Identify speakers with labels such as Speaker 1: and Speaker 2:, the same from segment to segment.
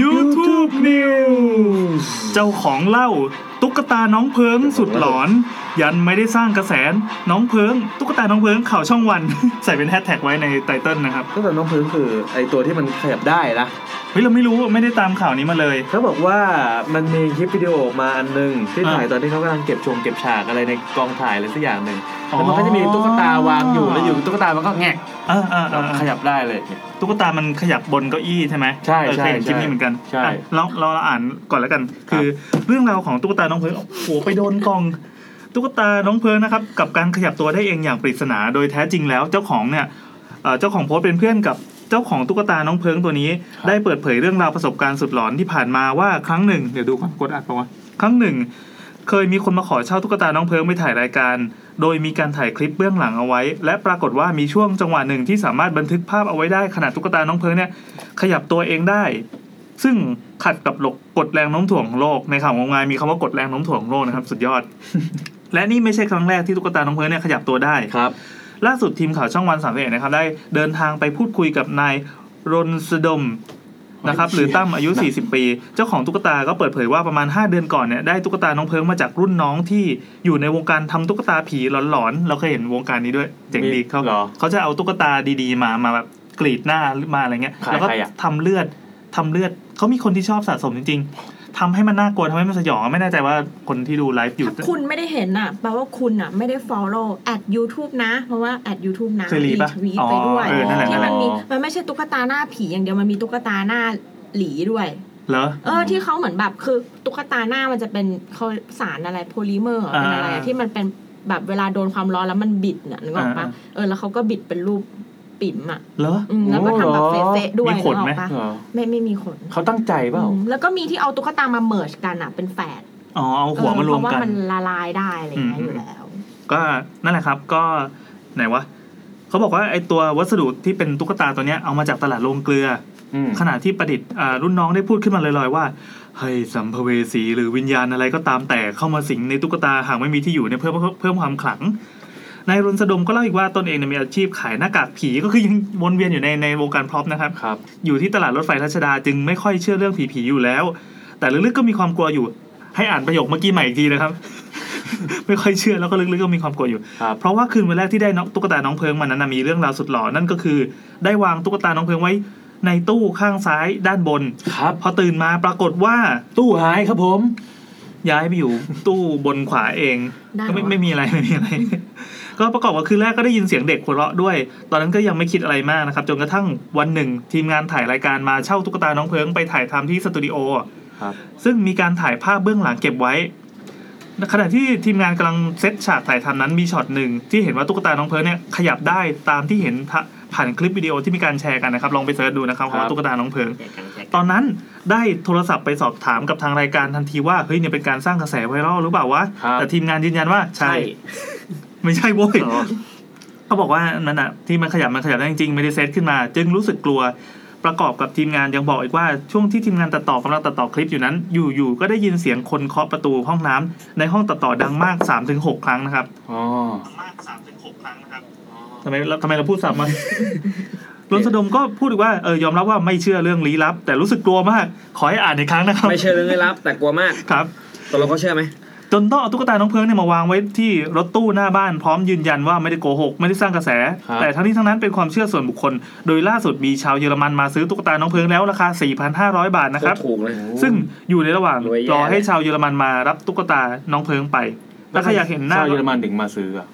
Speaker 1: YouTube News เจ้าของเล่า ตุ๊กตาน้องเพิงสุดหลอน ยันไม่ได้สร้างกระแสน้องเพิง ตุ๊กตาน้องเพิงข่าวช่องวัน ใส่เป็นแฮชแท็กไว้ในไตเติลนะครับ
Speaker 2: ก็แต่น้องพื้นคือไอตัวที่มันขยับได้ละ
Speaker 1: เฮ้ย เราไม่รู้ไม่ได้ตามข่าวนี้มาเลย
Speaker 2: เขาบอกว่ามันมีคลิปวิดีโอออกมาอันหนึง ที่
Speaker 1: อ่า
Speaker 2: ถ่ายตอนที่เขากำลังเก็บชงเก็บฉากอะไรในกองถ่ายอะไรสักอย่างหนึ่ง
Speaker 1: อ๋อ
Speaker 2: แล้วมันก็จะมีตุ๊กตาวางอยู่แล้วอยู่ตุ๊กตามันก็แงก
Speaker 1: อ่าอ่าอ่า
Speaker 2: ขยับได้เลย
Speaker 1: ตุ๊กตามันขยับบนเก้าอี้ใช่ไหม
Speaker 2: ใช่
Speaker 1: เออ
Speaker 2: ใช่
Speaker 1: เคยเห็นคลิปนี้เหมือนกัน
Speaker 2: ใช่
Speaker 1: อ่ะเราเราอ่านก่อนแล้วกัน คือเรื่องราวของตุ๊กตาน้องเพิงโอ้โหไปโดนกล่อง ตุ๊กตาน้องเพิงนะครับกับการขยับตัวได้เองอย่างปริศนาโดยแท้จริงแล้วเจ้าของเนี่ยเอ่อเจ้าของโพสต์เป็นเพื่อนกับเจ้าของตุ๊กตาน้องเพิงตัวนี้ ได้เปิดเผยเรื่องราวประสบการณ์สุดหลอนที่ผ่านมาว่าครั้งหนึ่งเดี๋ยวดูก่อนกดอัดปะวะครั้งหนึ่ง เคยมีคนมาขอเช่าตุ๊กตาน้องเพิงไปถ่ายรายการ โดยมีการถ่ายคลิปเบื้องหลังเอาไว้ และปรากฏว่ามีช่วงจังหวะหนึ่งที่สามารถบันทึกภาพเอาไว้ได้ขณะตุ๊กตาน้องเพิงเนี่ยขยับตัวเองได้ ซึ่งขัดกับหลกกฎแรงโน้มถ่วงของโลกในข่าวของงานมีคำว่ากฎแรงโน้มถ่วงของโลกนะครับสุดยอด และนี่ไม่ใช่ครั้งแรกที่ตุ๊กตาน้องเพิงเนี่ยขยับตัวได้
Speaker 2: ครับ
Speaker 1: ล่าสุดทีมข่าวช่องวันสามเอ็ดนะครับได้เดินทางไปพูดคุยกับนายรณสดมนะครับหรือตั้มอายุ 40 ปี เจ้าของตุ๊กตาก็เปิดเผยว่าประมาณ 5 เดือนก่อนเนี่ยได้ตุ๊กตาน้องเพิงมาจากรุ่นน้องที่อยู่ในวงการทำตุ๊กตาผีหลอนๆ เราเคยเห็นวงการนี้ด้วยเจ๋งดี
Speaker 2: มี
Speaker 1: เขา
Speaker 2: เหรอ
Speaker 1: เขาจะเอาตุ๊กตาดีๆมามาแบบกรีดหน้าหรือมาอะไรเงี้ย
Speaker 2: ขาย
Speaker 1: แล้วก็
Speaker 2: ใครอะ
Speaker 1: ทำเลือดทำเลือดเขามีคนที่ชอบสะสมจริง ๆทำให้มันน่ากลัวทำให้มันสยองไม่แน่ใจว่าคนที่ดูไลฟ์อยู่
Speaker 3: ถ้าคุณไม่ได้เห็นอ่ะแปลว่าคุณอ่ะไม่ได้ follow แอด YouTube นะ เพราะว่าแอด YouTube นะ
Speaker 1: เคยรีปะ
Speaker 3: ทวีตไปด้วย
Speaker 1: อ๋อเออนั่นแหละ
Speaker 3: ที่มัน
Speaker 2: นั่นแหละ
Speaker 3: มีมันไม่ใช่ตุ๊กตาหน้าผีอย่างเดียวมันมีตุ๊กตาหน้าหลีด้วย
Speaker 1: เหรอ
Speaker 3: เออที่เขาเหมือนแบบคือตุ๊กตาหน้ามันจะเป็นเขาสารอะไรโพลิเมอร์เหรอเป็นอะไร
Speaker 1: อ่า
Speaker 3: อะที่มันเป็นแบบเวลาโดนความร้อนแล้วมันบิดน่ะนึกออกปะ
Speaker 1: อ่า
Speaker 3: เออแล้วเขาก็บิดเป็นรูปปิ่มอ่ะ
Speaker 1: เหรอ
Speaker 3: อืมแล้วก็ทำแบบ
Speaker 2: โอ้โห
Speaker 3: เฟะๆด้วย
Speaker 1: มีขนไหม
Speaker 3: นึกออกปะ
Speaker 2: เหรอ
Speaker 3: ไม่ไม่มีขน
Speaker 2: เขาตั้งใจเปล่า
Speaker 3: อืมแล้วก็มีที่เอาตุ๊กตามาเมิร์กันอ่ะเป็นแฝด
Speaker 1: อ๋อเอาหัวมารวม
Speaker 3: เออเพราะ
Speaker 1: กั
Speaker 3: ว่าน มันละลายได้อะไรอย่างเงี้ย
Speaker 1: อืม
Speaker 3: อยู่แล้ว
Speaker 1: ก็นั่นแหละครับก็ไหนวะเขาบอกว่าไอตัววัสดุที่เป็นตุ๊กตาตัวเนี้ยเอามาจากตลาดโรงเกลือ
Speaker 2: อืม
Speaker 1: ขณะที่ประดิษฐ์อ่ารุ่นน้องได้พูดขึ้นมาลอยๆว่าให้สัมภเวสีหรือวิญญาณอะไรก็ตามแต่เข้ามาสิงในตุ๊กตาหากไม่มีที่อยู่เนี่ยเพิ่มเพิ่มความขลังนายรณสดมก็เล่าอีกว่าตนเองเนี่ยมีอาชีพขายหน้ากากผีก็คือยังวนเวียนอยู่ในในวงการพร็อพนะครับ
Speaker 2: ครับ
Speaker 1: อยู่ที่ตลาดรถไฟรัชดาจึงไม่ค่อยเชื่อเรื่องผีๆอยู่แล้ว แต่ลึกๆก็มีความกลัวอยู่ ให้อ่านประโยคเมื่อกี้ใหม่อีกทีนะครับ ไม่ค่อยเชื่อแล้วก็ลึกๆก็มีความกลัวอยู่
Speaker 2: ครับ
Speaker 1: เพราะว่าคืนวันแรกที่ได้น้องตุ๊กตาน้องเพิงมานั้นนะมีเรื่องราวสุดหลอนนั่นก็คือ ได้วางตุ๊กตาน้องเพิงไว้ในตู้ข้างซ้ายด้านบน
Speaker 2: ครับ
Speaker 1: พอตื่นมาปรากฏว่า
Speaker 2: ตู้หายครับผม
Speaker 1: ย้ายไปอยู่ ตู้บนขวาเอง
Speaker 3: ได้เหรอ
Speaker 1: ก็ไม่ไม่มีอะไร ไม่มีอะไร ก็ประกอบกับคืนแรกก็ได้ยินเสียงเด็กหัวเราะด้วย ตอนนั้นก็ยังไม่คิดอะไรมากนะครับจนกระทั่งวันหนึ่ง ทีมงานถ่ายรายการมาเช่าตุ๊กตาน้องเพิงไปถ่ายทำที่สตูดิโอ
Speaker 2: ครับ
Speaker 1: ซึ่งมีการถ่ายภาพเบื้องหลังเก็บไว้ ขณะที่ทีมงานกำลังเซตฉากถ่ายทำนั้นมีช็อตหนึ่งที่เห็นว่าตุ๊กตาน้องเพิร์ลเนี่ยขยับได้ตามที่เห็นทะผ่านคลิปวิดีโอที่มีการแชร์กันนะครับ ลองไปเสิร์ชดูนะครับ
Speaker 2: ครับ
Speaker 1: ว่าตุ๊กตาน้องเพิร์ลตอนนั้นได้โทรศัพท์ไปสอบถามกับทางรายการทันทีว่าเฮ้ยเนี่ยเป็นการสร้างกระแสไวรัลหรือเปล่าวะแต่ทีมงานยืนยันว่าใช่ ไม่ใช่โว้ย
Speaker 2: อ๋อ
Speaker 1: เขาบอกว่านั่นน่ะที่มันขยับมันขยับได้จริงๆไม่ได้เซตขึ้นมา จึงรู้สึกกลัวประกอบกับทีมงานยังบอกอีกว่าช่วงที่ทีมงานตัดต่อกำลังตัดต่อคลิปอยู่นั้น อยู่ๆก็ได้ยินเสียงคนเคาะประตูห้องน้ำในห้องตัดต่อดังมาก 3-6 ครั้งนะครับ
Speaker 2: อ๋อ
Speaker 1: มากสามถึงหกครั้งนะครับทำไมเราทำไมเราพูดซ้ำมา รนสดมก็พูดอีกว่าเออยอมรับว่าไม่เชื่อเรื่องลี้ลับ แต่รู้สึกกลัวมาก ขอให้อ่านอีกครั้งนะครับ
Speaker 4: ไม่เชื่อเรื่องลี้ลับ แต่กลัวมาก
Speaker 1: ครับ
Speaker 4: ตกลงเขาเชื่อไหม
Speaker 1: จนต้องเอาตุ๊กตาน้องเพิงเนี่ยมาวางไว้ที่รถตู้หน้าบ้านพร้อมยืนยันว่าไม่ได้โกหก ไม่ได้สร้างกระแส
Speaker 2: ครับ
Speaker 1: แต่ทั้งนี้ทั้งนั้นเป็นความเชื่อส่วนบุคคล โดยล่าสุดมีชาวเยอรมันมาซื้อตุ๊กตาน้องเพิงแล้วราคา 4,500 บาทนะครับ
Speaker 4: โตถูกเลย
Speaker 1: ซึ่งอยู่ในระหว่าง
Speaker 4: รวยแย่
Speaker 1: รอให้ชาวเยอรมันมารับตุ๊กตาน้องเพิงไปถ้าใครอยากเห็นหน้า
Speaker 2: ชาวเยอรมันถึงมาซื้ออะ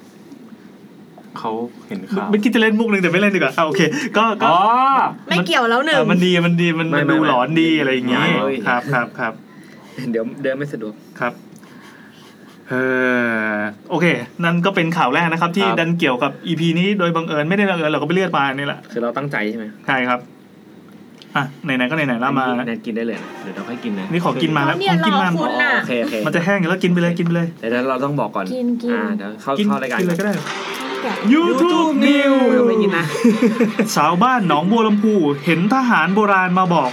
Speaker 2: เขาเห็นข่าว
Speaker 1: ไม่คิดจะเล่นมุกหนึ่งแต่ไม่เล่นดีกว่าอ่ะโอเค ก็ก็
Speaker 2: อ๋อ
Speaker 3: ไม่เกี่ยวแล้วหนึ่ง
Speaker 1: อ่ะมันดีมันดีมัน
Speaker 4: ไม่
Speaker 1: มัน
Speaker 4: ไม่
Speaker 1: ดู
Speaker 4: ไม่
Speaker 1: หลอนดีอะไรอย่างงี้
Speaker 4: ไม่เลย
Speaker 1: ครับครับครับ
Speaker 4: เดี๋ยวเดินไม่สะดวก
Speaker 1: ครับเออโอเค นั่นก็เป็นข่าวแรกนะครับ ที่
Speaker 2: ครับ
Speaker 1: ดันเกี่ยวกับอีพีนี้โดยบังเอิญไม่ได้บังเอิญเราก็ไปเลือกมานี่แหละ
Speaker 4: คือเราตั้งใจใช่ไหม
Speaker 1: ใช่ครับอ่ะไหนๆก็ไหนๆแล้วมา
Speaker 4: แนนกินได้เลยนะเดี๋ยวเราค่อยกินนะ
Speaker 1: นี่ของกินมาแล้ว
Speaker 3: เนี่
Speaker 1: ข
Speaker 3: ย
Speaker 1: อง
Speaker 3: ร
Speaker 1: กิน
Speaker 3: อ
Speaker 1: มา
Speaker 3: คุณ
Speaker 4: อ๋อ
Speaker 3: น่ะ
Speaker 4: โอเคโอเค
Speaker 1: มันจะแห้งแล้วกินไปเลยกินไปเลย
Speaker 4: เดี๋ยวเราต้องบอกก่อน
Speaker 3: กินกิน
Speaker 4: อ่าเดี๋ยวเข้า
Speaker 1: กิน
Speaker 4: เข้ารายการ
Speaker 1: กินเลยก็ได้
Speaker 3: แกะ
Speaker 1: YouTube
Speaker 4: ไม่
Speaker 1: News
Speaker 4: ไม่กินนะ
Speaker 1: ชาวบ้านหนองบัวลำพูเห็นทหารโบราณมาบอก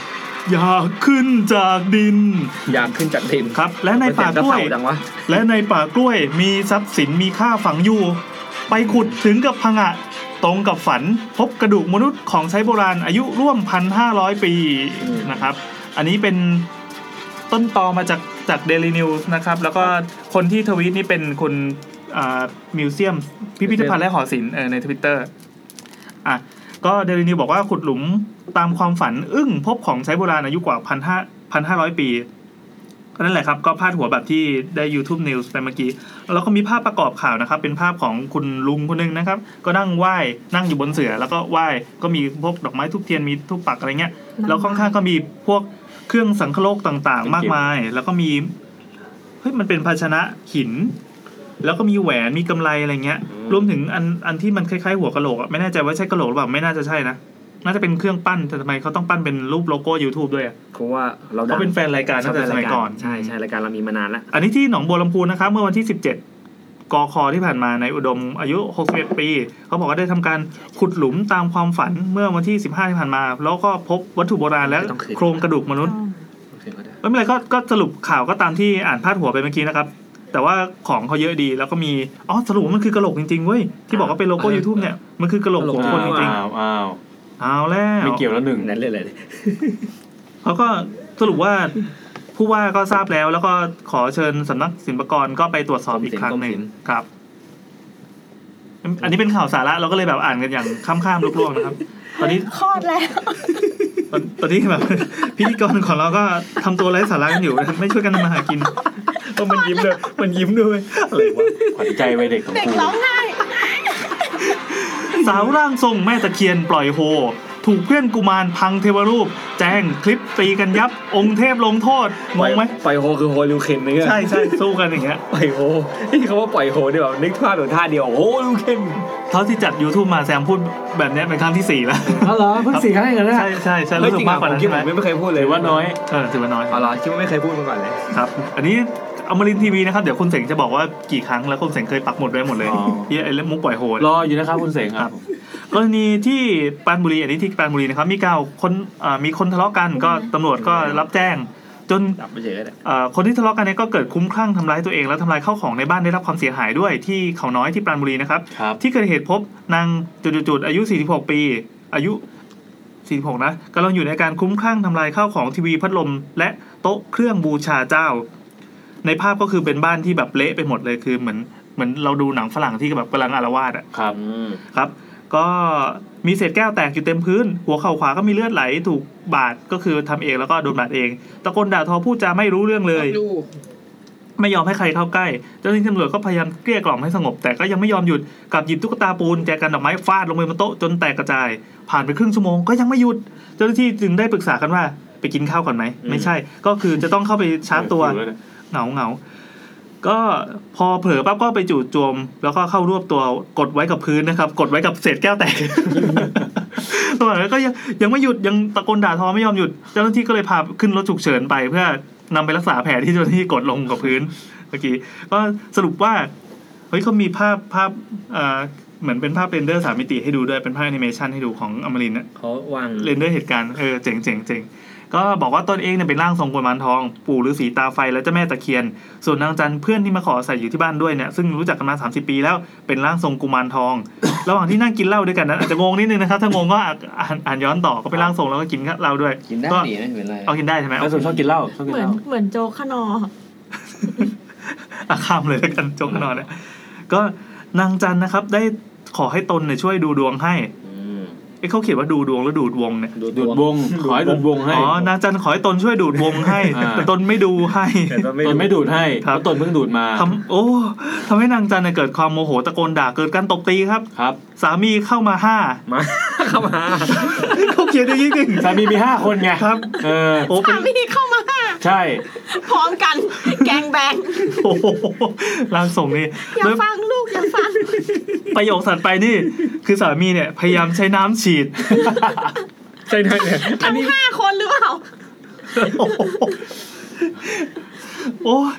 Speaker 1: อยากขึ้นจากดิน
Speaker 4: อยากขึ้นจากดิน
Speaker 1: ครับ และในป่ากล้วย
Speaker 4: เสีงระเสจังวะ
Speaker 1: และในป่ากล้วยมีทรัพย์สินมีค่าฝังอยู่ ไปขุดถึงกับพังะ ตรงกับฝันพบกระดูกมนุษย์ของใช้โบราณอายุร่วม 1,500 ปีนะครับ อันนี้เป็นต้นตอมาจากจากเดลินิวนะครับ แล้วก็คนที่ทวีตนี่เป็นคนมิวเซียมพิพิธภัณฑ์และหอศิลป์เอ่อในทวิตเตอร์อ่ะก็เดลินิวบอกว่าขุดหลุมตามความฝัน อึ้งพบของใช้โบราณอายุกว่าพันห้าพันห้าร้อยปีก็นั่นแหละครับ ก็พาดหัวแบบที่ได้ YouTube News ไปเมื่อกี้ แล้วก็มีภาพประกอบข่าวนะครับ เป็นภาพของคุณลุงคนหนึงนะครับ ก็นั่งไหว้นั่งอยู่บนเสือ แล้วก็ไหว้ก็มีพวกดอกไม้ทุบเทียนมีทุบปักอะไรเงี้ย แล้วข้างๆก็มีพวกเครื่องสังคโลกต่างๆ มากมาย แล้วก็มีเฮ้ยมันเป็นภาชนะหิน แล้วก็มีแหวนมีกำไรอะไรเงี้ย
Speaker 4: อืม
Speaker 1: รวมถึงอันอันที่มันคล้ายๆหัวกะโหลกอะไม่แน่ใจว่าใช่กะโหลกหรือเปล่าไม่น่าจะใช่นะน่าจะเป็นเครื่องปั้นแต่ทำไมเขาต้องปั้นเป็นรูปโลโก้ YouTube ด้วยอะ
Speaker 4: เพราะว่าเราดั
Speaker 1: เขา
Speaker 4: ง
Speaker 1: เป็นแฟนรายการตั้งแต่สมัยก่อน
Speaker 4: ใช่ใช่รายการเรามีมานานแล้ว
Speaker 1: อันนี้ที่หนองบัวลำพูนะครับเมื่อวันที่ 17 กคที่ผ่านมาในอุดมอายุ 61 ปี เขาบอกว่าได้ทำการขุดหลุมตามความฝันเมื่อวันที่ 15 ที่ผ่านมา แล้วก็พบวัตถุโบราณและ
Speaker 4: ไม่ต้องเคย
Speaker 1: โครงกระดูกมนุษย์
Speaker 4: โอเคก็ได้
Speaker 1: ไม่เป็นไรก็ก็สรุปข่าวก็ตามที่อ่านพาดหัวไปเมื่อกี้นะครับ แต่ว่าของเขาเยอะดีแล้วก็มีอ๋อสรุปว่ามันคือกระโหลกจริงๆเว้ยที่บอกว่าเป็นโลโก้
Speaker 4: อ่า
Speaker 1: YouTube เนี่ยมันคือกระโหลกของคนจริง
Speaker 2: อ้าวอ้าว
Speaker 1: ๆเอาแล้ว
Speaker 2: ไม่เกี่ยวแล้วหนึ่ง
Speaker 4: นั้นเลยเลย
Speaker 1: เขาก็สรุปว่าผู้ว่าก็ทราบแล้ว แล้วก็ขอเชิญสำนักศิลปากรก็ไปตรวจสอบอีกครั้งหนึ่งครับ อันนี้เป็นข่าวสาระเราก็เลยแบบอ่านกันอย่างข้ามๆลุกๆนะครับ ตอนนี้
Speaker 3: คลอดแล้ว
Speaker 1: ตอนตอนนี้แบบ พิธีกรของเราก็ทำตัวไร้สาระกันอยู่นะครับไม่ช่วยกันทำมาหากินเออมันยิ้มเลยมันยิ้มด้วยอะไรวะ
Speaker 2: ขวัญใจวัยเด็กของ
Speaker 3: เด็ก
Speaker 2: กู
Speaker 3: ร้องไห้
Speaker 1: สาวร่างทรงแม่ตะเคียนปล่อยโฮ ถูกเพื่อนกุมารพังเทวรูป แจ้งคลิปตีกันยับ องค์เทพลงโทษงงไหม
Speaker 4: ปล่อยโฮคือโฮลิวเคนเนี่ย
Speaker 1: ใช่ใช่สู้กันอย่างเงี้ย
Speaker 4: ปล่อยโฮนี่เขาว่าปล่อยโฮเนี่ยแบบนึกภาพถึงท่าเดียวโฮลิวเคน
Speaker 1: เท่าที่จัด YouTube มาแซมพูดแบบเนี้ยเป็นครั้งที่สี่แล้ว
Speaker 4: อ๋อเหรอเพิ่งสี่ครั้งเองนะ
Speaker 1: ใช่ ใช่ใช่รู้สึกมากกว่านั้น
Speaker 4: คิด
Speaker 1: ใช่ไหม
Speaker 4: ผมไม่เคยพูดเล
Speaker 2: เลย ยว่าน้อย
Speaker 1: เออถือว่าน้อย
Speaker 4: อ๋อเหรอคิดว่าไม่เคยพูดมาก่อนเลย
Speaker 1: ครับ อันนี้อมรินทีวีนะครับเดี๋ยวคุณเสงจะบอกว่ากี่ครั้งแล้วคุณเสงเคยปักหมุดไว้หมดเลยเหี้ยไอ้เรื่องมุกปล่อยโฮ
Speaker 2: รออยู่นะครับคุณเสงครับ
Speaker 1: กรณีที่ปรานบุรีอันนี้ที่ปรานบุรีนะครับมีการคนเอ่อมีคนทะเลาะกันก็ตำรวจก็รับแจ้ง จน
Speaker 4: ดับไปเฉยเลย
Speaker 1: เอ่อคนที่ทะเลาะกันเนี่ยก็เกิดคลุ้มคลั่งทำร้ายตัวเองแล้วทำลายข้าวของในบ้านได้รับความเสียหายด้วยที่เขาน้อยที่ปรานบุรีนะครับ
Speaker 2: ครับ
Speaker 1: ที่เกิดเหตุพบนางจุดๆๆอายุ 46 ปี อายุ 46 นะกำลังอยู่ในการคุ้มคลั่งทำลายข้าวของทีวีพัดลม และโต๊ะเครื่องบูชาเจ้า ในภาพก็คือเป็นบ้านที่แบบเละไปหมดเลยคือเหมือนเหมือนเราดูหนังฝรั่งที่แบบกำลังอารวาสอะ
Speaker 2: ครับ
Speaker 1: ครับ ก็มีเศษแก้วแตกอยู่เต็มพื้น หัวเข่าขวาก็มีเลือดไหลถูกบาดก็คือทำเองแล้วก็โดนบาดเอง ตะโกนด่าทอพูดจาไม่รู้เรื่องเลย
Speaker 4: ดู
Speaker 1: ไม่ยอมให้ใครเข้าใกล้ เจ้าหน้าที่ตำรวจก็พยายามเกลี้ยกล่อมให้สงบ แต่ก็ยังไม่ยอมหยุดกลับหยิบตุ๊กตาปูนแจกันดอกไม้ฟาดลงไปบนโต๊ะจนแตกกระจาย ผ่านไปครึ่งชั่วโมงก็ยังไม่หยุด เจ้าหน้าที่จึงได้ปรึกษากันว่าไปกินข้าวก่อนไหมไม่ใช่ ก็คือจะต้องเข้าไปชาร์จตัว เหงาเหงาก็พอเผลอปั๊บก็ไปจู่โจม แล้วก็เข้ารวบตัวกดไว้กับพื้นนะครับ กดไว้กับเศษแก้วแต ก ระหว่างนั้นก็ยังยังไม่หยุดยังตะโกนด่าทอไม่ยอมหยุด เจ้าหน้าที่ก็เลยพาขึ้นรถฉุกเฉินไป เพื่อนำไปรักษาแผลที่เจ้าหน้าที่กดลงกับพื้นเมื่อกี้ก็สรุปว่าเฮ้ยเขามีภาพภาพเอ่อเหมือนเป็นภาพเรนเดอร์สามมิติให้ดูด้วยเป็นภาพแอนิเมชันให้ดูของอมรินทร์นะ
Speaker 4: เขาวาง
Speaker 1: เรนเดอร์เหตุการณ์ เออ เจ๋งเจ๋งเจ๋งก็บอกว่าตนเองเนี่ยเป็นร่างทรงกุมารทอง ปู่ฤาษีตาไฟและเจ้าแม่ตะเคียน ส่วนนางจันเพื่อนที่มาขออาศัยอยู่ที่บ้านด้วยเนี่ย ซึ่งรู้จักกันมา 30 ปีแล้ว เป็นร่างทรงกุมารทอง ระหว่างที่นั่งกินเหล้าด้วยกันนั้นอาจจะงงนิดนึงนะครับ ถ้างงก็อ่ะอ่านอ่านย้อนต่อ ก็เป็นร่างทรงแล้วก็กินเหล้าด้วย
Speaker 4: กินได้
Speaker 1: ก็
Speaker 4: หนีไม่เป็นไร
Speaker 1: เอากินได้ใช่ไหม
Speaker 2: แล้
Speaker 1: เอา
Speaker 2: วส่วนชอบกินเหล้าชอบกิน
Speaker 3: เหมื
Speaker 2: เห
Speaker 3: อน
Speaker 2: ล้า
Speaker 3: เหมือนโจขนอ
Speaker 1: อาข้ามเลยแล้วกันจงขนอนเนี่ยก็นางจันนะครับได้ขอให้ตนเนี่ยช่วยดูดวงให้เอ้เขาเขียนว่าดูดวงแล้วดูดวงเนี่ย
Speaker 2: ดูดวง ขอให้ดูดวงให้
Speaker 1: อ๋อนางจันขอให้ตนช่วยดูดวงให้
Speaker 2: อ่า
Speaker 1: แต่ตนไม่ดูให้
Speaker 4: แต่ก็ไม่
Speaker 2: ตนไม่ดูดให้
Speaker 1: ครับ
Speaker 2: เพาะตนเพิ่งดูดมา
Speaker 1: ทำโอ้ทำให้นางจันเนี่ยเกิดความโมโหตะโกนด่าเกิดการตบตีครับ
Speaker 2: ครับ
Speaker 1: สามีเข้ามาห้า
Speaker 4: มาเข้ามา
Speaker 1: เขาเขียนอย่างนี้จริง
Speaker 2: สามีมีห้าคนไง
Speaker 1: ครับ
Speaker 2: เออ
Speaker 1: โอ้เป็น
Speaker 3: สามีเข้ามา
Speaker 2: ใช่
Speaker 3: พร้อมกัน แกงแบง
Speaker 1: โอ้โหร่างส่งนี่
Speaker 3: อย่า
Speaker 1: โดย
Speaker 3: ฟังลูกอย่าฟัง
Speaker 1: ประโยคสัตว์ไปนี่ คือสามีเนี่ยพยายามใช้น้ำฉีด
Speaker 4: ใช่ไหมเนี่ยอัน
Speaker 3: ทั้ง
Speaker 4: นี้
Speaker 3: ห้าคนหรือเปล่า
Speaker 1: โอ้โหโอ้ย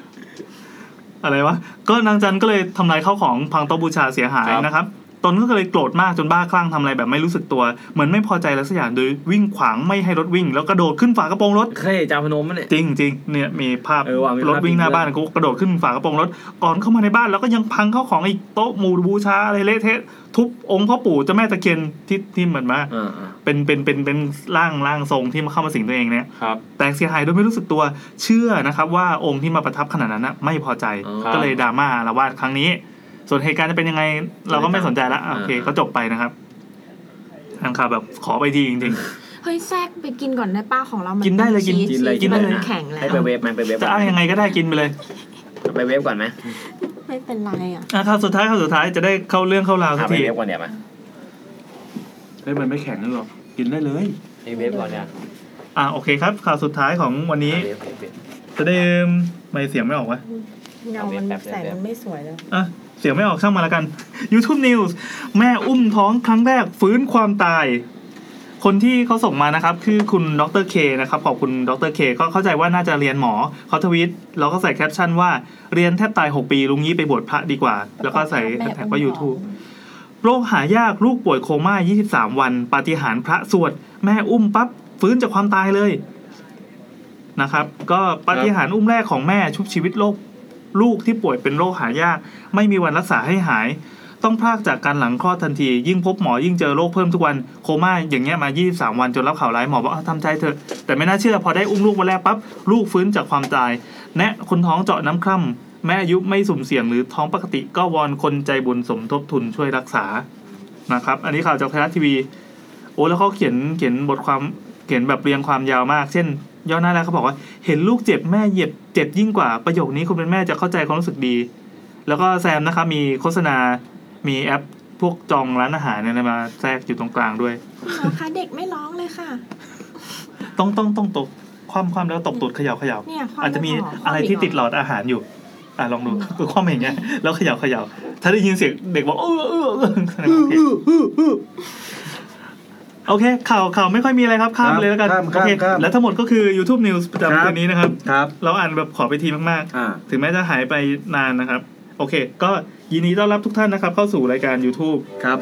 Speaker 1: อะไรวะ ก็นางจันก็เลยทำลายข้าวของพังโต๊ะบูชาเสียหาย
Speaker 2: ครับ
Speaker 1: นะครับ ตนก็เลยโกรธมากจนบ้าคลั่งทำอะไรแบบไม่รู้สึกตัว เหมือนไม่พอใจอะไรสักอย่างโดยวิ่งขวางไม่ให้รถวิ่ง แล้วกระโดดขึ้นฝากระโปรงรถ
Speaker 4: เคยจาพนมมั้ยเนี่ย
Speaker 1: จริงจริงเนี่ยมีภาพ
Speaker 4: เออว่ะมีภาพ
Speaker 1: รถวิ่งหน้าบ้านกูกระโดดขึ้นฝากระโปรงรถ ก่อนเข้ามาในบ้านแล้วก็ยังพังเข้าของอีกโต๊ะหมู่บูชาอะไรเละเทะทุบองค์พ่อปู่เจ้าแม่ตะเคียนที่ที่เหมือนมา
Speaker 4: อ่า
Speaker 1: เป็นเป็นเป็นเป็นร่างร่างทรงที่มาเข้ามาสิงตัวเองเนี่ย
Speaker 2: ครับ
Speaker 1: แตกเสียหายโดยไม่รู้สึกตัวเชื่อนะครับ ว่าองค์ที่มาประทับขนาดนั้นนะไม่พอใจ
Speaker 4: อ๋อ
Speaker 1: ก็เลยดราม่าอาละวาดครั้งนี้ ส่วนเหตุการณ์จะเป็นยังไง เราก็ไม่สนใจละ
Speaker 4: อ่า
Speaker 1: โอเคก็จบไปนะครับทางข่าวแบบขอไปทีจริง
Speaker 3: เฮ้ยแทรกไปกินก่อนได้ป้าของเรามั
Speaker 1: กินได้เลยกิน
Speaker 3: ชีส
Speaker 4: กินเลย
Speaker 3: ชีส
Speaker 4: เลย
Speaker 3: มัน
Speaker 4: นะ
Speaker 3: แข็งแล้
Speaker 4: ให้
Speaker 3: ว
Speaker 4: ไปเวฟไหมไปเวฟ
Speaker 1: ๆ จะอ้างยังไงก็ได้กินไปเลย
Speaker 4: ไปเวฟก่อนไหม
Speaker 3: ไม่เป็นไรอ่ะ
Speaker 1: อ่ะข่าวสุดท้ายข่าวสุดท้ายจะได้เข้าเรื่องเข้าราวสั
Speaker 4: อ่ะ
Speaker 1: ก
Speaker 4: ไป
Speaker 1: ที
Speaker 4: เวฟก่อนเดี๋ยวมา
Speaker 2: เฮ้ยมันไม่แข็งนั่นหรอกกินได้เลย
Speaker 4: ไปเวฟก่อนเนี่ย
Speaker 1: อ่ะโอเคครับข่าวสุดท้ายของวันนี้
Speaker 4: เวฟเวฟเวฟ
Speaker 1: จะได้ไม่เสียงไม่ออกวะ
Speaker 3: เงา
Speaker 4: เอาเว็
Speaker 3: มั
Speaker 4: บ
Speaker 3: น
Speaker 4: แป๊บ
Speaker 3: แสงมันไม่สวยแล้ว
Speaker 1: อ่ะเสียงไม่ออกช่างมาละกัน YouTube News แม่อุ้มท้องครั้งแรกฟื้นความตาย คนที่เขาส่งมานะครับ คือคุณดรเคนะครับ ขอบคุณดรเคก็เข้าใจว่าน่าจะเรียนหมอเขาทวิตแล้วก็ใส่แคปชั่นว่าเรียนแทบตาย 6 ปีลุงนี้ไปบวชพระดีกว่า แล้วก็ใส่แฮชแท็กว่า YouTube โรคหายากลูกป่วยโคม่า 23 วันปาฏิหาริย์พระสวด แม่อุ้มปั๊บฟื้นจากความตายเลยนะครับ ก็ปาฏิหาริย์อุ้มแรกของแม่ชุบชีวิตโรคลูกที่ป่วยเป็นโรคหายาก ไม่มีวันรักษาให้หาย ต้องพรากจากการหลังคลอดทันที ยิ่งพบหมอยิ่งเจอโรคเพิ่มทุกวันโคม่าอย่างเงี้ยมา 23 วันจนรับข่าวร้ายหมอบอกอาทำใจเถอะ แต่ไม่น่าเชื่อพอได้อุ้มลูกมาแรกปั๊บลูกฟื้นจากความตาย แนะคนท้องเจาะน้ำคร่ำแม่อายุไม่สุ่มเสี่ยงหรือท้องปกติก็วอนคนใจบุญสมทบทุนช่วยรักษานะครับ อันนี้ข่าวจากไทยรัฐทีวี โอ้แล้วเขาเขียนเขียนบทความเขียนแบบเรียงความยาวมาก เช่น ย่อหน้าแรกเขาบอกว่า เห็นลูกเจ็บแม่เหยียบเจ็บยิ่งกว่าประโยคนี้คุณเป็นแม่จะเข้าใจความรู้สึกดี แล้วก็แซมนะครับมีโฆษณา มีแอปพวกจองร้านอาหารเนี่ยมาแทรกอยู่ตรงกลางด้วย
Speaker 3: หมอคะเด็กไม่ร้องเลยค่ะ
Speaker 1: ต้องต้องต้องตกความความแล้วตบตูดเขย่าเขย่า
Speaker 3: เนี่ยคว
Speaker 1: อาจจะมี
Speaker 3: หควา
Speaker 1: อะไรที่ติดหลอดอาหารอยู่ อ่ะลองดูคือความอย่างเงี้ย แล้วเขย่าเขย่า ถ้าได้ยินเสียงเด็ก บอกเออเออเออแสดงว่าโอเคโอเค ข่าวข่าวไม่ค่อยมีอะไรครับ ข้าม
Speaker 2: ครับ
Speaker 1: เลยแล้วกัน
Speaker 2: ข้าม
Speaker 1: โอเค
Speaker 2: ข้ามข้าม
Speaker 1: และทั้งหมดก็คือ YouTube News ประ
Speaker 2: ครั
Speaker 1: จำ
Speaker 2: บ
Speaker 1: คืนนี้นะครับ
Speaker 2: ครับ
Speaker 1: เราอ่านแบบขอไปทีมาก
Speaker 2: อ่า
Speaker 1: ๆ ถึงแม้จะหายไปนานนะครับ โอเค ก็ยินดีต้อนรับทุกท่านนะครับ เข้าสู่รายการ YouTube
Speaker 2: ครับ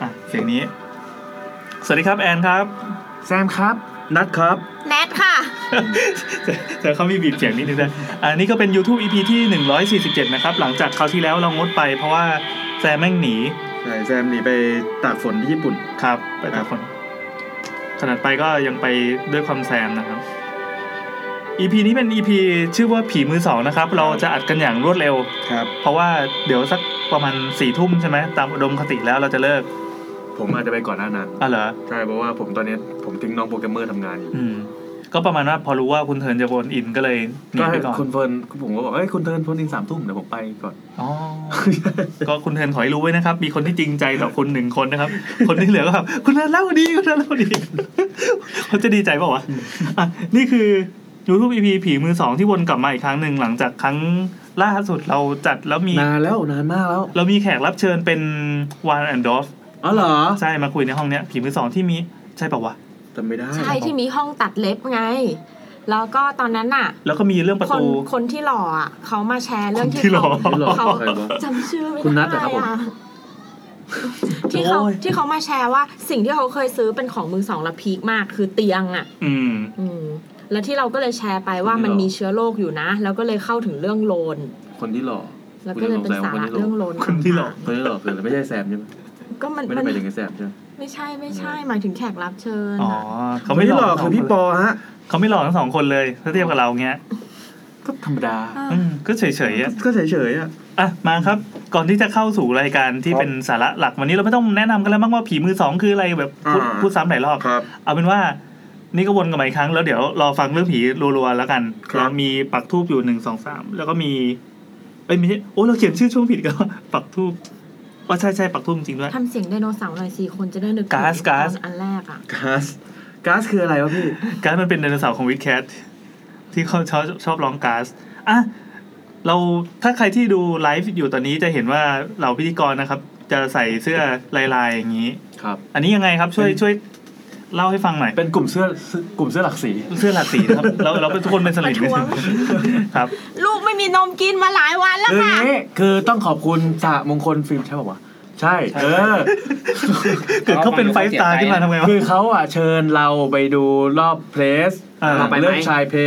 Speaker 1: อ่ะเสียงนี้ สวัสดีครับแอนครับ
Speaker 2: แซมครับ นัดครับ
Speaker 3: แนทค่ะ
Speaker 1: แต่แต่เขามีบีบเสียงนิดนึงนะอันนี้ก็เป็น YouTube EP ที่ 147 นะครับ หลังจากคราวที่แล้วเรางดไปเพราะว่าแซมแม่งหนี
Speaker 2: ใช่แซมหนีไปตากฝนที่ญี่ปุ่น
Speaker 1: ครับ ไปแต่คน ขนาดไปก็ยังไปด้วยความแซมนะครับ EP นี้เป็น EP ชื่อว่าผีมือสองนะครับ เราจะอัดกันอย่างรวดเร็ว
Speaker 2: ครับ
Speaker 1: เพราะว่าเดี๋ยวสักประมาณสี่ทุ่มใช่ไหมตามอุดมคติแล้วเราจะเลิก
Speaker 2: ผมอาจจะไปก่อนหน้านั้น
Speaker 1: อ๋อเหรอ
Speaker 2: ใช่เพราะว่าผมตอนนี้ผมทิ้งน้องโปรแกรมเมอร์ทำงานอยู่
Speaker 1: อืม ก็ประมาณว่าพอรู้ว่าคุณเทิร์นจะโวนอินก็เลยหนี
Speaker 2: ก็
Speaker 1: ไปก่อน
Speaker 2: คุณเฟิร์นผมก็บอกเอ้ยคุณเทิร์นพ้นทิ้งสามทุ่มเดี๋ยวผมไปก่อน
Speaker 1: อ๋อ ก็คุณเทนขอให้รู้ไว้นะครับ มีคนที่จริงใจต่อคนหนึ่งคนนะครับ คนที่เหลือก็แบบคุณเทนเล่าดีคุณเทนเล่าดีเขาจะดีใจเปล่าวะอ่ะนี่คือ YouTube EP ผีมือสองที่วนกลับมาอีกครั้งหนึ่งหลังจากครั้งล่าสุดเราจัดแล้วมี
Speaker 2: นานแล้วนานมากแล้ว
Speaker 1: เรามีแขกรับเชิญเป็นวานแอนดอฟ
Speaker 2: อ๋อเหรอ
Speaker 1: ใช่มาคุยในห้องเนี้ย ผีมือสองที่มีใช่เปล่าวะ
Speaker 2: แต่ไม่ได้
Speaker 3: ใช่ที่มีห้องตัดเล็บไง แล้วก็ตอนนั้นน่ะ
Speaker 1: แล้วก็มีเรื่องประ
Speaker 3: คน
Speaker 1: ตู
Speaker 3: คนที่หล่ออ่ะเขามาแชร์เรื่องที่
Speaker 1: ที่หล่อ
Speaker 3: เขา
Speaker 2: หลอก
Speaker 3: เขา
Speaker 2: ใครวะ
Speaker 3: จำชื่อไม่ได้
Speaker 2: คุณนัทเหรอครับผม
Speaker 3: อ่ะที่เขา
Speaker 1: โอ้ย
Speaker 3: ที่เขามาแชร์ว่าสิ่งที่เขาเคยซื้อเป็นของมือสองและพีคมากคือเตียงอ่ะ
Speaker 1: อืม
Speaker 3: อืม แล้วที่เราก็เลยแชร์ไปว่ามันมีเชื้อโรคอยู่นะ แล้วก็เลยเข้าถึงเรื่องโลน
Speaker 2: คนที่หลอก
Speaker 3: แล้วก็เลยเป็นสาระเรื่องโลน
Speaker 1: คนที่หล่อ
Speaker 2: คนที่หลอกคืออะไรไม่ใช่แซมใช่ไหม
Speaker 3: ก็มัน
Speaker 2: ไม่
Speaker 3: มั
Speaker 2: ได้
Speaker 3: น
Speaker 2: ไปถึงไอ้แซมใช่ไหม
Speaker 3: ไม่ใช่ไม่ใช่หมายถึงแขกรับเชิญ
Speaker 1: อ๋อ
Speaker 3: อะ
Speaker 1: เขาไม่หล่อ
Speaker 2: คนที่หลอกคือพี่ปอฮะ
Speaker 1: เขาไม่หล่อทั้งสองคนเลยถ้าเทียบกับเราเงี้ย
Speaker 2: ก็ธรรมดา
Speaker 3: ะ
Speaker 1: อืมก็เฉยๆอะ
Speaker 2: ก็เฉยๆอ่ะ
Speaker 1: อ่ะมาครับก่อนที่จะเข้าสู่รายการที่
Speaker 2: ครับ
Speaker 1: เป็นสาระหลักวันนี้เราไม่ต้องแนะนำกันแล้วมั้งว่าผีมือสองคืออะไรแบบพูด
Speaker 2: อ่า
Speaker 1: พูดซ้ำหลายรอบ
Speaker 2: ครับ
Speaker 1: เอาเป็นว่า นี่ก็วนกันมาอีกครั้งแล้วเดี๋ยวรอฟังเรื่องผีรัวๆแล้วกัน
Speaker 2: ครับ
Speaker 1: เรามีปักทูบอยู่หนึ่งสองสามแล้วก็มี เอ้ยไม่ใช่โอ้ยเราเขียนชื่อช่วงผิดกันว่า ปักทูบว่าใช่ใช่ปักทูบจริงๆด้วย
Speaker 3: ทำเสียงไดโนเสาร์หน่อยสิคนจะได้นึกถึง
Speaker 1: ก๊าซก๊าซ
Speaker 3: ตอนอันแรกอ่ะ
Speaker 2: ก๊าซก๊าซคืออะไรวะพี่
Speaker 1: การดมันเป็นไดโนเสาร์ของวิดแคทที่เขาชอบชอบร้องก๊าซอ่ะเราถ้าใครที่ดูไลฟ์อยู่ตอนนี้จะเห็นว่าเราพิธีกรนะครับ จะใส่เสื้อลายๆอย่างนี้
Speaker 2: ครับ
Speaker 1: อันนี้ยังไงครับช่วย
Speaker 2: เป็น
Speaker 1: ช่วยเล่าให้ฟังหน่อย
Speaker 2: เป็นกลุ่มเสื้อเสื้อกลุ่มเสื้อหลักสี
Speaker 1: เสื้อหลากสีนะครับ เราเราเป็นทุกคนเป็นสลิม
Speaker 3: ประท้วง
Speaker 1: ครับ
Speaker 3: ลูกไม่มีนมกินมาหลายวันแล้ว
Speaker 2: คือ
Speaker 3: ค่ะ
Speaker 2: นี้คือต้องขอบคุณสหมงคลฟิล์มใช่ป่าวะใช่ เออ
Speaker 1: เกิดเขาเป็นไฟสตาร์ขึ้นมาทำไงวะ
Speaker 2: คือเขาอ่ะเชิญเราไปดูรอบเพลส
Speaker 1: อ่า
Speaker 2: เราไปเรื่องชายเพล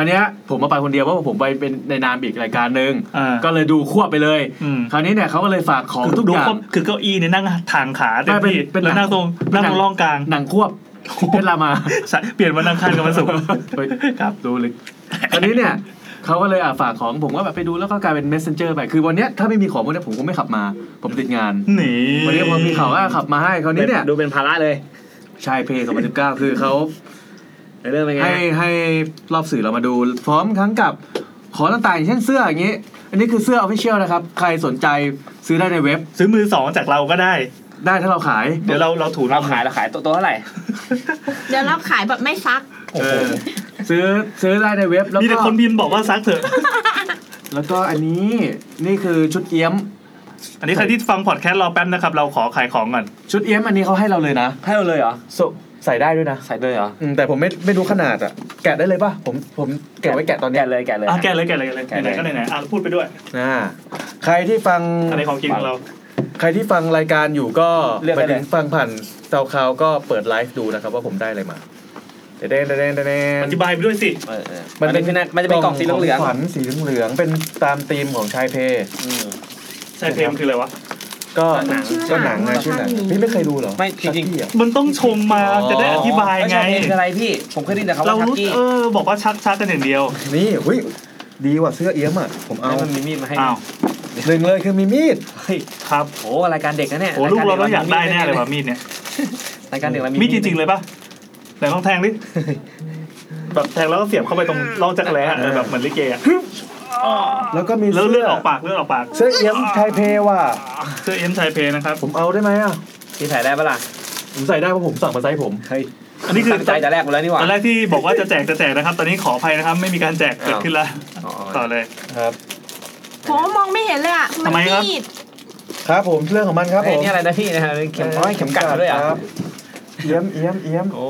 Speaker 2: ราวเนี้ยผมมาไปคนเดียวเพราะว่าผมไปเป็นในนามอีกรายการหนึ่ง
Speaker 1: อ่า
Speaker 2: ก็เลยดูควบไปเลย
Speaker 1: อืม
Speaker 2: คราวนี้เนี่ยเขาก็เลยฝากของ
Speaker 1: คือ
Speaker 2: ทุก
Speaker 1: ดู
Speaker 2: อย่าง
Speaker 1: ครบคือเก้าอี้เนี่ยนั่งทางขาเต็ม
Speaker 2: ไม่
Speaker 1: ที่
Speaker 2: เป็นเป็น
Speaker 1: แล้ว
Speaker 2: หนัง
Speaker 1: นั่งตรงนั่งตรงร่องก ลาง
Speaker 2: หนังควบเพชรรามา
Speaker 1: ใช่เปลี่ยนวันอังคารกับวันศุกร์
Speaker 2: เฮ้ย
Speaker 1: ครับ
Speaker 2: รู้เลยตอนนี้เนี่ยเขาก็เลยอ่ะฝากของผมก็แบบไปดูแล้วก็กลายเป็น messenger ไป คือวันเนี้ยถ้าไม่มีของพวกเนี้ยผมคงไม่ขับมา ผมติดงาน
Speaker 1: หนี
Speaker 2: วันนี้พอมีข่าวก็ขับมาให้คราวนี้เนี่ย
Speaker 4: ดูเป็นภาระเลย
Speaker 2: ชายเพย์2019 คือเขา
Speaker 4: เรื่องเป็นไง
Speaker 2: ให้ให้รอบสื่อเรามาดู พร้อมทั้งกับของต่างๆอย่างเช่นเสื้ออย่างนี้ อันนี้คือเสื้อ official นะครับ ใครสนใจซื้อได้ในเว็บ
Speaker 1: ซื้อมือสองจากเราก็ได้
Speaker 2: ได้ถ้าเราขาย
Speaker 1: เดี๋ยวเราเราถู
Speaker 4: เราขายเราขายตัวตัวเท่าไหร่
Speaker 3: เดี๋ยวเราขายแบบไม่ซัก
Speaker 1: โอ้โห
Speaker 2: เออ ซื้อซื้อได้ในเว็บแล้ว
Speaker 1: มีแต่
Speaker 2: ก็
Speaker 1: คนพิมพ์บอกว่าซักเถ อะ
Speaker 2: แล้วก็อันนี้นี่คือชุดเอี้ยม
Speaker 1: อันนี้ใครที่ฟังพอดแคสต์รอแป๊บนะครับ เราขอขายของก่อน
Speaker 2: ชุดเอี้ยมอันนี้เขาให้เราเลยนะ
Speaker 4: ให้เราเลยเหรอ
Speaker 2: so, ใส่ได้ด้วยนะ
Speaker 4: ใส่เลยเหรอ
Speaker 2: อืมแต่ผมไม่ไม่รู้ขนาดอะแกะได้เลยป่ะ ผมผมแกะไว้แกะตอนเนี้ย
Speaker 4: แกะเลยแกะเลย
Speaker 1: อ่ะแกะเลยแกะเลยแกะเลย
Speaker 4: แกะเลย
Speaker 1: ไหนๆก็ไหนๆอ่ะพูดไปด้วย
Speaker 2: อ่าใครที่ฟัง
Speaker 1: อันนี้ของกินของเรา
Speaker 2: ใครที่ฟังรายการอยู่ก็
Speaker 4: เลือก
Speaker 2: ไป
Speaker 4: ได้เลย
Speaker 2: ถึงฟังผ่านเตาคาวก็เปิดไลฟ์ดูนะครับ ว่าผมได้อะไรมาเด้นเด้นเด้นเด้
Speaker 1: อน ธิบายไปด้วยสิ
Speaker 4: เออเออมันเป็นมันจะเป็นกล่องสีเหลือง
Speaker 2: ขวัญสีเหลืองๆเป็นตามธีมของชายเพ
Speaker 4: ๆอืม
Speaker 1: ใช่เพลงคืออะไรวะ
Speaker 2: ก็
Speaker 4: หนัง
Speaker 2: ก็หนังไง
Speaker 3: ชื่
Speaker 2: ชื่อห
Speaker 3: อหนั
Speaker 2: นัง
Speaker 3: ง
Speaker 2: พี่ไม่เคยดูเหรอ
Speaker 4: ไม่จริ
Speaker 2: ชัก
Speaker 4: งๆ
Speaker 2: กี้เหอ
Speaker 1: มันต้องชมมาจะได้อธิบาย
Speaker 4: ม่
Speaker 1: ไง
Speaker 4: ใช่นี่คืออะไรพี่ ผมเคยได้ยินแต่เขา
Speaker 1: เรา
Speaker 4: ว่าทัก
Speaker 1: รู้
Speaker 4: กี้
Speaker 1: เออ บอกว่าชักชักกันอย่างเดียว
Speaker 2: นี่หุ้ยดีว่ะเสื้อเอี้ยมอ่ะผมเอา
Speaker 4: แล้วมันมีมีดมาให้
Speaker 1: อ้าว
Speaker 2: หนึ่งเลยคือมีมีด
Speaker 4: เฮ้ย
Speaker 1: ครับ
Speaker 4: โอ้รายการเด็กนะเนี่ย
Speaker 1: โอ้ลูกเราต้องอยากได้
Speaker 4: มีมี
Speaker 1: แน่เลยว่ะมีดเนี่ย
Speaker 4: รายการเด็กเรามี
Speaker 1: มีดจริง ๆ เลยป่ะไหนลองแทง ดิแบบแทงแล้วก็เสียบเข้าไปตรงร่องจักรแร้อะเออแบบเหมือนลิเกอะ
Speaker 2: แล้วก็มี
Speaker 1: แล้ว
Speaker 2: เสื้
Speaker 1: เลือ
Speaker 2: อ
Speaker 1: ดออกปากเลือดออกปาก
Speaker 2: เสื้อเอี้ยมชายเพว่ะ
Speaker 1: เสื้อเอ็มชายเพนะครับ
Speaker 2: ผมเอาได้ไหมอ่ะ
Speaker 4: พี่ถ่ายได้ปะล่ะ
Speaker 2: ผมใส่ได้เพราะผมสั่งมาไซส์ผม
Speaker 4: เฮ้ย
Speaker 1: อันนี้คือ
Speaker 4: ตั้งใจแต่แรกหมดแล้วนี่หว่า
Speaker 1: ตอนแรกที่บอกว่าจะแจกจะแจกนะครับ ตอนนี้ขออภัยนะครับ ไม่มีการแจกเกิดขึ้นแล้ว
Speaker 4: อ้าว
Speaker 1: ต่อเลย
Speaker 2: ครับ
Speaker 3: โหมองไม่เห็นเลยอ่ะ
Speaker 1: ทำไมครับ
Speaker 3: ด
Speaker 2: ครับผมเรื่องของมันครับ
Speaker 4: เฮ้
Speaker 2: ผ
Speaker 4: ย
Speaker 2: ม
Speaker 4: นี่อะไรนะพี่นะฮะเข็มร้อยเข็มกัดมาด้วยอ่ะ
Speaker 2: ครับเอี้ยมเอี้ยมเอี้ยม
Speaker 4: โอ้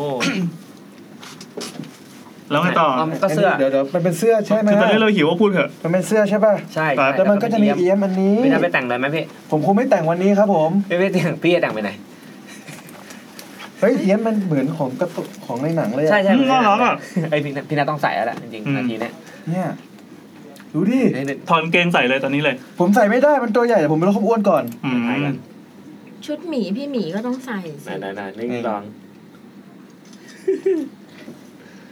Speaker 1: แล้วไงต่อ
Speaker 4: ก็เสื้อ
Speaker 2: นนี้เดี๋ยวเดี๋ยวมันเป็นเสื้อใช่ไหม
Speaker 1: คือตอน
Speaker 2: ฮะ
Speaker 1: นี้เราหิวว่าพูดเถอะ
Speaker 2: มันเป็นเสื้อใช่ป่ะ
Speaker 4: ใช่
Speaker 1: ครับ
Speaker 4: ใช่
Speaker 2: แต่มันก็จะมี
Speaker 4: เอี้ย
Speaker 2: เอี้ยมอันนี้
Speaker 4: ไม่ได้ไปแต่งเลยไหมพี่
Speaker 2: ผมคงไม่แต่งวันนี้ครับผม
Speaker 4: ไม่ได้แต่งพี่จะแต่งไปไหน
Speaker 2: เฮ้ยเอี้ยมมันเหมือนของกระตุกของในหนังเลย
Speaker 4: ใช่
Speaker 2: อ่ะ
Speaker 4: ใช่
Speaker 1: อืมน่ารักอ่ะ
Speaker 4: ไอยพี่น่ะพี่น่าต้องใส่แล้วแหละจริง
Speaker 1: อืม
Speaker 4: ๆนาทีเนี้ย
Speaker 2: เนี่ย ดูดิ
Speaker 4: เฮ้ยเนี่ย
Speaker 1: ถอนเกงใส่เลยตอนนี้เลย
Speaker 2: ผมใส่ไม่ได้มันตัวใหญ่แต่ผมเป็นโรคความอ้วนก่อน
Speaker 1: อืม
Speaker 4: ใช่ครับ
Speaker 3: ชุดหมีพี่หมีก็ต้องใส่
Speaker 4: ไห
Speaker 3: สิ
Speaker 4: นไหนไหนนี่ลอง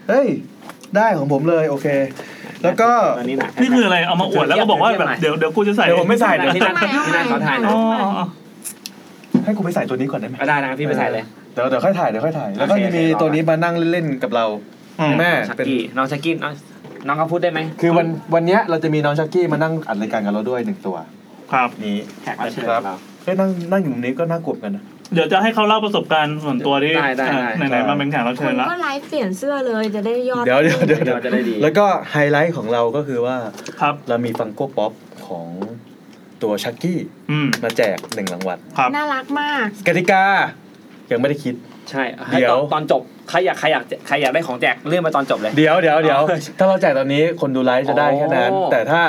Speaker 2: เฮ้ย ได้ของผมเลยโอเค แล้วก็
Speaker 4: ตอนนี้หนัก
Speaker 1: นี่คืออะไร เอามาอวดแล้วก็บอกว่าแบบ
Speaker 4: เดี๋
Speaker 1: เดี๋ยเดี๋
Speaker 4: ยว ว
Speaker 1: ยวกูจะใส่
Speaker 2: เดี๋ยวผมไม่ใส่เดี๋ยว
Speaker 4: ที่นั่นที่นั่นเขาถ่ายนะ
Speaker 1: อ๋ออ๋ออ๋อ
Speaker 2: ให้กูไปใส่ตัวนี้ก่อนได้ไหม
Speaker 4: เอาได้นะพี่ไปใส่เลย
Speaker 2: เดี๋ยวเดี๋ยวค่อยถ่ายเดี๋ยวค่อยถ่าย แล้วก็
Speaker 4: โอ
Speaker 2: จะ
Speaker 4: เค
Speaker 2: มี
Speaker 4: โอเค
Speaker 2: ตัวนี้มานั่งเล่นๆกับเรา
Speaker 1: อืม
Speaker 2: แม่
Speaker 4: ชัก
Speaker 2: เป็น
Speaker 4: กี้น้องชักกี้น้องน้องเขาพูดได้ไหม
Speaker 2: คือวันวันเนี้ยเราจะมีน้องชักกี้มานั่งอัดรายการกับเราด้วยหนึ่งตัว
Speaker 1: ครับ
Speaker 2: นี้
Speaker 4: แขกรับเชิญของเรา
Speaker 2: เฮ้ยนั่งนั่งอยู่ตรงนี้ก็น่ากลัวเหมือนกันนะ
Speaker 1: เดี๋ยวจะให้เขาเล่าประสบการณ์ส่วนตัวที่
Speaker 4: ได้ได้ได้
Speaker 1: ไหนๆมาเป็นแขกรับ
Speaker 3: คุ
Speaker 1: เชิญ
Speaker 3: ณ
Speaker 1: ละ
Speaker 3: ก็ไลฟ์เปลี่ยนเสื้อเลยจะได้ยอด
Speaker 2: เดี๋ยวเดี๋ยวเดี๋ยว
Speaker 4: เดี๋ยวจะได้ดี
Speaker 2: แล้วก็ไฮไลท์ของเราก็คือว่า
Speaker 1: ครับ
Speaker 2: เรามีฟังโก้ป๊อปของตัวชักกี้
Speaker 1: อืม
Speaker 2: มาแจกหนึ่งรางวัล
Speaker 1: ครับ
Speaker 3: น่ารักมาก
Speaker 2: กติกา ยังไม่ได้คิด
Speaker 4: ใช่ให้
Speaker 2: เดี๋ยว
Speaker 4: ตอนตอนจบใครอยากใครอยากใครอยากได้ของแจกเลื่อนมาตอนจบเลย
Speaker 2: เดี๋ยวเดี๋ยวเดี๋ยว
Speaker 4: อ๋อ
Speaker 2: ถ้าเราแจกตอนนี้คนดูไลฟ์จะได้แค่นั้น
Speaker 4: อ๋อ
Speaker 2: แต่ถ้า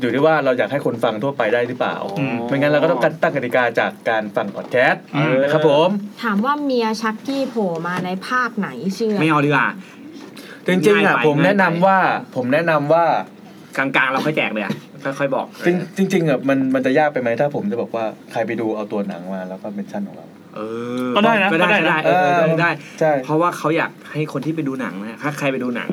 Speaker 2: อยู่ที่ว่าเราอยากให้คนฟังทั่วไปได้หรือเปล่า
Speaker 1: อืม
Speaker 2: ไม่งั้นเราก็ต้องการตั้งกติกาจากการฟังพอดแคสต์
Speaker 1: อืม
Speaker 2: นะครับผม
Speaker 3: ถามว่าเมียชักกี้โผล่มาในภาคไหนเชื่อ
Speaker 4: ไม่เอาดีกว่า
Speaker 2: จริงๆ
Speaker 4: ง่าย
Speaker 2: อ่ะ
Speaker 4: ไป
Speaker 2: ผมแนะนำ
Speaker 4: ง่ายไป
Speaker 2: ว่าผมแนะนำว่าก
Speaker 4: ลางๆเราค่อยแจกเลยอ่ะค่อยๆบอก
Speaker 2: จริงจริงๆอ่ะมันมันจะยากไปไหมถ้าผมจะบอกว่าใครไปดูเอาตัวหนังมาแล้วก็เมนชั่นของเรา
Speaker 4: เออ
Speaker 1: ก็ได้นะ
Speaker 4: ก็
Speaker 1: ก็ได้
Speaker 4: ได้
Speaker 1: นะ
Speaker 4: ได้เออ
Speaker 2: เออ
Speaker 4: ได้ได้
Speaker 2: ใช่
Speaker 4: เพราะว่าเขาอยากให้คนที่ไปดูหนังนะถ้าใครไปดูหนัง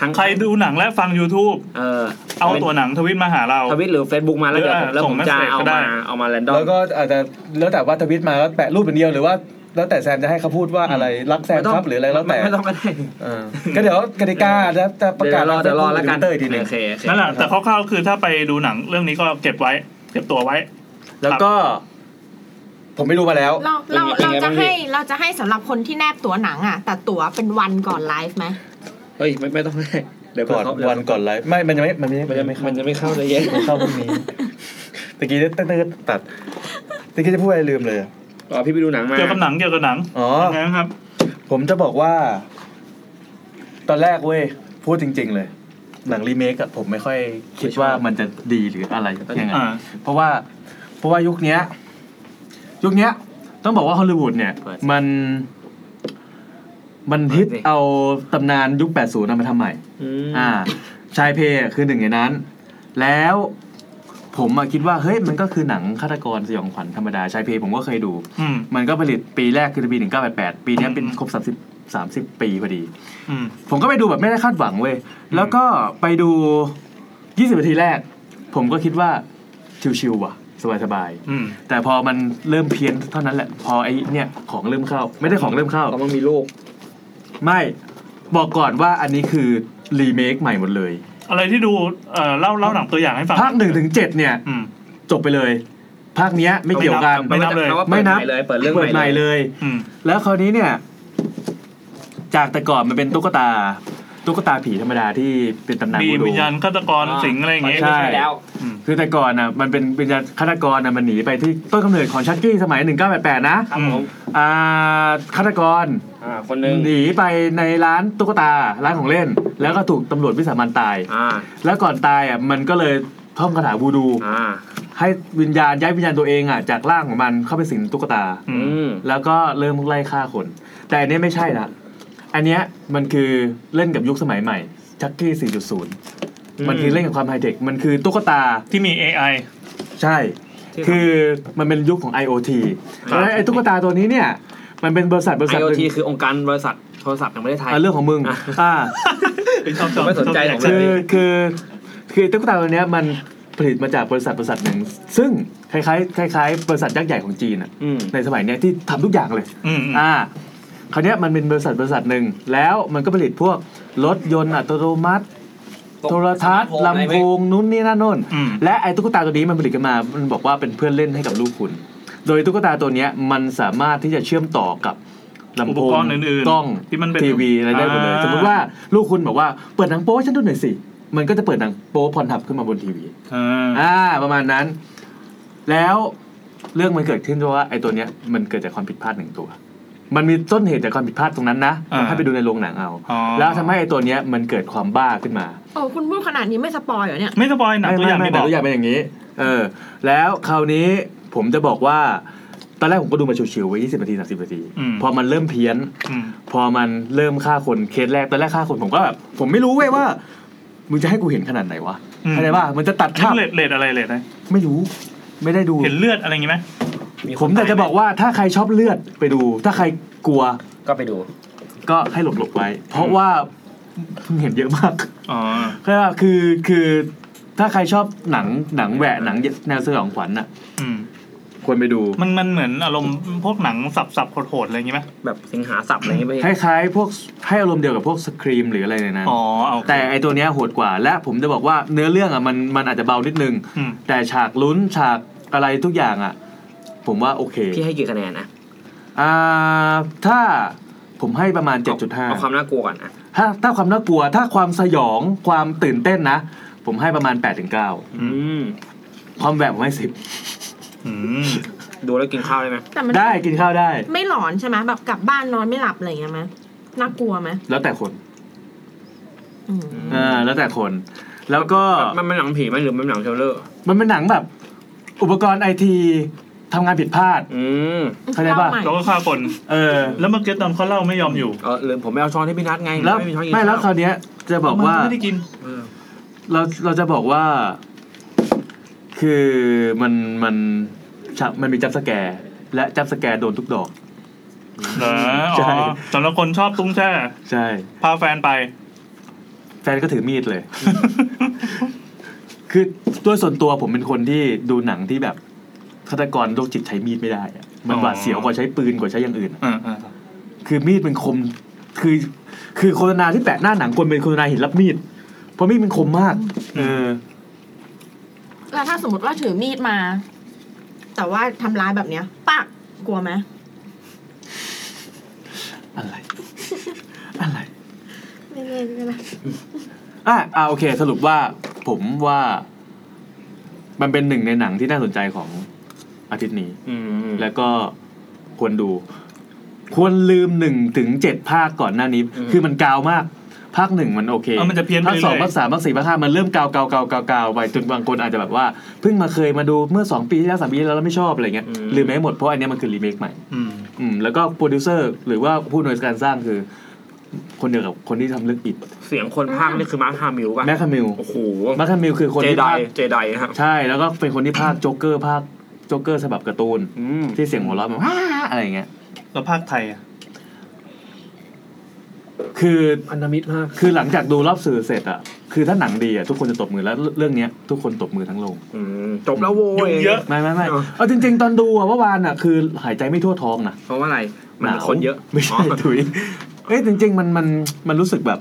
Speaker 4: ทั้ง
Speaker 1: ใครดูหนังและฟัง YouTube
Speaker 4: เออ
Speaker 1: เอาตัวหนังทวิตมาหาเรา
Speaker 4: ทวิตหรือ Facebook มาแล้วเดี๋ยวผ
Speaker 1: หรื
Speaker 4: ม
Speaker 1: อ
Speaker 4: แล้วผม
Speaker 1: ส่
Speaker 4: จะ
Speaker 1: ง message
Speaker 4: เอา
Speaker 1: ก็ได้
Speaker 4: มาเอามาแรนดอม
Speaker 2: แล้วก็อาจจะแล้วแต่ว่าทวิตมาแล้วแปะรูปอย่างเดียวหรือว่าแล้วแต่แซมจะให้เขาพูดว่าอะไรรักแซมครับหรืออะไรแล้วแต่
Speaker 4: ไม่ต้องก็ได้
Speaker 2: เออก็เดี๋ยวกติกาจะจะประกาศ
Speaker 4: เดี๋ยวรอเดี๋ยวรอแล้วกัน
Speaker 2: เตอร์อีกทีหนึ่ง
Speaker 4: โอเคโอเค
Speaker 1: นั่นแหละแต่คร่าวๆคือถ้าไปดูหนังเรื่องนี้ก็เก็บไว้ เก็บตัวไว้
Speaker 2: แล้วก็ ผมไม่ดูมาแล้ว
Speaker 3: เราเราเราจะให้เราจะให้สำหรับคนที่แนบตั๋วหนังอ่ะ แต่ตั๋วเป็นวันก่อนไลฟ์ไหม
Speaker 4: เฮ้ยไม่ไม่ต้องก็ได้เดี๋ยว
Speaker 2: ก่อน
Speaker 4: เขาเดี๋ย
Speaker 2: วันก่อนไลฟ์ไม่ มันยังไม่ มันยัง
Speaker 4: มันจะ
Speaker 2: ไม่
Speaker 4: มันจะไม่เข้าเลยเย้
Speaker 2: มันเข้าพรุ่งนี้ตะกี้เต้นๆตัดตะกี้จะพูดอะไรลืมเลยอะ
Speaker 4: อ๋อพี่ไปดูหนังมา
Speaker 1: เกี่ยวกับหนังเกี่ยวกับหนัง
Speaker 2: อ๋อ
Speaker 1: ยังไงครับ
Speaker 2: ผมจะบอกว่า ตอนแรกเว้ย พูดจริง ๆ เลย หนังรีเมคอะผมไม่ค่อยคิดว่ามันจะดีหรืออะไรยังไง
Speaker 1: อ่า
Speaker 2: เพราะว่า เพราะว่ายุคเนี้ย ยุคเนี้ย ต้องบอกว่าฮอลลีวูดเนี่ย มัน มันฮิตเอาตำนานยุค 80นำมาทำใหม่ อ่า ชายเพลคือหนึ่งในนั้น แล้วผมอะคิดว่า เฮ้ย มันก็คือหนังฆาตกรสยองขวัญธรรมดา ชายเพลผมก็เคยดู
Speaker 1: อืม
Speaker 2: มันก็ผลิตปีแรกคือปี 1988 ปีเนี้ยเป็น
Speaker 1: อืม
Speaker 2: ครบ 30 30 ปีพอดี
Speaker 1: อืม
Speaker 2: ผมก็ไปดูแบบไม่ได้คาดหวังเว้ย แล้วก็ไปดู 20นาทีแรก ผมก็คิดว่าชิวๆว่ะ สบายๆ
Speaker 1: อืม
Speaker 2: แต่พอมันเริ่มเพี้ยนเท่านั้นแหละ พอไอ้เนี่ยของเริ่มเข้า ไม่ได้ของเริ่มเข้า
Speaker 4: เราต้องมีโรค
Speaker 2: ไม่บอกก่อนว่าอันนี้คือรีเมคใหม่หมดเลย
Speaker 1: อะไรที่ดูเอ่อเล่าเล่าหนังตัวอย่างให้ฟัง
Speaker 2: ภาคหนึ่งถึงเจ็ดเนี่ย
Speaker 1: อืม
Speaker 2: จบไปเลย ภาคเนี้ยไม่เกี่ยวกัน
Speaker 1: ไม่นับเลย
Speaker 4: อาว่าเปิดใหม่เลย เปิดเรื่อง
Speaker 2: เปิด
Speaker 4: ให
Speaker 2: ให
Speaker 4: ม่
Speaker 2: ม่
Speaker 4: เลย
Speaker 2: เลย
Speaker 1: อืม
Speaker 2: แล้วคราวนี้เนี่ย จากแต่ก่อนมันเป็นตุ๊กตา ตุ๊กตาผีธรรมดาที่เป็นตำนาน
Speaker 1: มี
Speaker 2: วูดู
Speaker 1: วิญญาณฆาตกรสิงอะไรอย่างเงี้ย
Speaker 2: ใช่
Speaker 4: ใช่แล้ว
Speaker 1: อืม
Speaker 2: คือแต่ก่อนน่ะมันเป็นวิญญาณฆาตกรน่ะมันหนีไปที่ต้นกำเนิดของชักกี้สมัย 1988 นะครับ
Speaker 4: ผม
Speaker 2: อ่าฆาตกร
Speaker 4: อ่า คนหนึ่ง
Speaker 2: หนีไปในร้านตุ๊กตาร้านของเล่น แล้วก็ถูกตำรวจวิสามันตาย
Speaker 4: อ่า
Speaker 2: แล้วก่อนตายอ่ะมันก็เลยท่องคาถาบูดู
Speaker 4: อ่า
Speaker 2: ให้วิญญาณย้ายวิญญาณตัวเองอ่ะจากร่างของมันเข้าไปสิงตุ๊กตา
Speaker 1: อื
Speaker 4: อื
Speaker 1: ม
Speaker 4: ม
Speaker 2: แล้วก็เริ่มไล่ฆ่าคน แต่อันเนี้ยไม่ใช่ละอันเนี้ยมันคือเล่นกับยุคสมัยใหม่ชักกี้ 4.0 มันคือเล่นกับความไฮเทคมันคือตุ๊กตา
Speaker 1: ที่มี AI
Speaker 2: ใช่
Speaker 4: ที่ทำ
Speaker 2: คือมันเป็นยุคของ IoT
Speaker 1: ครับ
Speaker 2: แล้วไอ้ตุ๊กตาตัวนี้เนี่ย มันเป็นบริษัทบริษัทหนึ่ง
Speaker 4: IoT คือองค์การบริษัทโทรศัพท์แห่งประเทศไทย
Speaker 2: อ่ะเรื่องของมึง
Speaker 4: อ่ะ
Speaker 2: อ่า
Speaker 1: ชอบชอบ
Speaker 4: ไม่สนใจหรอก
Speaker 1: ชบ
Speaker 2: คือคือคือตุ๊กตาตัวเนี้ยมันผลิตมาจากบริษัทบริษัทหนึ่ง ซึ่งคล้ายๆคล้ายๆบริษัทยักษ์ใหญ่ของจีนอะ
Speaker 4: อืม
Speaker 2: ในสมัยเนี้ยที่ทำทุกอย่างเลย
Speaker 1: อืมอืม
Speaker 2: อ่าคราวเนี้ยมันเป็นบริษัทบริษัทหนึ่ง แล้วมันก็ผลิตพวกรถยนต์อัตโนมัติ โทรทัศน์ลำโพงนู้นนี่นั่นนู่น
Speaker 1: อืม
Speaker 2: และไอ้ตุ๊กตาตัวนี้มันผลิตกันมา มันบอกว่าเป็นเพื่อนเล่นให้กับลูกคุณ โดยตุ๊กตาตัวเนี้ยมันสามารถที่จะเชื่อมต่อกับลำ
Speaker 1: อุ
Speaker 2: โพ
Speaker 1: ป
Speaker 2: ง
Speaker 1: กรณ์อื่น
Speaker 2: กล้อง
Speaker 1: ที่มันเป็น
Speaker 2: ทีวีอะไรได้หมดเลย
Speaker 1: อ่
Speaker 2: สมมติว่าลูกคุณบอกว่าเปิดหนังโป๊ให้ฉันดูหน่อยสิ มันก็จะเปิดหนังโป๊พรทับขึ้นมาบนทีวี
Speaker 1: อ่า
Speaker 2: อ่า ประมาณนั้น แล้วเรื่องมันเกิดขึ้นเพราะว่าไอ้ตัวเนี้ยมันเกิดจากความผิดพลาดหนึ่งตัว มันมีต้นเหตุจากความผิดพลาดตรงนั้นนะ
Speaker 1: อ่า
Speaker 2: ให้ไปดูในโรงหนังเอา
Speaker 1: อ๋อ
Speaker 2: แล้วทำให้ไอ้ตัวเนี้ยมันเกิดความบ้าขึ้นมา
Speaker 3: โอ้คุณพูดขนาดนี้ไม่สปอยเหรอเนี่ย
Speaker 1: ไม่สปอยหนังตัวอย่าง
Speaker 2: ไม่
Speaker 1: ที่บ
Speaker 2: ไม่
Speaker 1: อก
Speaker 2: ตัวอย่างเป็นอย่างนี้ เออ แล้วคราวนี้ผมจะบอกว่า ตอนแรกผมก็ดูมาชิวๆไว้ยี่สิบนาทีสามสิบนาที
Speaker 1: อืม
Speaker 2: พอมันเริ่มเพี้ยน
Speaker 1: อืม
Speaker 2: พอมันเริ่มฆ่าคนเคสแรก ตอนแรกฆ่าคนผมก็แบบผมไม่รู้เว้ยว่า มึงจะให้กูเห็นขนาดไหนวะ
Speaker 1: อืม
Speaker 2: เข้าใจป่ะมันจะตัด
Speaker 1: นี่
Speaker 2: ภาพ
Speaker 1: เลดเลดอะไรเลดอะไร
Speaker 2: ไม่รู้ ไม่ได้ดู
Speaker 1: เห็นเลือดอะไรอย่างงี้ไหม
Speaker 2: ผมแต่จะบอกว่าถ้าใครชอบเลือดไปดู ถ้าใครกลัว
Speaker 4: ก็ไปดู
Speaker 2: ก็ให้หลบๆไว้ เพราะว่าเพิ่งเห็นเยอะมาก
Speaker 1: อ๋อ
Speaker 2: ก็คือคือถ้าใครชอบหนังหนังแหวะหนังแนวสยองขวัญน่ะ
Speaker 1: อืม
Speaker 2: ควรไปดู
Speaker 1: มันมันเหมือนอารมณ์พวกหนังสับสับๆโหดๆอะไรอย่างงี้ไหม
Speaker 4: แบบสิงหาสับอะไรอย่างเงี้ยไป
Speaker 2: คล้ายๆ พวกให้อารมณ์เดียวกับพวกสครีมหรืออะไรในนั้น
Speaker 1: อ๋อเอา
Speaker 2: แต่ไอตัวเนี้ยโหดกว่า และผมจะบอกว่าเนื้อเรื่องอ่ะมันมันอาจจะเบานิดนึง
Speaker 1: อืม
Speaker 2: แต่ฉากลุ้นฉากอะไรทุกอย่างอ่ะ ผมว่าโอเค
Speaker 4: พี่ให้กี่คะแนนนะ
Speaker 2: อ่าถ้าผมให้ประมาณ
Speaker 4: เอาความ
Speaker 2: 7.5
Speaker 4: น่ากลัวก่อนอ่ะ
Speaker 2: ถ้าถ้าความน่ากลัว ถ้าความสยองความตื่นเต้นนะ ผมให้ประมาณ 8-9
Speaker 1: อื
Speaker 4: ม
Speaker 2: ความแหวะผมให้
Speaker 1: อืม
Speaker 4: ดูแล้วกินข้าวได้ไหม
Speaker 3: แต่มัน
Speaker 2: 10 ได้กินข้าวได้
Speaker 3: ไม่หลอนใช่ไหมแบบกลับบ้านนอนไม่หลับอะไรอย่างเงี้ยไหมน่ากลัวไหม
Speaker 2: แล้วแต่คน
Speaker 3: อืม
Speaker 2: อ่าแล้วแต่คน แล้วก็
Speaker 4: มันเป็นหนังผีไหมหรือมันเป็นหนังเทรลเลอร์
Speaker 2: มันเป็นหนังแบบ อุปกรณ์ไอทีทำงานผิดพลาด
Speaker 4: อืม
Speaker 2: เข้าใจปะ
Speaker 3: ล่ใหม่
Speaker 1: เราก็ฆ่าคน
Speaker 2: เออ
Speaker 1: แล้วเมื่อกี้ตอนเขาเล่าไม่ยอมอยู่
Speaker 4: เออหรือผมไม่เอาช้อนให้พี่นัทไง
Speaker 2: แล้ว
Speaker 4: ไม่มีช้อนกิน
Speaker 2: ไม่แล้ว
Speaker 4: ข้า
Speaker 2: คา
Speaker 4: ร
Speaker 2: วเนี้ยจะบอกว่า
Speaker 1: เมันไม่ได้กิน
Speaker 4: เออ
Speaker 2: เราเราจะบอกว่า คือมันมันฉากมันมีจับสแกร์และจับสแกร์โดนทุกดอก
Speaker 1: เหรอ
Speaker 2: ใช่
Speaker 1: อ๋อสำหรับคนชอบตุ้งแช่
Speaker 2: ใช่
Speaker 1: พาแฟนไป
Speaker 2: แฟนก็ถือมีดเลย คือด้วยส่วนตัวผมเป็นคนที่ดูหนังที่แบบฆาตกรโรคจิตใช้มีดไม่ได้อะมัน
Speaker 1: อ๋อ
Speaker 2: หวาดเสียวกว่าใช้ปืนกว่าใช้อย่างอื่นอะ
Speaker 1: อ่าอ่า
Speaker 2: คือมีดเป็นคม คือ คือโฆษณาที่แปะหน้าหนังควรเป็นโฆษณาหินรับมีด เพราะมีดมันคมมาก เออ
Speaker 3: แล้วถ้าสมมติว่าถือมีดมา แต่ว่าทำร้ายแบบเนี้ยปักกลัวไหม
Speaker 2: อะไร อะไร
Speaker 3: ไม่เล่นไม่เล่น
Speaker 2: อ่ะอ่ะโอเค สรุปว่าผมว่า มันเป็นหนึ่งในหนังที่น่าสนใจของอาทิตย์นี้
Speaker 4: อืม
Speaker 2: แล้วก็ควรดู ควรลืมหนึ่งถึงเจ็ดภาคก่อนหน้านี้
Speaker 4: อืม
Speaker 2: คือมันกาวมาก ภาคหนึ่งมันโอเค
Speaker 1: เอามันจะเพี้ยนไป
Speaker 2: ภาคสอง
Speaker 1: เรื่อยๆ
Speaker 2: ภาคสามภาคสี่ภาคห้ามันเริ่มกาวกาวกาวกาวกาวไปจนบางคนอาจจะแบบว่าเพิ่งมาเคยมาดูเมื่อสองปีที่แล้วสามปีที่แล้วแล้วไม่ชอบอะไรเงี้ยลืมไปให้หมดเพราะอันเนี้ยมันคือรีเมคใหม่
Speaker 1: อืม
Speaker 2: อืมแล้วก็โปรดิวเซอร์หรือว่าผู้อำนวยการสร้างคือ คนเดียวกับคนที่ทำเรื่องอิด
Speaker 4: เสียงคนภาคนี่คือมาร์คฮามิลป่ะ
Speaker 2: แมคคามิล
Speaker 4: โอ้โห
Speaker 2: แมคคามิลคือคน
Speaker 4: เจ
Speaker 2: ที่
Speaker 4: ได
Speaker 2: ภาค
Speaker 4: เจไดครับ
Speaker 2: ใช่แล้วก็เป็นคนที่ภาคโจ๊กเกอร์ภาคโจ๊กเกอร์ฉบับการ์ตูน
Speaker 4: อืม
Speaker 2: ที่เสียงหัวเราะแบบว้าอะไรอย่างเงี้ย
Speaker 1: แล้วภาคไทยอะ
Speaker 2: คือ
Speaker 4: พันธมิตรมาก
Speaker 2: คือหลังจากดูรอบสื่อเสร็จอ่ะคือถ้าหนังดีอ่ะทุกคนจะตบมือแล้วเรื่องเนี้ยทุกคนตบมือทั้งโรง
Speaker 4: อืมจบแล้วโว้
Speaker 1: ยุ
Speaker 4: ย
Speaker 1: งเยอะ
Speaker 2: ไม่ไม่ไม่
Speaker 4: เออ
Speaker 2: เอาจริง ๆ ตอนดูอะเมื่อวานอะคือหายใจไม่ทั่วท้องนะ
Speaker 4: เพราะว่าอะไร มัน
Speaker 2: หาว
Speaker 4: คนเยอะ
Speaker 2: ไม่ใช่
Speaker 4: อ๋อ
Speaker 2: ถุยเอ้ยจริง ๆ มันมันมันรู้สึกแบบ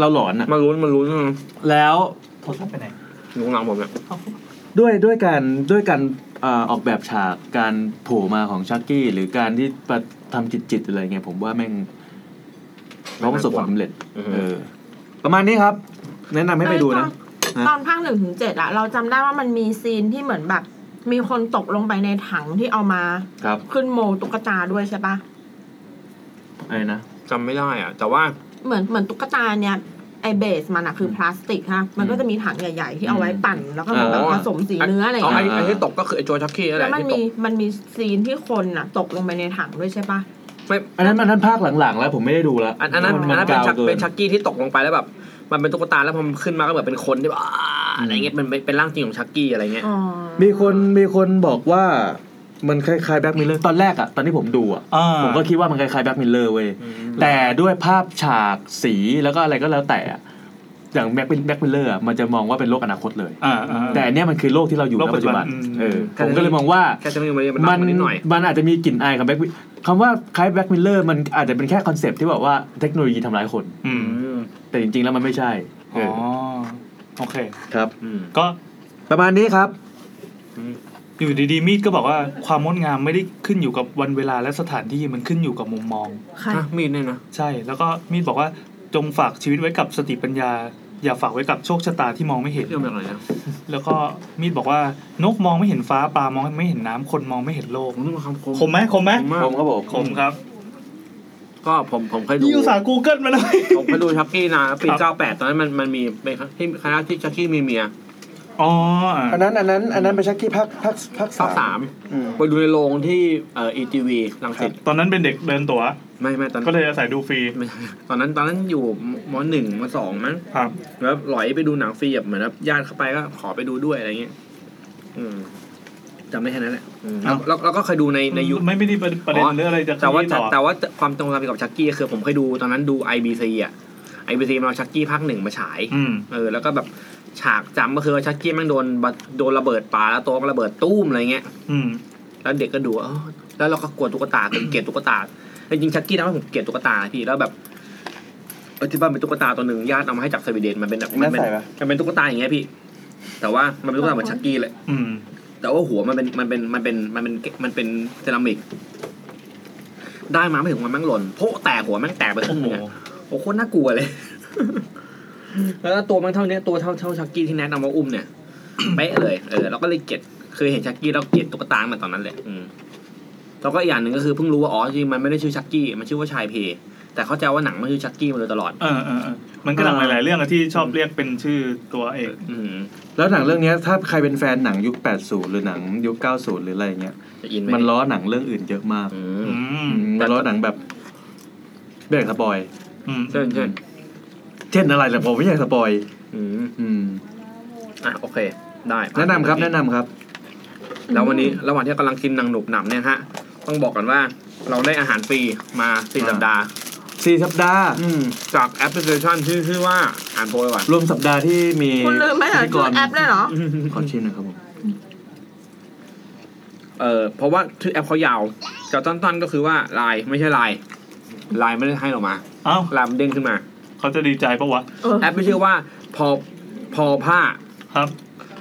Speaker 2: เราหลอนอะ
Speaker 4: มาลุ้นมาลุ้น
Speaker 2: แล้ว
Speaker 1: โทรศัพท์ไปไหน
Speaker 4: อยู่ข้างหลังผมเนี่ย
Speaker 2: ด้วยด้วยการด้วยการเอ่อออกแบบฉากการโผล่มาของชักกี้ หรือการที่ประทำจิตจิตๆอะไรเงี้ยผมว่าแม่งเขาประสบความสำเร็จเออ ประมาณนี้ครับ แนะนำให้ไปดูนะ
Speaker 3: เอ้ยตอตอนภาคหนึ่งถึงเจ็ดอะเราจำได้ว่ามันมีซีนที่เหมือนแบบ มีคนตกลงไปในถังที่เอามา
Speaker 2: ครับ
Speaker 3: ขึ้นโมตุ๊กตาด้วยใช่ปะ
Speaker 2: อะไรนะ
Speaker 4: จำไม่ได้อ่ะ แต่ว่า
Speaker 3: เหมือนเหมือนตุ๊กตาเนี่ยไอเบสมันอะคือพลาสติกฮะมันก็จะมีถังใหญ่ ๆ ที่เอาไว้ปั่น แล้วก็เหมือนแบบ
Speaker 4: อ๋อ
Speaker 3: ผสมสีเนื้ออะไรอ
Speaker 4: อ๋อย่า
Speaker 3: เงี้ย
Speaker 4: งไอ้ไอ้ที่ตกก็คือไอ้โจชักกี้นั่นแห
Speaker 3: แล้ว
Speaker 4: ละ
Speaker 3: มัน
Speaker 4: ที่ต
Speaker 3: มี
Speaker 4: ก
Speaker 3: มันมีซีนที่คนอะตกลงไปในถังด้วยใช่ปะ
Speaker 4: ไม่
Speaker 2: อันนั้นอันนั้นภาคหลังๆ แล้วผมไม่ได้ดูแล้ว
Speaker 4: อันอันนั้น
Speaker 2: มั
Speaker 4: อันนั้นเป็น
Speaker 2: กาว
Speaker 4: ชัก
Speaker 2: กิ
Speaker 4: เป็นชักกี้ที่ตกลงไปแล้วแบบ มันเป็นตุ๊กตาแล้วพอมันขึ้นมาก็แบบเป็นคนที่แบบอ่าอะไรเงี้ยมันเป็นเป็นร่างจริงของชักกี้อะไรเงี้ย
Speaker 3: อ๋อ
Speaker 2: มีคนมีคนบอกว่ามันคล้ายๆแบ็กมิลเลอร์ตอนแรกอะตอนที่ผมดูอะ
Speaker 1: อ่า
Speaker 2: ผมก็คิดว่ามันคล้ายๆแบ็กมิลเลอร์เว้ยแต่ด้วยภาพฉากสีแล้วก็อะไรก็แล้วแต่อะอย่างแบ็กแบ็กมิลเลอร์มันจะมองว่าเป็นโลกอนาคตเลย
Speaker 1: อ่าอ่า
Speaker 2: แต่อันเนี้ยมันคือโลกที่เราอยู่
Speaker 1: โลก
Speaker 2: ณปัจจุบัน
Speaker 1: ปัจจุบันอืม
Speaker 2: เออ
Speaker 4: แค่
Speaker 2: ผม
Speaker 4: นั้น
Speaker 2: ก็เลยมองว่า
Speaker 4: แค่จะไม่มัน
Speaker 2: มั
Speaker 4: มันนิดหน่อย
Speaker 2: มันอาจจะมีกลิ่นอายของแบ็กคำว่าคล้ายแบ็กมิลเลอร์มันอาจจะเป็นแค่คอนเซปต์ที่แบบว่าเทคโนโลยีทำร้ายคน
Speaker 1: อืม
Speaker 2: แต่จริงๆแล้วมันไม่ใช่เอ
Speaker 1: อ๋อ
Speaker 2: อ
Speaker 1: โอเค
Speaker 2: ครับ
Speaker 1: ก็
Speaker 2: ประมาณนี้ครับ
Speaker 1: อยู่ดีๆมีดก็บอกว่าความงดงามไม่ได้ขึ้นอยู่กับวันเวลาและสถานที่มันขึ้นอยู่กับมุมมอง
Speaker 3: ใคร
Speaker 4: ฮะมีดเนี่ยนะ
Speaker 1: ใช่ แล้วก็มีดบอกว่าจงฝากชีวิตไว้กับสติปัญญา อย่าฝากไว้กับโชคชะตาที่มองไม่เห็น
Speaker 4: เรื่องอะไรนะ
Speaker 1: แล้วก็มีดบอกว่านกมองไม่เห็นฟ้าปลามองไม่เห็นน้ำคนมองไม่เห็นโลก
Speaker 4: ผมนึกว่าคำคม
Speaker 1: คมไหมคมไหม
Speaker 4: คมมาก
Speaker 2: ผมครับผม
Speaker 1: คมครับ
Speaker 4: ก็ผมผมเคยดู
Speaker 1: นี่อุตส่าห์กูเกิลมาเลย
Speaker 4: ผมเคยดูชักกี้นะปี
Speaker 1: ครับ
Speaker 4: 98 ตอนนั้นมันมันมีเป็นที่คณะที่ชักกี้มีเมีย
Speaker 1: อ๋ออ่ะ
Speaker 2: อันนั้นอันนั้นอันนั้นเป็นชักกี้ภาคภาคภาค
Speaker 4: ภาค
Speaker 2: สา
Speaker 4: สาม ม
Speaker 2: อืม
Speaker 4: ไปดูในโรงที่เอ่อ ETV ลังสิต
Speaker 1: ตอนนั้นเป็นเด็กเดินตัว๋ว
Speaker 4: ไม่ไม่ตอน
Speaker 1: ก็เลยอาศัยดูฟรี
Speaker 4: ไม่ตอนนั้นตอนนั้นอยู่มหนึ่งมสองมั้ง
Speaker 1: ครับ
Speaker 4: แล้วหลอยไปดูหนังฟรีแบบเหมือนแบบญาติเข้าไปก็ขอไปดูด้วยอะไรเงี้ยอืมจำได้แค่นั้นแหละอืมแล้วแล้วแล้วก็เคยดูในในยุค
Speaker 1: ไม่ไม่ได้ประเด็น
Speaker 4: อ๋อ
Speaker 1: เรื่องอะไรจะ
Speaker 4: แต่ว่า
Speaker 1: ขยี้ต่อ
Speaker 4: แต่ว่าความตรงกันกับชักกี้คือผมเคยดูตอนนั้นดู IBC อ่ะ IBC มันเอาชักกี้ภาคหนึ่งมาฉาย
Speaker 1: อืม
Speaker 4: เออแล้วก็แบบฉากจำก็คือว่าชักกี้แม่งโดนบะโดนระเบิดปลาแล้วโต๊ะก็ระเบิดตู้มอะไรเงี้ย
Speaker 1: อืม
Speaker 4: แล้วเด็กก็ดูว่าเออแล้วเราก็กลัวตุ๊กตาเป็นเกลียดตุ๊กตาแต่จริงๆชักกี้ทำให้ผมเกลียดตุ๊กตานะพี่แล้วแบบเออที่บ้านเป็นตุ๊กตาตัวหนึ่งญาติเอามาให้จากสวีเดนมันเป็นแบบมัเป็น
Speaker 2: น่าใส่ปะ
Speaker 4: มันเป็นตุ๊กตาอย่างเงี้ยพี่ แต่ว่ามันเป็นตุ๊กตาเหมือนชักกี้เลย
Speaker 1: อืม
Speaker 4: แต่ว่าหัวมันเป็นมันเป็นมันเป็นมันเป็นมันเป็นเซรามิก ได้มาไม่ถึงวันแม่งหล่นโพะแตกหัวแม่งแตกไปครึ่งหนึงอะโอ้โหโคตรน่ากลัวเลย แล้วก็ตัวแม่งเท่าเนี้ยตัวเท่าเท่าชักกี้ที่แนทเอามาอุ้มเนี่ย เป๊ะเลยเออเราก็เลยเกลียดเคยเห็นชักกี้เราเกลียดตุ๊กตามาตอนนั้นแหละอืมแล้วก็อีกอย่างหนึ่งก็คือเพิ่งรู้ว่าอ๋อจริงๆมันไม่ได้ชื่อชักกี้มันชื่อว่าชายเพแต่เข้าใจว่าหนังมันชื่อชักกี้มาโดยตลอด
Speaker 1: เออเออเออมันก็หลากหลายๆเรื่องอะที่ชอบเรียกเป็นชื่อตัวเอก
Speaker 4: อืม
Speaker 2: แล้วหนังเรื่องเนี้ยถ้าใครเป็นแฟนหนังยุค 80 หรือหนังยุค 90 หรืออะไรอย่างเงี้ย
Speaker 4: จะอินไหม
Speaker 2: มันล้อหนังเรื่องอื่นเยอะมาก
Speaker 4: อื
Speaker 1: อื
Speaker 4: ม
Speaker 1: ม
Speaker 2: มันล้อหนังแบบไม่อยากสปอย
Speaker 1: อืม
Speaker 4: เช่นเช่น
Speaker 2: เช่นอะไรแต่ผมไม่อยากสปอย
Speaker 4: อืม
Speaker 2: อืม
Speaker 4: อ่ะโอเค ได้
Speaker 2: แนะนำครับแนะนำครับ
Speaker 4: แล้ววันนี้ระหว่างที่กำลังกินหนังหนุบหนับเนี่ยฮะ ต้องบอกกันว่าเราได้อาหารฟรีมาสี่
Speaker 2: อ่า
Speaker 4: สัปดาห์
Speaker 2: สี่สัปดาห์
Speaker 4: จากแอปพลิเคชันที่ชื่อว่าอ่านโพยว่ะ
Speaker 2: รวมสัปดาห์ที่มี
Speaker 3: คุณลืมไหมเหรอ
Speaker 2: พิธีก
Speaker 3: ชื่
Speaker 2: ร
Speaker 3: อแอปเลยเหรอ
Speaker 2: ขอชิมหน่อยครับผม
Speaker 4: เออเพราะว่าชื่อแอปเขายาวจากต้นๆก็คือว่าไลน์ไม่ใช่ไลน์ไลน์ไม่ได้ให้เรามา
Speaker 1: เอ้า
Speaker 4: ไลน์มันเด้งขึ้นมา
Speaker 1: เขาจะดีใจปะวะ
Speaker 3: เออ
Speaker 4: แอปที่ชื่อว่าพอพอผ้า
Speaker 1: ครับ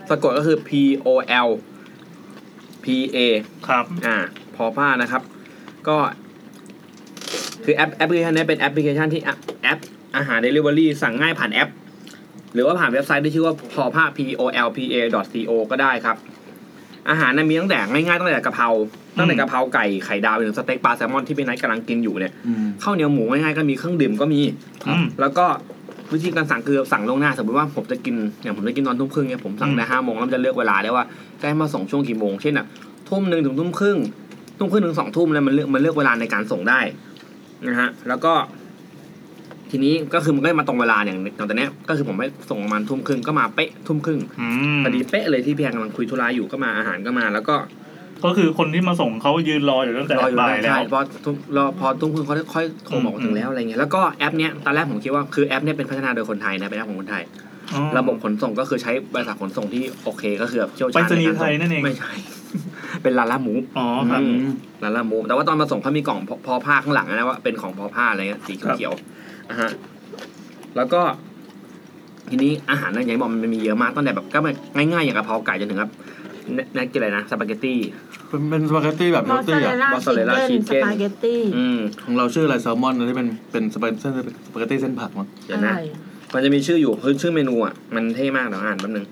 Speaker 4: สะกดก็คือ P O L P A
Speaker 1: ครับ
Speaker 4: อ่าพอผ้านะครับ ก็ คือแอปแอปพลิเคชันนี้เป็นแอปพลิเคชันที่แอปแอปอาหารเดลิเวอรี่สั่งง่ายผ่านแอป หรือว่าผ่านเว็บไซต์ที่ชื่อว่าพอผ้า p o l p a c o ก็ได้ครับ อาหารนะมีตั้งแต่ง่ายๆตั้งแต่กะเพราตั้งแต่กะเพราไก่ไข่ดาวไปถึงสเต็กปลาแซลมอนที่พี่ไนท์กำลังกินอยู่เนี่ย
Speaker 2: อืม
Speaker 4: ข้าวเหนียวหมูง่ายๆก็มีเครื่องดื่มก็มี
Speaker 2: ครับ
Speaker 1: อืม
Speaker 4: แล้วก็วิธีการสั่งคือสั่งล่วงหน้า สมมติว่าผมจะกินอย่างผมจะกินตอนทุ่มครึ่งเนี่ยผมสั่งได้ห้าโมงแล้วมันจะเลือกเวลาได้ว่าจะให้มาส่งช่วงกี่โมงเช่นอ่ะทุ่มหนึ่งถึงทุ่มครึ่งทุ่มครึ่งถึงสองทุ่มแล้วมันเลือกมันเลือกเวลาในการส่งได้นะฮะแล้วก็ ทีนี้ก็คือมันก็มาตรงเวลาอย่างอย่างตอนเนี้ยก็คือผมไปส่งประมาณทุ่มครึ่งก็มาเป๊ะทุ่มครึ่ง
Speaker 1: อืม
Speaker 4: พอดีเป๊ะเลยที่เพียงกำลังคุยธุระอยู่ก็มาอาหารก็มาแล้วก็
Speaker 1: ก็คือคนที่มาส่งเขายืนรออยู่ตั้งแต่
Speaker 4: รออยู่
Speaker 1: บ่ายแล้
Speaker 4: ใช่
Speaker 1: ว
Speaker 4: พอทุ่มรอพอทุ่มครึ่งเขาค่อยโทรบอกว่าถึงแล้วอะไรเงี้ยแล้วก็แอปเนี้ยตอนแรกผมคิดว่าคือแอปเนี้ยเป็นพัฒนาโดยคนไทยนะเป็นแอปของคนไทย
Speaker 1: อ๋อ
Speaker 4: ระบบขนส่งก็คือใช้บริษัทขนส่งที่โอเคก็คือแบบเชี่ยวชาญ
Speaker 1: ไปรษณีย์
Speaker 4: ใการส่
Speaker 1: ไทยนั่นเอง
Speaker 4: ไม่ใช่ เป็นลาล่ามูฟ
Speaker 1: อ๋อครับ
Speaker 4: อืม ลาล่ามูฟแต่ว่าตอนมาส่งเขามีกล่องพพอผ้าข้างหลังนะว่าเป็นของพอผ้าอะไรเงี้ยสีเขียวๆอ่ะฮะแล้วก็ ทีนี้อาหารนั่นอย่างที่บอกมันมีเยอะมากตั้งแต่แบบก็มันง่ายๆอย่างกะเพราไก่จนถึงแบบเนเนกกินอะไรนะสปาเกตตี้
Speaker 2: เป็นเป็นสปาเกตตี้แบบ
Speaker 3: ม
Speaker 2: เฮ
Speaker 3: อ
Speaker 2: ลตี้
Speaker 3: สซาเร
Speaker 2: อ่ะ
Speaker 3: ลล่า
Speaker 4: mozzarella
Speaker 3: ชิคเก้น
Speaker 4: chicken
Speaker 3: สปาเกตตี้
Speaker 4: อืม
Speaker 2: ของเราชื่ออะไรแซลมอนนะที่เป็นเป็นสปาเกตตี้สปาเกตตี้เส้นผักมั้ง
Speaker 4: เดี๋
Speaker 3: อะ
Speaker 4: ยว
Speaker 3: ไร
Speaker 4: นะ มันจะมีชื่ออยู่คือชื่อเมนูอ่ะมันเท่มากเดี๋ยวอ่านแป๊บนึง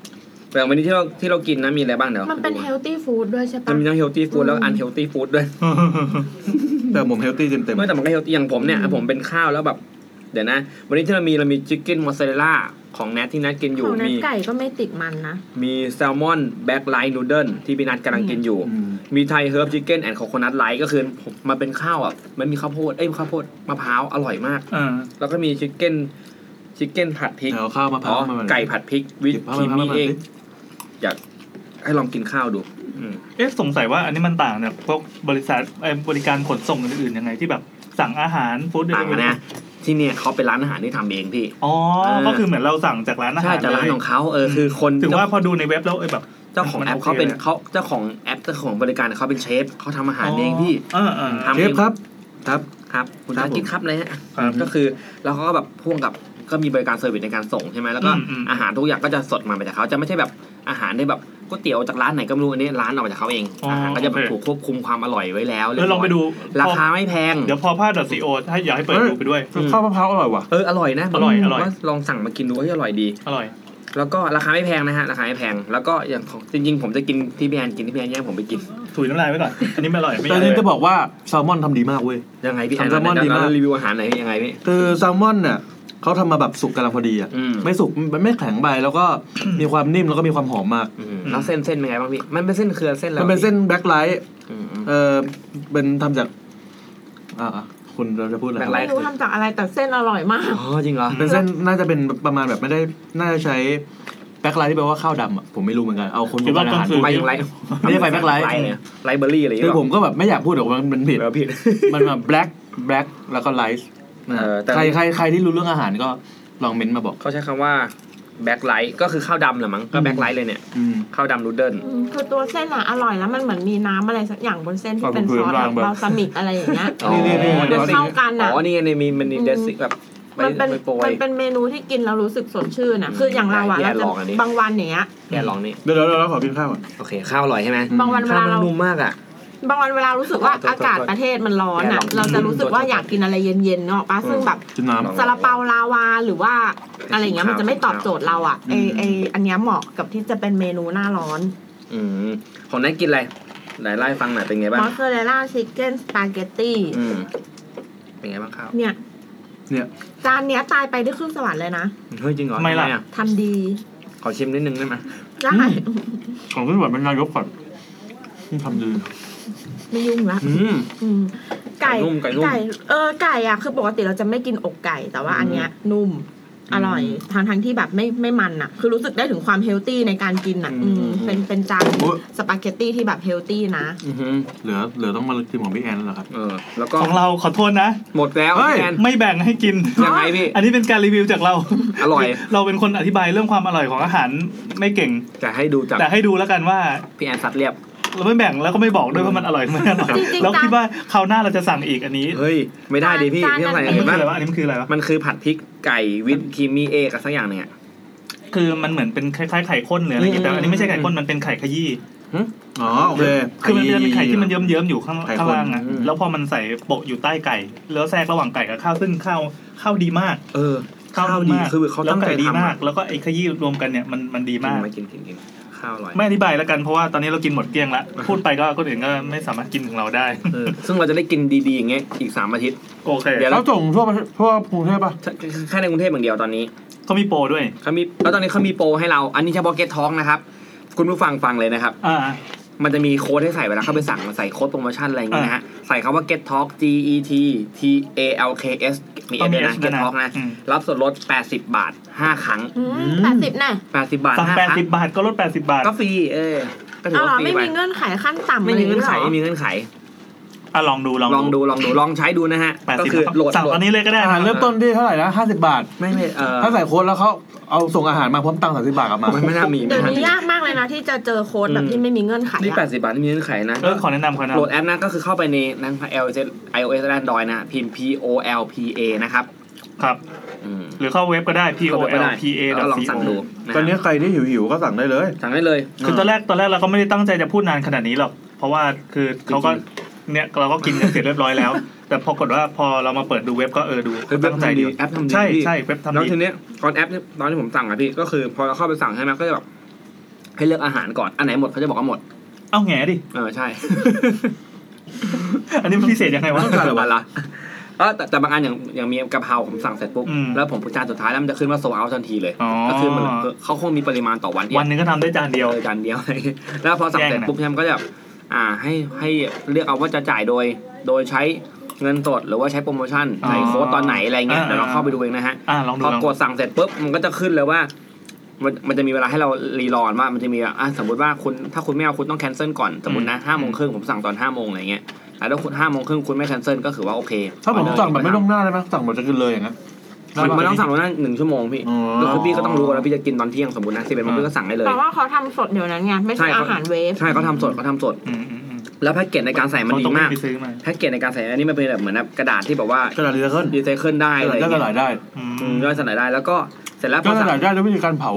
Speaker 4: แต่วันนี้ที่เราที่เรากินนะมีอะไรบ้างเดี๋ยว
Speaker 3: มันเป็นเฮลตี้ฟู้ดด้วยใช่
Speaker 4: มั
Speaker 3: ปะ
Speaker 4: นมีทั้งเฮลตี้ฟู้ดแล้ว
Speaker 3: อืม
Speaker 4: อันเฮลตี้ฟู้ดด้วย
Speaker 2: แต่ผมเฮลตี้เต็มเต็มๆ
Speaker 4: ไม่แต่มันก็เฮลตี้อย่างผมเนี่ย
Speaker 3: อืม
Speaker 4: ผมเป็นข้าวแล้วแบบ เดี๋ยวนะ วันนี้ที่เรามีเรามีชิคเก้นมอสซาเรลล่าของแนทที่แนทกินอยู่
Speaker 3: ของนั
Speaker 4: มี
Speaker 3: ดไก่ก็ไม่ติดมันนะ
Speaker 4: มีแซลมอนแบ็กไลท์นูเดิลที่พี่นัทกำลังกินอยู่
Speaker 2: อืม
Speaker 4: มีไทยเฮิร์บชิคเก้นแอนด์โคโคนัทไลท์ก็คือผมมันเป็นข้าวอ่ะมันมีข้าวโพดเอ้ยข้าวโพดมะพร้าวอร่อยมาก
Speaker 1: อ่า
Speaker 4: แล้วก็มีชิคเก้นชิคเก้นผัดพริก
Speaker 2: เอาข้าวมา
Speaker 4: อ๋
Speaker 2: พั
Speaker 4: อก
Speaker 2: มา
Speaker 4: ไก่ผัดพริก
Speaker 2: ห
Speaker 4: วิ
Speaker 2: ยิ
Speaker 4: ป
Speaker 2: บข้าว
Speaker 4: ครี
Speaker 2: มามพัก
Speaker 4: มี่
Speaker 2: มา
Speaker 4: เอ
Speaker 2: สิ
Speaker 4: งอยากให้ลองกินข้าวดูอืม
Speaker 1: เอ๊ะสงสัยว่าอันนี้มันต่างเนี่ยพวกบริษัทไอ้บริการขนส่งอื่นๆยังไงที่แบบสั่งอาหารฟู้ดเดลิ
Speaker 4: ต่าง
Speaker 1: เวอ
Speaker 4: กัน
Speaker 1: รี่
Speaker 4: นะที่เนี่ยเขาเป็นร้านอาหารที่ทำเองพี่
Speaker 1: อ๋อ
Speaker 4: เออ
Speaker 1: ก็คือเหมือนเราสั่งจากร้านอา
Speaker 4: ใช่
Speaker 1: หาร
Speaker 4: แต่ร้าน
Speaker 1: เลย
Speaker 4: ของเขาเออคือคน
Speaker 1: ถึง
Speaker 4: เจ้า
Speaker 1: ว่าพอดูในเว็บแล้วเอ้ยแบบ
Speaker 4: เจ้าของแอปเขาเป็นเขาเจ้าของแอปเจ้าของบริการเขาเป็นเชฟเขาทำอาหารเองพี่
Speaker 1: เออเออ
Speaker 4: ทำ
Speaker 2: เชฟครับครับ
Speaker 4: ครับคุณ
Speaker 2: ครับ
Speaker 4: ตา
Speaker 2: ผม
Speaker 4: กินครับเลยฮะ
Speaker 1: ครับ
Speaker 4: ก็คือแล้วเขาก็แบบพ่วงกับก็มีบริการเซอร์วิสในการส่งใช่ไหมแล้วก็
Speaker 1: อืมอืม
Speaker 4: อาหารทุกอย่างก็จะสดมาจากเขาจะไม่ใช่แบบอาหารได้แบบก๋วยเตี๋ยวจากร้านไหนก็ไม่รู้อันนี้ร้านออกมาจากเขาเองอาหารก็จะแบบถูกควบคุมความอร่อยไว้แล้ว
Speaker 1: เออลองไปดู
Speaker 4: ราคา
Speaker 1: พอ
Speaker 4: ไม่แพง
Speaker 1: เดี๋ยวพอพาด .co ถ้าอยากให้เปิดดูไปด้วย
Speaker 4: อืม
Speaker 2: ข้าวมะพร้าวอร่อยว่ะ
Speaker 4: เอออร่อยนะ
Speaker 1: อร่อยอร่อย
Speaker 4: ว่าลองสั่งมากินดูเฮ้ยอร่อยดี
Speaker 1: อร่อย
Speaker 4: แล้วก็ราคาไม่แพงนะฮะราคาไม่แพงแล้วก็อย่างของจริงๆผมจะกินที่พี่แอนกินที่พี่แอนแย่งผมไปกิน
Speaker 1: ถุยน้ำลายไว้ก่อน อันนี้ไม่อร่อยไม่
Speaker 2: แต่
Speaker 1: ยาก
Speaker 2: จริงๆจะบอกว่าแซลมอนทำดีมากเว้ย
Speaker 4: ยังไงพี่แอน
Speaker 2: ทำแซลมอนดีมาก
Speaker 4: แล้วรีวิวอาหารไหนอยพี่ยังไงพี่
Speaker 2: คือแซลมอนเนี่ยเขาทำมาแบบสุกกำลังพอดีอ่ะ
Speaker 4: อืม
Speaker 2: ไม่สุกมันไม่แข็งไปแล้วก็ มีความนิ่มแล้วก็มีความหอมมาก
Speaker 4: แล้วเส้นเส้นเป็นไงบ้างพี่ มันเป็นเส้นเครือเส้นอะไร
Speaker 2: มันเป็นเส้นแบล็คไลท์
Speaker 4: อืม
Speaker 2: เออเป็นทำจากอ่าอ่ะคุณเราจะพูดอะไร
Speaker 4: แบล็คไลท์
Speaker 3: ไม่รู้ทำจากอะไรแต่เส้นอร่อยมาก
Speaker 4: อ๋อจริงเหรอ
Speaker 2: เป็นเส้นน่าจะเป็นประมาณแบบไม่ได้น่าจะใช้แบล็คไลท์ที่แปลว่าข้าวดำอ่ะผมไม่รู้เหมือนกันเอาคน
Speaker 1: คิดว่าก
Speaker 2: ทำ
Speaker 1: ลาง
Speaker 2: หาร
Speaker 1: คืน
Speaker 4: ไปยังไร
Speaker 2: ไม่ได้ไปแบล็คไลท์
Speaker 4: เนี่ยไลท์เบอร์รี่อะไรอย่าง
Speaker 2: คื
Speaker 4: เงี้
Speaker 2: อย ผมก็แบบไม่อยากพูดหรอกว่ามันผิด
Speaker 4: เดี๋ ยวผิด
Speaker 2: มันแบบ black black แล้วก็ light นะ
Speaker 4: เออแต่
Speaker 2: ใครใครใครที่รู้เรื่องอาหารก็ลองเม้นต์มาบอก
Speaker 4: เขาใช้คำว่าแบ็คไลท์ก็คือข้าวดำเหรอมั้งก็
Speaker 2: อืม
Speaker 4: แบ็คไลท์เลยเนี่ย
Speaker 2: อืม
Speaker 4: ข้าวดำนูเดิล
Speaker 3: อืมคือตัวเส้นอะอร่อยแล้วมันเหมือนมีน้ำอะไรสักอย่างบนเส้นที่เป็นซอ
Speaker 2: เอาไปคุยกั
Speaker 3: ส
Speaker 2: บร้านแบบ
Speaker 3: บาซามิกอะไรอย่างเงี้ย
Speaker 2: นี่นี่นี่
Speaker 3: มันเข้ากัน
Speaker 4: อ๋
Speaker 3: อะ
Speaker 4: อนี่ไงเนี่ยมีมันมีเดซิกแบบไป
Speaker 3: มันเป็น
Speaker 4: ไปโปร
Speaker 3: มั
Speaker 4: ย
Speaker 3: นเป็นเมนูที่กินแล้วรู้สึกสดชื่นอะคืออย่างเราอะ
Speaker 4: แย่
Speaker 3: เราจะ
Speaker 4: ลองอันนี้
Speaker 3: บางวันอย่างเงี้ย
Speaker 4: แกลองนี่
Speaker 2: เดี๋ยวเดี๋ยวเราขอกินข้าวก่อน
Speaker 4: โอเคข้าวอร่อยใช่ไหม
Speaker 3: บางวันเว
Speaker 4: ข้าว
Speaker 3: ลา
Speaker 4: มัน
Speaker 3: เรา
Speaker 4: นุ่มมากอ่ะ
Speaker 3: บางวันเวลารู้สึกว่า
Speaker 4: โทษโทษ
Speaker 3: อากาศประเทศมันร้อน
Speaker 4: แย่ล
Speaker 3: อะ
Speaker 4: อง
Speaker 3: เราจะรู้สึกว่า
Speaker 4: โทษโทษ
Speaker 3: อยากกินอะไรเย็นๆเนาะปะซึ่งแบบ
Speaker 2: กินน้
Speaker 3: ซาลาเปาลาวาหรือว่าอะไรอย่างเงี้ยมันจะไม่ตอบโจทย์เราอะไอ
Speaker 2: อืม
Speaker 3: ไออันเนี้ยเหมาะกับที่จะเป็นเมนูหน้าร้อน
Speaker 4: อืมของแนทกินอะไรไหนไล่าให้ฟังหน่อยเป็นไงบ้าง
Speaker 3: มอสซาเรลล่าชิคเก้นสปาเกตตี้
Speaker 4: อืมเป็นไงบ้างข้าว
Speaker 3: เนี่ย
Speaker 2: ำเนี่ย
Speaker 3: จานเนี้ยตายไปด้วยเครื่องสวรรค์เลยนะ
Speaker 4: เฮ้ยจริงเหรอ
Speaker 1: ทำไมล่ะ
Speaker 4: อ่
Speaker 3: ทำดี
Speaker 4: ขอชิมนิดนึงได้ไหม
Speaker 3: ได้
Speaker 2: อืม ของขึ้นหวานเป็นนายกก่อนนี่ทำดี
Speaker 3: ไม่ยุ่งละ
Speaker 4: อืม
Speaker 3: อืมไก่
Speaker 4: ไก่นุ่มไก่นุ่ม
Speaker 3: ไก่เออไก่อะคือปกติเราจะไม่กินอกไก่ แต่ว่าอันเนี้ยนุ่มอร่อยทางทางๆที่แบบไม่ไม่มันอะคือรู้สึกได้ถึงความเฮลตี้ในการกินอะ
Speaker 2: อืม
Speaker 3: อืมเป็นเป็นจาน
Speaker 2: โอ๊ย
Speaker 3: สปาเกตตี้ที่แบบเฮลตี้นะ
Speaker 4: อือหือ
Speaker 2: เหลือเหลือต้องมากินของพี่แอนแล้วเหรอครับ
Speaker 4: เออแล้วก็
Speaker 1: ของเราขอโทษนะ
Speaker 4: หมดแล้ว
Speaker 2: เฮ้ย
Speaker 4: พี่แอน
Speaker 1: ไม่แบ่งให้กิน
Speaker 4: ยังไงพี่
Speaker 1: อันนี้เป็นการรีวิวจากเรา
Speaker 4: อร่อย
Speaker 1: เราเป็นคนอธิบายเรื่องความอร่อยของอาหารไม่เก่ง
Speaker 4: จะให้ดูจาก
Speaker 1: แต่ให้ดูแล้วกันว่า
Speaker 4: พี่แอนซัดเรียบ
Speaker 1: เราไม่แบ่งแล้วก็ไม่บอกด้วยว่ามันอร่อยหรือไม่อร่อย
Speaker 3: จริงๆ
Speaker 1: แล้ว
Speaker 3: จ้ะ
Speaker 1: คิดว่าคราวหน้าเราจะสั่งอีกอันนี้
Speaker 4: เฮ้ย ไม่ได้ดิพี่
Speaker 3: จาน
Speaker 4: พี่ต้องใส่
Speaker 3: จาน
Speaker 1: อันนี้
Speaker 4: เห็
Speaker 1: มันคือ
Speaker 4: นป่ะ
Speaker 1: อะไรวะอันนี้มันคืออะไรวะ
Speaker 4: มันคือผัดพริกไก่วิปครีมมี่เอกอะไรสักอย่างเนี่ย
Speaker 1: คือมันเหมือนเป็นคล้ายๆไข่ข้นหรืออะไรอย่างเงี้ยแต่อันนี้ไม่ใช่ไข่ข้นมันเป็นไข่ขยี้
Speaker 2: อ๋อโอเค
Speaker 1: คือมันจะเป็นไข่ที่มันเยิ้มๆอยู่ข้าง
Speaker 2: ไข่ข้น
Speaker 1: ข้างล่างอ่ะ
Speaker 4: อืม
Speaker 1: แล้วพอมันใส่โปะอยู่ใต้ไก่แล้วแทรกระหว่างไก่กับข้าวซึ่งข้าวข้าวดีมาก
Speaker 4: เออ
Speaker 1: นุ่ม
Speaker 4: ข้าวดี
Speaker 1: มก
Speaker 4: คือเขาตั้งใจ
Speaker 1: แล้วไก่ดี
Speaker 4: ทำอะ
Speaker 1: มาก แล้วก็ไอ้ขยี้รวมกันเนี่ยมันมันดี
Speaker 4: กิน
Speaker 1: มาก
Speaker 4: ไหมากินกินกินข้าวอร่อย
Speaker 1: ไม่อธิบายแล้วกันเพราะว่าตอนนี้เรากินหมดเกลี้ยงละพูดไปก็คนอื่นก็ไม่สามารถกินของเราได้
Speaker 4: เออซึ่งเราจะได้กินดีๆอย่างเงี้ยอีกสามอาทิตย์
Speaker 1: โอเค
Speaker 4: เดี๋ยว
Speaker 2: เขาส่งทั่วประเทศทั่วกรุงเทพป่ะ
Speaker 4: แค่ในกรุงเทพอย่างเดียวตอนนี้
Speaker 1: เขามีโปรด้วย
Speaker 4: เขามีแล้วตอนนี้เขามีโปรให้เรา อันนี้เฉพาะเก็ตท้องนะครับ คุณผู้ฟังฟังเลยนะครับ
Speaker 1: อ่า
Speaker 4: มันจะมีโค้ดให้ใส่เวลาเข้าไปสั่งมาใส่โค้ดโปรโมชั่นอะไรอย่างเงี้ยนะฮะ ใส่คำว่า get talk G E T T A L K S มี
Speaker 1: ต้
Speaker 4: เอ็
Speaker 1: อง
Speaker 4: น
Speaker 1: มี
Speaker 4: นะ
Speaker 1: S
Speaker 4: เก็ตท็อก
Speaker 1: ด้วยนะ
Speaker 4: นะ
Speaker 1: อืม
Speaker 4: รับส่วนลด 80 บาท 5 ครั้ง
Speaker 3: แปดสิบแน่
Speaker 4: 80 บาท
Speaker 1: สั่ง
Speaker 4: ห้า
Speaker 1: แปด
Speaker 4: ครั้
Speaker 1: สิ
Speaker 4: ง
Speaker 1: บบาทก็ลดแปดสิบาท
Speaker 4: ก็ฟรีเออก็ถื
Speaker 3: อ๋
Speaker 4: อ
Speaker 3: อเหร
Speaker 4: ว่า
Speaker 3: อ
Speaker 4: ฟรี
Speaker 3: ไม่
Speaker 4: ไป
Speaker 3: มีเงื่อนไขขั้นต่ำ
Speaker 4: ไม่มีเงื่อนไข
Speaker 3: ะร
Speaker 4: ไม่
Speaker 3: ย่าง
Speaker 4: มี
Speaker 3: งี้ยหร
Speaker 4: เงื่อนไข
Speaker 1: อ่ะลองดูลอง
Speaker 4: ลองดูลองดูลองใช้ดูนะฮะ
Speaker 1: แปด
Speaker 4: ก็
Speaker 1: สิบ
Speaker 4: คือโหลด
Speaker 1: สั่ง
Speaker 4: โหลด
Speaker 1: ตอนนี้เลยก็ได้
Speaker 2: อาหาร
Speaker 1: นะ
Speaker 2: เริ่มต้นที่เท่าไหร่นะห้าสิบบาท
Speaker 4: ไม่ไม่เออ
Speaker 2: ถ้าใส่โค้ดแล้วเขาเอาส่งอาหารมาพร้อมตังค์สามสิบบาทกลับมา
Speaker 4: มันไม่น่ามี
Speaker 3: เดี๋ยว
Speaker 4: ไม่า
Speaker 3: นี้
Speaker 4: มี
Speaker 3: ยากมากเลยนะที่จะเจอโค้ดแบบ
Speaker 4: อืม
Speaker 3: ที่ไม่มีเงื่อนไข
Speaker 4: นี่
Speaker 3: อะ
Speaker 4: 80 บาทไม่มีเงื่อนไขนะ
Speaker 1: เออขอแนะนำขอแนะ
Speaker 4: โหลด
Speaker 1: นำ
Speaker 4: แอปนะก็คือเข้าไปในนั้น iOS iOS และ Android นะ พิมพ์ P O L P A นะครับ
Speaker 1: ครับ
Speaker 4: อืม
Speaker 1: หรือเข้าเว็บก็ได้ p o
Speaker 4: เข้าไป
Speaker 1: l
Speaker 4: ได้
Speaker 1: p a
Speaker 4: แล้วก็ลอง
Speaker 1: c
Speaker 4: สั่ง
Speaker 1: o
Speaker 4: ดูะ
Speaker 2: ตอนนี้ใครที่หิวๆก็สั่งได้เลย
Speaker 4: สั่งได้เลย
Speaker 1: คือตอนแรกตอนแรกเราก็ไม่ได้ตั้งใจจะพูดนานขนาดนี้หรอก เพราะว่าคือเขาก็เนี่ยเราก็กินกันเสร็จเรียบร้อยแล้ว แต่พอกดว่าพอเรามาเปิดดูเว็บก็เออดู
Speaker 4: เฮ้ยเว็บ
Speaker 1: ตั้งใจ
Speaker 4: ทำ
Speaker 1: ดี
Speaker 4: ดีแอปทำดี
Speaker 1: ใช่
Speaker 4: พี่
Speaker 1: ใช่เว็บทำ
Speaker 4: แล้ว
Speaker 1: ดี
Speaker 4: ทีเนี้ยตอนแอปเนี่ยตอนที่ผมสั่งอะพี่ก็คือพอเราเข้าไปสั่งใช่ไหมก็จะแบบให้เลือกอาหารก่อนอันไหนหมดเขาจะบอกว่าหมด
Speaker 1: เอาแง่ดิ
Speaker 4: เออใช่
Speaker 1: อันนี้มันพิเศษยังไงวะ
Speaker 4: ต้องการหรือวะละเออแต่แต่บางอันอย่างอย่างมีกะเพราผมสั่งเสร็จปุ๊บ
Speaker 1: อืม
Speaker 4: แล้วผมจานสุดท้ายแล้วมันจะขึ้นว่าโซเอาทันทีเลย
Speaker 1: อ๋อ
Speaker 4: ก็คือมันเขาคงมีปริมาณต่อวันที่
Speaker 1: วันหนึ่งก็ทำได้จานเดียว
Speaker 4: เออจานเดียว แล้วพอสั่งเสร็จ
Speaker 1: แย่งนะ
Speaker 4: ปุ๊บเนี่ยมันก็จะแบบอ่าให้ให้เลือกเอาว่าจะจ่ายโดย โดยใช้เงินสดหรือว่าใช้โปรโมชั่นใส่โค้ดตอนไหนอะไรเงี้ยเดี๋ยวเราเข้าไปดูเองนะฮะ
Speaker 1: อ่าลองดู
Speaker 4: พอ
Speaker 1: ลอง
Speaker 4: ก
Speaker 1: ดู
Speaker 4: ดสั่งเสร็จปุ๊บมันก็จะขึ้นเลยว่า มันมันจะมีเวลาให้เรารีรอนว่ามันจะมีอ่ะสมมติว่าคุณถ้าคุณไม่เอาคุณต้องแคนเซิลก่อนสมมตินะห้าโมงครึ่งผมสั่งตอนห้าโมงอะไรเงี้ยแต่ถ้าคุณห้าโมงครึ่งคุณไม่แคนเซิลก็คือว่าโอเค
Speaker 2: ถ้าผมสั่งแบบไม่ล่วงหน้าได้ไหมสั่งหมดจะกินเลยอย่างนั้น
Speaker 4: มันมันต้องสั่งล่วงหน้าหนึ่งชั่วโมงพี่
Speaker 2: อ๋อ
Speaker 4: ก็คือพี่ก็ต้องรู้ว่าแล้วพี่จะกินตอนเที่ยงสมมตินะสิบเอ็ดโมงพี่ก็สั่งได้เลย
Speaker 3: แต่ว่าเขาทำสดเดี๋ยวนั้นไงไม่
Speaker 4: ใช่
Speaker 3: ใช่
Speaker 4: ครับ
Speaker 3: อาหารเวฟ
Speaker 4: ใช่เขาทำสดเขาทำสด
Speaker 1: อืมอืมอืม
Speaker 4: แล้วแพ็กเกจในการใส่มันดี
Speaker 1: ต้อง
Speaker 4: มาก
Speaker 1: ไปซื้อมา
Speaker 4: แพ็กเกจในการใส่อันนี้มันเป็นแบบเหมือนแบบกระดาษที่แบบว่าก
Speaker 2: ระดาษรีไซเคิล
Speaker 4: รีไซเคิลได้
Speaker 2: กระ
Speaker 4: อะไร
Speaker 2: ดาษได้ก
Speaker 4: เงี้
Speaker 2: ระดาย ษได้
Speaker 1: อื
Speaker 4: อืม
Speaker 1: ม
Speaker 4: ย่อยสลายได้แล้วก็เสร็จแล้วพ
Speaker 2: ก็
Speaker 4: อ
Speaker 2: ระ
Speaker 4: กสั่ง
Speaker 2: ดาษได้ด้วยวิธีการเผา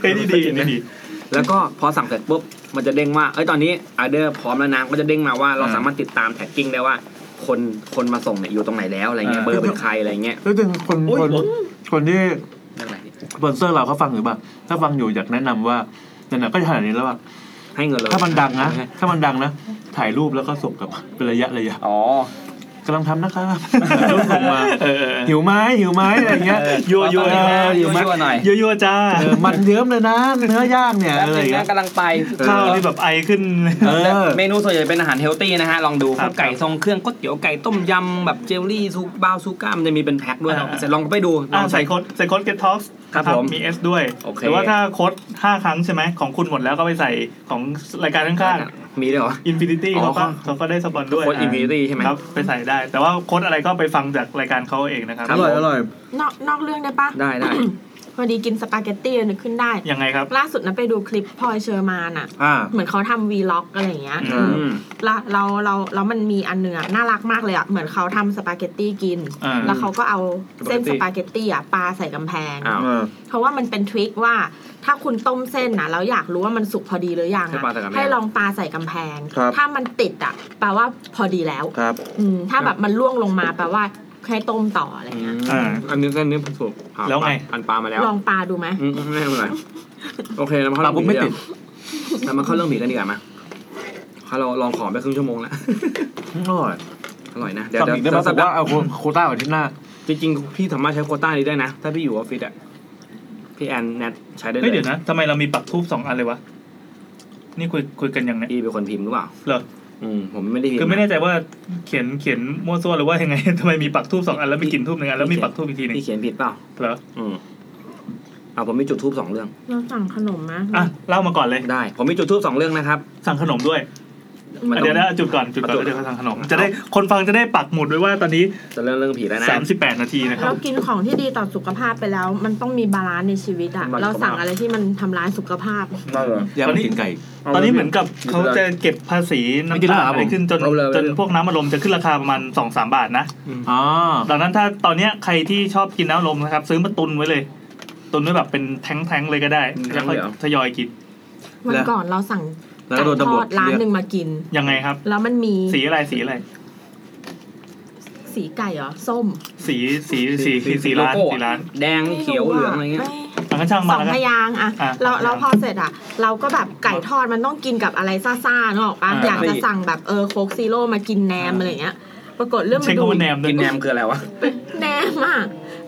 Speaker 1: เฮ้ยนี่ดีนี่ดี
Speaker 4: แล้วก็พอสั่งเสร็จปุ๊บมันจะเด้งว่าเอ้ยตอนนี้ออเดอร์พร้อมแล้วนะก็จะเด้งมาว่าเรา
Speaker 2: อ่า
Speaker 4: สามารถติดตามแท็กกิ้งได้ว่า คนคนมาส่งเนี่ยอยู่ตรงไหนแล้วอะไรเงี้ย
Speaker 1: อ่า
Speaker 4: เบอร์เป็นใครอะไรเงี้ย
Speaker 2: ด้วยถึงคน
Speaker 1: โอ๊ย
Speaker 2: คน
Speaker 1: โอ๊ย
Speaker 2: คนที่
Speaker 4: เรื่องอะไรเนี่ย
Speaker 2: สปอนเซอร์เราเขาฟังหรือเปล่าถ้าฟังอยู่อยากแนะนำว่าเนี่ยนะก็ขนาดนี้แล้วว่า
Speaker 4: ให้เงินเลย
Speaker 2: ถ้ามันดังนะ ถ้ามันดังนะ ถ่ายรูปแล้วก็ส่งกลับมาเป็นระยะระยะ
Speaker 4: อ๋อก
Speaker 2: ำลังทำนะครับรูปส่งมา
Speaker 1: เออเออ
Speaker 2: หิวไหมหิวไหมอะไรอย่างเงี้ย
Speaker 1: ยั่วยั่ว
Speaker 2: เออหิวไหม
Speaker 4: หน่อย
Speaker 1: ยั่วๆจ้า
Speaker 2: เออมันเยิ้มเลยนะเนื้อย่างเนี่ยอะไรอย่างเงี้ย
Speaker 1: ข้าวนี่แบบไอขึ้น
Speaker 2: เออ
Speaker 4: เมนูส่วนใหญ่เป็นอาหารเฮลตี้นะฮะลองดู
Speaker 1: ครั
Speaker 4: ข้า
Speaker 1: บ
Speaker 4: วไก่ทรงเครื่องก๋วยเตี๋ยวไก่ต้มยำแบบเจลลี่ซุปบาวซุก้ามันจะมีเป็นแพ็คด้วย
Speaker 1: อ่า
Speaker 4: เสร็จลองไปดูล
Speaker 1: อ่า
Speaker 4: องใช้
Speaker 1: ใส่โค้ดใส่โค้ด get talks
Speaker 4: ครับผม
Speaker 1: มี S ด้วย
Speaker 4: โอเค
Speaker 1: หรือว่าถ้าโค้ด5 ครั้งใช่ไหมของคุณหมดแล้วก็ไปใส่ของรายการข้าง
Speaker 4: มีด้วยเหรอ
Speaker 1: ๆ Infinity
Speaker 4: อ๋อ
Speaker 1: เขาก็เขาก็ได้สปอนด้วย
Speaker 4: โค้ดอินฟินิตี้ใช่ไหม
Speaker 1: ครับไปใส่ได้ แต่ว่าโค้ดอะไรก็ไปฟังจากรายการเขาเองนะครับ
Speaker 4: ค
Speaker 2: อบ ร่อยอร่อย
Speaker 3: นอกนอกเรื่องได้ปะ
Speaker 4: ได้ได้
Speaker 3: พอดีกินสปาเกตตี้นึกขึ้นได้
Speaker 1: ยังไงครับ
Speaker 3: ล่าสุดนะไปดูคลิปพลอยเชอร์มานอะ
Speaker 2: อ่า
Speaker 3: เหมือนเขาทำวีล็อกอะไรอย่างเงี้ย
Speaker 1: อื
Speaker 4: อืม
Speaker 3: แล้วเราเราแล้วมันมีอันเนื้อะน่ารักมากเลยอะเหมือนเขาทำสปาเกตตี้กิน
Speaker 1: อ่า
Speaker 3: แล้วเขาก็เอาเส้น
Speaker 4: ส
Speaker 3: ส
Speaker 4: ปา
Speaker 3: ปา
Speaker 4: เก
Speaker 3: เก
Speaker 4: ต
Speaker 3: ต
Speaker 4: ตี้
Speaker 3: ตี้อะปาใส่กำแพง
Speaker 4: อ้าว
Speaker 3: เพราะว่ามันเป็นทริคว่าถ้าคุณต้มเส้นนะแล้วอยากรู้ว่ามันสุกพอดีหรือยัง
Speaker 4: ให้
Speaker 3: อะ
Speaker 4: ปาใส่กำแพง
Speaker 3: ให้ลองปาใส่กำแพง
Speaker 2: ครับ
Speaker 3: ถ้ามันติดอะแปลว่าพอดีแล้ว
Speaker 2: ครับ
Speaker 3: อืมถ้าแบบมันล่วงลงมาแปลว่าให้ต้มต่ออะไรเงี้ย
Speaker 1: อ่า
Speaker 4: อันนี้เส้นนี้ผมถูกอ่า
Speaker 1: แล้วไง
Speaker 4: อันปลามาแล้ว
Speaker 3: ลองปลาดูไหม
Speaker 4: อืมไม่เป็นไรโอเคแล้วมา
Speaker 2: ปลา
Speaker 4: เข้า
Speaker 2: ปุ๊
Speaker 4: เรื่
Speaker 2: ไม่
Speaker 4: อบ งหมี
Speaker 2: ติด
Speaker 4: แล้วมาเข้าเรื่องหมีกันดีกว่ามาถ้าเราลองของไปครึ่งชั่วโมงแล้ว
Speaker 2: อร่อย
Speaker 4: อร่อยนะเดี๋ยว
Speaker 2: สั่งอีก
Speaker 4: เดี๋
Speaker 2: ได้ไหม
Speaker 4: ยว
Speaker 2: ผ
Speaker 4: สัป
Speaker 2: ม
Speaker 4: ดา
Speaker 2: ว่า
Speaker 4: ห์
Speaker 2: เอาโคโควต้าไว้ที่หน้า
Speaker 4: จริงๆพี่สามารถใช้โควต้านี้ได้นะ ถ้าพี่อยู่ออฟฟิศอ่ะพี่แอนแนทใช้ได้เล
Speaker 1: เฮ้ยเดี๋ย
Speaker 4: ยว
Speaker 1: นะทำไมเรามีปักทูบสองอันเลยวะ นี่คุยคุยกันยังไง
Speaker 4: พี่เป็นคนพิมพ์หรือเปล่า
Speaker 1: เหรอ
Speaker 4: อืมผมไม่ได้พิมพ์
Speaker 1: คือไม่แน่ใจว่าเขียนเขียนมั่วซั่วหรือว่ายังไง ทำไมมีปักทูบสองอันแล้วมีกลิ่นทูบหนึ่งอันแล้วมีปักทูบอีกทีหนึ่ง
Speaker 4: พี่เขียนผิดเปล่า
Speaker 1: เหรอ
Speaker 4: อืมอ่าผมมีจุดทูบสองเรื่อง
Speaker 3: เราสั่งขนมไหม
Speaker 1: อ่ะเล่ามาก่อนเลย
Speaker 4: ได้ ผมมีจุดทูบสองเรื่องนะครับ
Speaker 1: สั่งขนมด้วย
Speaker 4: มันต้อง
Speaker 1: เดี๋ยวนะจุดก่อนจุดก่อน
Speaker 4: จุ
Speaker 1: แล้ว
Speaker 4: ด
Speaker 1: เดี๋ยวเขาสั่งขนม จะได้คนฟังจะได้ปักหมุดไว้ว่าตอนนี้
Speaker 4: จะเรื่องเรื่องผีแล้วนะ
Speaker 1: 38 นาทีนะครั
Speaker 3: เรา
Speaker 1: บ
Speaker 3: กินของที่ดีต่อสุขภาพไปแล้ว มันต้องมีบาลานซ์ในชีวิตอะ
Speaker 4: บาลานซ์
Speaker 3: เราสั่งอะไรที่มันทำร้ายสุขภาพ
Speaker 4: ได้เหรอ
Speaker 2: อย่า
Speaker 1: ตอน
Speaker 2: มา
Speaker 1: นี้
Speaker 2: กินไก่
Speaker 1: ตอนนี้เหมือนกับเขาจะเก็บภาษี
Speaker 2: ไม่กิน
Speaker 1: น้ำ
Speaker 2: แล้
Speaker 1: ตาว ล
Speaker 2: เหรอค
Speaker 1: อะ
Speaker 2: รับ
Speaker 1: ไรขึ้นจน
Speaker 4: เอาเลย
Speaker 1: จนพวกน้ำอารมณ์จะขึ้นราคาประมาณ 2-3 บาทนะ
Speaker 2: อ๋อ
Speaker 1: ดังนั้นถ้าตอนเนี้ยใครที่ชอบกินน้ำอารมณ์นะครับ ซื้อมาตุนไว้เลย ตุนไว้แบบเป็นแท้งๆเลยก็ได้
Speaker 4: แท้
Speaker 1: แล้ว
Speaker 4: ง
Speaker 1: ค่
Speaker 4: เล
Speaker 1: อย ย
Speaker 4: เหรอ
Speaker 1: ทยอยกิน
Speaker 3: วันก่อนเราสั่ง
Speaker 2: แล้ว
Speaker 3: ไก่
Speaker 2: ก็โดน
Speaker 3: ท
Speaker 2: ตำร
Speaker 3: อ
Speaker 2: วจ
Speaker 3: ดร้าน
Speaker 2: เรียก
Speaker 3: หนึ่งมากิน
Speaker 1: ยังไงครับ
Speaker 3: แล้วมันมี
Speaker 1: สีอะไรสีอะไร
Speaker 3: สีไก่เหรอ ส้ม
Speaker 1: สีสีสีสีสีร้าน
Speaker 4: โลโก้อะ
Speaker 1: สีร้าน
Speaker 4: แดงเขียวเหลืองอะไรเงี้ย
Speaker 3: ม่
Speaker 1: อันก็ช่าง
Speaker 3: ส
Speaker 1: มา
Speaker 3: อง
Speaker 1: แล้ว
Speaker 3: พ
Speaker 1: กัน
Speaker 3: ยางค์อะ
Speaker 1: อ่ะ
Speaker 3: เรา
Speaker 1: สองพยางค์
Speaker 3: เราพอเสร็จอะเราก็แบบไก่ทอดมันต้องกินกับอะไรซ่าๆเนกอะปะ
Speaker 1: อ่า
Speaker 3: อยากจะสั่งแบบเออโคกซีโร่มากินแหนมอะไรเงี้ย ปรากฏเรื่อง
Speaker 1: เช็ค
Speaker 3: มาดู
Speaker 1: คำว่าแนมด้วย
Speaker 4: กินแนมคืออะไรวะ
Speaker 3: แหนมอะ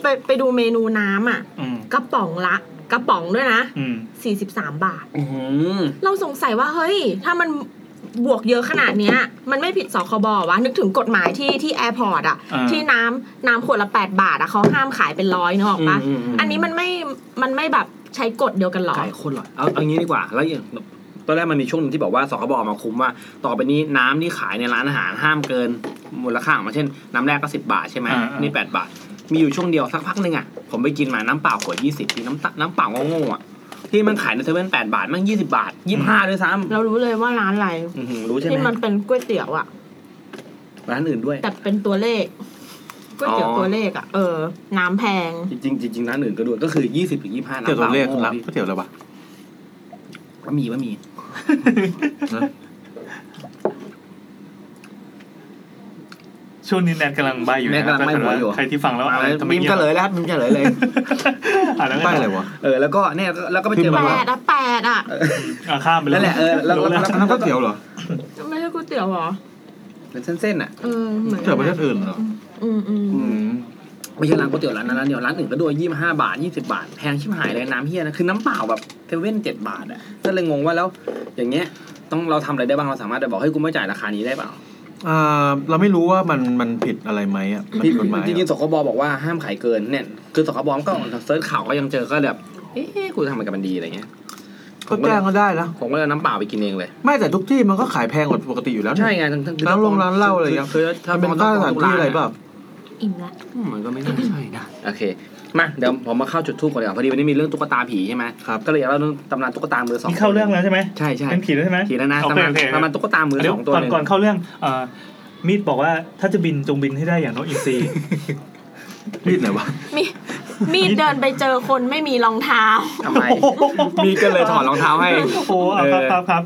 Speaker 3: ไปไปดูเมนูน้ำอะ
Speaker 1: อืม
Speaker 3: กระป๋องละกระป๋องด้วยนะ
Speaker 1: อืม
Speaker 3: 43 บาท
Speaker 4: อือหือ
Speaker 3: เราสงสัยว่าเฮ้ย ถ้ามัน บวกเยอะขนาดเนี้ย มันไม่ผิดสคบวะนึกถึงกฎหมายที่ที่แอร์พอร์ตอะ
Speaker 1: อ่า
Speaker 3: ที่น้ำน้ำขวดละ 8 บาทอะเขาห้ามขายเป็นร้อยเนกอะปะ
Speaker 4: อืมอืมอืม
Speaker 3: อันนี้มันไม่มันไม่แบบใช้กฎเดียวกันหรอ
Speaker 4: ไก่โคตรอร่อยเอาเอางี้ดีกว่า แล้วอย่างตอนแรกมันมีช่วงหนึงที่บอกว่าสคบออกมาคุมว่า ต่อไปนี้น้ำที่ขายในร้านอาหารห้ามเกินมูลค่าของมันเช่น น้ำแรกก็สิบาทใช่ไหม
Speaker 1: อ่าอ่านี่
Speaker 4: นี่แปดบาท มีอยู่ช่วงเดียวสักพักหนึ่งอ่ะ ผมไปกินมาน้ำเปล่าขวดยี่สิบน้ำตาน้ำเปล่าโง่ๆอ่ะ ที่มันขายในเซเว่นแปดบาท มันยี่สิบาทยี่ห้าด้วยซ้
Speaker 3: เรารู้เลยว่าร้านอะไร
Speaker 4: ำอื้อหือรู้ใช่ไห
Speaker 3: ที่
Speaker 4: ม
Speaker 3: มันเป็นก๋วยเตี๋ยวอะ
Speaker 4: ร้านอื่นด้วย
Speaker 3: แต่เป็นตัวเลขก๋วยเตี๋ยว
Speaker 4: อ๋อ
Speaker 3: ตัวเลขอะเออ น้ำแพง
Speaker 4: จริงๆจริงๆร้านอื่นก็ด้วยก็คือยี่สิบถึงยี่ห้าน้ำ
Speaker 2: เกี่ยว
Speaker 4: เป
Speaker 2: กับ
Speaker 4: ล่า
Speaker 2: เลข
Speaker 4: โง่
Speaker 2: รับ
Speaker 4: พี่
Speaker 2: ก๋วยเตี๋ยวเลยปะ
Speaker 4: บะหมี่บะหมี่
Speaker 2: นะ
Speaker 1: ช่วงนี้แนนกำลังใบอยู่นะครับถ้าเกิดว่าใครที่ฟังแล้วอะไรทำไม
Speaker 4: มิม
Speaker 1: งี
Speaker 4: เฉ
Speaker 1: บ
Speaker 4: ลยแล้วครับมิมเฉลยเลย
Speaker 1: อ่ะแล้วไง
Speaker 2: ป้าย
Speaker 1: ต่อ
Speaker 2: อะไรวะ
Speaker 4: เออแล้วก็เนี่ยแล้วก็ไปเจ
Speaker 2: พิม
Speaker 4: อ
Speaker 2: พ์
Speaker 4: มา
Speaker 2: มา
Speaker 3: แป
Speaker 2: ว่า
Speaker 4: ว่า
Speaker 3: ดอะแปดอะ
Speaker 1: อ่ะข้ามไป
Speaker 4: นั่นแหละเออแล้ว
Speaker 1: รู้
Speaker 4: แล้ว
Speaker 1: แล้ว
Speaker 2: อัน
Speaker 4: แล้ว
Speaker 2: นั้นก๋วยเตี๋ยวเหรอ
Speaker 3: ไม่ใช่ก๋วยเตี๋ยวเหรอ
Speaker 4: เป็นเส้นๆอ่ะ
Speaker 3: เออเหมือน
Speaker 2: ก๋วย
Speaker 3: กั
Speaker 2: เตี๋ยวประเทศ
Speaker 3: นนะ
Speaker 2: อื่นเหรอ
Speaker 3: อืมอืม
Speaker 2: อืม
Speaker 4: ไม่ใช่ร้านก๋วยเตี๋ยวร้านนั้นร้านเดียวร้านอื่นก็ด้วยยี่ห้าบาทยี่สิบาทแพงชิบหายเลยน้ำเฮียนะคือน้ำเปล่าแบบเซเว่นเจ็ดบาทอ่ะก็เลยงงว่าแล้วอย่างเงี้ยต้องเราทำอะไรได้บ้างเราสามารถจะบอกให้ยกูไม่จ่ายราคานี้ได้เปล่า
Speaker 2: อ่าเราไม่รู้ว่ามันมันผิดอะไรไหมอ่ะมัน
Speaker 4: ที่
Speaker 2: ผิดกฎหมาย
Speaker 4: จริง
Speaker 2: อะ
Speaker 4: ๆสคบบอกว่าห้ามขายเกินเนี่ยคือสคบก็เซิร์ชข่าวก็ยังเจอก็แบบเอ๊ะกูจะทำอะไรกับมันดีอะไรเงี้ย
Speaker 2: ก็แจ้งก็ได้นะ
Speaker 4: ผมก็เลยเอาน้ำเปล่าไปกินเองเลย
Speaker 2: ไม่แต่ทุกที่มันก็ขายแพงกว่าปกติอยู่แล้วนี่
Speaker 4: ใช่ไงทั้งทั้ง
Speaker 2: ร้านลงร้านเหล้าอะไรอย่างเงี้ย
Speaker 4: คือถ้า
Speaker 2: มันเป็นค่าสถานที่อะไรเปล่า
Speaker 3: อิ่มละ
Speaker 4: มันก็ไม่น่าใช่นะโอเคมาเดี๋ยวผมมาเข้าจุดทูบก่อนดีกว่าพอดีวันนี้มีเรื่องตุ๊กตาผีใช่ไหม
Speaker 2: ครับ
Speaker 4: ก็เลยอยากเล่าเรื่องตำนานตุ๊กตามือสอง
Speaker 1: นี่เข้าเรื่องแล้วใช่ไหม
Speaker 4: ใช่ใช่
Speaker 1: เป็นผีแล้วใช่ไหม
Speaker 4: ขี่แล้วนะ
Speaker 1: โอเคน
Speaker 4: ตำาน
Speaker 1: โอเค
Speaker 4: ตำนานตุ๊กตามือ
Speaker 1: เดี๋ย
Speaker 4: ส
Speaker 1: ว
Speaker 4: องตัว
Speaker 1: ก่อน
Speaker 4: เลย
Speaker 1: ก่อนเข้าเรื่องเอ่อมีดบอกว่าถ้าจะบินจงบินให้ได้อย่างนกอินทรี
Speaker 2: รีดไหนวะ
Speaker 3: มีมีดเดินไปเจอคนไม่มีรองเท้า
Speaker 4: ทำไม มีก็เลยถอดรองเท้าให้
Speaker 1: โอ้โหเอาครับครับครับ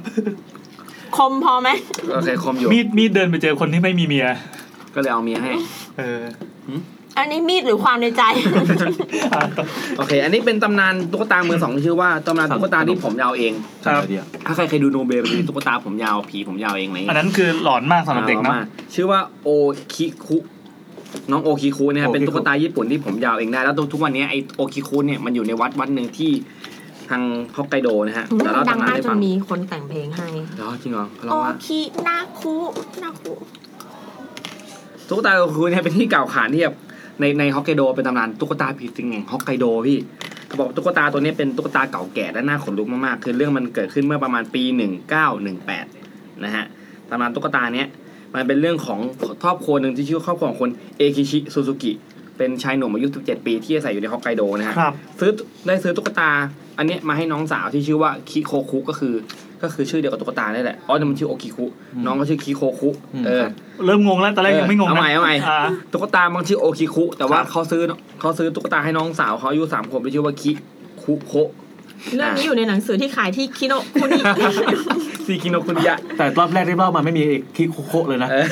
Speaker 3: คมพอไหม
Speaker 4: โอเคคมอยู่
Speaker 1: มีดมีดเดินไปเจอคนที่ไม่มีเมีย
Speaker 4: ก็เลยเอาเมียให้
Speaker 1: เออ
Speaker 3: อันนี้มีดหรือความใน ใจ
Speaker 1: อ่ะต่อ
Speaker 4: โอเค อันนี้เป็นตำนานตุ๊กตามือสองที่ชื่อว่าตำนานตุ๊กตาที่ผมยาวเอง
Speaker 1: ครับ
Speaker 2: เดี๋ยว
Speaker 4: ถ้าใครเคยดูโนเบลเป็นตุ๊กตาผมยาวผีผมยาวเองไหน
Speaker 1: อันนั้นคือหลอนมากสำหรับเด็ก
Speaker 4: อ
Speaker 1: เนาะ
Speaker 4: มชื่อว่าโอคิคุน้องโอคิคุเนี่ยเป็นตุ๊กตาญี่ปุ่นที่ผมยาวเองได้แล้วทุกวันนี้ไอโอคิคุเนี่ยมันอยู่ในวัดวัดหนึ่งที่ทางฮอกไกโดนะฮะแต่
Speaker 3: มั
Speaker 4: เรา
Speaker 3: นดัง
Speaker 4: ตำนาน
Speaker 3: มาก
Speaker 4: ได้
Speaker 3: จ
Speaker 4: ฟั
Speaker 3: น
Speaker 4: ง
Speaker 3: มีคนแต่งเพลงให้
Speaker 4: เหรอจริงเหรอเขาเล่า
Speaker 3: โอ
Speaker 4: ว่า
Speaker 3: คินาคุนาคุ
Speaker 4: ตุ๊กตาโอคูเนี่ยเป็นที่กล่าวขานที่แบบในในฮอกไกโดเป็นตำนานตุ๊กตาผีสิงแห่งฮอกไกโดพี่เขาบอกตุ๊กตาตัวนี้เป็นตุ๊กตาเก่าแก่และน่าขนลุกมากๆ คือเรื่องมันเกิดขึ้นเมื่อประมาณปี 1918 นะฮะตำนานตุ๊กตาเนี้ยมันเป็นเรื่องของครอบครัวหนึ่งที่ชื่อว่าครอบครัวของคนเอคิชิซูซูกิเป็นชายหนุ่มอายุ 17 ปีที่อาศัยอยู่ในฮอกไกโดนะฮะ
Speaker 1: ครับ
Speaker 4: ซื้อได้ซื้อตุ๊กตา อันเนี้ยมาให้น้องสาวที่ชื่อว่าคิโคคุก็คือ ก็คือชื่อเดียวกับตุ๊กตานี่แหละอ๋อแต่มันชื่อโอคิคุน้องก็ชื่อคิโคคุเออ
Speaker 1: เริ่มงงแล้วตอนแรกยังไม่งงนะ
Speaker 4: เอาใหม่เอาใหม่
Speaker 1: ะ
Speaker 4: ตุ๊กตาบางชื่อโอคิคุแต่
Speaker 1: ค
Speaker 4: ว่า
Speaker 1: รับ
Speaker 4: เขาซื้อเขาซื้อตุ๊กตาให้น้องสาวเขาอายุสามขวบที่ชื่อว่าคิคุ โคะ
Speaker 3: เรื่องนี้อยู่ในหนังสือที่ขายที่คิโนคุ นิ
Speaker 4: ซีคิโนคุริยะ
Speaker 2: แต่รอบแรกที่เล่ามาไม่มีไอ้คิโคโคะเลยนะ
Speaker 4: เออ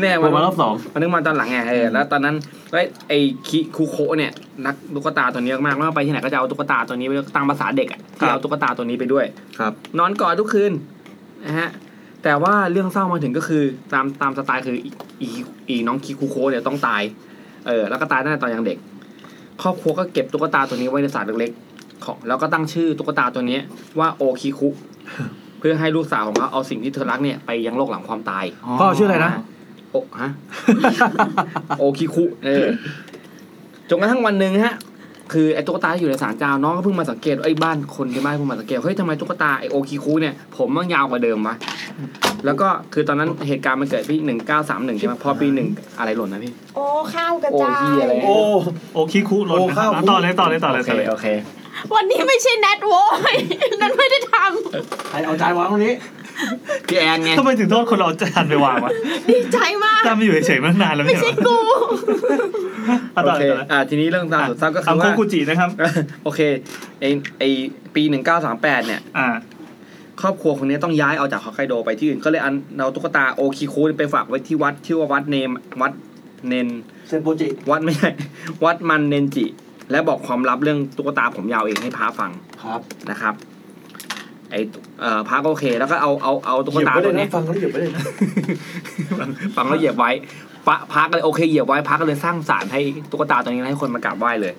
Speaker 4: แน่
Speaker 2: ผมมารอบสอง
Speaker 4: มันนึกมาตอนหลังไงเออแล้วตอนนั้นไอ้ไอ้คิคุโคะเนี่ยนักตุ๊กตาตัวนี้มากๆแล้วไปที่ไหนก็จะเอาตุ๊กตาตัวนี้ไปด้วยตามภาษาเด็กอ่ะ
Speaker 1: ครับ
Speaker 4: ที่เอาตุ๊กตาตัวนี้ไปด้วย
Speaker 2: ครับ
Speaker 4: นอนกอดทุกคืนนะฮะแต่ว่าเรื่องเศร้ามาถึงก็คือตามตามสไตล์คืออีอีอีน้องคิคุโคะเนี่ยต้องตายเออแล้วก็ตายตั้งแต่ตอนยังเด็ก ครอบครัวก็เก็บตุ๊กตาตัวนี้ไว้ในสาดเล็กๆของแล้วก็ตั้งชื่อตุ๊กตาตัวนี้ว่าโอคิคุ เพื่อให้ลูกสาวของเขาเอาสิ่งที่เธอรักเนี่ยไปยังโลกหลังความตาย
Speaker 2: พ่อชื่ออะไรนะ
Speaker 4: โอฮะ โอคิคุเออจนกระทั่งวันหนึ่งฮะ คือไอ้ตุ๊กตาที่อยู่ในศาลเจ้าน้องก็เพิ่งมาสังเกตไอ้บ้านคนที่บ้านเพิ่งมาสังเกตเฮ้ยทำไมตุ๊กตาไอ้โอคิคุเนี่ยผมมันยาวกว่าเดิมวะแล้วก็คือตอนนั้นเหตุการณ์มันเกิดปีหนึ่งเก้าสามหนึ่งใช่ไหมพอปีหนึ่งอะไรหล่นนะพี่
Speaker 3: โอ้ข้าวกระจา
Speaker 4: โอ้เหี้ย
Speaker 3: ย
Speaker 4: อะไร
Speaker 1: โอ้โอคิคุหล่น
Speaker 2: โอ้
Speaker 1: นะครั
Speaker 2: ข้าว
Speaker 1: บ
Speaker 2: คุ
Speaker 1: อ่ะต่อเลยต่อเลยต่อเลยต่อเลย
Speaker 4: โอเค
Speaker 3: วันนี้ไม่ใช่แนทโว้ย นั่นไม่ได้ท
Speaker 2: ใครเอาใจวางตรงนี้
Speaker 4: พี่แอนไง
Speaker 1: ทำไมถึงโทษคนเราจะทันไปวางวะ
Speaker 3: ำดีใจมาก
Speaker 1: จำอยู่เฉยๆมาตั้งนานแล้ว
Speaker 3: ไม่
Speaker 1: ไม่
Speaker 3: ใช่
Speaker 1: ใช่เหรอ
Speaker 3: กู
Speaker 1: อ่ะ
Speaker 4: โอ
Speaker 1: ต่อ
Speaker 4: เค
Speaker 1: เลยต่อเลย
Speaker 4: อ่าทีนี้เรื่องราวสุดเศร้าก็คือ
Speaker 1: ทำโค
Speaker 4: ว่า
Speaker 1: กุจินะครับ
Speaker 4: โอเคไอ้ไอ้ปีหนึ่งเก้าสามแปดเนี่ย
Speaker 1: อ่า
Speaker 4: ครอบครัวคนนี้ต้องย้ายออกจากฮอกไกโดไปที่อื่นก็เลยอันเอาตุ๊กตาโอคิคุไปฝากไว้ที่วัดชื่อว่าวัดเนมวัดเนน
Speaker 2: เซนโปจิ
Speaker 4: วัดไม่ใช่ วัดมันเนนจิ และบอกความลับเรื่องตุ๊กตาผมยาวเองให้พระฟัง
Speaker 2: ครับ
Speaker 4: นะครับไอเอ่อพระก็โอเคแล้วก็เอาเอาเอาตุ๊กตาตัวเนี้ย
Speaker 2: แล้วเหยียบไปเลยนะ
Speaker 4: ฟัง ฟังแล้วเหยียบไว้พระพระก็เลยโอเคเหยียบไว้พระก็เลยสร้างศาลให้ตุ๊กตาตัวนี้ให้คนมากราบไหว้เลย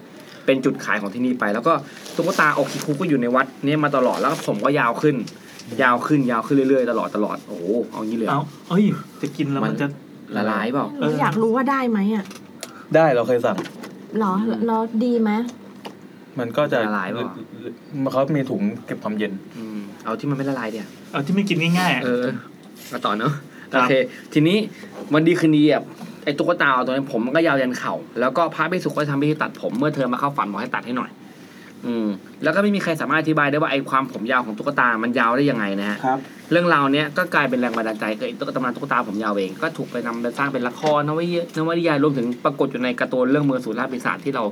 Speaker 4: เป็นจุดขายของที่นี่ไป แล้วก็ตุ๊กตาโอคิคุก็อยู่ในวัดเนี่ยมาตลอดแล้วก็ผมก็ยาวขึ้น ยาวขึ้นยาวขึ้นเรื่อยๆ ตลอดตลอดโอ้โหเอางี้เลยเหร
Speaker 1: เอา
Speaker 4: อ
Speaker 1: เอ้ย จะกินแล้วมันจะ
Speaker 4: ละลายเปล่า
Speaker 1: เออ
Speaker 3: อ
Speaker 1: อ
Speaker 3: ยากรู้ว่าได้ไหมอ่ะ
Speaker 2: ได้เราเคยสั่ง
Speaker 3: หรอ
Speaker 4: อืม
Speaker 3: เราดีไหม
Speaker 2: มันก็จะ
Speaker 4: ละลายเปล่า
Speaker 2: เขามีถุงเก็บความเย็น
Speaker 4: อืมเอาที่มันไม่ละลายเดี๋ยว
Speaker 1: เอาที่ไม่กินง่ายๆอะ
Speaker 4: เออมาต่อเนาะ
Speaker 1: ครั
Speaker 4: โอบ เค ทีนี้วันดีคืนดีอ่ะไอ้ตุ๊กตาตัวนี้นผมมันก็ยาวยันเข่าแล้วก็พระพิสุก็ทำพิธีตัดผมเมื่อเธอมาเข้าฝันบอกให้ตัดให้หน่อย อืม แล้วก็ไม่มีใครสามารถอธิบายได้ว่าไอ้ความผมยาวของตุ๊กตามันยาวได้ยังไงนะฮะ
Speaker 2: ครับ
Speaker 4: เรื่องราวเนี้ยก็กลายเป็นแรงบันดาลใจเกิดตุ๊กตาตุ๊กตาผมยาวเอง ก็ถูกไปนำไปสร้างเป็นละครนวนิยายนวนิยายรวมถึงปรากฏอยู่ในการ์ตูนเรื่องเมืองสุราปีศาจที่เรา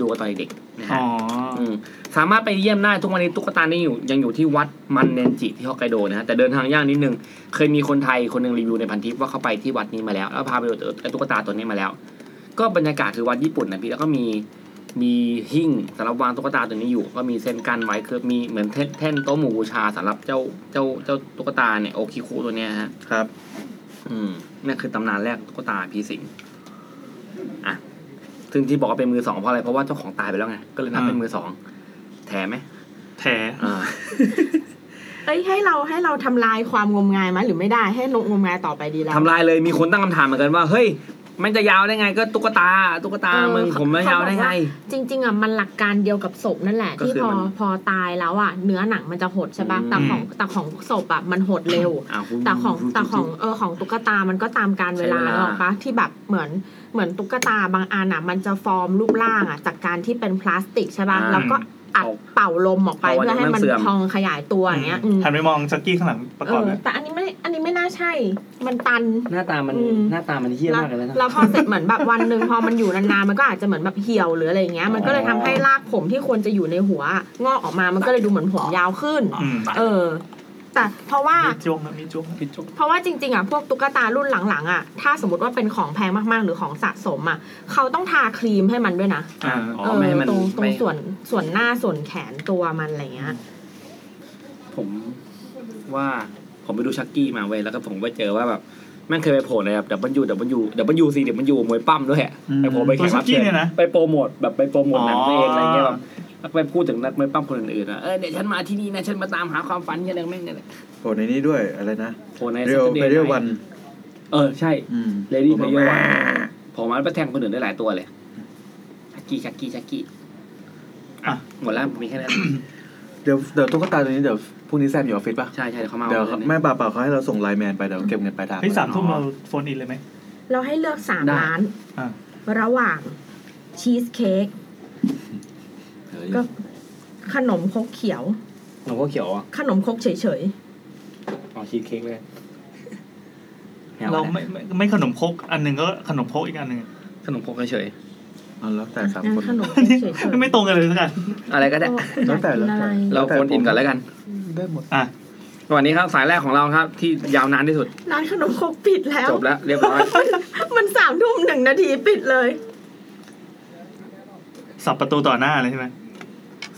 Speaker 4: ดูกันตอนเด็กๆนะฮะ
Speaker 1: อ๋อ
Speaker 4: มสามารถไปเยี่ยมได้ทุกวันนี้ตุ๊กตานี่อยู่ยังอยู่ที่วัดมันเนนจิที่ฮอกไกโดนะฮะแต่เดินทางยากนิดนึง เคยมีคนไทยคนหนึ่งรีวิวในพันทิปว่าเขาไปที่วัดนี้มาแล้ว แล้วพาไปดูไอ้ตุ๊กตาตัวนี้มาแล้ว ก็บรรยากาศคือวัดญี่ปุ่นนะพี่แล้วก็มีมีหิ้งสำหรับวางตุ๊กตาตัวนี้อยู่ ก็มีเส้นกันไว้คือมีเหมือนแท่นแท่นโต๊ะหมู่บูชาสำหรับเจ้าเจ้าเจ้าตุ๊กตาเนี่ยโอคิคุตัวเนี้ยฮะ
Speaker 2: ครับ
Speaker 4: อืมนั่นคือตำนานแรกตุ๊กตาผีสิงอ่ะซึ่งที่บอกว่าเป็นมือสองเพราะอะไร เพราะว่าเจ้าของตายไปแล้วไง ก็เลยนับเป็นมือสองแถมไหม
Speaker 1: แถ
Speaker 4: อ่า
Speaker 3: เอ้ยให้เราให้เราทำลายความงมงายไหมหรือไม่ได้ให้นกงมงายต่อไปดีแล้ว
Speaker 4: ทำลายเลยมีคนตั้งคำถามเหมือนกันว่า เฮ้ย มันจะยาวได้ไง ก็ตุ๊กตา ตุ๊กตา
Speaker 3: เออ
Speaker 4: มึงผมไม่
Speaker 3: เขา
Speaker 4: ยาวได้
Speaker 3: บอก
Speaker 4: ไง
Speaker 3: ว่า จริงๆอ่ะมันหลักการเดียวกับศพนั่นแหละ
Speaker 4: ก็
Speaker 3: ที่
Speaker 4: คือ
Speaker 3: พอ
Speaker 4: มัน
Speaker 3: พอตายแล้วอ่ะเนื้อหนังมันจะหดใช่ปะ
Speaker 4: อืม
Speaker 3: แต่ของแต่ของศพอ่ะมันหดเร็ว
Speaker 4: อ้าวคุณ
Speaker 3: แต่ของแต่ของเออของตุ๊กตา มันก็ตามการเวลา
Speaker 4: ใช้เวลา
Speaker 3: หรอกปะที่แบบเหมือนเหมือนตุ๊กตาบางอันอ่ะมันจะฟอร์มรูปร่างอ่ะจากการที่เป็นพลาสติกใช่ปะแล้วก็อัดเป่าลมออกไป
Speaker 4: เอา
Speaker 3: เพื่
Speaker 4: ไว้
Speaker 3: อให้มัน
Speaker 4: ให้มันเสื่อม
Speaker 3: พองขยายตัวอย่างเงี้ยอืม
Speaker 1: หันไปมองจักกี้ข้างหลังประ
Speaker 3: เอก
Speaker 1: อบ
Speaker 3: อ
Speaker 1: เลย
Speaker 3: แต่อันนี้ไม่อันนี้ไม่น่าใช่ มันตัน
Speaker 4: หน้าตามัน
Speaker 3: อืม
Speaker 4: หน้าตามันเฮี้ยมากเลยนะ
Speaker 3: แล้วพอเสร็จเหมือนแบบวันหนึ่งพอมันอยู่นานๆมันก็อาจจะเหมือนแบบเหี่ยวหรืออะไรอย่างเงี้ยมันก็เลยทำให้รากผมที่ควรจะอยู่ในหัว งอกออกมามันก็เลยดูเหมือนผมยาวขึ้น
Speaker 1: อืม
Speaker 3: เออ แต่เพราะว่า
Speaker 1: มีจ้วงนะมีจ้วงนะมีจ้วง
Speaker 3: เพราะว่าจริงๆอ่ะพวกตุ๊กตารุ่นหลังๆอ่ะถ้าสมมติว่าเป็นของแพงมากๆ หรือของสะสมอ่ะเขาต้องทาครีมให้มันด้วยนะ
Speaker 1: อ่า
Speaker 4: อ๋อ
Speaker 3: เออ
Speaker 4: ไม่ให้มัน
Speaker 3: ตรงตร
Speaker 4: ไม่
Speaker 3: งส่วนส่วนหน้าส่วนแขนตัวมันอะไรเงี้ย
Speaker 4: ผมว่าผมไปดูชักกี้มาเว้ยแล้วก็ผมไปเจอว่าแบบแม่งเคยไปโผล่ในแบบ W W W C W มวยปั้มด้วยอะ
Speaker 2: อืม
Speaker 4: ไปโผล่ไปแข่งรับ
Speaker 1: ตัวชักกี้
Speaker 4: เชิญ
Speaker 1: เนี่ยนะ
Speaker 4: ไปโปรโมทแบบไปโปรโมทหนัง
Speaker 1: อ๋อ
Speaker 4: ตัวเองอะไรเงี้ยแบบแล้วก็ไปพูดถึงนักมวยปั้มคนอื่นๆอะเออเดี๋ยวฉันมาที่นี่นะฉันมาตามหาความฝันกันเองแม่งเนี่ยแหละ
Speaker 2: โผล่ในนี้ด้วยอะไรนะ
Speaker 4: โผล่ใน
Speaker 2: เรียว
Speaker 4: Saturday
Speaker 2: ไปเรียว
Speaker 4: Night
Speaker 2: วัน
Speaker 4: เออใช่
Speaker 2: อืม
Speaker 4: Lady Player One ผมมันไปแทงคนอื่นได้หลายตัวเลยชักกี้ชักกี้ชักกี้อ่ะหมดแล้วมีแค่นั้น
Speaker 2: เดี๋ยวเดี๋ยวตุ๊กตาตัวนี้เดี๋ยวพรุ่งนี้แซมอยู่ออฟฟิศป่ะ
Speaker 4: ใช่ใช่เดี๋ยวเขามา
Speaker 2: เดี๋ยว
Speaker 4: อางิน
Speaker 2: แม่บ่าวเปล่าเขาให้เราส่งไลน์แมนไปเดี๋ยวเก็บเงินปลายทาง
Speaker 1: เฮ้ยสามทุ่มเราโฟนอินเลยไหม
Speaker 3: เราให้เลือกสามร้าน
Speaker 1: อ่า
Speaker 3: ระหว่างชีสเค้ก
Speaker 2: เฮ้ย
Speaker 3: กับขนมครกเขียว
Speaker 4: หนูก็เขียวอ่ะ
Speaker 3: ขนมครกเฉย
Speaker 4: อ๋อชีสเค้กเลยแนว
Speaker 1: เรา
Speaker 4: อะไร
Speaker 1: ไม่ไม่ไม่ขนมครกอันหนึ่งก็ขนมครกอีกอันหนึ่ง
Speaker 4: ขนมพกเฉย
Speaker 2: เอาแล้ว
Speaker 3: ๆ
Speaker 2: แต่สาม
Speaker 3: งั้น
Speaker 2: คน
Speaker 3: ขนมคร
Speaker 1: อัน
Speaker 3: ก
Speaker 1: นี้
Speaker 3: เฉย ๆ
Speaker 1: ไม่ตรงกันเลยสักอัน
Speaker 4: ๆอะไรก็ได้
Speaker 2: แล้
Speaker 3: แล้ว ว
Speaker 2: แต่
Speaker 3: แต่
Speaker 2: แล้
Speaker 3: แล้ว ว
Speaker 2: แต่
Speaker 3: แต่
Speaker 4: เราโฟนอินก่อนแล้วกัน
Speaker 2: ได้หมด
Speaker 1: อ่ะ
Speaker 4: วันนี้ครับสายแรกของเราครับ ที่ยาวนานที่สุด
Speaker 3: ร้านขนมครกปิดแล้ว
Speaker 4: จบแล้วเรียบร้อย
Speaker 3: มันสามทุ่มหนึ่งนาทีปิดเลย
Speaker 1: สับประตูต่อหน้าเลยใช่ไหม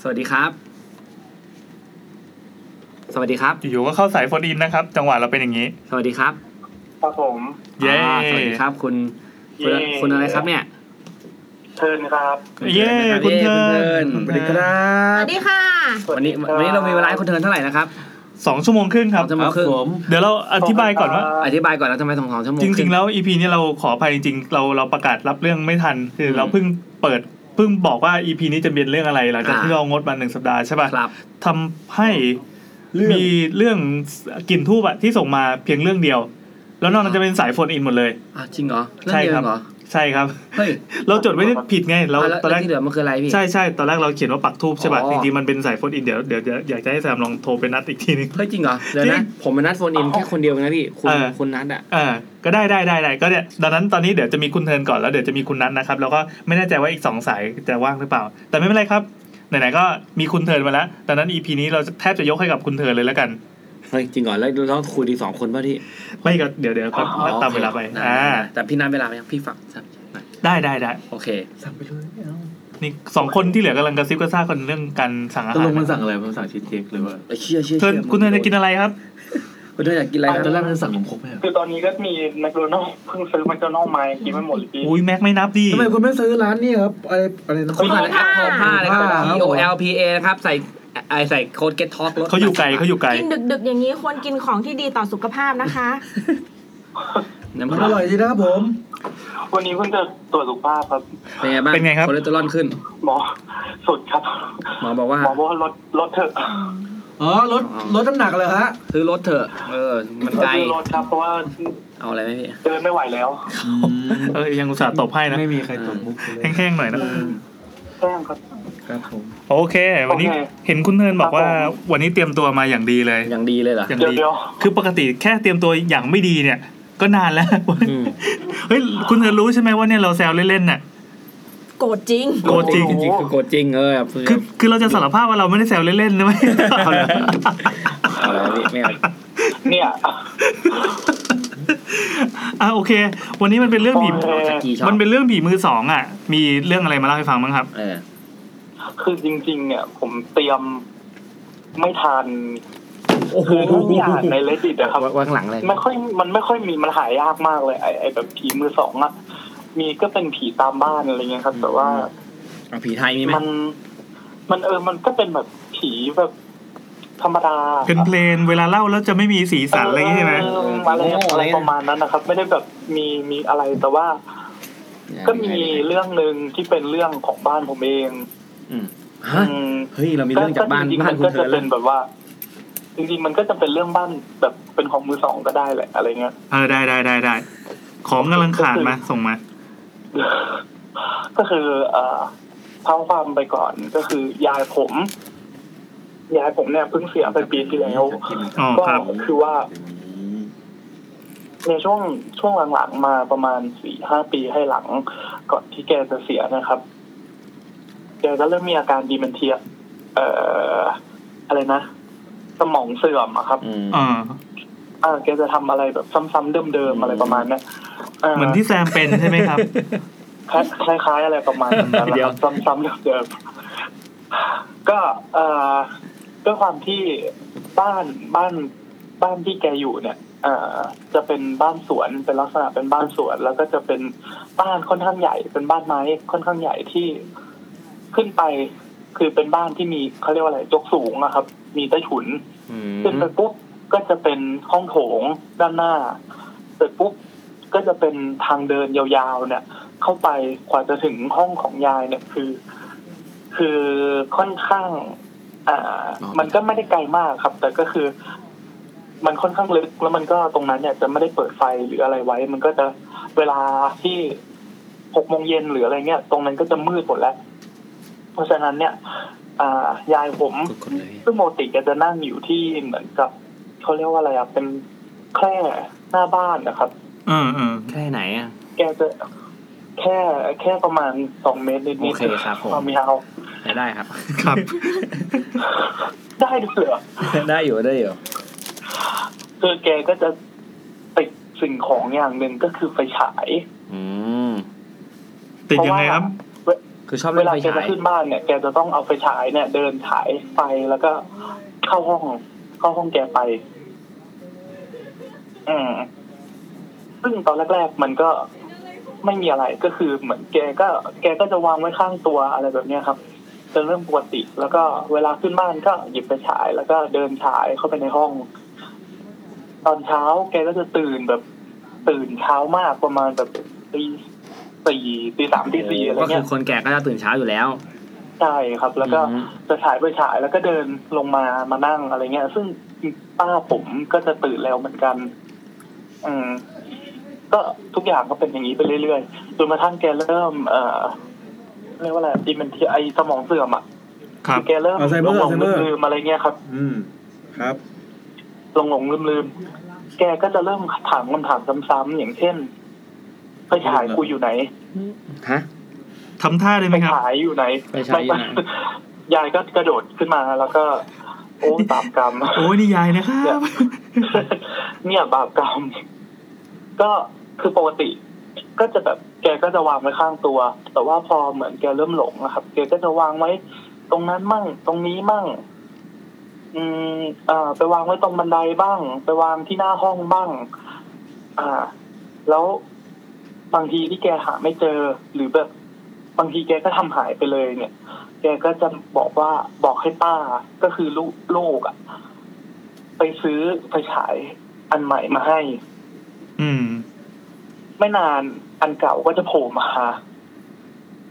Speaker 4: สวัสดีครับ สวัสดีครับ
Speaker 1: อยู่ๆก็เข้าสายโฟนอินนะครับ จังหวะเราเป็นอย่างนี้
Speaker 4: สวัสดีครับ
Speaker 5: ครับผม
Speaker 1: เย้
Speaker 4: อ่าสวัสดีครับคุณคุณ
Speaker 5: เย้
Speaker 4: คุณอะไรครับเนี่ย
Speaker 5: เชิญครับ
Speaker 1: เย้
Speaker 4: คุณเทิ
Speaker 1: คุณเทิร์น
Speaker 2: ส
Speaker 4: ร์น
Speaker 2: ว
Speaker 4: นะ
Speaker 2: ัส
Speaker 4: ครับ
Speaker 2: ดีครั
Speaker 3: ส
Speaker 2: บ
Speaker 3: วัสดีค่ะ
Speaker 4: เย้คุณเทิร์นวันนี้วันนี้เรามีเวลาให้คุณเทิร์นเท่าไหร่นะครับ
Speaker 1: สองชั่วโมงครึ่งครับ
Speaker 4: สองชั่วโมงครึ่ง
Speaker 2: ผม
Speaker 1: เดี๋ยวเราอธิบายก่อนว่า
Speaker 4: อธิบายก่อนนะทำไมสองสองชั่วโมง
Speaker 1: จ
Speaker 4: ค
Speaker 1: ริ
Speaker 4: รึ่
Speaker 1: งๆ
Speaker 4: ง
Speaker 1: แล้วอีพีนี้เราขออภัยจริงๆเราเราประกาศรับเรื่องไม่ทัน คืออ
Speaker 4: ม
Speaker 1: เราเพิ่งเปิดเพิ่งบอกว่าอีพีนี้จะเป็นเรื่องอะไรหลังจากที่
Speaker 4: อ่า
Speaker 1: เรางดมาหนึ่งสัปดาห์ใช่ป่ะ
Speaker 4: ครับ
Speaker 1: ทำให้
Speaker 2: เรื่อง
Speaker 1: มีเรื่องกลิ่นทูบอะที่ส่งมาเพียงเรื่องเดียว แล้วนอกนั้นจะเป็นสายโฟนอินหมดเลย
Speaker 4: อ่ะจริงเหรอเรื่อง
Speaker 1: ใช่
Speaker 4: เดีย
Speaker 1: ครั
Speaker 4: ว
Speaker 1: บ
Speaker 4: เหรอ
Speaker 1: ใช่ครับ
Speaker 4: เฮ้ย
Speaker 1: เราจดไว้ผิดไงเรา
Speaker 4: อ่ะแล้ว
Speaker 1: ตอนแรก
Speaker 4: ที่เหลือมันคืออะไรพี่
Speaker 1: ใช่ใช่ตอนแรกเราเขียนว่าปักทูบใช่ป่ะ
Speaker 4: อ๋อ
Speaker 1: จริงๆมันเป็นสายโฟนอินเดี๋ยวเดี๋ยวเดี๋ยวอยากจะให้แซมลองโทรไปนัดอีกทีนึง
Speaker 4: เฮ้ยจริงเหรอเดี๋ยว
Speaker 1: จริ
Speaker 4: นะ
Speaker 1: ง
Speaker 4: ผมมานัดโฟนอินแค่คนเดียวเองนะพี่คุณ
Speaker 1: เออ
Speaker 4: คุณนัดอ่ะ
Speaker 1: เออก็ได้ได้ได้ได้ก็เนี่ยดังนั้นตอนนี้เดี๋ยวจะมีคุณเทิร์นก่อนแล้วเดี๋ยวจะมีคุณนัทนะครับ แล้วก็ไม่แน่ใจว่าอีกสองสายจะว่างหรือเปล่า แต่ไม่เป็นไรครับไหนๆก็มีคุณเทิร์นมาแล้วดังนั้น EP นี้เราจะแทบจะยกให้กับคุณเทิร์นเลยแล้วกัน
Speaker 4: เฮ้ยจริงก่อนแล้วเราต้องคุยดีสองคนป่ะพี่
Speaker 1: ไม่ก็เดี๋ยวเดี๋ยวก็
Speaker 4: อ๋อ
Speaker 1: ตามเวลาไป
Speaker 4: โอค
Speaker 1: อ่า
Speaker 4: แต่พี่นัดเวลาไหมพี่ฝักสักหน่อย
Speaker 1: ได้ได้ได้
Speaker 4: โอเค
Speaker 2: สั่งไปเลยไม่เอา
Speaker 1: นี่สองคนที่เหลือกำลังกระซิบกระซาบกันเรื่องการสั่งอา
Speaker 2: ตก
Speaker 1: หา
Speaker 2: ล
Speaker 1: รง
Speaker 2: มันสั่งอะไรมันสั่งชีสเค้กหรือว่า
Speaker 4: เอ้ยเชี่ยเชี่ย
Speaker 1: เทิร์น
Speaker 4: ชี่ย
Speaker 1: คุณเทิร์นจะกินอะไรครับ
Speaker 4: คุณเทิร์นอยากกินอะไร
Speaker 2: ตอนแร
Speaker 4: นะ
Speaker 2: กมันสั่งขนมครกไหมอะ
Speaker 5: คือตอนนี้ก็มีแมคโดนัลเพิ่งซื้อแมคโดนัลมากินไม่หมดเลยพี่
Speaker 1: อุ้ยแม็กไม่นับดิ
Speaker 2: ทำไมคุณไม่ซื้อร้านนี่ครับอะไรอะไรนะ
Speaker 4: คุณผ่านแอปโพลผ้าเลยครับ
Speaker 2: ผ้า
Speaker 4: P O L P A นะครับ ใส่ ไอใส่โค้ดเก็ตท็อกลด
Speaker 1: เขาอยู่ไกลเขาอยู่ไกล
Speaker 3: กินดึกๆ อย่างนี้ควรกินของที่ดีต่อสุขภาพนะคะ
Speaker 4: น้ำ
Speaker 2: มัน
Speaker 4: ตา
Speaker 2: อ
Speaker 4: ล
Speaker 2: ร่อยจริงนะครับผม
Speaker 5: วันนี้เพิ่งจะตรวจสุขภาพครับ
Speaker 4: เป็นไงบ้าง
Speaker 1: เป็นไงครับ
Speaker 4: คอเลสเตอรอลขึ้น
Speaker 5: หมอสุดครับ
Speaker 4: หมอบอกว่า
Speaker 5: หมอบอกว่าลดลดเถอะ
Speaker 2: อ๋อลดลดน้ำหนักเลยฮะ
Speaker 4: ซื้อรถเถอะ เออ มันไกล
Speaker 5: ลดครับเพราะว่า
Speaker 4: เอาอะไรไหมพี่
Speaker 5: เดินไม่ไหวแล้ว
Speaker 1: เออยังอุตส่าห์ตบให้นะ
Speaker 2: ไม่มีใครตบมุกเลย
Speaker 1: แห้งๆหน่อยนะ
Speaker 5: แจ้งครับ
Speaker 2: ครับผม
Speaker 1: โอเค วันนี้
Speaker 5: โอเค
Speaker 1: เห็นคุณเนินบอกว่า
Speaker 5: ครับผม
Speaker 1: วันนี้เตรียมตัวมาอย่างดีเลย
Speaker 4: อย่างดีเลยเหรอ
Speaker 1: อย่าง
Speaker 5: เดี๋ยว
Speaker 1: ดี
Speaker 5: เดี๋ยว
Speaker 1: คือปกติแค่เตรียมตัวอย่างไม่ดีเนี่ย ก็นานแล้ว
Speaker 4: อืม
Speaker 1: เฮ้ยคุณเนินรู้ใช่ไหมว่าเนี่ยเราแซวเล่นๆน่ะ
Speaker 3: โกรธจริง
Speaker 1: โกรธจริง
Speaker 4: จริงๆคือโกรธจริงเออแบบ
Speaker 1: คือคือเราจะสารภาพว่าเราไม่ได้แซวเล่นๆนะไม่
Speaker 2: เอาเลย
Speaker 4: เอาอะไรวะพี่ไม่เอา
Speaker 5: เนี่ย
Speaker 1: อ่ะโอเค วันนี้มันเป็นเรื่องผี
Speaker 5: โอเค
Speaker 4: เอาสกีชอบ
Speaker 1: มันเป็นเรื่องผีมือสองอ่ะ มีเรื่องอะไรมาเล่าให้ฟังบ้างครับ
Speaker 4: เออ
Speaker 5: คือจริง ๆ เนี่ย ผมเตรียมไม่ทัน
Speaker 4: โอ้โห
Speaker 5: คือทุกอย่างใน reddit นะครับ
Speaker 4: วางหลังเลย
Speaker 5: ไม่ค่อยมันไม่ค่อยมีมันหายากมากเลยไอ้ไอ้แบบผีมือสองอะมีก็เป็นผีตามบ้านอะไรเงี้ยครับ แต่ว่า
Speaker 4: เอาผีไทยมีไหม
Speaker 5: มัน มันเออมันก็เป็นแบบผีแบบธรรมดา
Speaker 1: เป็นเพลนเวลาเล่าแล้วจะไม่มีสีสันอะไรอย่างงี้ใช่ไหม
Speaker 5: เอออะไรอะไรประมาณนั้นนะครับ ไม่ได้แบบมีมีอะไรแต่ว่า ก็มีเรื่องหนึ่งที่เป็นเรื่องของบ้านผมเอง
Speaker 4: อืมฮะ
Speaker 5: อืม
Speaker 4: เฮ้ยเรามีเรื่องจากบ้าน
Speaker 5: จริงๆ
Speaker 4: บ้าน
Speaker 5: มัน
Speaker 4: คุณ
Speaker 5: ก็
Speaker 4: เธอ
Speaker 5: จะ
Speaker 4: แล้
Speaker 5: เป็
Speaker 4: วน
Speaker 5: แบบว่า จริงๆมันก็จะเป็นเรื่องบ้านแบบเป็นของมือสองก็ได้แหละอะไรเงี้ย
Speaker 1: เออได้ได้ได้ได้ของกำลังขาดมาส่งมา
Speaker 5: ก็คือ เอ่อเท้าความไปก่อนก็คือยายผม ยายผมเนี่ยเพิ่งเสียไปปีที่แล้ว
Speaker 1: อ๋อ
Speaker 5: ก็
Speaker 1: ครับ
Speaker 5: คือว่า ในช่วงช่วงหลังๆมาประมาณสี่ห้าปีให้หลัง ก่อนที่แกจะเสียนะครับ แกก็เริ่มมีอาการดีเมนเทีย เอ่อ อะไรนะ สมองเสื่อมอะครับ
Speaker 4: อืม
Speaker 1: เออ
Speaker 5: อ่า แกจะทำอะไรแบบซ้ำๆเดิมๆอะไรประมาณเนี้ยา
Speaker 1: เหมือนที่แซมเป็นใช่ไหมครับ
Speaker 5: คล้ายคล้ายๆอะไรประมาณนั้นแหละครับซ้ำๆเดิมๆก็เอ่อด้วยความที่บ้านบ้านบ้านที่แกอยู่เนี่ย เอ่อ จะเป็นบ้านสวนเป็นลักษณะเป็นบ้านสวน แล้วก็จะเป็นบ้านค่อนข้างใหญ่ เป็นบ้านไม้ค่อนข้างใหญ่ที่ขึ้นไป คือเป็นบ้านที่มีเขาเรียกว่าอะไรยกสูงอะครับ มีใต้ถุน
Speaker 4: อื
Speaker 5: ขึ้น
Speaker 4: ม
Speaker 5: ไปปุ๊บก็จะเป็นห้องโถงด้านหน้าเสร็จปุ๊บก็จะเป็นทางเดินยาวๆ เนี่ย เข้าไปกว่าจะถึงห้องของยายเนี่ยคือ คือค่อนข้าง อ่า มันก็ไม่ได้ไกลมากครับ แต่ก็คือ มันค่อนข้างลึกแล้วมันก็ตรงนั้นเนี่ยจะไม่ได้เปิดไฟหรืออะไรไว้ มันก็จะเวลาที่หกโมงเย็นหรืออะไรเงี้ยตรงนั้นก็จะมืดหมดแล้ว เพราะฉะนั้นเนี่ย อ่ายายผม
Speaker 4: กดกดเลย
Speaker 5: ซึ่งโมติแกจะนั่งอยู่ที่เหมือนกับเขาเรียกว่าอะไรอะเป็นแคร่หน้าบ้านนะครับ
Speaker 1: เออเออ
Speaker 4: แค่ไหนอ่ะ
Speaker 5: แกจะแค่แค่ประมาณสองเมตรนิดๆ
Speaker 4: โอเคครับผม
Speaker 5: ความยาว
Speaker 4: ใช้ได้ครับ
Speaker 1: ครับ
Speaker 5: ได้ด้วยเหรอ
Speaker 4: ได้อยู่ได้อยู่
Speaker 5: คือแกก็จะติดสิ่งของอย่างหนึ่งก็คือไฟฉาย
Speaker 4: อืม
Speaker 1: ติดยังไงครับ
Speaker 5: เพราะว่า
Speaker 4: คือชอบ
Speaker 5: เว
Speaker 4: เล่น
Speaker 5: ลา
Speaker 4: ไฟ
Speaker 5: แก
Speaker 4: ฉา
Speaker 5: จะ
Speaker 4: ย
Speaker 5: ขึ้นบ้านเนี่ยแกจะต้องเอาไฟฉายเนี่ย เดินฉายไฟแล้วก็เข้าห้องเข้าห้องแกไป อืมซึ่งตอนแรกๆ มันก็ไม่มีอะไรก็คือเหมือนแกก็ แกก็จะวางไว้ข้างตัวอะไรแบบเนี้ยครับเป็นเรื่องปกติ แล้วก็เวลาขึ้นบ้านก็หยิบไปฉาย แล้วก็เดินฉายเข้าไปในห้อง ตอนเช้า แกก็จะตื่นแบบตื่นเช้ามากประมาณแบบตีสี่ตีสามตีสี่อะไร
Speaker 4: ก็คื
Speaker 5: เงี้
Speaker 4: อย คนแก่ก็จะตื่นเช้าอยู่แล้ว
Speaker 5: ใช่ครับ แล้วก็
Speaker 4: อืม
Speaker 5: จะฉายไปฉายแล้วก็เดินลงมามานั่งอะไรเงี้ย ซึ่งป้าผมก็จะตื่นแล้วเหมือนกัน อืม ก็ทุกอย่างก็เป็นอย่างนี้ไปเรื่อยๆจนกระทั่งแกเริ่ม เอ่อเรียกว่าอะไรดีมันที่ไอสมองเสื่อมอ่ะ
Speaker 1: ครับ
Speaker 5: แกเริ่ม
Speaker 2: อัลไซ
Speaker 5: ห
Speaker 2: เม
Speaker 5: ล
Speaker 2: อร์
Speaker 5: งหล
Speaker 2: อัลไซเมอร์
Speaker 5: งลืมๆอะไรเงี้ยครับ
Speaker 2: อืมครับ
Speaker 5: หลงหลงลืมลืมๆแกก็จะเริ่มถามคำถามซ้ำๆอย่างเช่นไปฉายกูอยู่ไหน
Speaker 4: ฮะ
Speaker 1: ทำท่าได้ไห
Speaker 5: ไป
Speaker 1: มครับ
Speaker 5: ขายอยู่ไหน
Speaker 4: ไปขายอยู่ไหน
Speaker 5: ม่ ยายก็กระโดดขึ้นมาแล้วก็ โอ้บาปกรรม
Speaker 1: โอ้ยนี่ยายนะครับ
Speaker 5: เนี่ยบาปกรรม ก็คือปกติ ก็จะแบบแกก็จะวางไว้ข้างตัว แต่ว่าพอเหมือนแกเริ่มหลงนะครับ แกก็จะวางไว้ ตรงนั้นมั่ง ตรงนี้มั่ง อืมอ่า ไปวางไว้ตรงบันไดบ้าง ไปวางที่หน้าห้องบ้าง อ่า แล้วบางทีที่แกหาไม่เจอ หรือแบบ ไป บางทีแกก็ทำหายไปเลยเนี่ย แกก็จะบอกว่าบอกให้ป้าก็คือลูกลูกอะไปซื้อไฟฉายอันใหม่มาให้
Speaker 1: อืม
Speaker 5: ไม่นานอันเก่าก็จะโผล่มา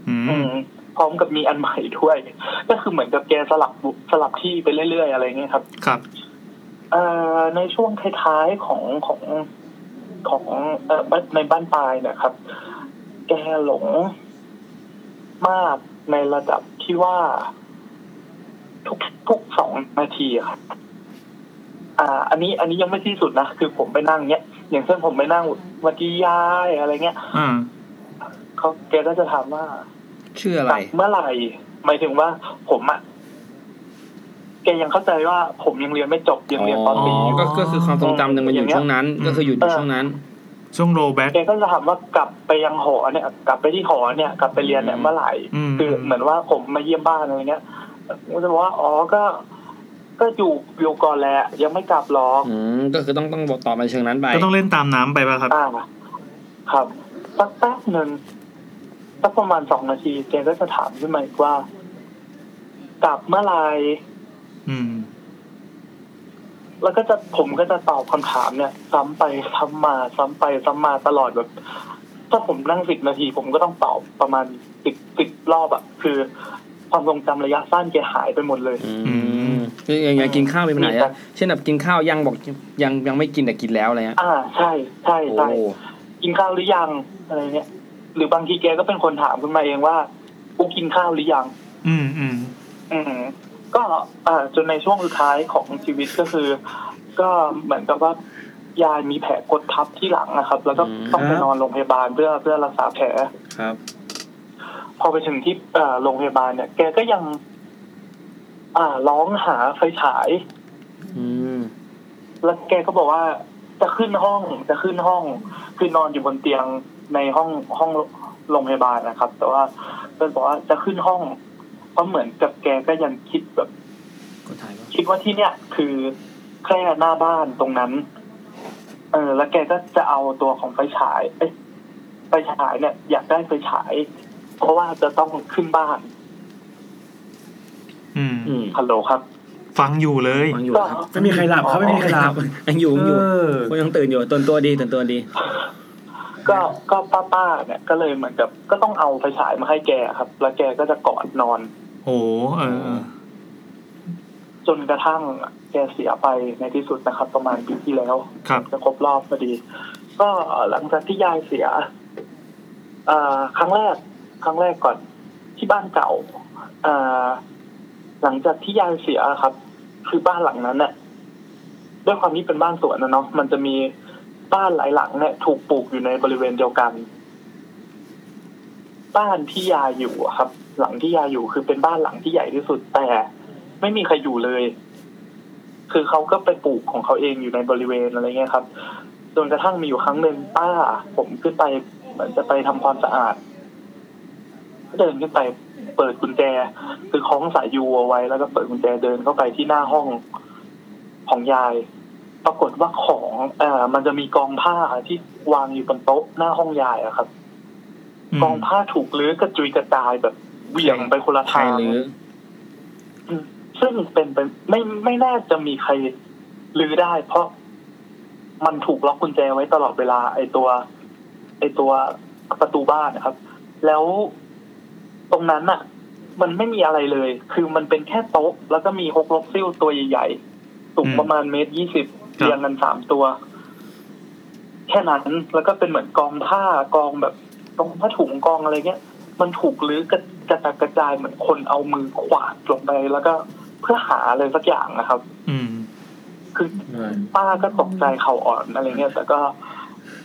Speaker 1: อื
Speaker 5: อื
Speaker 1: ม
Speaker 5: มพร้อมกับมีอันใหม่ด้วย ก็คือเหมือนกับแกสลับบุสลับที่ไปเรื่อยๆอะไรเงี้ยครับ
Speaker 1: ครับ
Speaker 5: เอ่อในช่วงท้ายๆของของของเอ่อบ้านในบ้านปลายเนะครับ แกหลงมากในระดับที่ว่าทุกทุกสองนาทีอะครับอ่า อันนี้อันนี้ยังไม่ที่สุดนะ คือผมไปนั่งเนี้ย อย่างเช่นผมไปนั่งสวัดดียายอะไรเงี้ย
Speaker 1: อ่า
Speaker 5: เขาแกก็จะถามว่า
Speaker 4: ชื่ออะไร
Speaker 5: เมื่อไหร่หมายถึงว่าผมอะแกยังเข้าใจว่าผมยังเรียนไม่จบยังเรียนตอนปีอยู่
Speaker 4: ก็ก็คือความทรงจำยังมันอยู่ช่วงนั้น
Speaker 1: อืม
Speaker 4: ก็คืออยู่
Speaker 5: เออ
Speaker 4: ช่วงนั้น
Speaker 1: ช่วงโรแบ็ค
Speaker 5: แกก็จะถามว่ากลับไปยังหอเนี่ย กลับไปที่หอเนี่ย กลับไปเรียนเนี่ยเมื่อไหร่
Speaker 1: อืม
Speaker 5: คือเหมือนว่าผมมาเยี่ยมบ้านอะไรเงี้ยผมก็จะบอกว่าอ๋อก็ก็อยู่อยู่ก่อนแหละยังไม่กลับหรอก
Speaker 4: อืมก็คือต้องต้องบอกต่อไปเชิงนั้นไป
Speaker 1: ก็ต้องเล่นตามน้ำไปป่ะครับ
Speaker 5: อ่าครับสักแป๊บหนึ่งสักประมาณสองนาทีแกก็จะถามขึ้นมาอีกว่า กลับเมื่อไหร่
Speaker 1: อืม
Speaker 5: แล้วก็จะผมก็จะตอบคำถามเนี่ยซ้ำไปซ้ำมาซ้ำไปซ้ำมาตลอดแบบ ถ้าผมนั่งสิบนาที ผมก็ต้องตอบประมาณสิบสิบรอบอะคือ ความทรงจำระยะสั้นแกหายไปหมดเลย
Speaker 4: อื
Speaker 1: ม
Speaker 4: มอย่างอย่างกินข้าวเป็นปัญหา
Speaker 5: ครับ
Speaker 4: อะเช่นแบบกินข้าวยังบอกยังยังไม่กินแต่กินแล้วอะไรเงี้ย
Speaker 5: อ่าใช่ใช่
Speaker 4: โอ้
Speaker 5: ใช่กินข้าวหรือยังอะไรเงี้ยหรือบางทีแกก็เป็นคนถามขึ้นมาเองว่ากูกินข้าวหรือยัง
Speaker 1: อืมอืม
Speaker 5: อืมก็เอ่อจนในช่วงสุดท้ายของชีวิตก็คือ ก็เหมือนกับว่ายายมีแผลกดทับที่หลังนะครับ แล้วก็ต้องไปนอนโรงพยาบาลเพื่อเพื่อรักษาแผล
Speaker 4: ครับ
Speaker 5: พอไปถึงที่เอ่อโรงพยาบาลเนี่ย แกก็ยัง อ่าร้องหาไฟฉาย
Speaker 4: อืม
Speaker 5: แล้วแกก็บอกว่าจะขึ้นห้องจะขึ้นห้อง คือนอนอยู่บนเตียงในห้องห้องโรงพยาบาลนะครับ แต่ว่าเพื่อนบอกว่าจะขึ้นห้องเพราะเหมือนกับแกก็ยังคิดแบบ
Speaker 4: กดถ่ายป่ะ
Speaker 5: คิดว่าที่เนี่ยคือแค่หน้าบ้านตรงนั้น เออ แล้วแกก็จะเอาตัวของไฟฉาย เอ้ยไฟฉายเนี่ย อยากได้ไฟฉาย เพราะว่าจะต้องขึ้นบ้าน
Speaker 1: อืม
Speaker 4: อืม
Speaker 5: ฮัลโหลครับ
Speaker 1: ฟังอยู่เลย
Speaker 4: ยังอยู่
Speaker 5: ก็
Speaker 4: ครับ
Speaker 2: ไม่มีใครหลับครับไม่มีใครหลับ
Speaker 4: ยังอยู่ยังอยู่
Speaker 2: เออ
Speaker 4: คนยังตื่นอยู่ตื่นตัวดีตื่นตัวดี
Speaker 5: ก็ก็ป้าป้าๆเนี่ยก็เลยเหมือนกับ ก็ต้องเอาไฟฉายมาให้แกครับ แล้วแกก็จะกอดนอน
Speaker 1: โอ้เออเออ
Speaker 5: จนกระทั่งแกเสียไปในที่สุดนะครับ ประมาณปีที่แล้ว
Speaker 1: ครับ
Speaker 5: จะครบรอบพอดี ก็หลังจากที่ยายเสียเอ่อครั้งแรก ครั้งแรกก่อนที่บ้านเก่าเอ่อหลังจากที่ยายเสียครับ คือบ้านหลังนั้นเนี่ยด้วยความที่เป็นบ้านสวนนะเนาะมันจะมีบ้านหลายหลังเนี่ย ถูกปลูกอยู่ในบริเวณเดียวกัน บ้านที่ยายอยู่อะครับ หลังที่ยายอยู่คือเป็นบ้านหลังที่ใหญ่ที่สุดแต่ ไม่มีใครอยู่เลย คือเขาก็ไปปลูกของเขาเองอยู่ในบริเวณอะไรเงี้ยครับ จนกระทั่งมีอยู่ครั้งหนึ่งป้า ผมขึ้นไปเหมือนจะไปทำความสะอาด ก็เดินขึ้นไปเปิดกุญแจ คือคล้องสายยูเอาไว้ แล้วก็เปิดกุญแจเดินเข้าไปที่หน้าห้องของยาย ปรากฏว่าของเอ่อมันจะมีกองผ้าที่วางอยู่บนโต๊ะหน้าห้องยายอะครับ
Speaker 1: อืม
Speaker 5: กองผ้าถูกรื้อกระจุยกระจายแบบเหวี่ยงไปคนละ
Speaker 4: ใคร
Speaker 5: ทาง
Speaker 4: หรือ
Speaker 5: ซึ่งเป็นไปไม่ไม่น่าจะมีใครลือได้ เพราะมันถูกล็อกกุญแจไว้ตลอดเวลา ไอตัว ไอตัวประตูบ้านนะครับ แล้วตรงนั้นน่ะ มันไม่มีอะไรเลย คือมันเป็นแค่โต๊ะ แล้วก็มีหกลกซิ่วตัวใหญ่ๆสูงประมาณเมตรยี่สิบเรียงกันสามตัว แค่นั้นแล้วก็เป็นเหมือนกองผ้ากองแบบกองผ้าถุงกองอะไรเงี้ย มันถูกรื้อกระกระจัดกระจายเหมือนคนเอามือขวาดลงไป แล้วก็เพื่อหาอะไรสักอย่างนะครับ
Speaker 1: อืม
Speaker 5: คือป้าก็ตกใจเข่าอ่อนอะไรเงี้ยแต่ก็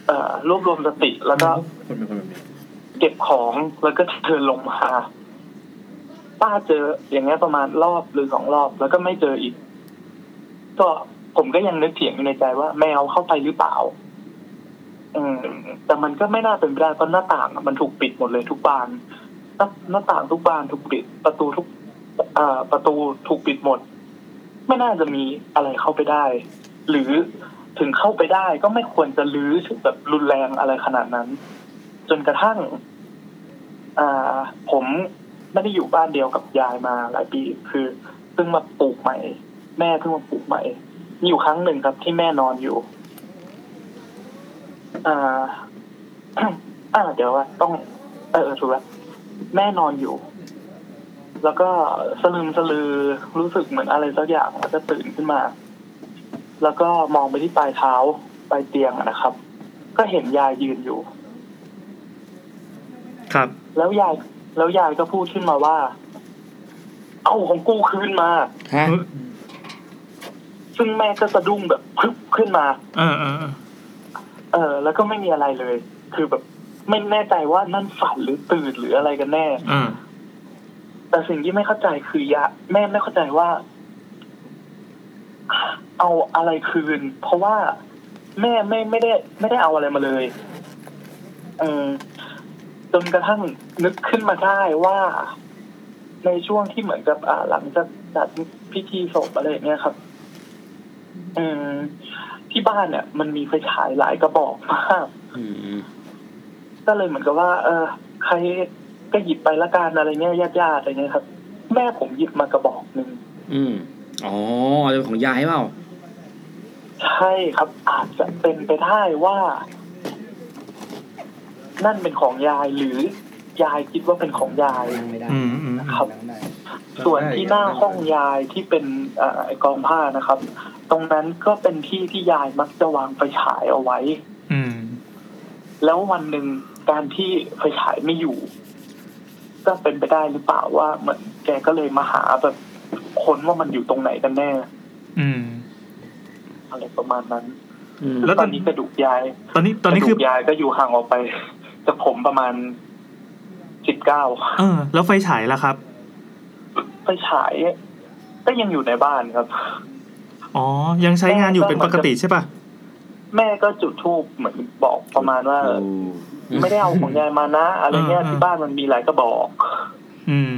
Speaker 5: เอ่อรวบรวมสติแล้วก็
Speaker 2: คนเป็นคนแบบนี้
Speaker 5: เก็บของแล้วก็เดินลงมาป้าเจออย่างเงี้ยประมาณรอบหรือสองรอบ แล้วก็ไม่เจออีก ก็ผมก็ยังนึกเถียงอยู่ในใจว่าแมวเข้าไปหรือเปล่า อืมแต่มันก็ไม่น่าเป็นไปได้เพราะหน้าต่างอะมันถูกปิดหมดเลยทุกบานหน้าหน้าต่างทุกบานถูกปิด ประตูทุกอ่าประตูถูกปิดหมด ไม่น่าจะมีอะไรเข้าไปได้ หรือถึงเข้าไปได้ก็ไม่ควรจะลื้อแบบรุนแรงอะไรขนาดนั้น จนกระทั่ง อ่าผมไม่ได้อยู่บ้านเดียวกับยายมาหลายปี คือเพิ่งมาปลูกใหม่ แม่เพิ่งมาปลูกใหม่มีอยู่ครั้งหนึ่งครับที่แม่นอนอยู่ อ่ า อ่าเดี๋ยวว่าต้อง เออเออถูกแล้วแม่นอนอยู่ แล้วก็สลืมสลือรู้สึกเหมือนอะไรสักอย่างแล้วก็ตื่นขึ้นมา แล้วก็มองไปที่ปลายเท้าปลายเตียงอะนะครับ ก็เห็นยายยืนอยู่
Speaker 1: ครับ
Speaker 5: แล้วยาย แล้วยายก็พูดขึ้นมาว่า เอาของกูคืนมา
Speaker 2: ฮะ
Speaker 5: ซึ่งแม่ก็สะดุ้งแบบพึบขึ้นมา
Speaker 1: เออเออเออ
Speaker 5: เออ แล้วก็ไม่มีอะไรเลย คือแบบ ไม่แน่ใจว่านั่นฝันหรือตื่นหรืออะไรกันแน่
Speaker 1: เออ
Speaker 5: แต่สิ่งที่ไม่เข้าใจคือยะแม่ไม่เข้าใจว่า เอาอะไรคืน เพราะว่าแม่ไม่ไม่ได้ ไม่ได้เอาอะไรมาเลยเออจนกระทั่งนึกขึ้นมาได้ว่า ในช่วงที่เหมือนกับอ่าหลังจากจัดพิธีศพอะไรอย่างเงี้ยครับเออที่บ้านเนี่ย มันมีไฟฉายหลายกระบอกมาก ก็เลยเหมือนกับว่า เออ ใครก็หยิบไปละกันอะไรเงี้ยญาติๆอะไรเงี้ยครับ แม่ผมหยิบมากระบอกหนึ่ง
Speaker 4: อืมอ๋อจะเป็นของยายเปล่า
Speaker 5: ใช่ครับ อาจจะเป็นไปได้ว่า นั่นเป็นของยายหรือยายคิดว่าเป็นของยาย
Speaker 6: ไม่ได้
Speaker 1: อืมอืมอืม
Speaker 5: ครับ ส่วนที่หน้าห้องยายที่เป็นเอ่อไอกองผ้านะครับ ตรงนั้นก็เป็นที่ที่ยายมักจะวางไฟฉายเอาไว้
Speaker 1: อืม
Speaker 5: แล้ววันหนึ่งการที่ไฟฉายไม่อยู่ ก็เป็นไปได้หรือเปล่าว่าเหมือนแกก็เลยมาหาแบบค้นว่ามันอยู่ตรงไหนกันแน่
Speaker 1: อืม
Speaker 5: อะไรประมาณนั้น
Speaker 1: แล้
Speaker 5: แล้ว ว
Speaker 1: ต
Speaker 5: ต
Speaker 1: อ
Speaker 5: อน นนี้กระดูกยาย
Speaker 1: ตอนนี้ตอนนี้
Speaker 5: กระ
Speaker 1: คื
Speaker 5: ดู
Speaker 1: อ
Speaker 5: กยายก็อยู่ห่างออกไปจากผมประมาณสิบเก้า
Speaker 1: เออ แล้วไฟฉายล่ะครับ
Speaker 5: ไฟฉายก็ยังอยู่ในบ้านครับ
Speaker 1: อ๋อ ยังใช้งานอยู่เป็นปกติใช่ป่ะ
Speaker 5: แม่ก็จุดธูปเหมือนบอกประมาณว่า
Speaker 2: โอ้
Speaker 5: ไม่ได้เอาของยายมานะ อะไรเงี้ย
Speaker 1: อืม
Speaker 5: ที่บ้านมันมีหลายกระบอก
Speaker 1: อืม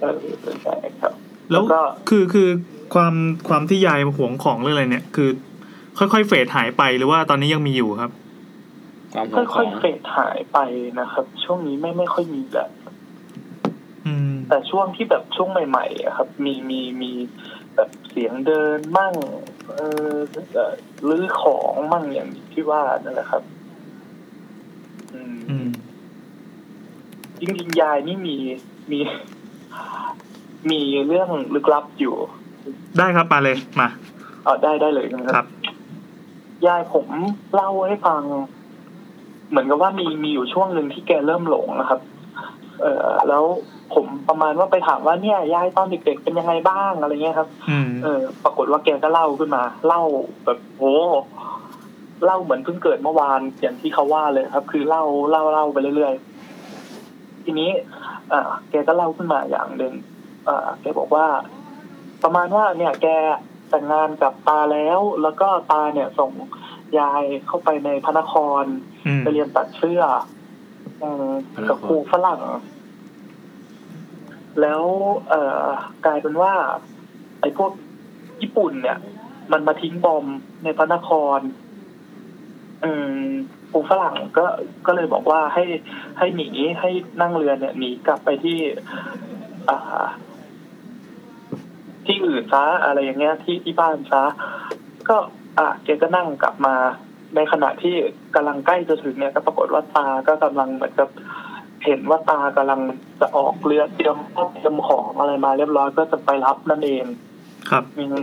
Speaker 5: เออใช่ครับ
Speaker 1: แล้ว
Speaker 5: แล้วก็
Speaker 1: คือคือความความที่ยายห่วงของหรืออะไรเนี่ย คือ ค่อยๆเฟดหายไปหรือว่าตอนนี้ยังมีอยู่ครับ
Speaker 4: ความข
Speaker 5: ค่
Speaker 4: องข
Speaker 5: อ
Speaker 4: อย ง
Speaker 5: ๆเฟดหายไปนะครับ ช่วงนี้ไม่ไม่ค่อยมีแหละ
Speaker 1: อืม
Speaker 5: แต่ช่วงที่แบบช่วงใหม่ๆอะครับ มีมีมีแบบเสียงเดินมั่งเออเอ่อรื้อของมั่งอย่างที่ว่านั่นแหละครับ อืม
Speaker 1: อืม
Speaker 5: จริงๆยายนี่มีมี มีเรื่องลึกลับอยู่
Speaker 1: ได้ครับมาเลยมา
Speaker 5: เออได้ได้เลยนะค
Speaker 1: ครั
Speaker 5: รับ บ ยายผมเล่าให้ฟัง เหมือนกับว่ามีมีอยู่ช่วงหนึ่งที่แกเริ่มหลงนะครับ เออแล้วผมประมาณว่าไปถามว่าเนี่ยยายตอนเด็กๆเป็นยังไงบ้างอะไรเงี้ยครับ
Speaker 1: อืม
Speaker 5: เออปรากฏว่าแกก็เล่าขึ้นมา เล่าแบบโหเล่าเหมือนเพิ่งเกิดเมื่อวานอย่างที่เขาว่าเลยครับ คือเล่าเล่าเล่าไปเรื่อยๆทีนี้อ่าแกก็เล่าขึ้นมาอย่างหนึ่งอ่าแกบอกว่า ประมาณว่าเนี่ย แกแต่งงานกับตาแล้ว แล้วก็ตาเนี่ยส่งยายเข้าไปในพระนคร
Speaker 1: อืม
Speaker 5: ไปเรียนตัดเสื้อเอ่อกับครูฝรั่ง แล้ว เอ่อกลายเป็นว่า ไอ้พวกญี่ปุ่นเนี่ย มันมาทิ้งบอมในพระนครเอิ่มครูฝรั่งก็ก็เลยบอกว่าให้ให้หนีให้นั่งเรือเนี่ยหนีกลับไปที่ อ่า ที่อื่นซะอะไรอย่างเงี้ย ที่ที่บ้านซะก็อ่ะแกก็นั่งกลับมา ในขณะที่กำลังใกล้จะถึงเนี่ยก็ปรากฏว่าตาก็กำลังเหมือนกับเห็นว่าตากำลังจะออกเรือเตรียมข้าวเตรียมของอะไรมาเรียบร้อยก็จะไปรับนั่นเอง
Speaker 1: ครับ
Speaker 5: อืม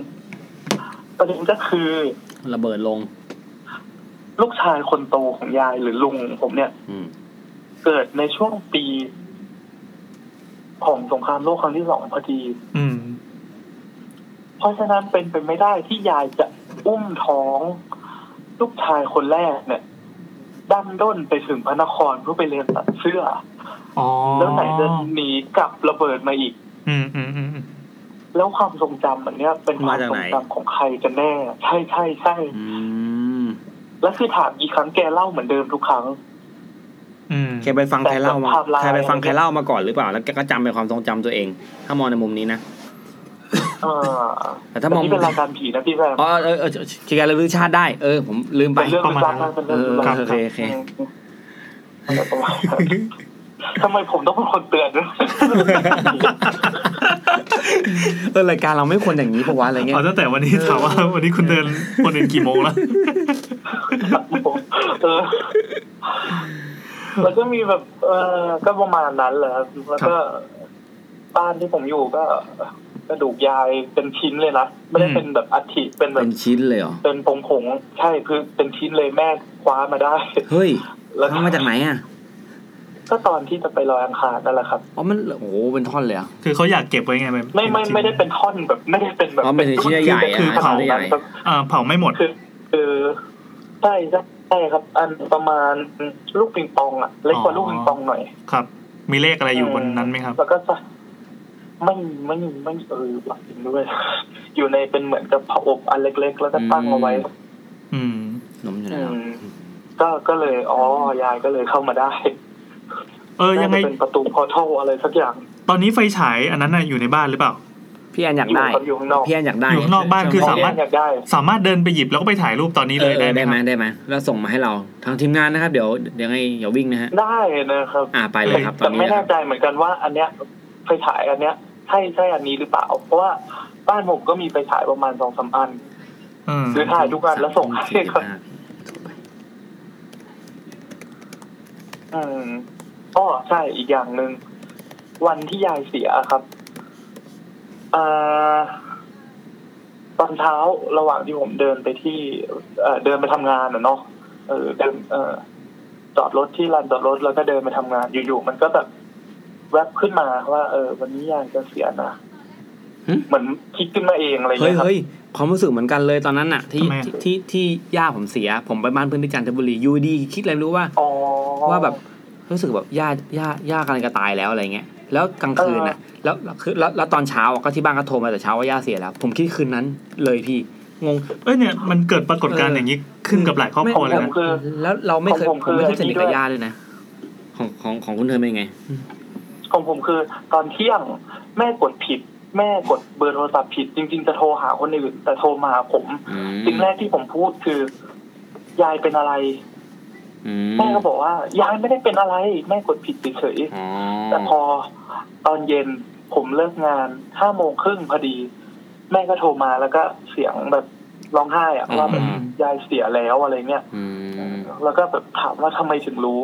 Speaker 5: ประเด็นก็คือ
Speaker 4: ระเบิดลง
Speaker 5: ลูกชายคนโตของยายหรือลุงผมเนี่ย
Speaker 4: อืม
Speaker 5: เกิดในช่วงปี ของสงครามโลกครั้งที่สองพอดี
Speaker 1: อืม
Speaker 5: เพราะฉะนั้นเป็นไปไม่ได้ที่ยายจะอุ้มท้อง ลูกชายคนแรกเนี่ย ดันด้นไปถึงพระนครเพื่อไปเรียนตัดเสื้อ
Speaker 1: อ๋อ
Speaker 5: แล้วไหนจะหนีกลับระเบิดมาอีก
Speaker 1: อืมอืมอืมอืม
Speaker 5: แล้วความทรงจำอันเนี้ยเป็นความ
Speaker 4: มาจาก
Speaker 5: ทร
Speaker 4: ไหน
Speaker 5: งจำของใครกันแน่ ใช่ใช่ใช่
Speaker 4: อืม
Speaker 5: แล้วคือถามกี่ครั้งแกเล่าเหมือนเดิมทุกครั้ง
Speaker 1: อืม
Speaker 4: แกไปฟังใครเล่ามา
Speaker 5: แต่ภาพลาย
Speaker 4: ใครไปฟังใครเล่ามาก่อนหรือเปล่า แล้วแกก็จำเป็นความทรงจำตัวเอง ถ้ามองในมุมนี้นะ
Speaker 5: เออ
Speaker 4: แต่ถ้ามอง
Speaker 5: นี่เป็นรายการผีนะพี่แซม
Speaker 4: อ๋อเออเออกิจการระลึกชาติได้ เออ ผมลืมไป
Speaker 5: เป็นเรื่อง
Speaker 4: ประมาณ
Speaker 5: ลึกลับ
Speaker 4: นั้น
Speaker 5: นะเป็น
Speaker 4: เอ
Speaker 5: เรื่อง
Speaker 4: อ
Speaker 5: ลึกลับ
Speaker 4: โอเคโอเค
Speaker 5: อืมอะไรประมาณนั้น ทำไมผมต้องเป็นคนเตือนด้วย
Speaker 4: เออรายการเราไม่ควรอย่างนี้เพราะว่าอะไรเงี้ย
Speaker 1: เอาตั้งแต่วันนี้ถามว่าวันนี้คุณเดินคนเดินกี่โมงแล้ว
Speaker 5: เออแล้วก็มีแบบ เออก็ประมาณนั้นแหละครับแล้วก็บ้านที่ผมอยู่ก็กระดูกยายเป็นชิ้นเลยนะไม่ได้เป็นแบบอัฐิเป็นแบ
Speaker 4: เป็
Speaker 5: บ
Speaker 4: นชิ้นเลยเหรอ
Speaker 5: เป็นผงผงๆใช่คือเป็นชิ้นเลยแม่คว้ามาได้
Speaker 4: เฮ้ย
Speaker 5: แล้วก็
Speaker 4: ทำมาจากไหนอ่ะ
Speaker 5: ก็ตอนที่จะไปลอยอังคารนั่นแหละครับ
Speaker 4: อ๋อ มัน โอ้โห เป็นท่อนเลยเหรอ่ะ
Speaker 1: คือเขาอยากเก็บไว้ไงไม่
Speaker 5: ไม่ไม่ไม่ได้เป็นท่อนแบบไม่ได้เป็นแบบ
Speaker 4: อ๋อเป็นชิ้นใหญ่ๆอ่ะ
Speaker 5: คือเผา
Speaker 4: ชิ้นใหญ่
Speaker 5: ครับ
Speaker 1: อ่าเผาไม่หมด
Speaker 5: คือคือใช่ใช่ใช่ครับ อันประมาณลูกปิงปองอ่ะเล็กกว่า
Speaker 1: อ๋อ
Speaker 5: ลูกปิงปองหน่อย
Speaker 1: ครับ มีเลขอะไรอยู่บนนั้นไหมครับ
Speaker 5: แล้วก็จะไม่ไม่ไม่เออหลักด้วย อยู่ในเป็นเหมือนกับเผาอบอันเล็ก ๆ แล้วก็ตั้งเอาไว้
Speaker 1: อืม
Speaker 4: นมอยู่ไหนครับ
Speaker 5: อืมก็ก็เลยอ๋อยายก็เลยเข้ามาได้
Speaker 1: เออยังไง
Speaker 5: น่าจะเป็นประตูพอทัลอะไรสักอย่าง
Speaker 1: ตอนนี้ไฟฉายอันนั้นน่ะอยู่ในบ้านหรือเปล่า
Speaker 4: พี่แอนอยากได้
Speaker 5: อยู่ข้างนอก
Speaker 4: พี่แอนอยากได้
Speaker 1: อยู่ข้างนอกบ้านคือสามารถ
Speaker 5: อยากได้
Speaker 1: สามารถเดินไปหยิบแล้วก็ไปถ่ายรูปตอนนี้
Speaker 4: เอ
Speaker 1: เลย
Speaker 4: อเอ
Speaker 1: ได้
Speaker 4: อ
Speaker 1: ไหม
Speaker 4: ได้ไหม
Speaker 1: ครับ
Speaker 4: ได้ไหมแล้วส่งมาให้เรา ทางทีมงานนะครับ เดี๋ยวเดี๋ยวให้อย่าวิ่งนะฮะ
Speaker 5: ได้นะครับ
Speaker 4: อ่าไปเลยครับ ตอ
Speaker 5: แต่
Speaker 4: นนี้
Speaker 5: ไม่
Speaker 4: นะค
Speaker 5: แน่
Speaker 4: รับ
Speaker 5: ใจเหมือนกันว่าอันเนี้ยไฟฉายอันเนี้ยใช่ใช่อันนี้หรือเปล่า เพราะว่าบ้านผมก็มีไฟฉายประมาณสองสามอัน
Speaker 1: เออ
Speaker 5: หรือถ่ายทุกอันแล้วส่งให้ครับ อืมอ๋อใช่อีกอย่างหนึ่งวันที่ยายเสียครับอ่าตอนเช้าระหว่างที่ผมเดินไปที่ เอ่อเดินไปทำงานอะเนาะเออเดินเออจอดรถที่ลานจอดรถแล้วก็เดินไปทำงานอยู่ๆมันก็แบบแวบขึ้นมาว่า เออ วันนี้ยายจะเสียนะเหมือนคิดขึ้นมาเองอะไรอย่าง
Speaker 4: เฮ้ย
Speaker 5: เงี้ยครับ
Speaker 4: เฮ้ยความรู้สึกเหมือนกันเลยตอนนั้นน่ะ ที่ที่ที่ที่ย่าผมเสีย ผมไปบ้านเพื่อนที่จันทบุรีอยูดี คิดอะไรไม่รู้ว่า
Speaker 5: อ๋อ
Speaker 4: ว่าแบบรู้สึกแบบย่าย่าย่ากำลังจะตายแล้วอะไรเงี้ย แล้วกลางคืนนะแล้วแล้วคือแล้วแล้วตอนเช้าอะก็ที่บ้านก็โทรมาแต่เช้าว่าย่าเสียแล้ว ผมคิดคืนนั้นเลยพี่งง
Speaker 1: เอ้ยเนี่ยมันเกิดปรากฏการณ์อย่างนี้ขึ้นกับหลายครอบครัวเลย
Speaker 5: ผ
Speaker 1: นะ
Speaker 5: มคือ
Speaker 4: แล้วเราไม่เคย
Speaker 5: ของผ
Speaker 4: ผ
Speaker 5: ม
Speaker 4: มไม่เคย
Speaker 5: คือ
Speaker 4: ส
Speaker 5: อันนี้
Speaker 4: นิทกับ
Speaker 5: ด้วย
Speaker 4: ย่าเลยนะ ของของของคุณเธอเป็นไง
Speaker 5: ของผมคือ ตอนเที่ยงแม่กดผิด แม่กดเบอร์โทรศัพท์ผิด จริง ๆ จะโทรหาคนอื่น แต่โทรมาหาผม
Speaker 4: อืม
Speaker 5: สิ่งแรกที่ผมพูดคือ ยายเป็นอะไร
Speaker 4: อื
Speaker 5: แม่ก็บอกว่า ยายไม่ได้เป็นอะไร แม่กดผิดเฉย
Speaker 4: อ๋อ
Speaker 5: ๆแต่พอตอนเย็นผมเลิกงานห้าโมงครึ่งพอดี แม่ก็โทรมาแล้วก็เสียงแบบร้องไห้อะว่าแบบยายเสียแล้วอะไรเงี้ย
Speaker 4: อืม
Speaker 5: แล้วก็แบบถามว่าทำไมถึงรู้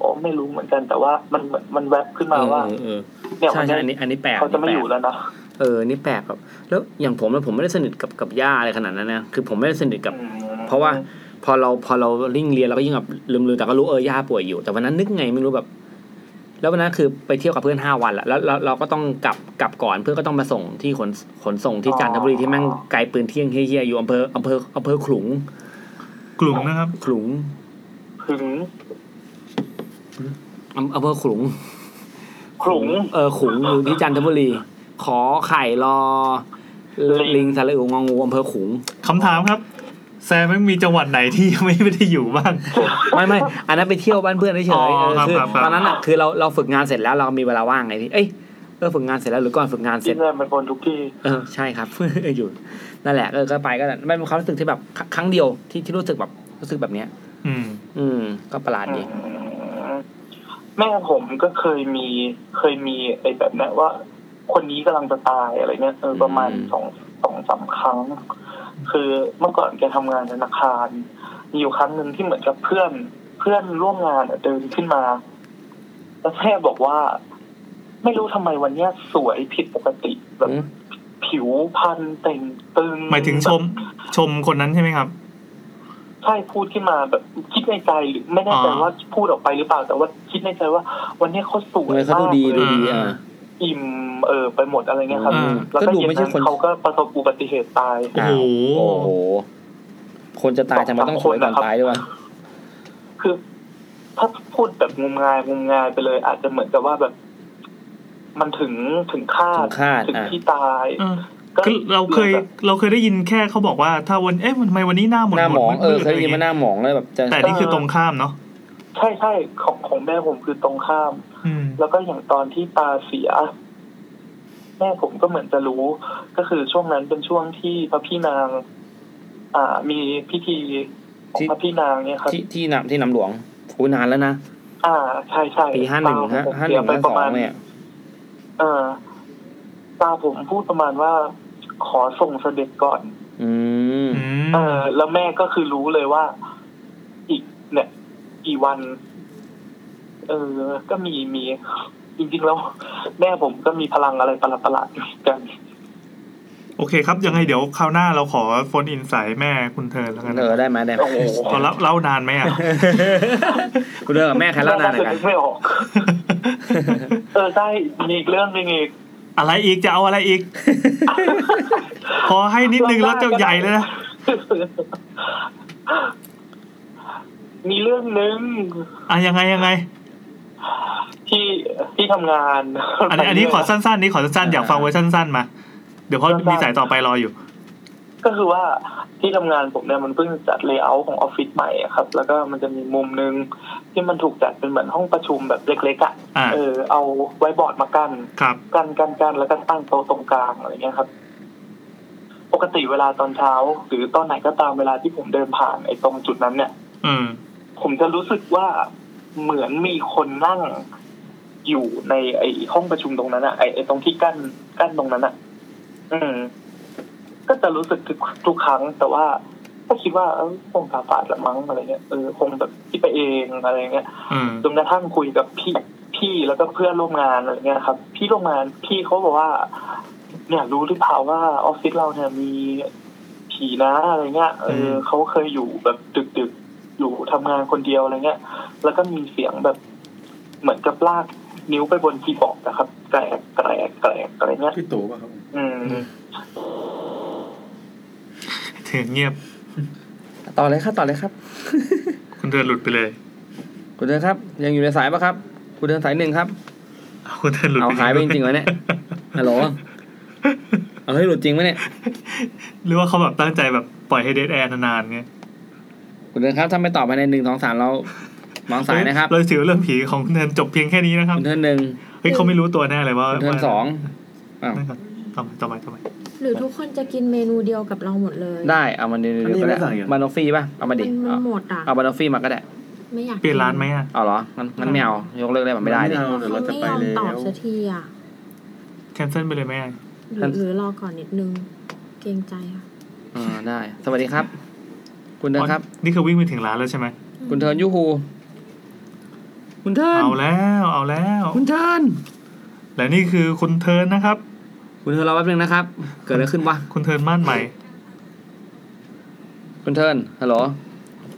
Speaker 5: อ๋อไม่รู้เหมือนกัน แต่ว่ามันเหมือนมันแวบขึ้นมาว่า
Speaker 4: เออเออ
Speaker 5: เนี่ย
Speaker 4: ใช่
Speaker 5: วัน
Speaker 4: ใช่อัน
Speaker 5: เนี้ย
Speaker 4: นี้อันนี้แปลก
Speaker 5: เขาจะไม่อยู่
Speaker 4: นนี้แปลก
Speaker 5: แล้วนะ
Speaker 4: เออนี่แปลกครับ แล้วอย่างผมแล้วผมไม่ได้สนิทกับกับย่าอะไรขนาดนั้นนะคือผมไม่ได้สนิทกับ
Speaker 5: อืม
Speaker 4: เพราะว่าพอเราพอเราริ่งเรียนเราก็ยิ่งแบบลืมๆแต่ก็รู้เออย่าป่วยอยู่ แต่วันนั้นนึกไงไม่รู้แบบ แล้ววันนั้นคือไปเที่ยวกับเพื่อนห้าวันแหละแล้วเราเราก็ต้องกลับกลับก่อนเพื่อนก็ต้องมาส่งที่ขนขนส่งที่จันทบุรีที่แม่งไกลปืนเที่ยงเฮี้ยๆอยู่อำเภออำเภออำเภอขลุง
Speaker 1: กลุ่มนะครับ
Speaker 4: ขลุง
Speaker 5: ถึง
Speaker 4: อำอำเภอขลุง
Speaker 5: ขลุง
Speaker 4: เออขลุงอยู่ที่จันทบุรี ขอไข่รอ
Speaker 5: ลิง
Speaker 4: ลิงสระอูงองูอำเภอขลุง
Speaker 1: คำถามครับ แซมมันมีจังหวัดไหนที่ยังไม่ได้อยู่บ้าง
Speaker 4: ไม่ไม่อันนั้นไปเที่ยวบ้านเพื่อนเฉยๆ
Speaker 1: อ๋อ
Speaker 4: เออ
Speaker 1: ครับ
Speaker 4: คือ
Speaker 1: ครับครับ
Speaker 4: ตอนนั้นอ่ะคือเราเราฝึกงานเสร็จแล้วเรามีเวลาว่างไงพี่เอ้ยเออฝึกงานเสร็จแล้วหรือก่อนฝึกงานเสร็
Speaker 5: ที่
Speaker 4: จ
Speaker 5: เงินเป็นคนทุกที่
Speaker 4: เออใช่ครับ อยู่นั่นแหละเออก็ไปก็นั่นมันเป็นความรู้สึกที่แบบคครั้งเดียวที่ที่รู้สึกแบบรู้สึกแบบเนี้ย
Speaker 1: อืม
Speaker 4: อืม ก็ประหลาดดี
Speaker 5: แม่ผมก็เคยมีเคยมีไอ้แบบเนี้ยว่า คนนี้กำลังจะตายอะไรเงี้ยเออประมาณสองสองสามครั้ง คือเมื่อก่อนแกทำงานธนาคารมีอยู่ครั้งหนึ่งที่เหมือนกับเพื่อนเพื่อนร่วมงานอะเดินขึ้นมา แล้วแม่บอกว่า ไม่รู้ทำไมวันเนี้ยสวยผิดปกติแบบ
Speaker 4: อืม
Speaker 5: ผิวพรรณแต่งตึง
Speaker 1: หมายถึงชมชมคนนั้นใช่ไหมครับ
Speaker 5: ใช่พูดขึ้นมาแบบคิดในใจหรือไม่แน่ใจ
Speaker 1: อ๋อ
Speaker 5: ว่าพูดออกไปหรือเปล่า แต่ว่าคิดในใจว่า วันนี้เขาสว
Speaker 4: ทำไม
Speaker 5: ย
Speaker 4: เขาดู
Speaker 5: มาก
Speaker 4: ดี
Speaker 5: เล
Speaker 4: ดู
Speaker 5: ย
Speaker 4: ดีอ่ะ
Speaker 5: อิ่มเออไปหมดอะไรเงี้ยครับ
Speaker 1: อืม
Speaker 5: แล้ว
Speaker 4: ก็
Speaker 5: ก็
Speaker 4: ดู
Speaker 5: เย็น
Speaker 4: ไม่ใช่
Speaker 5: นั้น
Speaker 4: คน
Speaker 5: เขาก็ประสบอุบัติเหตุตาย
Speaker 1: โอ้โห
Speaker 4: โอ้โห คนจะตายทำไมต้องสวยก่อนตายด้วยวะ
Speaker 5: คือ ถ้าพูดแบบงมงายงมงายไปเลย อาจจะเหมือนกับว่าแบบ มันถึงถึงคา
Speaker 4: ถึ
Speaker 5: ด
Speaker 4: งคาด
Speaker 5: ถึง
Speaker 4: อ่ะ
Speaker 5: ที่ตาย
Speaker 1: เออคือเราเคยเราเคยได้ยินแค่เขาบอกว่า ถ้าวันเอ๊ะทำไมวันนี้หน้าหมอง
Speaker 4: หน้าหมองเออเคยได้ยิน
Speaker 1: มืๆะไร
Speaker 4: มาห
Speaker 1: เงี้
Speaker 4: น้าหมองเลยแบบจะ
Speaker 1: แต่นี่คือตรงข้ามเนาะ
Speaker 5: ใช่ใช่ของของแม่ผมคือตรงข้าม
Speaker 1: อืม
Speaker 5: แล้วก็อย่างตอนที่ตาเสีย แม่ผมก็เหมือนจะรู้ ก็คือช่วงนั้นเป็นช่วงที่พระพี่นาง อ่า มีพิธีของ
Speaker 4: ที่
Speaker 5: พระพี่นางเนี่ยครับ
Speaker 4: ที่ที่นำที่นำหลวงโอ้นานแล้วนะ
Speaker 5: อ่าใช่ใช่
Speaker 4: ปีห้าหนึ่ง
Speaker 5: ตผม
Speaker 4: ห้าห
Speaker 5: เสี
Speaker 4: นึ่
Speaker 5: ย
Speaker 4: ง
Speaker 5: ไป
Speaker 4: ห้า
Speaker 5: ป
Speaker 4: สอ
Speaker 5: ระมาง ณ
Speaker 4: เนี่ย
Speaker 5: เออตาผมพูดประมาณว่า ขอส่งเสด็จก่อน
Speaker 4: อืม
Speaker 1: อืม
Speaker 5: เออ แล้วแม่ก็คือรู้เลยว่า อีกเนี่ยกี่วัน เออ ก็มีมี จริงๆแล้ว แม่ผมก็มีพลังอะไรประหลาดๆอยู่เหมือนกัน
Speaker 1: โอเคครับ ยังไงเดี๋ยวคราวหน้าเราขอโฟนอินสายแม่คุณเธอแล้วกัน
Speaker 4: เออได้ไหมได้ไหม
Speaker 5: โอ้โห
Speaker 1: เราเล่าเล่านานไหม อ่ะ
Speaker 4: กูเลิกกับแม่ ใครเล่านานหน่อย
Speaker 5: แม่
Speaker 4: กั
Speaker 5: จะ
Speaker 4: น
Speaker 5: กไม่ออก เออใช่มีอีกเรื่องหนึงอีก
Speaker 1: อะไรอีกจะเอาอะไร อีก ขอให้นิดนึงแล้วเจ้าใหญ่เลยนะ
Speaker 5: มีเรื่องหนึ่ง
Speaker 1: อ่ะยังไงยังไง
Speaker 5: ที่ที่ทำงาน
Speaker 1: อันนี้อันนี้ขอสั้นๆ นี่ขอสั้นๆ อยากฟังเวอร์ชันสั้นๆมา เดี๋ยวเพราะมีสายต่อไปรออยู่
Speaker 5: ก็คือว่าที่ทำงานผมเนี่ยมันเพิ่งจัดเลเยอร์ของออฟฟิศใหม่อะครับ แล้วก็มันจะมีมุมหนึ่งที่มันถูกจัดเป็นเหมือนห้องประชุมแบบเล็กๆอ่ะ
Speaker 1: อ่า
Speaker 5: เออเอาไว้บอร์ดมากั้น
Speaker 1: ครับ
Speaker 5: กันกันกันแล้วก็ตั้งโต๊ะตรงกลางอะไรเงี้ยครับ ปกติเวลาตอนเช้า หรือตอนไหนก็ตามเวลาที่ผมเดินผ่านไอ้ตรงจุดนั้นเนี่ย
Speaker 1: อืม
Speaker 5: ผมจะรู้สึกว่าเหมือนมีคนนั่งอยู่ในไอ้ห้องประชุมตรงนั้นอะไอ้ไอ้ตรงที่กั้นกั้นตรงนั้นอะอืม ก็จะรู้สึกทุกทุกครั้ง แต่ว่าก็คิดว่าเอ้ยคงตาฝาดละมั้งอะไรเงี้ยเออคงแบบคิดไปเองอะไรเงี้ย
Speaker 1: อืม
Speaker 5: จนกระทั่งคุยกับพี่พี่แล้วก็เพื่อนร่วมงานอะไรเงี้ยครับ พี่ร่วมงานพี่เขาบอกว่า เนี่ยรู้หรือเปล่าว่าออฟฟิศเราเนี่ยมีผีนะอะไรเงี้ยเออ
Speaker 1: ม
Speaker 5: เขาเคยอยู่แบบดึกดึกๆอยู่ทำงานคนเดียวอะไรเงี้ย แล้วก็มีเสียงแบบเหมือนกับลากนิ้วไปบนคีย์บอร์ดนะครับแกรกแกรกแกรกอะไรเงี้ย
Speaker 2: พี่ตู่ป่ะครับ
Speaker 5: อืม
Speaker 1: ถึงเงียบ
Speaker 4: ต่อเลยครับต่อเลยครับ
Speaker 1: คุณเธอหลุดไปเลย
Speaker 4: คุณเดินครับ ยังอยู่ในสายปะครับ คุณเดินสายหนึ่งครับ
Speaker 1: คุณเธอหลุด
Speaker 4: เอาหายไปจริงๆวะเนี่ย ฮัลโหลเอาให้ยหลุดจริงไหมเนี่ย
Speaker 1: หรือว่าเขาแบบตั้งใจแบบปล่อยให้เดทแอร์นานๆไง
Speaker 4: คุณเดินครับถ้าไม่ตอบภายในหนึ่งสองสามเราวางสายนะครับ
Speaker 1: เราถือเรื่องผีของคุณเธอจบเพียงแค่นี้นะครับ
Speaker 4: คุณเทิร์นหนึ่ง
Speaker 1: เฮ้ยเขาไม่รู้ตัวแน่เลยว่า
Speaker 4: คุณเทิร์นสองอ้าว
Speaker 1: นั่นก่อนต่อไปต่อไปต่อไป
Speaker 3: หรือทุกคนจะกินเมนูเดียวกับเราหมดเลย
Speaker 4: ได้เอามันเดี
Speaker 2: อันนี้
Speaker 4: ยวๆก็ได้
Speaker 2: ไม่สั่งอีกเหรอ
Speaker 4: บานอฟฟี่ป่ะเอามาดิ
Speaker 3: มันมั
Speaker 4: เอา
Speaker 3: นหมดอ่ะ
Speaker 4: เอาบานอฟฟี่มาก็ได้
Speaker 3: ไม่อยาก
Speaker 1: เปลี่ยนร้านไหมอ่ะ
Speaker 4: เอาเหรองั้นงั้นไม่เอายกเลิกได้มันไม่ได้ดิ
Speaker 3: เขาไม่ยอมตอบสักทีอ่ะ
Speaker 1: แคนเซิลไปเลยไหมอ่ะ
Speaker 3: หรือหรือรอก่อนนิดนึง เกรงใจค่ะ
Speaker 4: อ่าได้ สวัสดีครับ คุณเทิร์นครับ
Speaker 1: นี่คือวิ่งไปถึงร้านแล้วใช่ไหม
Speaker 4: คุณเทิร์นยูฮูคุณเทิร์น
Speaker 1: เอาแล้ว เอาแล้ว
Speaker 4: คุณเทิร์น
Speaker 1: และนี่คือคุณเทิร์นนะครับ
Speaker 4: คุณเทิร์นรอแป๊บนึงนะครับ เกิดอะไรขึ้นวะ
Speaker 1: คุณเทิร์นม่านใหม่
Speaker 4: คุณเทิร์นฮัลโหล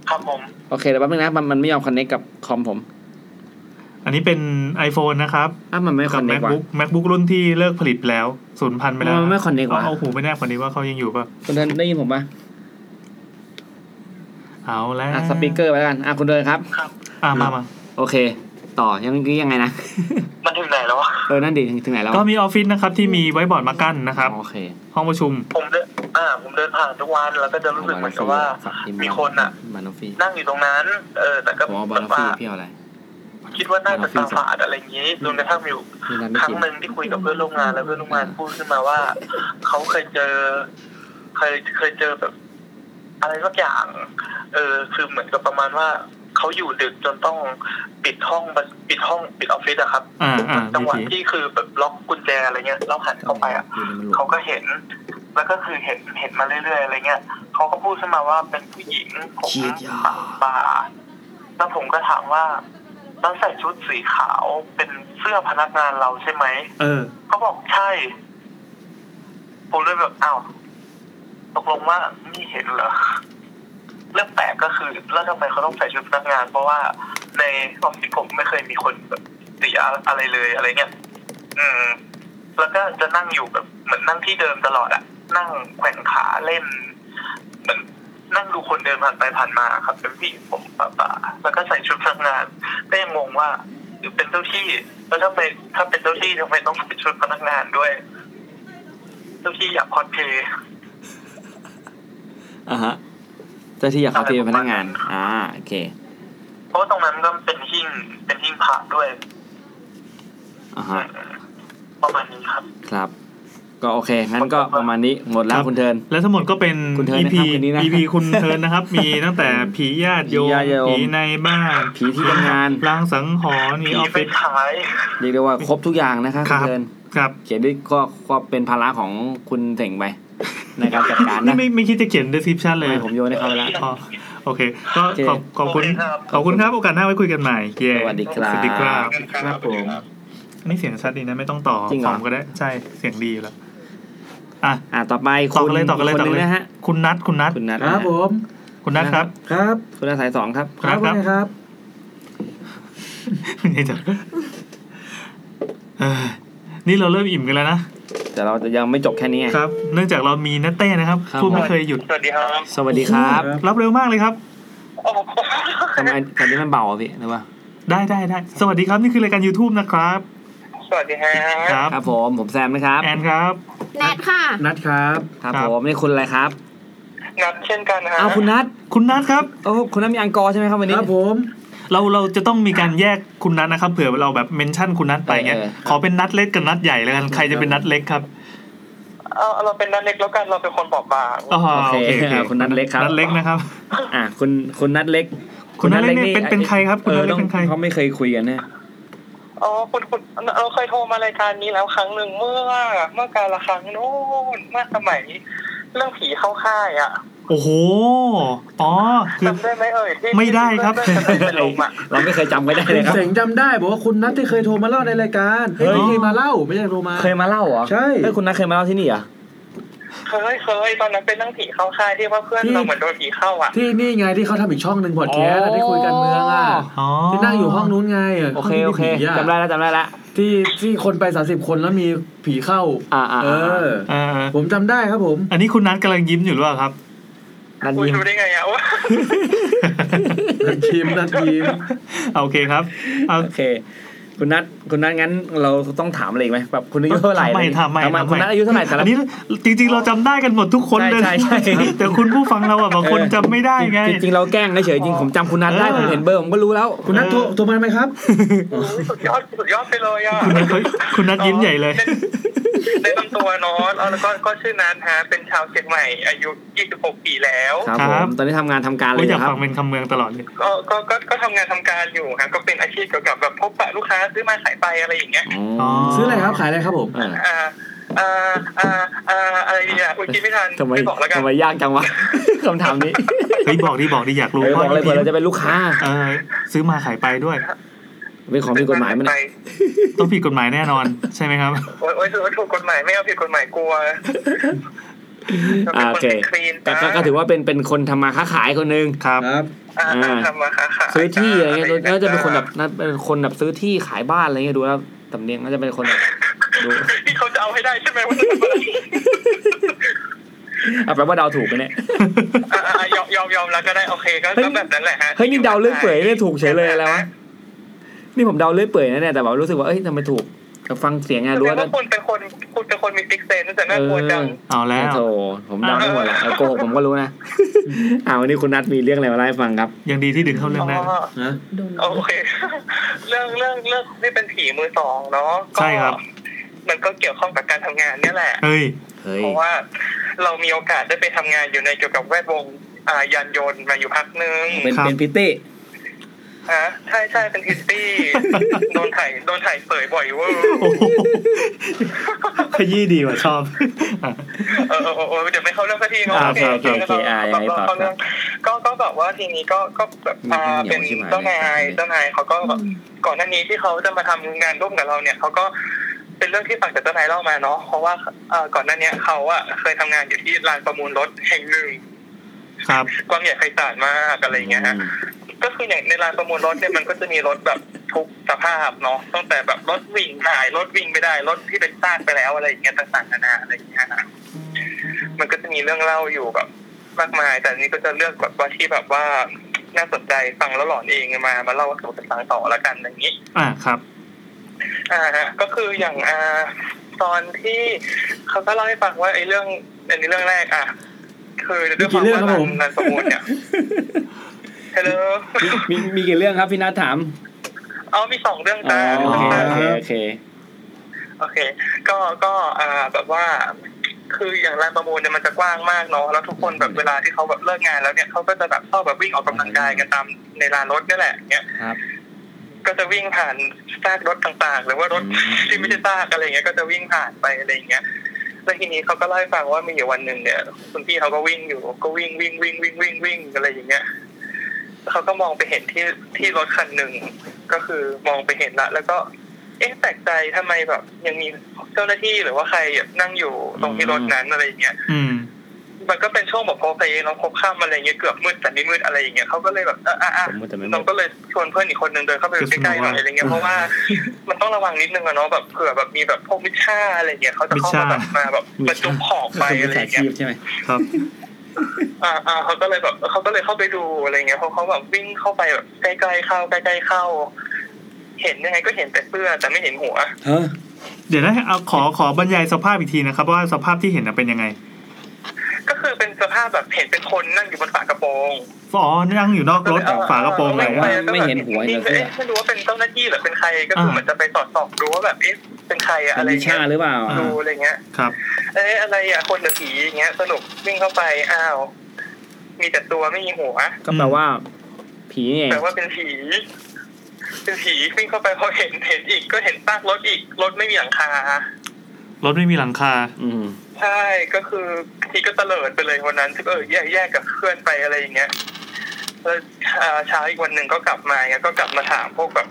Speaker 5: ครับผม
Speaker 4: โอเคเดี๋ยวแป๊บนึงนะมันมันไม่ยอมคอนเนคกับคอมผม
Speaker 1: อันนี้เป็น iPhone นะครับ
Speaker 4: อ้าวมันไม่ค
Speaker 1: กั
Speaker 4: อบ นเนคว่ะ
Speaker 1: MacBook MacBook รุ่นที่เลิกผลิตไปแล้วศูนย์พันไปแล้ว
Speaker 4: ทำไมมันไม่ connect วะ
Speaker 1: เอาเอาหูไปแนบคนนี้ว่าเขายังอยู่ป่ะ
Speaker 4: คุณเทิร์นได้ยินผมปะ
Speaker 1: เอาแล้ว
Speaker 4: อ่ะสปีกเกอร์ไปแล้วกันอ่ะคุณเทิร์นครับ
Speaker 1: อ่ะมามา
Speaker 4: โอเค ต่อยังยังไงนะ
Speaker 5: มันถึงไหนแล้ววะ
Speaker 4: เออ นั่นดิถึงถึงไหนแล้ว
Speaker 1: ก็มีออฟฟิศนะครับที่มีไว้บอร์ดมากั้นนะครับ
Speaker 4: โอเค
Speaker 1: ห้องประชุม
Speaker 5: ผมเดินอ่า ผมเดินผ่านทุกวันแล้วก็จะรู้สึกเหมือนกับว่า มีคนอะ
Speaker 4: บานอฟฟี่
Speaker 5: นั่งอยู่ตรงนั้น เออ แต่ก็
Speaker 4: ผมเอาบา
Speaker 5: แบ
Speaker 4: นอบ ฟฟี่
Speaker 5: ว่า
Speaker 4: พี่เอาอะไร
Speaker 5: คิดว่าน่าจะตาฝาดอะไรอย่างนี้จนกระทั่งมีอยู่
Speaker 4: มีน้ำไม่
Speaker 5: ครั้
Speaker 4: กิ
Speaker 5: ง
Speaker 4: น
Speaker 5: หนึ่งที่คุยกับเพื่อนร่วมงานแล้วเพื่อนร่วมงานพูดขึ้นมาว่า เขาเคยเจอ เคยเคยเจอแบบ อะไรสักอย่าง เออ คือเหมือนกับประมาณว่าเขาอยู่ดึกจนต้องปิดห้องปิดห้องปิดออฟฟิศอะครับ
Speaker 1: อ่าอ่า
Speaker 5: จังหวะ
Speaker 1: ผี
Speaker 5: ที่คือแบบล็อกกุญแจอะไรเงี้ยแล้วหันเข้าไปอะ
Speaker 4: อยู่ในมันหล
Speaker 5: เขา
Speaker 4: บ
Speaker 5: ก็เห็น แล้วก็คือเห็นเห็นมาเรื่อยๆอะไรเงี้ยเขาก็พูดขึ้นมาว่าเป็นผู้หญิงผมปักบ่าแล้วผมก็ถามว่าแล้วใส่ชุดสีขาวเป็นเสื้อพนักงานเราใช่ไหม
Speaker 1: เออ
Speaker 5: เขาบอกใช่ ผมเลยแบบอ้าวตกลงว่านี่เห็นเหรอเรื่องแปลกก็คือ แล้วทำไมเขาต้องใส่ชุดพนักงาน เพราะว่าในออฟฟิศผมไม่เคยมีคนแบบเสียอะไรเลยอะไรเงี้ย อืม แล้วก็จะนั่งอยู่แบบเหมือนนั่งที่เดิมตลอดอะนั่งแขว่งขาเล่น เหมือนนั่งดูคนเดินผ่านไปผ่านมาครับ เป็นพี่ผมป่าป่าแล้วก็ใส่ชุดพนักงานก็ยังงงว่าหรือเป็นเจ้าที่แล้วถ้าไปถ้าเป็นเจ้าที่ทำไมต้องใส่ชุดพนักงานด้วย เจ้าที่อยากคอสเพลย์
Speaker 4: อ่ะฮะเจ้าที่อยากเขาเทพนักงาน อ่าโอเค
Speaker 5: เพราะว่าตรงนั้นก็เป็นหิ้งเป็นหิ้งพระด้วย
Speaker 4: อ่าฮะ
Speaker 5: ประมาณนี้ครับ
Speaker 4: ครับ ก็โอเค งั้นก็ประมาณนี้หมดแล้
Speaker 1: คว รับ
Speaker 4: คุณเทิร์น
Speaker 1: และทั้งหมดก็เป็น
Speaker 4: คุณเทิร์น
Speaker 1: EP
Speaker 4: นะครับคืนนี้นะ
Speaker 1: EP คุณเทิร์น นะครับ มีตั้งแต่ผีญาติโย
Speaker 4: ผี
Speaker 1: ม
Speaker 4: ญาติโยม
Speaker 1: ผีในบ้าน
Speaker 4: ผีที่ทำงาน
Speaker 1: ลางสังหรณ์มี
Speaker 5: ผี
Speaker 1: ออฟ
Speaker 5: ไป
Speaker 1: ฟิศ
Speaker 5: ขาย
Speaker 4: เรียกได้ว่าครบทุกอย่างนะคะ
Speaker 1: ค
Speaker 4: คุ
Speaker 1: รั
Speaker 4: ณ
Speaker 1: บ
Speaker 4: เทิร์น
Speaker 1: ครับ
Speaker 4: เขียนด้วยก็ก็เป็นภาระของคุณเถ่งไป ในการจัดการ
Speaker 1: นี่
Speaker 4: นะ
Speaker 1: ไม่ไม่คิดจะเขียน description เลย
Speaker 4: ให้ผมโยนให้เขาไปแล้ว
Speaker 1: อ๋อโอเค ก็
Speaker 4: โอเค
Speaker 1: ขอบขอบคุณ
Speaker 5: โอเคครับ
Speaker 1: ขอบคุณครับโอกาสหน้าไว้คุยกันใหม่เย้
Speaker 4: สวัสดีครั
Speaker 1: สวัสดีครับ บ
Speaker 2: ครับผม
Speaker 1: อันนี่เสียงชัดดีนะ ไม่ต้องต่อ
Speaker 4: จริงเหร
Speaker 1: ค
Speaker 4: อ
Speaker 1: อมก็ได้ใช่เสียงดีอยู่แล้วอ่ะ
Speaker 4: อ่ะต่อไป
Speaker 1: ต่อ
Speaker 4: คุ
Speaker 1: กั
Speaker 4: ณ
Speaker 1: นเลยต่อกันเลย
Speaker 4: ค
Speaker 1: ต่อน
Speaker 4: ห
Speaker 1: กัน
Speaker 4: นึ่ง
Speaker 1: เลย
Speaker 4: นะฮะ
Speaker 1: คุณนัทคุณนัท
Speaker 4: คุณนัท
Speaker 2: ค
Speaker 4: นะ
Speaker 2: รับ
Speaker 4: ฮะ
Speaker 2: ผม
Speaker 1: คุณนัทครับ
Speaker 2: ครับ
Speaker 4: คุณนัทสายสองครับ
Speaker 2: ครับ
Speaker 1: ครับ
Speaker 2: ว่าไงครับ
Speaker 1: นี่จะเอ้ย นี่เราเริ่มอิ่มกันแล้วนะ
Speaker 4: แต่เราจะยังไม่จบแค่นี้ไง
Speaker 1: ครับ เนื่องจากเรามีนัตเต้นะครับ
Speaker 4: ครับ
Speaker 1: พูดไม่เคยหยุด
Speaker 5: สวัสดีครับ
Speaker 4: สวัสดีครับ
Speaker 1: รับเร็วมากเลยครับ
Speaker 5: โอ้โห
Speaker 4: ทำไมตอนนี้มันเบาอ่ะพี่หรือว่า
Speaker 1: ได้ได้ได้ สวัสดีครับ นี่คือรายการ YouTube นะครับ
Speaker 5: สวัสดีฮะ
Speaker 1: ครับ
Speaker 4: ครับผมผมแซมนะครับ
Speaker 1: แอนครับ
Speaker 3: แนทค่ะ
Speaker 2: นัดครับ
Speaker 4: ครับ
Speaker 1: ครับ
Speaker 4: ผมนี่คุณอะไรครับ
Speaker 5: นัดเช่นกันฮะ
Speaker 4: อ้าวคุณนัท
Speaker 1: คุณนัทครับ
Speaker 4: โอ้คุณนัทมีอังกอร์ใช่ไหมครับวัน
Speaker 2: ค
Speaker 4: นี้
Speaker 2: รับผม
Speaker 1: เราเราจะต้องมีการแยกคุณนัทนะครับ เผื่อเราแบบเมนชั่นคุณนัทไปเงี้ย
Speaker 4: เออเออ
Speaker 1: ขอเป็นนัทเล็กกับนัทใหญ่แล้วกัน ใครจะเป็นนัทเล็กครับ
Speaker 5: เอาเราเป็นนัดเล็กแล้วกันเราเป็นคนบอบบาง
Speaker 1: อ๋อโอเคโอเค
Speaker 4: อ่าคุณนัทเล็กครับ
Speaker 1: นัทเล็กนะครับ
Speaker 4: อ่ะคุณคุณนัทเล็ก
Speaker 1: คุณนัทเล็กเนี่ยเป็นเป็นใครครับคุณนัทเล็กเป็นใคร
Speaker 4: ออต้องเขาไม่เคยคุยกัน เนี่ย
Speaker 5: อ๋อคุณคุณเราเคยโทรมารายการนี้แล้วครั้งหนึ่งเมื่อ เมื่อการละครั้งนู้นเมื่อสมัย เรื่องผีเข้าค่ายอ่ะ
Speaker 1: โอ้โห อ๋อ คือ
Speaker 5: จำได้ไหมเอ่ยที่
Speaker 1: ไม่ได้ครับ
Speaker 5: ที่เพื่อนๆเป็นลมอ่ะ
Speaker 4: เราไม่เคยจำไม่ได้
Speaker 2: คุ
Speaker 4: เล
Speaker 2: ณ
Speaker 4: ยครับ
Speaker 2: เสงจำได้บอกว่าคุณนัทที่เคยโทรมาเล่าในรายการ
Speaker 4: เฮ้
Speaker 2: เฮ้ย
Speaker 4: ย
Speaker 2: เคยมาเล่าไม่ใช่โทรมา
Speaker 4: เคยมาเล่าเหรอ
Speaker 2: ใช่
Speaker 4: เฮ้ยคุณนัทเคยมาเล่าที่นี่เหรอ
Speaker 5: เคยเคยตอนนั้นเป็นเรื่องผีเข้าค่ายที่ว่าเพื่อน
Speaker 2: ที่
Speaker 5: เราเหมือนโดนผีเข้าอ่ะ
Speaker 2: ที่นี่ไงที่เขาทำอีกช่องหนึ่งพอดแคสต์อะที่คุยกันเมืองอ่ะ
Speaker 1: อ๋อ
Speaker 2: ที่นั่งอยู่ห้องนู้นไงะ
Speaker 4: โอเค
Speaker 2: ห้งที่มี
Speaker 4: โอเค
Speaker 2: ผีะ
Speaker 4: จำได้แล้วจำได้แล้ว
Speaker 2: ที่ที่คนไปสามสิบคนแล้วมีผีเข้า
Speaker 4: อ่าอ่า
Speaker 2: เอ
Speaker 4: อ่า
Speaker 2: อ
Speaker 1: อ่า
Speaker 2: ผมจำได้ครับ ผม
Speaker 1: อันนี้คุณนัทกำลังยิ้มอยู่หรือเปล่า ครับ
Speaker 4: นัท
Speaker 5: คุณ
Speaker 4: ยิ้ม
Speaker 5: รู้ได้ไงอ่ะว่า
Speaker 2: นัดยิ้มนัดยิ้ม
Speaker 1: โอเคครับเอา
Speaker 4: โอเค คุณนัทคุณนัทงั้นเราต้องถามอะไรอีกไหมแบบคุณอายุเท่าไหร่
Speaker 1: ทำไมทำไม
Speaker 4: ถาา
Speaker 1: ทำไม
Speaker 4: คุณนัทอายุเท่าไหร่แต่ละ
Speaker 1: อันนี้จริง ๆ เราจำได้กันหมดทุกคนเลย
Speaker 4: ใช่ใช่ใช่
Speaker 1: แต่คุณผู้ฟังเราอ่ะบางคนจำไม่ได้ไง
Speaker 4: จริงๆเราแกล้งเฉยๆจริงผมจำคุณนัทได้
Speaker 1: เออ
Speaker 4: ผมเห็นเบอร์ผมก็รู้แล้ว
Speaker 2: คุณนัทโทรโทรมาไหมครับ
Speaker 5: โอ้ยสุดยอดสุดยอดไปเลยอ่ะ
Speaker 1: คุณนัทเขาคุณนัทยิ้มใหญ่เลย
Speaker 5: ได้ลำตัวเนอนแล้วก็ก็ชื่อนันฮะเป็นชาวเชียงใหม่ อายุ 26 ปีแล้ว
Speaker 4: ครับ
Speaker 1: ค
Speaker 4: ผ
Speaker 1: รับ
Speaker 4: มตอนนี้ทำงานทำการเล
Speaker 1: ก็
Speaker 4: ย
Speaker 1: อยาก
Speaker 4: ครับ
Speaker 1: ฟังเป็นคำเมืองตลอดเลย
Speaker 5: ก็ก็ก็ก็ทำงานทำการอยู่ฮะก็เป็นอาชีพเกี่ยวกับแบบพบปะลูกค้าซื้อมาขายไปอะไรอย่างเงี้ย
Speaker 1: อ๋อ
Speaker 2: ซื้ออะไรครับขายอะไรครับผม
Speaker 4: เออ
Speaker 5: อ่าอ่าอ่าอ่าอะไรดีอ่ะอุ้ยคิดไม่ทัน
Speaker 4: ทำไม
Speaker 5: ไม่บอกแล้วกัน
Speaker 4: ทำไมยากจังวะ คำถามนี้
Speaker 1: เฮ้ยบอกดิบอกดิอยากรู้
Speaker 4: เออบอกเลย
Speaker 1: พ
Speaker 4: เผื่อ
Speaker 1: ราะ
Speaker 4: เราจะเป็นลูกค้า
Speaker 1: เออซื้อมาขายไปด้วย
Speaker 4: เป็นของผิดกฎหมายมัน
Speaker 5: ไป
Speaker 4: ย
Speaker 1: ต้องผิดกฎหมายแน่นอน ใช่ไหมครับ
Speaker 5: โอ้ยโอ้ยถือว่าถูกกฎหมายไม่เอาผิดกฎหมายกลั ว
Speaker 4: อ่าโอเค
Speaker 5: คลีน
Speaker 4: แต่ก็ก็ถือว่าเป็นเป็นคนทำมาค้าขายคนหนึง
Speaker 1: ครับ
Speaker 2: ครับ
Speaker 5: อ่า
Speaker 4: อ่า
Speaker 5: ทำมาค้าขาย
Speaker 4: ซื้อที่อะไรเงี้ยน่าจะเป็นคนแบบน่าเป็นคนแบบซื้อที่ขายบ้านอะไรเงี้ยดูแล้วตำเนียงน่าจะเป็นคนแบบดู
Speaker 5: ที่เขาจะเอาให้ได้ใช่ไหมว่าจะเป็นอะไร
Speaker 4: เอาแปลว่าเดาถูก กันเนี่ย
Speaker 5: อ่าอ่ายอมยอมยอมแล้วก็ได้โอเคก็
Speaker 4: เฮ้ย
Speaker 5: ก็แบบนั้นแหละฮะ
Speaker 4: เฮ้ยนี่เดาเลื่อยเปื่อยเนี่ยถูกเฉยเลยอะไรวะนี่ผมเดาเลื่อยเปื่อยนะเนี่ยแต่แบบรู้สึกว่าเอ้ยทำไมถูกแต่ฟังเสียงไง
Speaker 5: แสด
Speaker 4: รู้
Speaker 5: งว่า
Speaker 4: ว่า
Speaker 5: คุณเป็นคนคุณเป็นคนมีติ๊กเซนแต่น่ากลัวจัง
Speaker 4: เออ
Speaker 1: เอาแล้ว
Speaker 4: โธ่ผมเดาไม่หมดหรอกเอาโกหกผมก็รู้นะ เอาวันนี้คุณนัทมีเรื่องอะไรมาเล่าให้ฟังครับ
Speaker 1: ยังดีที่ดึงเข้าเรื่องได้
Speaker 5: โอเค เรื่องเรื่องเรื่องที่เป็นผีมือสองเนาะก็
Speaker 1: ใช่ครับ
Speaker 5: มันก็เกี่ยวข้องกับการทำงานเนี่ยแหละ
Speaker 1: เฮ้ย
Speaker 4: เฮ้ย
Speaker 5: เพราะว่าเรามีโอกาสได้ไปทำงานอยู่ในเกี่ยวกับแวดวงอ่ายานยนต์มาอยู่พักนึง
Speaker 4: เป็น
Speaker 1: ครับ
Speaker 4: เป็นพิตตี้
Speaker 5: ฮะใช่ใช่เป็นทิส ตี้ โดนถ่ายโดนถ่ายเสยบ่อยเวอร์
Speaker 1: โอ้โหขยี้ดีว่ะชอบอ่ะ
Speaker 5: เออเออเออเออเดี๋ยวไม่เข้าเรื่องสักทีเนาะ
Speaker 1: อ่า
Speaker 4: โอเคโอเคอ่ายังไงต่อ
Speaker 5: เข้า
Speaker 4: ค
Speaker 5: เรื่
Speaker 4: รั
Speaker 5: อบ งก็ก็แบบว่าทีนี้ก็ก็แบบอ่า
Speaker 4: มี
Speaker 5: เป็น
Speaker 4: เหี่ยวใช่ไหม
Speaker 5: เจ้านายเจ้านายเขาก็แบบ ก่อนหน้านี้ที่เขาจะมาทำงานร่วมกับเราเนี่ยเขาก็เป็นเรื่องที่ฝั่งจากเจ้านายเล่ามาเนาะเพราะว่าเอ่อก่อนหน้าเนี้ยเขาอะเคยทำงานอยู่ที่ลานประมูลรถแห่งหนึ่ง
Speaker 1: ครับ
Speaker 5: กว้างใหญ่ไพศาลมากอะไรอย่างเงี้ยฮะก็คืออย่างในลานประมูลรถเนี่ยมันก็จะมีรถแบบทุกสภาพเนาะตั้งแต่แบบรถวิ่งหายรถวิ่งไม่ได้รถที่เป็นซากไปแล้วอะไรอย่างเงี้ยต่างๆนานาอะไรอย่างเงี้ยฮะมันก็จะมีเรื่องเล่าอยู่แบบมากมาย แต่อันนี้ก็จะเลือกแบบว่าที่แบบว่าน่าสนใจฟังแล้วหลอนเองมามาเล่าสู่กันฟังต่อละกันอย่างนี้
Speaker 1: อ่ะครับ
Speaker 5: อ่าฮะก็คืออย่างอ่าตอนที่เขาก็เล่าให้ฟังว่าไอ้เรื่องอันนี้เรื่องแรกอ่ะ คือเรื่อง
Speaker 2: มีกี่เรื่องครับ
Speaker 5: ว่า
Speaker 2: ผม
Speaker 5: นันสมูลเนี่ยเฮลโหล
Speaker 4: มีมีกี่เรื่องครับพี่นัทถาม
Speaker 5: เอามีสองเรื่อง
Speaker 4: อ๋อ
Speaker 5: จ้า
Speaker 4: โอเคโอเคโอเค
Speaker 5: โอเค ก็ก็อ่าแบบว่า คืออย่างลานประมูลเนี่ยมันจะกว้างมากเนาะแล้วทุกคนแบบเวลาที่เขาแบบเลิกงานแล้วเนี่ยเขาก็จะแบบชอบแบบวิ่งออกกำลังกายกันตามในลานรถเนี่ยแหละเนี่ย
Speaker 7: ครับ
Speaker 5: ก็จะวิ่งผ่านซากรถต่างๆ หรือว่ารถ ที่ไม่ใช่ซากอะไรเงี้ยก็จะวิ่งผ่านไปอะไรอย่างเงี้ยแล้วทีนี้เขาก็เล่าให้ฟังว่ามีอยู่วันหนึ่งเนี่ยคุณพี่เขาก็วิ่งอยู่ก็วิ่งวิ่งวิ่งวิ่งวิ่งวิ่งอะไรอย่างเงี้ยแล้วเขาก็มองไปเห็นที่ที่รถคันหนึ่งก็คือมองไปเห็นละ แล้วก็ เอ๊ะแปลกใจทำไมแบบ ยังมีเจ้าหน้าที่หรือว่าใครแบบนั่งอยู่ตรงที่รถนั้นอะไรอย่างเงี้ย
Speaker 1: อืม
Speaker 5: มันก็เป็นช่วงแบบพอเพลย์น้องพบข้ามอะไรเงี้ยเกือบมืดแต่ไม่มืดอะไรอย่างเงี้ยเขาก็เลยแบบเอออ่ะอ่ะ
Speaker 4: ผมว่าแต่ไม่หมด
Speaker 5: น้องก็เลยชวนเพื่อนอีกคนนึงเดินเข้าไป
Speaker 1: คือ
Speaker 5: ใกล้ๆหน่อยอะไรเงี้ยเพราะว่า มันต้องระวังนิดนึงอะเนาะแบบเผื่อแบบมีแบบพวกมิชช่าอะไรเงี้ยเขาจะเข้ามา
Speaker 1: มิช
Speaker 5: แบบ
Speaker 1: ช่า
Speaker 5: มาแบบมาจุกของไปอะไรเงี้ย
Speaker 4: ใช่ไหม
Speaker 1: ครับ
Speaker 5: อ่าอ่าเขาก็เลยแบบเขาก็เลยเข้าไปดูอะไรเงี้ยเพราะเขาแบบวิ่งเข้าไปแบบใกล้ๆเข้าใกล้ๆเข้า เห็นยังไงก็เห็นแต่เสื้อแต่ไม่เห็นหัว
Speaker 4: ฮะ
Speaker 1: เดี๋ยวนะเอาขอขอบรรยายสภาพอีกทีนะครับ ว่าสภาพที่เห็นน่ะเป็นยังไง
Speaker 5: ก็คือเป็นสภาพแบบเห็นเป็นคนนั่งอยู่บนฝากระโปรง
Speaker 1: อ๋อนั่งอยู่นอกรถฝากระโปรงไหน
Speaker 5: ไม่
Speaker 1: อะ
Speaker 5: ไม่เห็นหัวเลยอะไม่รู้ว่าเป็นเจ้าหน้าที่หรือเป็นใครก็คือเหมือนจะไปสอดส่องดูว่าแบบเอ๊ะเป็นใครอะอะไร
Speaker 4: มี
Speaker 5: เงี้
Speaker 4: ชายหรือเปล่า
Speaker 1: อ่า
Speaker 5: ดูอะไรเงี้ย
Speaker 1: ครับ
Speaker 5: เอ๊ะอะไรอะคนหรือผีอย่างเงี้ย สนุกวิ่งเข้าไปอ้าว มีแต่ตัวไม่มีหัว
Speaker 4: ก็แปลว่า ผีนี่เอง
Speaker 5: แปลว่าเป็นผี เป็นผีวิ่งเข้าไปพอเห็นเห็นอีกก็เห็นซากรถอีกรถไม่มีหลังคาร
Speaker 1: ถไม่มีหลังคา
Speaker 4: อืม
Speaker 5: ใช่ก็คือทีก็เตลิดไปเลยวันนั้นที่เออแยกแยกกับเพื่อนไปอะไรอย่างเงี้ยแล้วอ่าเช้าอีกวันหนึ่งก็กลับมาเงี้ยก็กลับมาถามพวกแบบ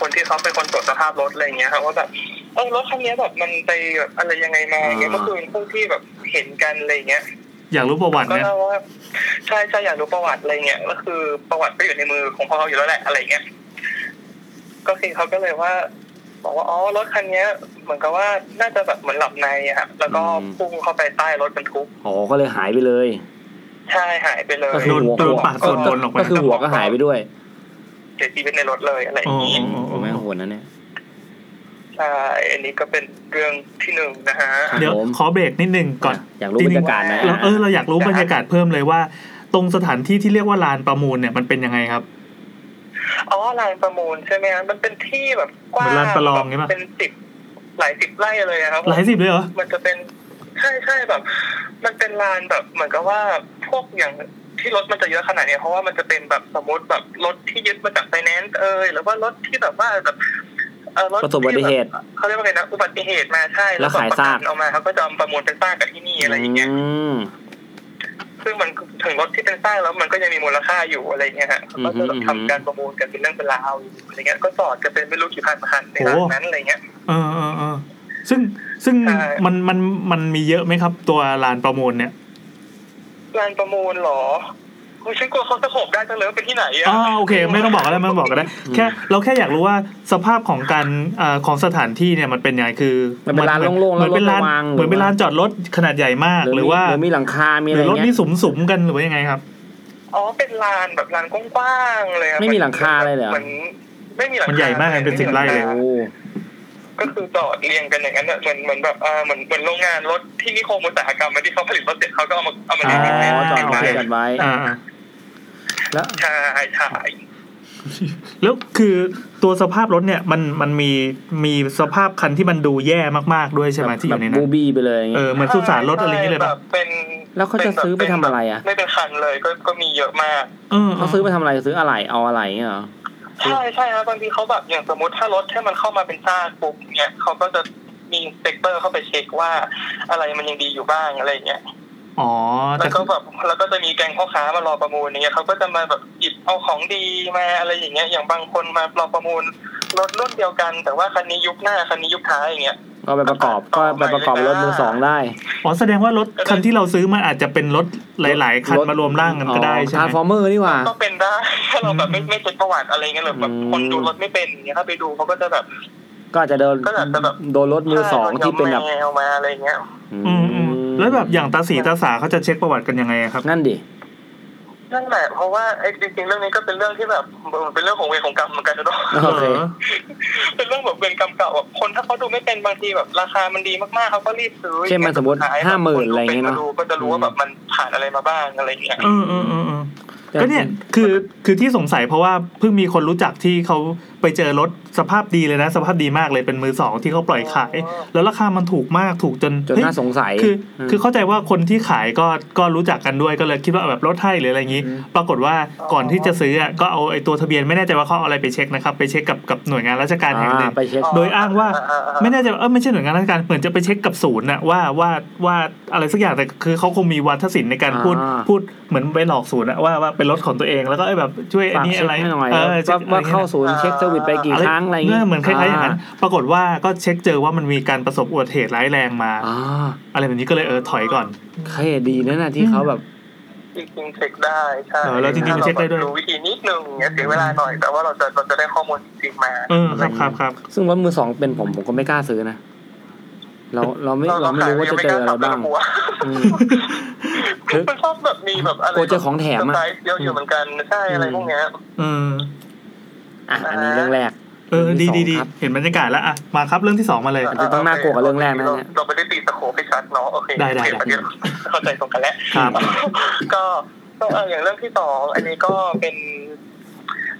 Speaker 5: คนที่เขาเป็นคนตรวจสภาพรถอะไรอย่างเงี้ยครับว่าแบบเออรถคันเนี้ยแบบมันไปแบบอะไรยังไงมาอย่างเงี้ยเมื่อคืนพวกที่แบบเห็นกันอะไรอย่างเงี้ย
Speaker 1: อยากรู้ประวัติ
Speaker 5: ก็
Speaker 1: เนี่ย
Speaker 5: เล่าว่าใช่ใช่อยากรู้ประวัติอะไรเงี้ยก็คือประวัติก็อยู่ในมือของพ่อเขาอยู่แล้วแหละอะไรเงี้ยก็คือเขาก็เลยว่า บอกว่าอ๋อรถคันเนี้ย เหมือนกับว่าน่าจะแบบเหมือนหลับในอะครับแล้วก็พุ่งเข้าไปใต้รถบรรทุก
Speaker 4: อ๋อก็เลยหายไปเลย
Speaker 5: ใช่หายไปเลย
Speaker 4: ก็คื
Speaker 1: โด
Speaker 4: อ
Speaker 1: นโดนปาดส่วนบนออกไป
Speaker 4: ก็คือหัวก็หายไปด้วย
Speaker 5: เสียชีวิตในรถเลยอะไรอ
Speaker 1: อ๋อย่าง อ๋
Speaker 5: งี้
Speaker 1: ออ๋ออ๋
Speaker 4: โอ้
Speaker 1: อ
Speaker 4: แม่งโหดนะเนี่ย
Speaker 5: ใช่อันนี้ก็เป็นเรื่องที่หนึ่งนะฮะ
Speaker 4: ครับ
Speaker 1: เดี๋ยว
Speaker 4: ผม
Speaker 1: ขอเบรกนิดนึงก่อน
Speaker 4: อยากรู้บรรยากาศไหม
Speaker 1: เราเออเราอยากรู้
Speaker 5: ได้
Speaker 1: บรรยากาศเพิ่มเลยว่า ตรงสถานที่ที่เรียกว่าลานประมูลเนี่ยมันเป็นยังไงครับ
Speaker 5: อ๋อลานประมูลใช่ไหมฮะมันเป็นที่แบบกว้าง
Speaker 1: เหมือนลานประลองใช่ปะ
Speaker 5: เป็นสิบหลายสิบไร่เลยอะครับผม
Speaker 1: หลายสิบเลยเหรอ
Speaker 5: มันจะเป็นใช่ใช่แบบ มันเป็นลานแบบเหมือนกับว่าพวกอย่างที่รถมันจะเยอะขนาดเนี้ยเพราะว่ามันจะเป็นแบบสมมติแบบรถที่ยึดมาจากไฟแนนซ์เอยหรือว่ารถที่แบบว่าแบบเอ่อรถ
Speaker 4: ประสบอุบัติเหตุ
Speaker 5: ที่แบบเขาเรียกว่าไงนะอุบัติเหตุมาใช่
Speaker 4: แล้วขายซาก
Speaker 5: แบบประกันเออกมาเขาก็จะเอาประมูลเป็นซากกับที่นี่อะไรอย่างเงี้ย
Speaker 4: ม
Speaker 5: ซึ่งมันถึงรถที่เป็นซากแล้วมันก็ยังมีมูลค่าอยู่อะไรอย่างเงี้ยฮะ
Speaker 4: อืม
Speaker 5: ก็จะแบบทำการประมูลกันเป็นเรื่องเป็นราวอยู่อะไรเงี้ยก็จอดกันเป็นไม่รู้กี่พันคันในร้านนั้นอะไรเงี้ย
Speaker 1: เออเออเออซึ่งซึ่ง
Speaker 5: ใช่
Speaker 1: มันมันมันมีเยอะไหมครับ ตัวลานประมูลเนี่ย
Speaker 5: ลานประมูลเหรอโอ้ยฉันกลัวเขาสะโขบได้จังเลยว่าเป็นที่ไหนอะ
Speaker 1: อ๋อโอเค ไม่ต้องบอกก็ได้ไม่ต้องบอกก็ได้แค่เราแค่อยากรู้ว่าสภาพของการเอ่อของสถานที่เนี่ยมันเป็นยังไงคือ
Speaker 4: มันเป็นลานโล่งๆ
Speaker 1: เหมือนเป็นลาน
Speaker 4: แล้วรถวาง
Speaker 1: เหมือนเป็น
Speaker 4: หรือว่า
Speaker 1: ลานจอดรถขนาดใหญ่มาก หรือว่า
Speaker 4: หรือมีหลังคา มี
Speaker 1: ห
Speaker 4: อะ
Speaker 1: รื
Speaker 4: ไร
Speaker 1: อรถ
Speaker 4: เงี้
Speaker 1: นี่
Speaker 4: ย
Speaker 1: สุมๆกันหรือว่ายังไงครับ
Speaker 5: อ๋อ เป็นลานแบบลานกว้างๆเลยอะ
Speaker 4: ไม่มีหลังคาเลยเหรอ
Speaker 5: มือนไม่มีหลังคา
Speaker 1: มันใหญ่มากเลยเป็นสิบไร่เลย
Speaker 4: โอ้
Speaker 5: ก็คือจอดเรียงกันอย่างนั้นอะเหมือนเหมือนแบบอ่าเหมือนเหมือนโรงงานรถที่นิคมอุตสาหกรรมอะที่เขาผลิตรถเสร็จเขาก็เอามาเอามา
Speaker 4: อ๋
Speaker 5: เรียงกันเป็น
Speaker 4: อจอด
Speaker 5: สิบ
Speaker 4: เอาไว้
Speaker 5: ไร่
Speaker 4: จัดไว้
Speaker 1: อ่าอ่า
Speaker 4: แล้ว
Speaker 5: ใช่ใช่
Speaker 1: แล้วคือตัวสภาพรถเนี่ยมันมันมีมีสภาพคันที่มันดูแย่มากๆด้วยใช่ไหมที่อยู่ใน
Speaker 4: แบบ
Speaker 1: นั้
Speaker 4: บู
Speaker 1: น
Speaker 4: บี้ไปเลยอย่าง
Speaker 1: เอ
Speaker 4: เงี้ย
Speaker 1: อเหมือนสุสานรถอะไรอย่างเงี้ยเลย
Speaker 5: แบ
Speaker 1: ป่ะ
Speaker 5: บเป็น
Speaker 4: แล้วเขาจะซื้อไปทำอะไรอะ
Speaker 5: ไม่เป็นคันเลยก็ก็มีเยอะมาก
Speaker 1: เออ
Speaker 4: เขาซื้อไปทำอะไรซื้ออะไรเอาอะไรเงี้ยเหรอ
Speaker 5: ใช่ใช่ครับบางทีเขาแบบอย่างสมมติถ้ารถถ้ามันเข้ามาเป็นซากปุ๊บเนี่ยเขาก็จะมีอินสเปกเตอร์เข้าไปเช็คว่าอะไรมันยังดีอยู่บ้างอะไรอย่างเงี้ย
Speaker 1: อ๋อ
Speaker 5: แล้
Speaker 1: แต่
Speaker 5: วก็แบบแล้วก็จะมีแกงพ่อค้ามารอประมูลอย่างเงี้ยเขาก็จะมาแบบหยิบเอาของดีมาอะไรอย่างเงี้ยอย่างบางคนมารอประมูลรถรุ่นเดียวกัน แต่ว่าคันนี้ยุคหน้าคันนี้ยุคท้ายอย่างเงี้ย
Speaker 4: ก็ไปประกอบ
Speaker 5: ต่
Speaker 4: ก็
Speaker 5: อ
Speaker 4: ไป
Speaker 5: ไป
Speaker 4: ประกอบ
Speaker 5: เลย
Speaker 4: รถ
Speaker 5: นะ
Speaker 4: มือสองได้
Speaker 1: อ๋อแสดงว่ารถคันที่เราซื้อมันอาจจะเป็นรถหลาย ๆ คันมารวมร่างกันก็ได้ใช่
Speaker 4: ทา
Speaker 1: ไห
Speaker 4: ร์
Speaker 1: ม
Speaker 4: ฟอร์เมอร์นี่หว่า
Speaker 5: ก็เป็นได้ ถ้าเราแบบไม่ไม่เช็คประวัติอะไรเงี้ยหรือแบบ
Speaker 4: อืม
Speaker 5: คนดูรถไม่เป็นอย่างเงี้ยถ้าไปดูเขาก็จะแบบ
Speaker 4: ก็อาจจะโดน
Speaker 5: ก็อาจจะแบบ
Speaker 4: โดนรถมือสองที่เป็นแบบ
Speaker 5: ใช่รถยอมแมวมาอะไรเงี้ย
Speaker 1: อืมอืมแล้วแบบอย่างตาสีตาสาเขาจะเช็คประวัติกันยังไงอะครับ
Speaker 4: นั่นดิ
Speaker 5: นั่นแหละเพราะว่าไอ้จริงๆเรื่องนี้ก็เป็นเรื่องที่แบบเป็นเรื่องของเวรของกรรมเหมือนกันนะเนาะ
Speaker 4: โอเค
Speaker 5: เป็นเรื่องแบบเวรกรรมเก่าแบบคนถ้าเขาดูไม่เป็นบางทีแบบราคามันดีมากๆเขาก็รีบซื้อ
Speaker 4: เช่นมันสมมุติ
Speaker 5: ขยแบบ
Speaker 4: 50,000อะไรเงี้ยเนอะ
Speaker 5: คดูก็จะรู้ว่าแบบมันผ่านอะไรมาบ้างอะไรเงี้ย
Speaker 1: เออเออเออเออก็เนี่ยคือคือที่สงสัยเพราะว่าเพิ่งมีคนรู้จักที่เขา ไปเจอรถสภาพดีเลยนะ สภาพดีมากเลยเป็นมือสองที่เขาปล่อยขาย
Speaker 5: อ๋อ
Speaker 1: แล้วราคามันถูกมากถูกจน
Speaker 4: จน
Speaker 1: เฮ้ย
Speaker 4: น่าสงสัย
Speaker 1: คือ
Speaker 4: ม
Speaker 1: คือเข้าใจว่าคนที่ขายก็ก็รู้จักกันด้วยก็เลยคิดว่าแบบรถให้หรืออะไรอย่างนี้ ปรากฏว่าก่อนที่จะซื้ออะก็เอาไอ้ตัวทะเบียนไม่แน่ใจว่าเขาเอาอะไรไปเช็คนะครับไปเช็คกับกับหน่วยงานราชการแห่งหนึ่ง
Speaker 4: อ่าไปเช็ค
Speaker 1: โดยอ้างว่า ไม่แน่ใจว่าเออไม่ใช่หน่วยงานราชการเหมือนจะไปเช็คกับศูนย์นะว่าว่าว่าอะไรสักอย่างแต่คือเขาคงมีวัฒศิลป์ในการพูด
Speaker 4: อ่า
Speaker 1: พูดเหมือนไปหลอกศูนย์อะว่าว่าเป็นรถของตัวเองแล้วก็เอ้ยแบบช่วยไอ้
Speaker 4: ฝาก
Speaker 1: นี่
Speaker 4: เช็
Speaker 1: อะ
Speaker 4: ค
Speaker 1: ไร
Speaker 4: ให้หน่อย
Speaker 1: เออ
Speaker 4: ว่า
Speaker 1: ช็ค
Speaker 4: ว่า
Speaker 1: อะไร
Speaker 4: เข้าศูนย์เช็คเซอร์วิสไปกี่
Speaker 1: อะไร
Speaker 4: ครั้งอะไร
Speaker 1: เนี่
Speaker 4: เงี้
Speaker 1: ยเหมือนคล้ายๆอย่างนั้นปรากฏว่าก็เช็คเจอว่ามันมีการประสบอุบัติเหตุร้ายแรงมา
Speaker 4: อ่า
Speaker 1: อะไรแบบนี้ก็เลยเออถอยก่อน
Speaker 4: เคยดีนะน่ะที่เขาแบบ
Speaker 5: จริงๆเช็คได้ใช่
Speaker 1: เออแล้วจริงๆมันเช็คได้ด้วย
Speaker 5: ถ้าาแบบวิธีนิดนึงอย่างเงี้ยเสียเวลาหน่อยแต่ว่าเราจะเราจะได้ข้อมูลจริงๆมา
Speaker 1: เออครับครับครับ
Speaker 4: ซึ่งรถมือสองเป็นผมผมก็ไม่กล้าซื้อนะ เราเราไม่เราไม่รู้ว่าจะเจออะไรบ้าง อืม
Speaker 5: คือมันชอบแบบมีแบบอะไร
Speaker 4: กลัวเจอของแถมอะ
Speaker 5: เซร์ไพรส์เยอะอยู่เหมือนกันใช่อะไรพวกเนี้ย
Speaker 1: เออ
Speaker 4: อ่ะอันนี้เรื่องแรก
Speaker 1: เออ ดี
Speaker 4: รื่อง
Speaker 1: ดี
Speaker 4: ที่
Speaker 1: ดี
Speaker 4: สงครับ
Speaker 1: เห็นบรรยากาศแล้วอ่ะมาครับเรื่องที่สองมาเลย
Speaker 4: อาจจะต้องน่ากลัวกว่าเรื่องแรกนะเนี่ย
Speaker 5: เราไม่ได้ตีสโคปให้ชัดเนาะโอเค
Speaker 1: ได้ได้
Speaker 5: โอเค
Speaker 1: ได้
Speaker 5: เข้าใจตรงกันแล้ว
Speaker 1: ครับ
Speaker 5: ก็ก็เอ่ออย่างเรื่องที่สองอันนี้ก็เป็น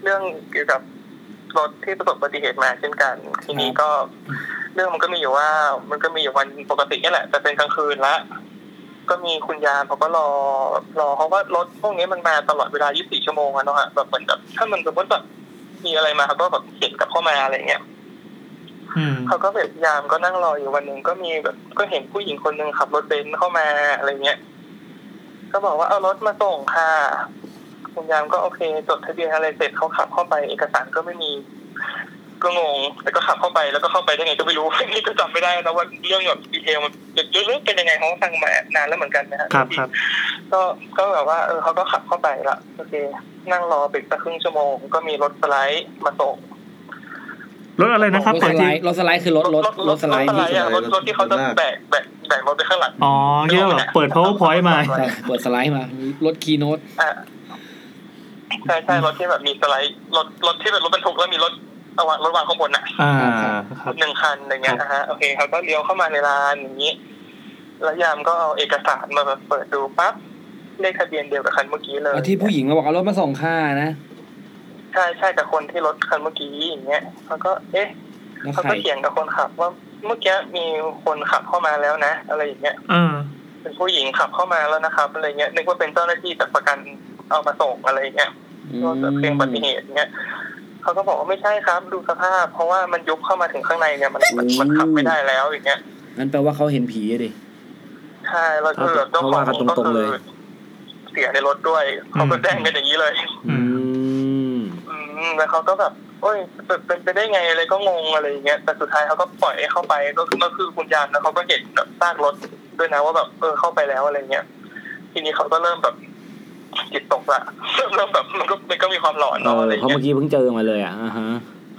Speaker 5: เรื่องเกี่ยวกับรถที่ประสบอุบัติเหตุมาเช่นกัน ทีนี้ก็ เรื่องมันก็มีอยู่ว่า มันก็มีอยู่วันปกตินี่แหละแต่เป็นกลางคืนละก็มีคุณยามเขาก็รอ รอเขาก็รถพวกนี้มันมาตลอดเวลา 24 ชั่วโมงอะเนาะฮะแบบเหมือนแบบถ้ามันสมมติแบบมีอะไรมาเขาก็แบบเขียนกลับเข้ามาอะไรอย่างเงี้ย
Speaker 1: อืม
Speaker 5: เขาก็แบบยามก็นั่งรออยู่วันหนึ่งก็มีแบบก็เห็นผู้หญิงคนหนึ่งขับรถเบนซ์เข้ามาอะไรเงี้ย ก็บอกว่าเอารถมาส่งค่ะ คุณยามก็โอเคจดทะเบียนอะไรเสร็จเขาขับเข้าไปเอกสารก็ไม่มี ก็งงแต่ก็ขับเข้าไปแล้วก็เข้าไปได้ไงก็ไม่รู้ นี่ก็จำไม่ได้แล้วว่าเรื่องแบบดีเทลมันเรื่องเป็นยังไงเขาก็ฟังมานานแล้วเหมือนกันนะฮะ
Speaker 1: ครับครับ
Speaker 5: ก็ก็แบบว่าเออเขาก็ขับเข้าไปละโอเค นั่งรอไปสักครึ่งชั่วโมง ก็มีรถสไลด์มาส่ง
Speaker 1: รถอะไรนะครับขอจริง
Speaker 8: รถสไลด์คือรถรถรถสไลด์
Speaker 5: รถสไลด์อะรถรถที่เขาจะแบกแบกแบกรถไปข้างหลัง
Speaker 1: อ๋อเยอะแบบเปิด powerpoint มา
Speaker 8: ใช่เปิดสไลด์มา รถคีโนต
Speaker 5: อ่ะใช่ใช่รถที่แบบมีสไลด์รถรถที่เป็นรถบรรทุกแล้วมีรถเอาวางรถวางข้างบนอ่ะ
Speaker 1: อ่าครับ
Speaker 5: หนึ่งคันอย่างเงี้ยนะฮะโอเคเขาก็เลี้ยวเข้ามาในร้านอย่างนี้แล้วยามก็เอาเอกสารมาเปิดดูปั๊บเลขทะเบียนเดียวกับคันเมื่อกี้เลย
Speaker 8: เอาที่ผู้หญิงมาบอกเอารถมาส่งค่านะ
Speaker 5: ใช่ใช่กับคนที่รถคันเมื่อกี้อย่างเงี้ยเขาก็เอ๊ะ
Speaker 8: แล้ว
Speaker 5: เขา
Speaker 8: ใคร
Speaker 5: ก็เถียงกับคนขับ ว่าเมื่อกี้มีคนขับเข้ามาแล้วนะ อะไรอย่างเงี้ย
Speaker 1: อ่า
Speaker 5: เป็นผู้หญิงขับเข้ามาแล้วนะครับอะไรเงี้ยนึกว่าเป็นเจ้าหน้าที่จากประกันเอามาส่งอะไรเงี้ยรถแบบเพลงอุบัติเหตุเงี้ยเขาก็บอกว่าไม่ใช่ครับดูสภาพ เพราะว่ามันยุบเข้ามาถึงข้างในเนี่ยมันมันมันขับไม่ได้แล้วอย่างเงี้ย
Speaker 8: นั่นแปลว่าเขาเห็นผีอะดิ
Speaker 5: ใช่แล้วคือแบบเจ้า
Speaker 4: เขา
Speaker 5: ของ
Speaker 4: ว่ากันตรงๆเลย
Speaker 5: ก็คือเสียในรถด้วยเขาก็แจ้งกันอย่างนี้เลย
Speaker 1: อืม
Speaker 5: อืมแล้วเขาก็แบบโอ้ยแบบเป็นไปได้ไงอะไรก็งงอะไรอย่างเงี้ยแต่สุดท้ายเขาก็ปล่อยให้เข้าไปก็คือก็คือคุณยามแล้วเขาก็เห็นแบบซากรถด้วยนะว่าแบบเออเข้าไปแล้วอะไรเงี้ยทีนี้เขาก็เริ่มแบบจิตตกละเริ่มเริ่มแบบมันก็มันก็มีความหลอน
Speaker 4: เอ
Speaker 5: เนาะ
Speaker 4: อ
Speaker 5: อะไร
Speaker 4: เพราะ
Speaker 5: เงี้
Speaker 4: เมื่
Speaker 5: ย
Speaker 4: อกี้เพิ่งเจอมาเลยอ่ะอ่าฮะ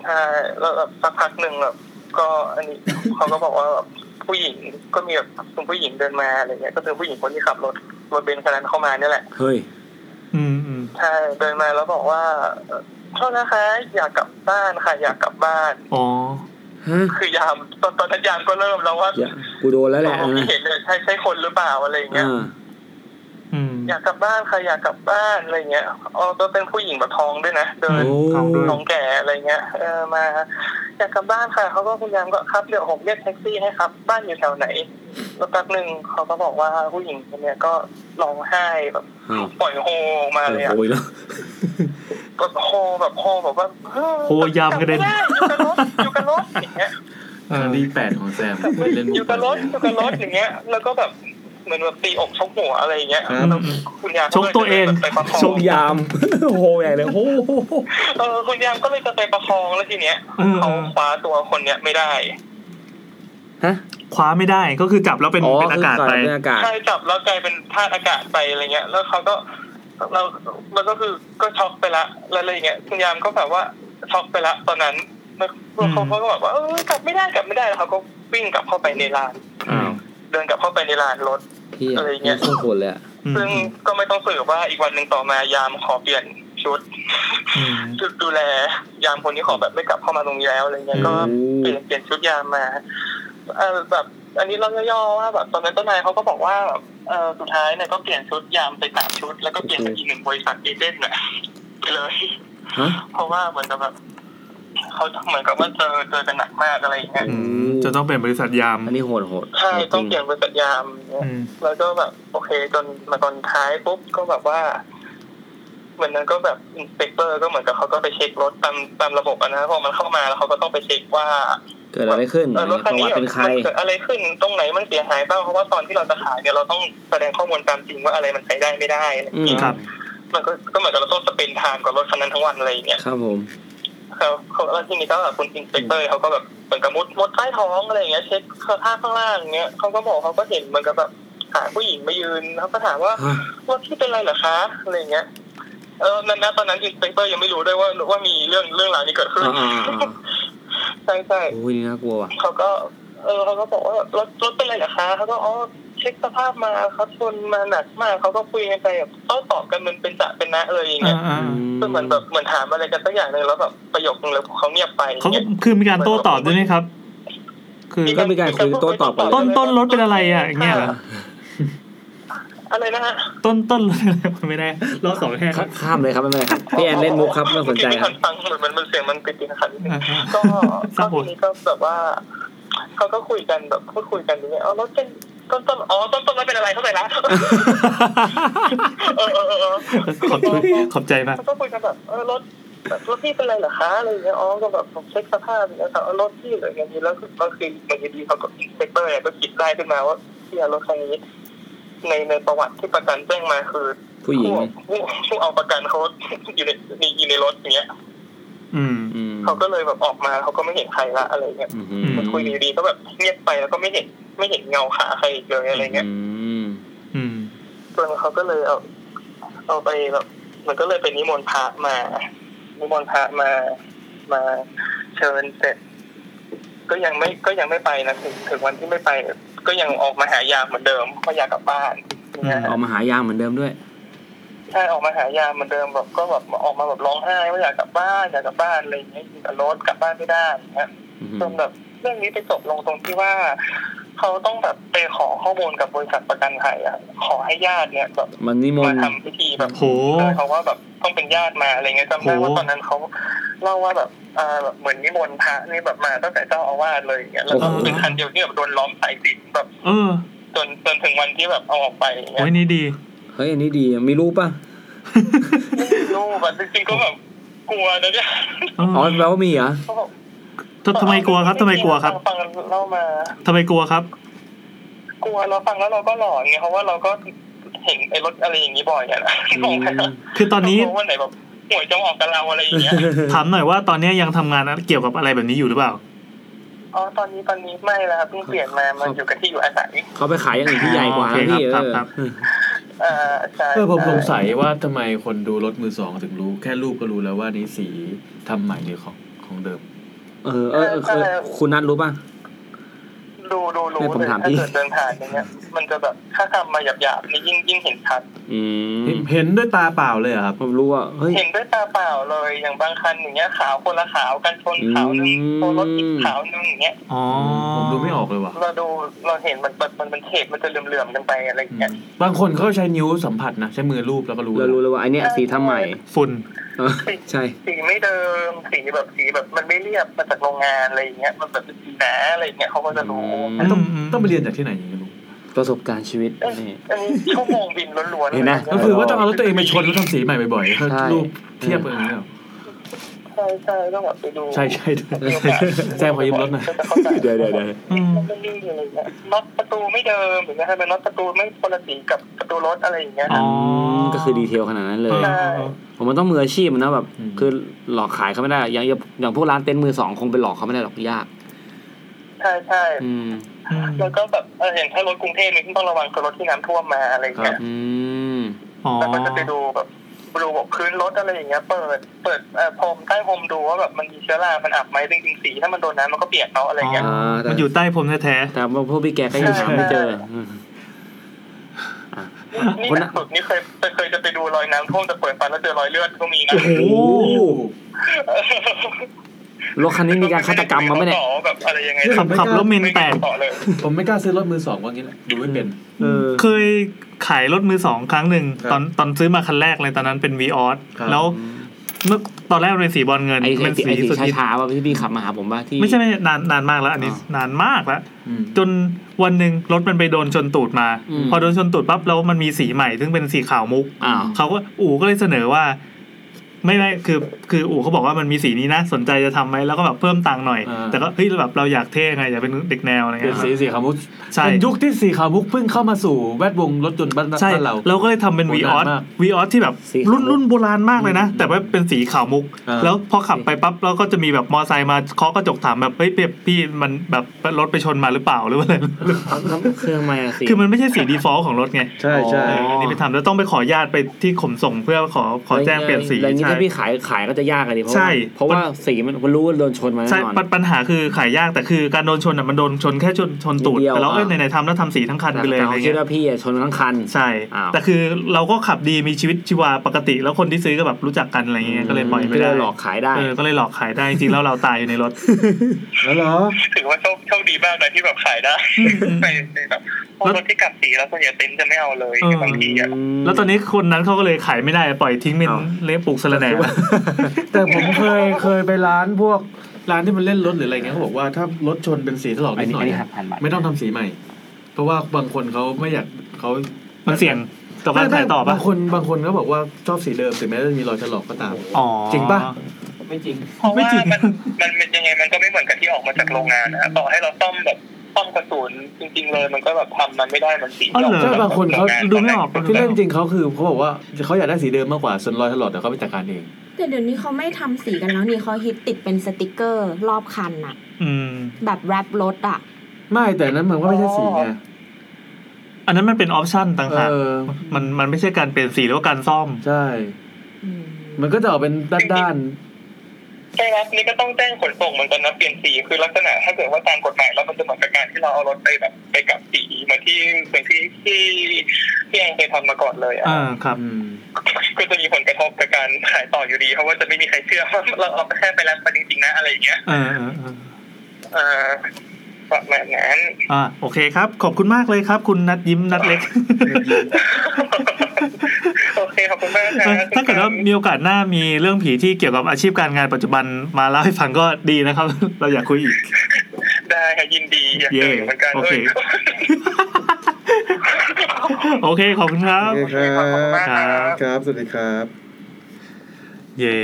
Speaker 5: ใช่แล้วแบบสักพักหนึ่งแบบก็อันนี้ เขาก็บอกว่าแบบผู้หญิงก็มีแบบคุณผู้หญิงเดินมาอะไรเงี้ยก็คือผู้หญิงคนที่ขับรถรถเบนซ์คันนั้นเข้ามาเนี่ยแหละ
Speaker 4: เฮ้ย
Speaker 1: อืมอืม
Speaker 5: ใช่เดินมาแล้วบอกว่าเอ่อโทษนะคะ อยากกลับบ้านค่ะ อยากกลับบ้าน
Speaker 1: อ๋อ
Speaker 4: ฮะ
Speaker 5: คือยามตอนตอนนั้นยามก็เริ่มแล้วว่า
Speaker 4: อย่ากูโดนแล้วแหละ
Speaker 5: ต
Speaker 4: อั
Speaker 5: ก
Speaker 4: น
Speaker 5: ลง
Speaker 4: นะ
Speaker 5: ที่เห็นเนี่ยใช่ใช่คนหรือเปล่าอะไรอย่างเงี้ย
Speaker 4: อ่า
Speaker 1: อืม
Speaker 5: อยากกลับบ้านค่ะอยากกลับบ้านอะไรเงี้ยอ๋อก็เป็นผู้หญิงแบบท้องด้วยนะเดิน
Speaker 4: โอ้
Speaker 1: เอาด้วย
Speaker 5: ท้องแก่อะไรเงี้ยเออมาอยากกลับบ้านค่ะเขาก็คุณยามก็ครับเดี๋ยวผมเรียกแท็กซี่ให้ครับ บ้านอยู่แถวไหนแล้วแป๊บหนึ่งเขาก็บอกว่าผู้หญิงคนเนี้ยก็ร้องไห้แบบ
Speaker 4: อ้าว
Speaker 5: ปล่อยโฮออกมาเลยอะ
Speaker 4: โอ้ยแล้ว
Speaker 5: ก็โฮแบบโฮแบบว่าเฮ้
Speaker 1: โฮยามกระเด็น
Speaker 5: อยู่กับรถอยู่กับรถอย่างเงี้ย
Speaker 1: เออ
Speaker 2: ครั้งที่แปด ของแซมเล่น
Speaker 5: อ
Speaker 2: มุ
Speaker 5: ยู่กับรถอยู่กับรถอย่างเงี้ย แล้วก็แบบเหมือนแบบตีอกชกหัวอะไรอย่างเงี้ย
Speaker 1: อืมอืม
Speaker 5: คุณยาม
Speaker 1: ชกตัวเอง
Speaker 5: ไปประคอง
Speaker 4: ชกยาม โอ้โหใหญ่เลยโอ้โห
Speaker 5: เออคุณยามก็เลยจะไปประคองแล้วทีเนี้ย
Speaker 1: เออเอ
Speaker 5: เขา
Speaker 1: อ
Speaker 5: คว้าตัวคนเนี้ยไม่ได้
Speaker 4: ฮะ
Speaker 1: คว้าไม่ได้ก็คือจับแล้วเป็นเป็นอากาศไป
Speaker 4: เป็นอากาศ
Speaker 5: ใช่จับแล้วกลายเป็นธาตุอากาศไปอะไรเงี้ย แล้วเขาก็เรามันก็คือก็ช็อกไปละแล้วอะไรอย่างเงี้ยคุณยามก็แบบว่าช็อกไปละตอนนั้นแล้วเขาก็แบบว่าเออกลับไม่ได้กลับไม่ได้แล้วเขาก็วิ่งกลับเข้าไปในร้าน
Speaker 4: อ้าว
Speaker 5: เดินกลับเข้าไปในลานรถ
Speaker 4: พี่
Speaker 5: อะไรเงี้ย
Speaker 4: โคตรโหดเลยอะ
Speaker 1: อืม
Speaker 5: ซึ่งก็ไม่ต้องสืบว่าอีกวันหนึ่งต่อมายามขอเปลี่ยนชุด
Speaker 1: อืม
Speaker 5: ชุดดูแล ยามคนนี้ขอแบบไม่กลับเข้ามาตรงนี้แล้วอะไรเงี้ยก็เปลี่ยนเปลี่ยนชุดยามมาเออแบบ อันนี้เราย่อๆว่าแบบตอนนั้นต้นนายเขาก็บอกว่าแบบเออสุดท้ายเนี่ยก็เปลี่ยนชุดยามไปสามชุด แล้วก็เปลี่ยนไปอีกหนึ่งบริษัทเอเจนต์น่ะไปเลย
Speaker 4: ฮะ
Speaker 5: เพราะว่าเหมือนกับแบบ เขาเหมือนกับว่าเจอเจอกันหนักมากอะไรอย่างเงี้ย
Speaker 1: อืมจะต้องเป็นบริษัทยาม
Speaker 4: อันนี้โหดโหด
Speaker 5: ใช่ต้องเปลี่ยนบริษัทยามอย่างเงี้ย
Speaker 1: อืม
Speaker 5: แล้วก็แบบโอเคจนมาตอนท้ายปุ๊บก็แบบว่า เหมือนนั้นก็แบบอินสเปกเตอร์ก็เหมือนกับเขาก็ไปเช็ครถตามตามระบบอะนะพอมันเข้ามาแล้วเขาก็ต้องไปเช็คว่า
Speaker 4: เกิดอะไรขึ้น
Speaker 5: เออรถคัน
Speaker 4: ประวั
Speaker 5: นี้
Speaker 4: ติเป็นใคร
Speaker 5: มันเกิดอะไรขึ้นตรงไหนมันเสียหายบ้างเพราะว่าตอนที่เราจะขายเนี่ยเราต้องแสดงข้อมูลตามจริงว่าอะไรมันใช้ได้ไม่ได้อะไรอย่างเงี้ย
Speaker 1: ครับ
Speaker 5: มันก็ก็เหมือนกับเราต้องสเปนไทม์กับรถคันนั้นทั้งวันอะไรอย่างเงี้ย
Speaker 4: ครับผม
Speaker 5: เขาเขาแล้วทีนี้ก็แบบคุณอินสเปกเตอร์เขาก็แบบเหมือนกับมุดมุดใต้ท้องอะไรอย่างเงี้ยเช็คข้างข้างข้างล่างอย่างเงี้ยเขาก็บอกเขาก็เห็นเหมือนกับแบบหาผู้หญิงมายืนเขาก็ถามว่า
Speaker 4: ฮะ
Speaker 5: ว่าพี่เป็นไรเหรอคะอะไรอย่างเงี้ยเออนั้นนะตอนนั้นอินสเปกเตอร์ยังไม่รู้ด้วยว่าว่ามีเรื่องเรื่องราวนี้เกิดขึ้น
Speaker 4: อ่าอ่าอ่า
Speaker 5: ใช่ใช่
Speaker 4: โอ้ยนี่น่ากลัวว่ะ
Speaker 5: เขาก็ เออเขาก็บอกว่ารถรถเป็นไรเหรอคะเขาก็อ๋อเช็คสภาพมาเขาชนมาหนักมากเขาก็คุยกันไปแบบโต้ตอบกันเหมันเป็นจะเป็นนะเลยอย่างเงี้ย
Speaker 1: อ่าๆ
Speaker 5: คือเหมือนแบบเหมือนถามอะไรกันสักอย่างหนึ่งแล้วแบบประโยคนึงแล้วเขาเงียบไปอย่ง
Speaker 1: เขาก็
Speaker 5: งี้ย
Speaker 1: คือมีการโต้ตอบด้วยนะครับ คือ
Speaker 4: ก็มีการคุยโต้ตอบกัน
Speaker 1: ต้นต้นรถเป็นอะไรอ่ะอย่างเงี้ยเหรอ
Speaker 5: อะไรนะฮะ
Speaker 1: ต้นต้นรถเป็นอะไรไม่ได้รอบสองแค่
Speaker 4: ข้าข้ามเลยครับไม่เป็นไรครับพี่แอนเล่นมุกครับไม่ต้องสนใจครับ
Speaker 5: เมื่อกี้ที่ฟังเหมือนมันเสียงมันปิดนะครับ
Speaker 1: อ่าๆ
Speaker 5: ก็
Speaker 1: สั
Speaker 5: ก็
Speaker 1: กหน
Speaker 5: ทีนี้ก็แบบว่าเขาก็คุยกันแบบพูดคุยกันอย่างเงี้ยอ๋อรถเป็นต้นต้นอ๋อต้นต้นรถเป็นอะไรเท่าไหร่ละ เออเออเออเออ
Speaker 1: ขอบคุณขอบใจมาก
Speaker 5: เขาก็คุยกันแบบเออรถแบบรถพี่เป็นไรเหรอคะอะไรอย่างเงี้ยอ๋อก็แบบผมเช็คสภาพอย่างเงี้ยครับเอารถพี่อะไรอย่างเงี้ยดีแล้วก็คือเหมือนอยู่ดีเขาก็อินสเปกเตอร์เนี่ยก็คิดได้ขึ้นมาว่าที่เอารถคันนี้ ในในประวัติที่ประกันแจ้งมาคือ
Speaker 4: ผู้หญิง
Speaker 5: ผู้ผู้เอาประกันเขาอยู่ในอยู่ในรถอย่างเงี้ย
Speaker 1: อืม
Speaker 4: อืม
Speaker 5: เขาก็เลยแบบออกมาเขาก็ไม่เห็นใครละอะไรเงี้ย
Speaker 4: อืมอื
Speaker 1: ม
Speaker 5: คุยดีๆก็แบบเงียบไปแล้วก็ไม่เห็นไม่เห็นเงาขาใครอีกเลยอะไรเงี้ย
Speaker 4: ม
Speaker 1: อืม
Speaker 5: จนเขาก็เลยเอาเอาไปแบบมันก็เลยไปนิมนต์พระมา นิมนต์พระมามาเชิญเสร็จ ก็ยังไม่ก็ยังไม่ไปนะถึงถึงวันที่ไม่ไป ก็ยังออกมาหายามเหมือนเดิมก็อยากกลับบ้านเนี่ย
Speaker 4: ออกมาหายางเหมือนเดิมด้วย
Speaker 5: ใช่ออกมาหายามเหมือนเดิมแบบก็แบบออกมาแบบร้องไห้ว่าอยากกลับบ้านอยากกลับบ้านอะไรอย่างเงี้ยอยู่กับรถกลับบ้านไม่ได้อย่างเงี้ย
Speaker 4: อืม
Speaker 5: จนแบบเรื่องนี้ไปจบลงตรงที่ว่าเขาต้องแบบไปขอข้อมูลกับบริษัทประกันภัยอะขอให้ญาติเนี่ยแบบ
Speaker 4: มันนิม
Speaker 5: มาน
Speaker 4: ต์
Speaker 5: ทำพิธีแบบ
Speaker 1: โห
Speaker 5: เขาว่าแบบต้องเป็นญาติมาอะไรเงี้ยจำได้ว่าตอนนั้นเขาเล่าว่าแบบเอ่อแบบเหมือนนิมนต์พระนี่แบบมาตั้งแต่เจ้าอาวาสเลยอย่างเงี้ยแล้วก็เป็นคันเดียวที่แบบโดนล้อมสายสินแบบ
Speaker 1: เออ
Speaker 5: จนจนถึงวันที่แบบเอาออกไปอย่างเงี้ย
Speaker 1: โอ้ยนี่ดี
Speaker 4: เฮ้ยอันนี้ดีมีรูปป่ะ
Speaker 5: รูปอะจริงๆก็แบบกลัวนะเนี่ย
Speaker 1: อ๋
Speaker 4: อ๋อ
Speaker 1: อ
Speaker 4: แปลว่ามีเหรอ
Speaker 5: เขาบอก
Speaker 1: ทำไมกลัวครับทำไมกลัวครับ
Speaker 5: ฟังเล่ามา
Speaker 1: ทำไมกลัวครับ
Speaker 5: กลัวเราฟังแล้วเราก็หลอนไงเพราะว่าเราก็เห็นไอ้รถอะไรอย่างนี้บ่อยเนี่ยนะ
Speaker 4: อืม
Speaker 1: คือตอนนี้
Speaker 5: เรากลัววันไหนแบบหวยจะออกกับเราอะไรอย่างเงี้ย
Speaker 1: ถามหน่อยว่าตอนนี้ยังทำงานเกี่ยวกับอะไรแบบนี้อยู่หรือเปล่า
Speaker 5: อ๋อตอนนี้ตอนนี้ไม่แล้วครับเพิ่งเปลี่ยนมามันอยู่กับที่อยู่อาศัย
Speaker 4: เขาไปขายอย่างอื่นที่ใหญ่กว่า
Speaker 1: โอเค
Speaker 4: พี่
Speaker 1: ค
Speaker 4: เอ
Speaker 1: รับ
Speaker 4: อ
Speaker 1: ครับ
Speaker 5: เอ่อใช่
Speaker 2: เออผมสงสัยว่าทำไมคนดูรถมือสองถึงรู้ แค่รูปก็รู้แล้วว่านี่สีทำใหม่หรือของของเดิม
Speaker 4: เออเออเออเออคุณนัทรู้ป่ะ
Speaker 5: ดูดูรู้
Speaker 4: ไม่ผม
Speaker 5: เลย
Speaker 4: ถาม
Speaker 5: ถ้า
Speaker 4: พี่
Speaker 5: เกิดเดินผ่านอย่างเงี้ย มันจะแบบถ้าทำมาหยาบๆนี่ยิ่งยิ่งเห็นชัด
Speaker 4: อืม
Speaker 2: เห็นด้วยตาเปล่าเลยเหรอครับ
Speaker 4: ผมรู้ว่าเฮ้ย
Speaker 5: เห็นด้วยตาเปล่าเลยอย่างบางคันอย่างเงี้ยขาวคนละขาวกันชนขาวหนึ่ง
Speaker 4: อืม
Speaker 5: ตัวรถอีกขาวหนึ่งอย่างเงี้ย
Speaker 1: อ๋อ
Speaker 2: ผมดูไม่ออกเลยว่ะ
Speaker 5: เราดูเราเห็นมันมันมันมันเฉดมันจะเหลื่อมๆกันไปอะไรอย่างเงี้ย
Speaker 2: บางคนเขาใช้นิ้วสัมผัสนะ ใช้มือรูปแล้วก็รู้
Speaker 4: เรารู้เลยว่าอันเนี้ยสีทำใหม่
Speaker 1: ฝุ่น
Speaker 4: เออใช่
Speaker 5: สีไม่เดิมสีแบบสีแบบมันไม่เรียบมาจากโรงงานอะไรอย่างเงี้ยมันแบบเป็นสีหนาอะไรอย่างเงี้ยเขาก็จะรู้
Speaker 4: อื
Speaker 2: แล้วต้องต้องไปเรียนจากที่ไหนอย่างนี้รู้
Speaker 4: ประสบการณ์ชีวิต
Speaker 5: เอ้ย
Speaker 4: นี่
Speaker 5: อันนี้ชั่วโมงบินล้วนๆ
Speaker 4: เห็นไหม
Speaker 2: ก็คือว่าต้องเอารถตัวเองไปชนแล้วทำสีใหม่บ่อยๆแล้ว
Speaker 4: ใช่
Speaker 2: รูปเทียบกันอย่างนี้หรอ
Speaker 5: ใช่ใช่ต้องแบบไปดู
Speaker 2: ใช่ใช่ด้วย
Speaker 5: มีโอกาส
Speaker 2: แซมขอยืมรถหน่อย
Speaker 5: ก็จะเข้าใจ
Speaker 4: เดี๋ยวเดี๋ยวเดี๋ยว
Speaker 1: อืม
Speaker 5: มันมีอะไรเงี้ยน็อตประตูไม่เดิมหรือไงฮะมันน็อตประตูไม่คนละสีกับประตูรถอะไรอย่างเงี้ย
Speaker 1: อ๋อ
Speaker 4: ก็คือดีเทลขนาดนั้นเลย
Speaker 1: เออ
Speaker 4: ผมมันต้องมืออาชีพนะแบบ คือหลอกขายเขาไม่ได้อย่างอย่างอย่างพวกร้านเต็นท์มือสองคงไปหลอกเขาไม่ได้หรอกยาก
Speaker 5: ใช่ใช่
Speaker 4: อืม
Speaker 1: อืม
Speaker 5: แล้วก็แบบเอออย่างถ้ารถกรุงเทพนี่ต้องระวังกับรถที่น้ำท่วมมาอะไรอย่างเงี้ย
Speaker 4: อืม
Speaker 1: อ๋อ
Speaker 5: แล้วก็จะไปดูแบบดูแบบพื้นรถอะไรอย่างเงี้ย เปิดเปิดเอ่อพรมใต้พรมดูว่าแบบมันมีเชื้อรามันอับไหมจริงๆสีถ้ามันโดนน้ำมันก็เปียกเนาะอะไรเงี้ย
Speaker 4: อ่าแต่
Speaker 1: มันอยู่ใต้ผมแท้
Speaker 4: แต่ว่าพวกพี่แกก็ยังหาไม่เจออืม
Speaker 5: นี่
Speaker 4: คน
Speaker 5: ล่า
Speaker 4: น่ะ
Speaker 5: สุดนี่เคยเคยจะไปดูรอยน้ำท่วมแต่เปิดฟันแล้วเจอรอยเลือดก็มีนะ
Speaker 1: ๆ โอ้โห
Speaker 4: รถคันนี้มีการฆาตกรรมมาไหมเนี่ย
Speaker 5: ต่อแบบอะไรยังไง
Speaker 1: ขับขับแล้วเมนแตก
Speaker 5: ต่อเลย
Speaker 2: ผมไม่กล้าซื้อรถมือสองว่างี้แหละดูไม่เป็น
Speaker 4: เออ
Speaker 1: เคยขายรถมือสองครั้งหนึ่งต
Speaker 2: ครับ
Speaker 1: อนตอนซื้อมาคันแรกเลยตอนนั้นเป็น v ีออส
Speaker 2: ครับ
Speaker 1: แล้ว เมื่อตอนแรกเป็นสีบอลเงิน
Speaker 4: ไอ้ไอ้
Speaker 1: เป็น
Speaker 4: สี
Speaker 1: สี
Speaker 4: ไอ้สี
Speaker 1: สุดฮิต
Speaker 4: ช้าๆว่าที่พี่ขับมาหาผมว่าที่
Speaker 1: ไม่ใช่ไม่ใช่นานนานมากแล้ว อันนี้
Speaker 4: อ๋อน
Speaker 1: านมากแล้ว
Speaker 2: อืม
Speaker 1: จนวันหนึ่งรถมันไปโดนชนตูดมา
Speaker 4: อืม
Speaker 1: พอโดนชนตูดปั๊บแล้วมันมีสีใหม่ ซึ่งเป็นสีขาวมุก
Speaker 4: อ้าว
Speaker 1: เขาก็อู่ก็เลยเสนอว่า ไม่ไม่คือ คืออู่เขาบอกว่ามันมีสีนี้นะ สนใจจะทำไหมแล้วก็แบบเพิ่มตังค์หน่อย
Speaker 2: อ่า
Speaker 1: แต่ก็เฮ้ยแบบเราอยากเท่ไงอยากเป็นเด็กแนวอะไร
Speaker 2: เป็
Speaker 1: เงี้
Speaker 2: น
Speaker 1: ย
Speaker 2: สีสีขาวมุก
Speaker 1: ใช่
Speaker 2: เป็นยุคที่สีขาวมุกเพิ่งเข้ามาสู่แวดวงรถยนต์บ้าน
Speaker 1: ใช่
Speaker 2: บ้านเรา
Speaker 1: เราก็เลยทำเป็น
Speaker 2: โห
Speaker 1: วีออส
Speaker 2: นานมาก
Speaker 1: วีออสที่แบบ
Speaker 4: สีขาวมุก
Speaker 1: รุ่นรุ่นโบราณมากเลยนะ แต่ว่าเป็นสีขาวมุก
Speaker 2: อ่า
Speaker 1: แล้วพอขับไปปั๊บเราก็จะมีแบบมอไซค์มาเคาะกระจกถามแบบเฮ้ยเปียบพี่มันแบบรถไปชนมาหรือเปล่าหรือว่าอะไร
Speaker 4: แล้วเครื่องไม่สี
Speaker 1: คือมันไม่ใช่สีดีฟอลของรถไง
Speaker 2: ใช่ใช่
Speaker 1: เอออันนี้ไปทำแล้วต้องไปขอญาติไปที่ขนส่งเพื่อขอขอแจ้งเปลี่ยนสี
Speaker 4: แล้วนี้
Speaker 1: ใช่
Speaker 4: ถ้าพี่ขายขายก็จะยากอะดิเพราะ
Speaker 1: ใช่
Speaker 4: ว่าเพราะว่าสีมันมันรู้ว่าโดนชนมาแน่
Speaker 1: ใช่
Speaker 4: นอน
Speaker 1: ปัญปัญหาคือขายยากแต่คือการโดนชนอ่ะมันโดนชนแค่ชนชนตูด
Speaker 4: นิดเดียว
Speaker 1: แต่เราเอ้ย
Speaker 4: อ่ะ
Speaker 1: ไหนๆทำแล้วทำสีทั้งคันไปเลย
Speaker 4: แต่
Speaker 1: อะไร
Speaker 4: เขาคิด
Speaker 1: เงี้ย
Speaker 4: ว่าพี่อะชนมาทั้งคัน
Speaker 1: ใช่
Speaker 4: อ้าว
Speaker 1: แต่คือเราก็ขับดีมีชีวิตชีวาปกติ แล้วคนที่ซื้อก็แบบรู้จักกันอะไรเงี้ยก็เลยปล่อยไป
Speaker 4: ก็
Speaker 1: ได้
Speaker 4: หลอกขายได้
Speaker 1: เออก็เลยหลอกขายได้จริงๆแล้วเราตายอยู่ในรถ
Speaker 2: แล้วเหรอ
Speaker 5: ถือว่าโชคโชคดีมากนะที่แบบขายได้ไปไปแบบพวกรถที่กัดสีแล้วส่วนใหญ่เต็นท์จะไม่เอาเลย
Speaker 1: เออ
Speaker 5: บางทีอะ
Speaker 1: แล้วตอนนี้คนนั้นเขาก็เลยขายไม่ได้ปล่อยทิ้งเป็น
Speaker 2: อ้าว
Speaker 1: เลี้ยงปลูกสะระแหน่
Speaker 2: แต่ผมเคยเคยไปร้านพวกร้านที่มันเล่นรถหรืออะไรเงี้ยเขาบอกว่าถ้ารถชนเป็นสีถลอกนิดหน่อย
Speaker 4: อันนี้อันนี้หักพันบาท
Speaker 2: ไม่ต้องทำสีใหม่ เพราะว่าบางคนเขาไม่อยากเขา
Speaker 1: มันเสี่ยงต่อการขายต่อปะ
Speaker 2: บางคนบางคนเขาบอกว่าชอบสีเดิมถึงแม้จะมีรอยถลอกก็ตาม
Speaker 1: อ๋อ
Speaker 2: จริงปะ
Speaker 9: ไม่จริง
Speaker 5: เพราะ
Speaker 1: ไม่
Speaker 5: ว่า
Speaker 1: จริง
Speaker 5: มันมันเป็นยังไงมันก็ไม่เหมือนกับที่ออกมาจากโรงงานนะต่อให้เราซ่อมแบบซ่อมกระสุนจริง ๆ เลย มันก็แบบทำมันไม่ได้มันสี
Speaker 1: อ๋อเหรอ
Speaker 2: ใช่บางคนเขา
Speaker 1: ดูไม่ออก
Speaker 2: ที่เล่นจริงเขาคือเขาบอกว่าเขาอยากได้สีเดิมมากกว่าส่วนรอยถลอกเดี๋ยวเขาไปจัดการเอง
Speaker 3: แต่เดี๋ยวนี้เขาไม่ทำสีกันแล้วนี่เขาฮิตติดเป็นสติกเกอร์รอบคันอะ
Speaker 1: อืม
Speaker 3: แบบแรปรถอะ
Speaker 2: ไม่แต่นั้นมันก็ไม่ใช่สีไง
Speaker 1: อันนั้นมันเป็นออปชั่นต่าง
Speaker 2: เอ
Speaker 1: หาก
Speaker 2: อ
Speaker 1: มันมันไม่ใช่การเปลี่ยนสีหรือว่าการซ่อม
Speaker 2: ใช่
Speaker 3: อืม
Speaker 2: มันก็จะออกเป็นด้าน
Speaker 5: ใช่ครับนี่ก็ต้องแจ้งขนส่งเหมือนกันนะเปลี่ยนสีคือลักษณะถ้าเกิดว่าตามกฎหมายแล้วมันจะเหมือนกับการที่เราเอารถไปแบบไปกับสีเหมือนที่เหมือนที่ที่ที่แองเคยทำมาก่อนเลยอะ
Speaker 1: อ่าค
Speaker 2: ๆ
Speaker 1: รับ
Speaker 2: อืม
Speaker 5: ก็จะมีผลกระทบกับการขายต่ออยู่ดี เพราะว่าจะไม่มีใครเชื่อว่าเราเอาแค่ไปรับมาจริงๆนะอะไรอย่างเงี้ย
Speaker 1: เออเออเออ
Speaker 5: เออประมาณนั้น
Speaker 1: อ่าโอเคครับ ขอบคุณมากเลยครับ คุณนัดยิ้มนัดเล็ก
Speaker 5: โอเคขอบคุณมากนะ
Speaker 1: เออถ้าเกิดว่ามีโอกาสหน้ามีเรื่องผีที่เกี่ยวกับอาชีพการงานปัจจุบันมาเล่าให้ฟังก็ดีนะครับ เราอยากคุยอีก
Speaker 5: ได้ค่ะยินดีอยากเจออยู่เหมือนกัน
Speaker 1: เย่โอเค
Speaker 5: เอ้ย
Speaker 1: โอเคขอบคุณครับ
Speaker 5: ขอบคุณมากครับ
Speaker 2: ครับ สวัสดีครับ
Speaker 1: เย่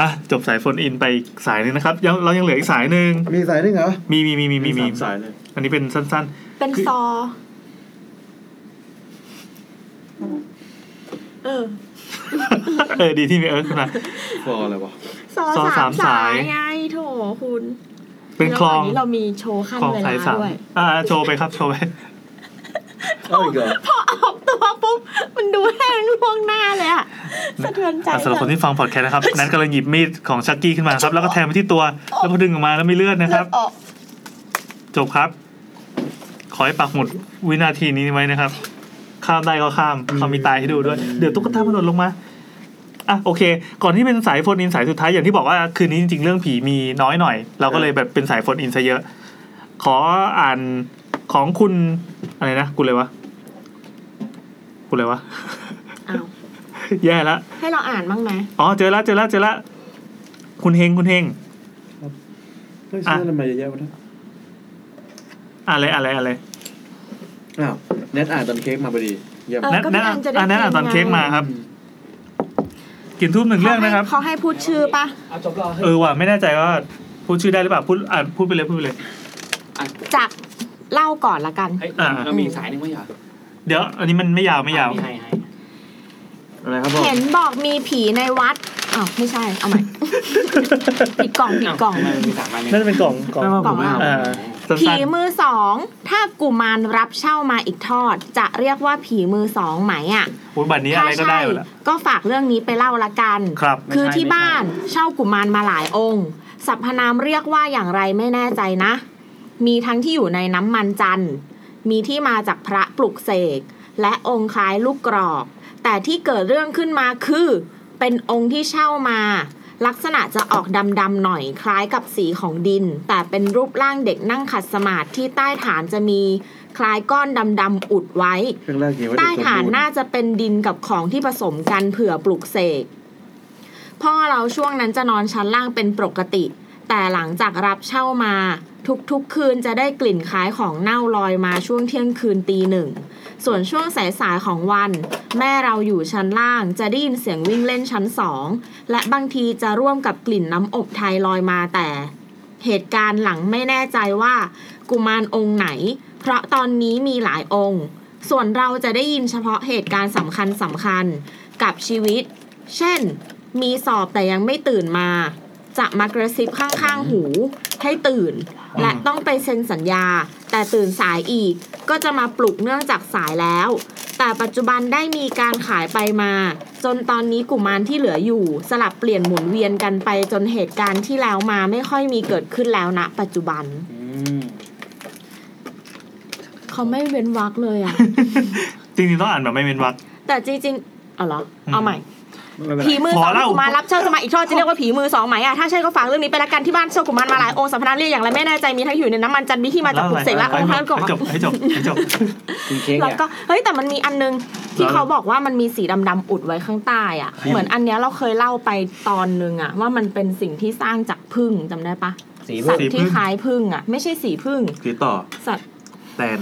Speaker 1: อ่ะจบสายโฟนอินไปอีกสายหนึงนะครับยังเรายังเหลืออีกสายหนึ่ง
Speaker 2: มีสายนึงเหรอ
Speaker 1: มีมีมีมีมีมี
Speaker 2: สาสายเลย
Speaker 1: อันนี้เป็นสั้น
Speaker 3: เป็นซอ เออ
Speaker 1: ๆ เออดีที่มีเอิร์ธนะ
Speaker 2: ฟออะไรวะ
Speaker 3: ซอ
Speaker 1: ซอสา
Speaker 3: สาม ม
Speaker 1: สา
Speaker 3: สาย ยไงโถคุณ
Speaker 1: เป็นคลอง
Speaker 3: ระหว่างนี้เรามีโชว์ขั้น
Speaker 1: คลอง
Speaker 3: เว
Speaker 1: สา
Speaker 3: ลาย
Speaker 1: สาม
Speaker 3: ด้วย
Speaker 1: อ่าโชว์ไปครับโชว์ไป
Speaker 2: เอาอีกเหรอ
Speaker 3: พอออกตัวปุ๊บมันดูแห้งล่วงหน้าเลยอะสะเทือนใจ
Speaker 1: อ่ะสำหรับคน
Speaker 3: เลย
Speaker 1: ที่ฟังพอดแคสต์ นะครับ นั้นกำลังหยิบมีดของชักกี้ขึ้นมาครับ แล้วก็แทงไปที่ตัว แล้วพอดึงออกมาแล้วไม่เลือดนะครับ
Speaker 3: เลือดออก
Speaker 1: จบครับ ขอให้ปักหมุดวินาทีนี้ไว้นะครับ ข้ามได้ก็ข้ามเขามีตายให้ดูด้วย เดี๋ยวตุ๊กตามันหล่นลงมา อ่ะโอเค ก่อนที่เป็นสายโฟนอินสายสุดท้ายอย่างที่บอกว่าคืนนี้จริงๆเรื่องผีมีน้อยหน่อย เราก็เลยแบบเป็นสายโฟนอินซะเยอะ ขออ่านของคุณอะไรนะกูเลยวะกูเลยวะ
Speaker 3: อ้าว
Speaker 1: แย่ละ
Speaker 3: ให้เราอ่านบ้างไหม
Speaker 1: อ๋อเจอละเจอละเจอละคุณเฮงคุณเฮง
Speaker 2: เฮ้ยชื่ออะไรมาเยอะแยะวะเนี่ย
Speaker 1: อะไรอะไรอะไร
Speaker 2: อ้าวแนทอ่านตอนเค้กมาพอดีเยี่ยม
Speaker 3: เออ
Speaker 1: นั่น
Speaker 3: ก็
Speaker 1: นั่
Speaker 3: พี่
Speaker 1: นอ่ะ
Speaker 3: แอนจะได้
Speaker 1: อันนั้นอ่ะตอนเค้กมาครับ กินทุ่มหนึ่ง
Speaker 3: เรื่
Speaker 1: เรื่อง
Speaker 3: อ
Speaker 1: งนะค
Speaker 3: นะครั
Speaker 1: รั
Speaker 3: บบ เขาให้พูดชื่อปะ
Speaker 1: เออว่ะไม่แน่ใจว่าพูดชื่อได้หรือเปล่าพูดอ่านพูดไปเลยพูดไปเลย
Speaker 3: จากเล่าก่อนละกัน
Speaker 9: เฮ้ย
Speaker 1: อ่า
Speaker 9: แล้วมีอีกสายหนึงไม่เหรอ
Speaker 1: เดี๋ยว อันนี้มันไม่ยาวไม่ยาว
Speaker 9: อ่ะให้ให้
Speaker 2: อะไรครับผม
Speaker 3: เห็นบอกมีผีในวัดอ้าวไม่ใช่เอาใหม่ ผิดกล่องผิดกล่อง
Speaker 9: ทำไมมันมีสามอันเนี่ย
Speaker 1: นั่นเป็นกล่องกล่อง
Speaker 2: ไม่ว่าผมไม่เอา
Speaker 3: กล่องว่า
Speaker 1: เอ่า
Speaker 3: ผี
Speaker 1: สั้น
Speaker 3: มือสองถ้ากุมารรับเช่ามาอีกทอด จะเรียกว่าผีมือสองไหมอ่ะ
Speaker 1: ๆโอ้ยบัตรนี้อะ
Speaker 3: ถ้า
Speaker 1: ไรก็
Speaker 3: ใช่
Speaker 1: ได้หมดละ
Speaker 3: ก็ฝากเรื่องนี้ไปเล่าละกัน
Speaker 1: ครับ
Speaker 3: คือที่บ้านเช่ากุมารมาหลายองค์สรรพนามเรียกว่าอย่างไรไม่แน่ใจนะ มีทั้งที่อยู่ในน้ำมันจันทร์ มีที่มาจากพระปลุกเสก และองค์คล้ายลูกกรอก แต่ที่เกิดเรื่องขึ้นมาคือ เป็นองค์ที่เช่ามา ลักษณะจะออกดำๆหน่อยคล้ายกับสีของดิน แต่เป็นรูปร่างเด็กนั่งขัดสมาธิที่ใต้ฐานจะมีคล้ายก้อนดำๆอุดไว้
Speaker 2: เครื่องแรกเขียนว่าเด็ก
Speaker 3: ใต้
Speaker 2: สม
Speaker 3: ฐาน
Speaker 2: บูรณ์
Speaker 3: น่าจะเป็นดินกับของที่ผสมกันเผื่อปลูกเสก พ่อเราช่วงนั้นจะนอนชั้นล่างเป็นปกติ แต่หลังจากรับเช่ามา ทุกๆคืนจะได้กลิ่นคล้ายของเน่าลอยมาช่วงเที่ยงคืนตีหนึ่ง ส่วนช่วงสายๆของวัน แม่เราอยู่ชั้นล่างจะได้ยินเสียงวิ่งเล่นชั้นสองและบางทีจะร่วมกับกลิ่นน้ำอบไทยลอยมาแต่ เหตุการณ์หลังไม่แน่ใจว่า กุมารองค์ไหน เพราะตอนนี้มีหลายองค์ ส่วนเราจะได้ยินเฉพาะเหตุการณ์สำคัญสำคัญๆกับชีวิต เช่น มีสอบแต่ยังไม่ตื่นมา จะมากระซิบข้างๆ หู ให้ตื่น และต้องไปเซ็นสัญญา แต่ตื่นสายอีก ก็จะมาปลุกเนื่องจากสายแล้ว แต่ปัจจุบันได้มีการขายไปมา จนตอนนี้กลุ่มมันที่เหลืออยู่ สลับเปลี่ยนหมุนเวียนกันไปจนเหตุการณ์ที่แล้วมาไม่ค่อยมีเกิดขึ้นแล้วณปัจจุบัน เขาไม่เว้นวักเลยอ่ะ
Speaker 1: จริงๆต้องอ่านแบบไม่เป็นวรรค
Speaker 3: แต่จริงๆเอาเหรอ
Speaker 1: อืม
Speaker 3: เอาใหม่
Speaker 4: ไม่เป็นไร
Speaker 3: ผีมือส
Speaker 1: ข
Speaker 3: อ
Speaker 1: องเล่า
Speaker 3: กุมารรับเช่าสมัยอีกทอดจะเรียกว่าผีมือสองไหมอ่ะ ถ้าใช่ก็ฝากเรื่องนี้ไปละกันที่บ้านเช่ากุมารมาหลายองค์สัมพนานเรียกอย่างไรไม่แน่ใจมีทั้งอยู่ในน้ำมันจันทร์มีที่มาจากปลุกเสกและองค์พระก่อน
Speaker 1: ให้จบให้จบให้จบ
Speaker 4: กินเค้ก
Speaker 3: แล้ว
Speaker 4: อ่ะ
Speaker 3: ก็เฮ้ยแต่มันมีอันนึงที่
Speaker 1: แล้ว
Speaker 3: เขาบอกว่ามันมีสีดำๆอุดไว้ข้างใต้อ่ะ เหมือนอันเนี้ยเราเคยเล่าไปตอนนึงอ่ะ ว่ามันเป็นสิ่งที่สร้างจากพึ่งจำได้ปะ
Speaker 4: สี
Speaker 3: สัตว์
Speaker 4: เพิ่ม
Speaker 3: ที่คล้ายพึ่งอ่ะ ไม่ใช่สีพึ่ง
Speaker 2: คือต่อ
Speaker 3: สัตว์
Speaker 2: แตน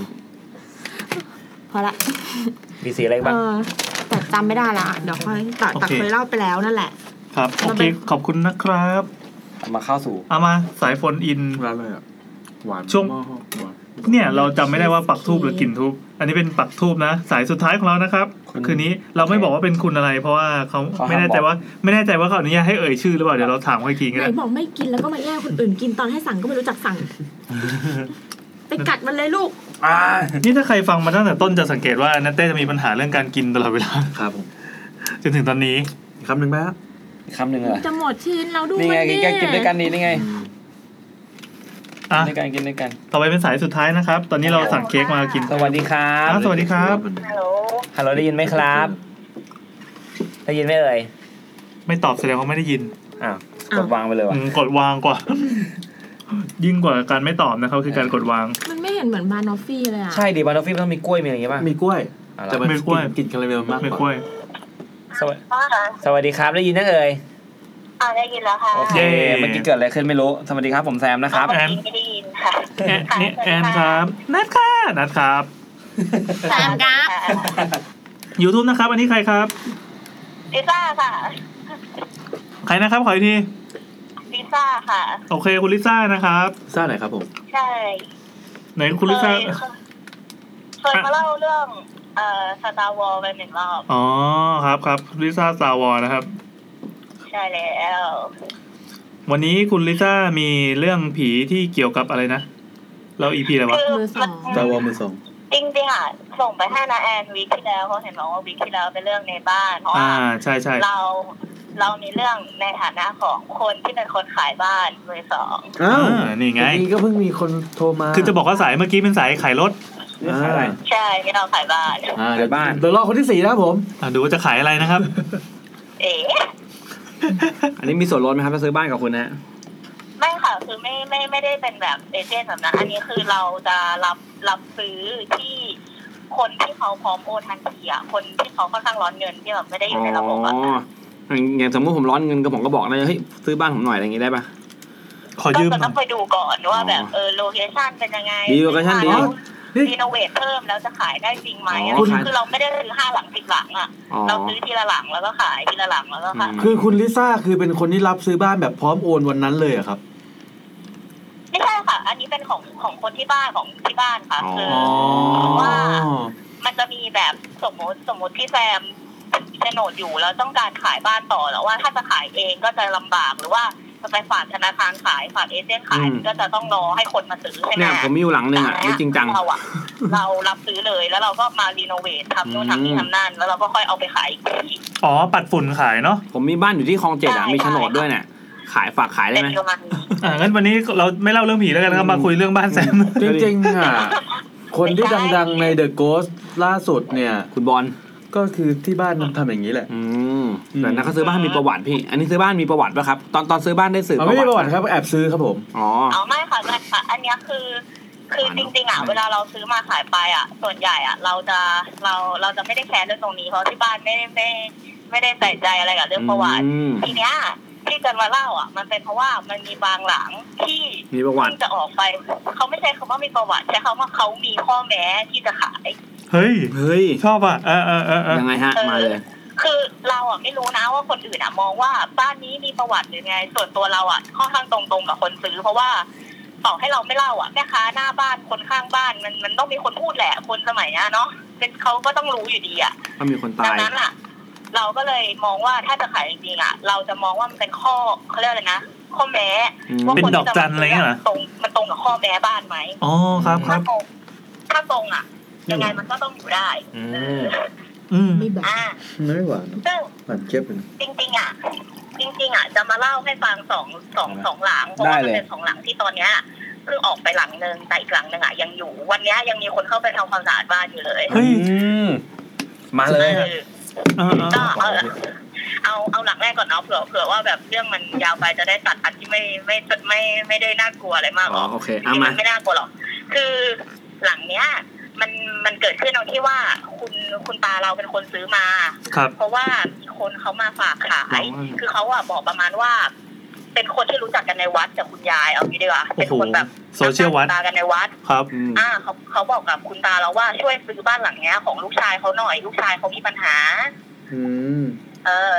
Speaker 3: พอละ
Speaker 4: มีสีอะไรบ้าง
Speaker 3: เออแต่จำไม่ได้ละเดี๋ยวค่อยแต่แต่
Speaker 1: โอเค
Speaker 3: เคยเล่าไปแล้วนั่นแหละ
Speaker 1: ครับโอเคขอบคุณนะครับ
Speaker 4: มาเข้าสู่
Speaker 1: เอามาสายโฟนอิน
Speaker 2: ร้านอะไรอ่ะหวาน
Speaker 1: ช่วง
Speaker 2: มากหวาน
Speaker 1: เนี่ยเราจำไม่ได้ว่าปักทูบหรือกลิ่นทูบอันนี้เป็นปักทูบนะ สายสุดท้ายของเรานะครับ
Speaker 2: คุณ
Speaker 1: คืนนี้เราไม่บอกว่าเป็นคุณอะไร เพราะว่าเขาไม่แน่ใจว่าไม่แน่ใจว่าเขาอนุญาตให้เอ่ยชื่อหรือเปล่าเดี๋ยวเราถามเขาอีกทีก็
Speaker 3: ไหน
Speaker 1: ได้
Speaker 3: บอกไม่กินแล้วก็มาแย่งคนอื่นกินตอนให้สั่งก็ไม่รู้จักสั่ง ไปกัดมันเลยลูก
Speaker 2: อ่า
Speaker 1: นี่ถ้าใครฟังมาตั้งแต่ต้นจะสังเกตว่านัตเต้จะมีปัญหาเรื่องการกินตลอดเวลา
Speaker 2: ครับผม
Speaker 1: จนถึงตอนนี้
Speaker 2: อีกคำหนึ่งไหมฮะ
Speaker 4: อีกคำหนึ่งเหรอ
Speaker 3: จะหมดชิ้นเราดู
Speaker 4: นี่ไง
Speaker 3: มันดิ
Speaker 4: กินกินด้วยกันนี่นี่ไง
Speaker 1: อ่ะ
Speaker 4: กินด้วยกันกินด้วยกัน
Speaker 1: ต่อไปเป็นสายสุดท้ายนะครับ ตอนนี้เราสั่งเค้กมากิน
Speaker 4: สวัสดีครับ
Speaker 1: อ่ะสวัสดีครับ
Speaker 10: ฮัลโหล
Speaker 4: ฮัลโหลได้ยินไหมครับ ได้ยินไหมเอ่ย
Speaker 1: ไม่ตอบแสดงว่าไม่ได้ยิน
Speaker 4: อ้าวกดวางไปเลยว่ะ
Speaker 1: อืมกดวางกว่า ยิ่งกว่าการไม่ตอบนะครับ คือการกดวาง
Speaker 3: มันไม่เห็นเหมือนบานอฟฟี่เลยอ่ะ
Speaker 4: ใช่ดิบานอฟฟิศต้องมีกล้วยมีอะไรอย่างงี้ป่ะ
Speaker 2: มีกล้วย
Speaker 4: เอาละ
Speaker 2: แต่มัน
Speaker 1: มีกล้วย
Speaker 2: กินคาราเมลมาก
Speaker 1: ไม่
Speaker 2: ก
Speaker 1: ค่อ
Speaker 2: ว่าย
Speaker 4: สวัส
Speaker 10: ว่าคะ
Speaker 4: สวัสดีครับได้ยินนะเอ่ย
Speaker 10: อ่าได้ยินแล้วค่ะ
Speaker 4: โอเค
Speaker 1: เย้
Speaker 4: เมื่อกี้เกิดอะไรขึ้นไม่รู้สวัสดีครับผมแซมนะครับ
Speaker 10: เมื่อกี้ไม่ได้ยินค่ะ
Speaker 1: แอนนี่แอนครับนัดค่ะนัดครับ
Speaker 3: ตามกราฟ
Speaker 1: YouTube นะครับ อันนี้ใครครับ
Speaker 10: ลิซ่าค่ะ
Speaker 1: ใครนะครับ ขออีกที
Speaker 10: ลิซ่าค่ะ
Speaker 1: โอเค คุณลิซ่านะครับ
Speaker 2: ทราบไหนครับผม
Speaker 10: ใช่
Speaker 1: ไหนคุณลิซ่า
Speaker 10: เคยเคยมาเล่าเรื่อง เอ่อสตาร์วอลไปหนึ่งรอบ
Speaker 1: อ๋อครับครับลิซ่าสาวอนะครับ
Speaker 10: ใช่แล้ว
Speaker 1: วันนี้คุณลิซ่ามีเรื่องผีที่เกี่ยวกับอะไรนะ เราอีพีอะไรวะ
Speaker 10: คือ
Speaker 3: มือสอง
Speaker 2: จา
Speaker 10: มัน
Speaker 2: วอมือสอง
Speaker 10: จริงๆอ่ะส่งไปให้นาแอนวีคที่แล้วเพราะเห็นบอกว่าวีคที่แล้วเป็นเรื่องในบ้านเพราะ
Speaker 1: อ่า
Speaker 10: ว่า
Speaker 1: ใช่ใช่
Speaker 10: เราเรามีเรื่องในฐานะของคนที่เป็นคนขายบ้านมือสอง
Speaker 2: อ้าว
Speaker 1: อ่านี่ไง
Speaker 2: นี่ก็เพิ่งมีคนโทรมา
Speaker 1: คือจะบอกว่าสายเมื่อกี้เป็นสายขายรถ
Speaker 2: อ่า
Speaker 10: ใช่ที่เราขายบ้าน
Speaker 2: อ่าเดี๋ยว
Speaker 4: บ้าน
Speaker 2: เดี๋ยวรอคนที่สี่นะครับผม
Speaker 1: อ่ะดูว่าจะขายอะไรนะครับ
Speaker 10: เอ๋
Speaker 4: อันนี้มีส่วนลดไหมครับถ้าซื้อบ้านกับคุณนะฮะ
Speaker 10: ไม่ค่ะคือไม่ไม่ไม่ได้เป็นแบบเอเจนต์แบบนั้นอันนี้คือเราจะรับรับซื้อที่คนที่เขาพร้อมโอนทันทีอ่ะคนที่เขาค่อนข้างร้อนเงินที่แบบไม่ได้อ
Speaker 4: อ๋
Speaker 10: ยู่ในระบบอ่ะ
Speaker 4: ออย่างสมมติผมร้อนเงินก็ผมก็บอกเลยเฮ้ยซื้อบ้านผมหน่อยอะไรอย่างงี้ได้ป่ะ
Speaker 1: ขอ
Speaker 10: ก็
Speaker 1: ยืม
Speaker 10: จะ
Speaker 1: หน่
Speaker 10: ต้
Speaker 1: อ
Speaker 10: อย งไปดูก่อนว่าแบบเออโลเคชันเป็นยังไง
Speaker 4: ดี location ดี
Speaker 10: รีโนเวทเพิ่มแล้วจะขายได้จริงไหม
Speaker 4: อ๋อคุณ
Speaker 10: คือเราไม่ได้ซื้อห้าหลังสิบหลังอ่ะ
Speaker 4: อ๋อ
Speaker 10: เราซื้อทีละหลังแล้วก็ขายทีละหลังแล้วก็ขาย
Speaker 4: อืม
Speaker 2: คือคุณลิซ่าคือเป็นคนที่รับซื้อบ้านแบบพร้อมโอนวันนั้นเลยเหรอะครับ
Speaker 10: ไม่ใช่ค่ะ อันนี้เป็นของของคนที่บ้านของที่บ้านค่ะ
Speaker 4: อ๋อ
Speaker 10: คือ ว่า มันจะมีแบบสมมติสมมติพี่แซมโฉนดอยู่แล้วต้องการขายบ้านต่อแล้วว่าถ้าจะขายเองก็จะลำบากหรือว่าจะไปฝากธนาคารขายฝากเอเจนต์ขาย
Speaker 4: อืม
Speaker 10: ก็จะต้องรอให้คนมาซื้อใช่ไหม
Speaker 4: เนี่ยผมมีอยู่หลังหนึ่งอ่ะ
Speaker 10: แต่
Speaker 4: นี่จริงจัง
Speaker 10: เราอะเรารับซื้อเลยแล้วเราก็มารีโนเวททำนู่นทำนี่
Speaker 4: อืม
Speaker 10: ทำนั่นแล้วเราก็ค่อยเอาไปขายอีกที
Speaker 1: อ๋อ ปัดฝุ่นขายเนาะ
Speaker 4: ผมมีบ้านอยู่ที่คลองเจ็ดอ่ะมีโฉนดด้วยเนี่ย ขายฝากขายได้
Speaker 10: เป็น
Speaker 4: ไหม
Speaker 10: ประมาณนี้
Speaker 1: อ่างั้นวันนี้เราไม่เล่าเรื่องผีแล้วกันนะครับ
Speaker 4: อืม
Speaker 1: มาคุยเรื่องบ้านแซม
Speaker 2: จริงๆอ่ะ คนที่ดังๆใน The Ghost ล่าสุดเนี่ย
Speaker 4: คุณบอล
Speaker 2: ก็คือที่บ้านทำอย่างนี้แหละ
Speaker 4: อืมแต่นักก็ซื้อบ้านมีประวัติพี่ อันนี้ซื้อบ้านมีประวัติป่ะครับ ตอนตอนซื้อบ้านได้สืบ
Speaker 2: เอาไม่มีประวัติ
Speaker 4: ปะ
Speaker 2: ครับแอบซื้อครับผม
Speaker 4: อ๋อ
Speaker 10: อ๋อไม่ค่ะไม่ค่ะ อันเนี้ยคือ คือจริงๆอ่ะเวลาเราซื้อมาขายไปอ่ะ ส่วนใหญ่อ่ะ เราจะเราเราจะไม่ได้แคร์เรื่องตรงนี้เพราะที่บ้านไม่ไม่ ไม่ได้ใส่ใจอะไรกับเรื่องประวัติ
Speaker 6: อืม
Speaker 10: ทีเนี้ยที่จะมาเล่าอ่ะ มันเป็นเพราะว่ามันมีบางหลังที่
Speaker 6: มีประวัติ
Speaker 10: ที่จะออกไป เขาไม่ใช่คำว่ามีประวัติใช้คำว่าเขามีข้อแม้ที่จะขาย
Speaker 1: เฮ้ย
Speaker 6: เฮ้ย
Speaker 1: ชอบอ่ะเออเออเออเออ
Speaker 6: ยังไงฮะ มาเลย
Speaker 10: คือเราอ่ะไม่รู้นะว่าคนอื่นอ่ะมองว่าบ้านนี้มีประวัติหรือไง ส่วนตัวเราอ่ะค่อนข้างตรงๆกับคนซื้อ เพราะว่าต่อให้เราไม่เล่าอ่ะแม่ค้าหน้าบ้านคนข้างบ้านมันมันต้องมีคนพูดแหละคนสมัยเนี้ยเนาะเป็นเขาก็ต้องรู้อยู่ดีอ่ะ
Speaker 6: ถ้ามีคน
Speaker 10: ดั
Speaker 6: ตาง ย
Speaker 10: นั้นอ่ะ เราก็เลยมองว่าถ้าจะขายจริงๆอ่ะ เราจะมองว่ามันเป็นข้อเขาเรียกอะไรนะข้อแม้
Speaker 6: อืม
Speaker 10: ว่า
Speaker 1: เป็น
Speaker 10: คที่
Speaker 1: ดอกจันอะไรเงี้ยเหรอ
Speaker 10: ตรงมันตรงกับข้อแม้บ้านไหม
Speaker 1: อ๋อครับครั
Speaker 10: ถ้า
Speaker 1: บ
Speaker 10: ตรงถ้าตรงอ่ะยังไงมันก็ต้องอยู่ได้
Speaker 1: อืม
Speaker 3: ไม่แบบ
Speaker 10: อ่า
Speaker 2: ไม่หวาน
Speaker 10: ซึ่ง
Speaker 2: หวานเจี๊ยบเลย
Speaker 10: จริงๆอ่ะจริงๆอ่ะจะมาเล่าให้ฟังสองสองสองหลังเพราะว่ามันเป็นสองหลังที่ตอนเนี้ยเพิ่งออกไปหลังหนึ่งแต่อีกหลังหนึ่งอ่ะยังอยู่ วันเนี้ยยังมีคนเข้าไปทำความสะอาดบ้านอยู่เลย
Speaker 1: เฮ้ย
Speaker 6: มาเลย
Speaker 10: เออ
Speaker 1: เออเออ
Speaker 10: ก็เออเอาเอาหลังแรกก่อนเนาะเผื่อเผื่อว่าแบบเรื่องมันยาวไปจะได้ตัดอันที่ไม่ไม่ไม่ไม่ได้น่ากลัวอะไรมากห
Speaker 6: อ๋
Speaker 10: ร
Speaker 6: อ
Speaker 10: อก
Speaker 6: โอเค
Speaker 10: จ
Speaker 6: อ่ะ
Speaker 10: ริงๆ
Speaker 6: มา
Speaker 10: มันไม่น่ากลัวหรอก คือหลังเนี้ย มันมันเกิดขึ้นตรงที่ว่าคุณคุณตาเราเป็นคนซื้อมา
Speaker 1: ครับ
Speaker 10: เพราะว่ามีคนเขามาฝากขาย
Speaker 6: อ๋อ
Speaker 10: คือเขาอะบอกประมาณว่า เป็นคนที่รู้จักกันในวัดจากบคุณยายเอางี้ดีกว่า เป็นคนแบบ
Speaker 1: โอ้โหโซเชียลวัด
Speaker 10: ตากันในวัด
Speaker 1: ครับ
Speaker 6: อืม
Speaker 10: อ่าเขาเขาบอกกับคุณตาเราว่าช่วยซื้อบ้านหลังเนี้ย ของลูกชายเขาหน่อย ลูกชายเขามีปัญหา
Speaker 6: อืม
Speaker 10: เออ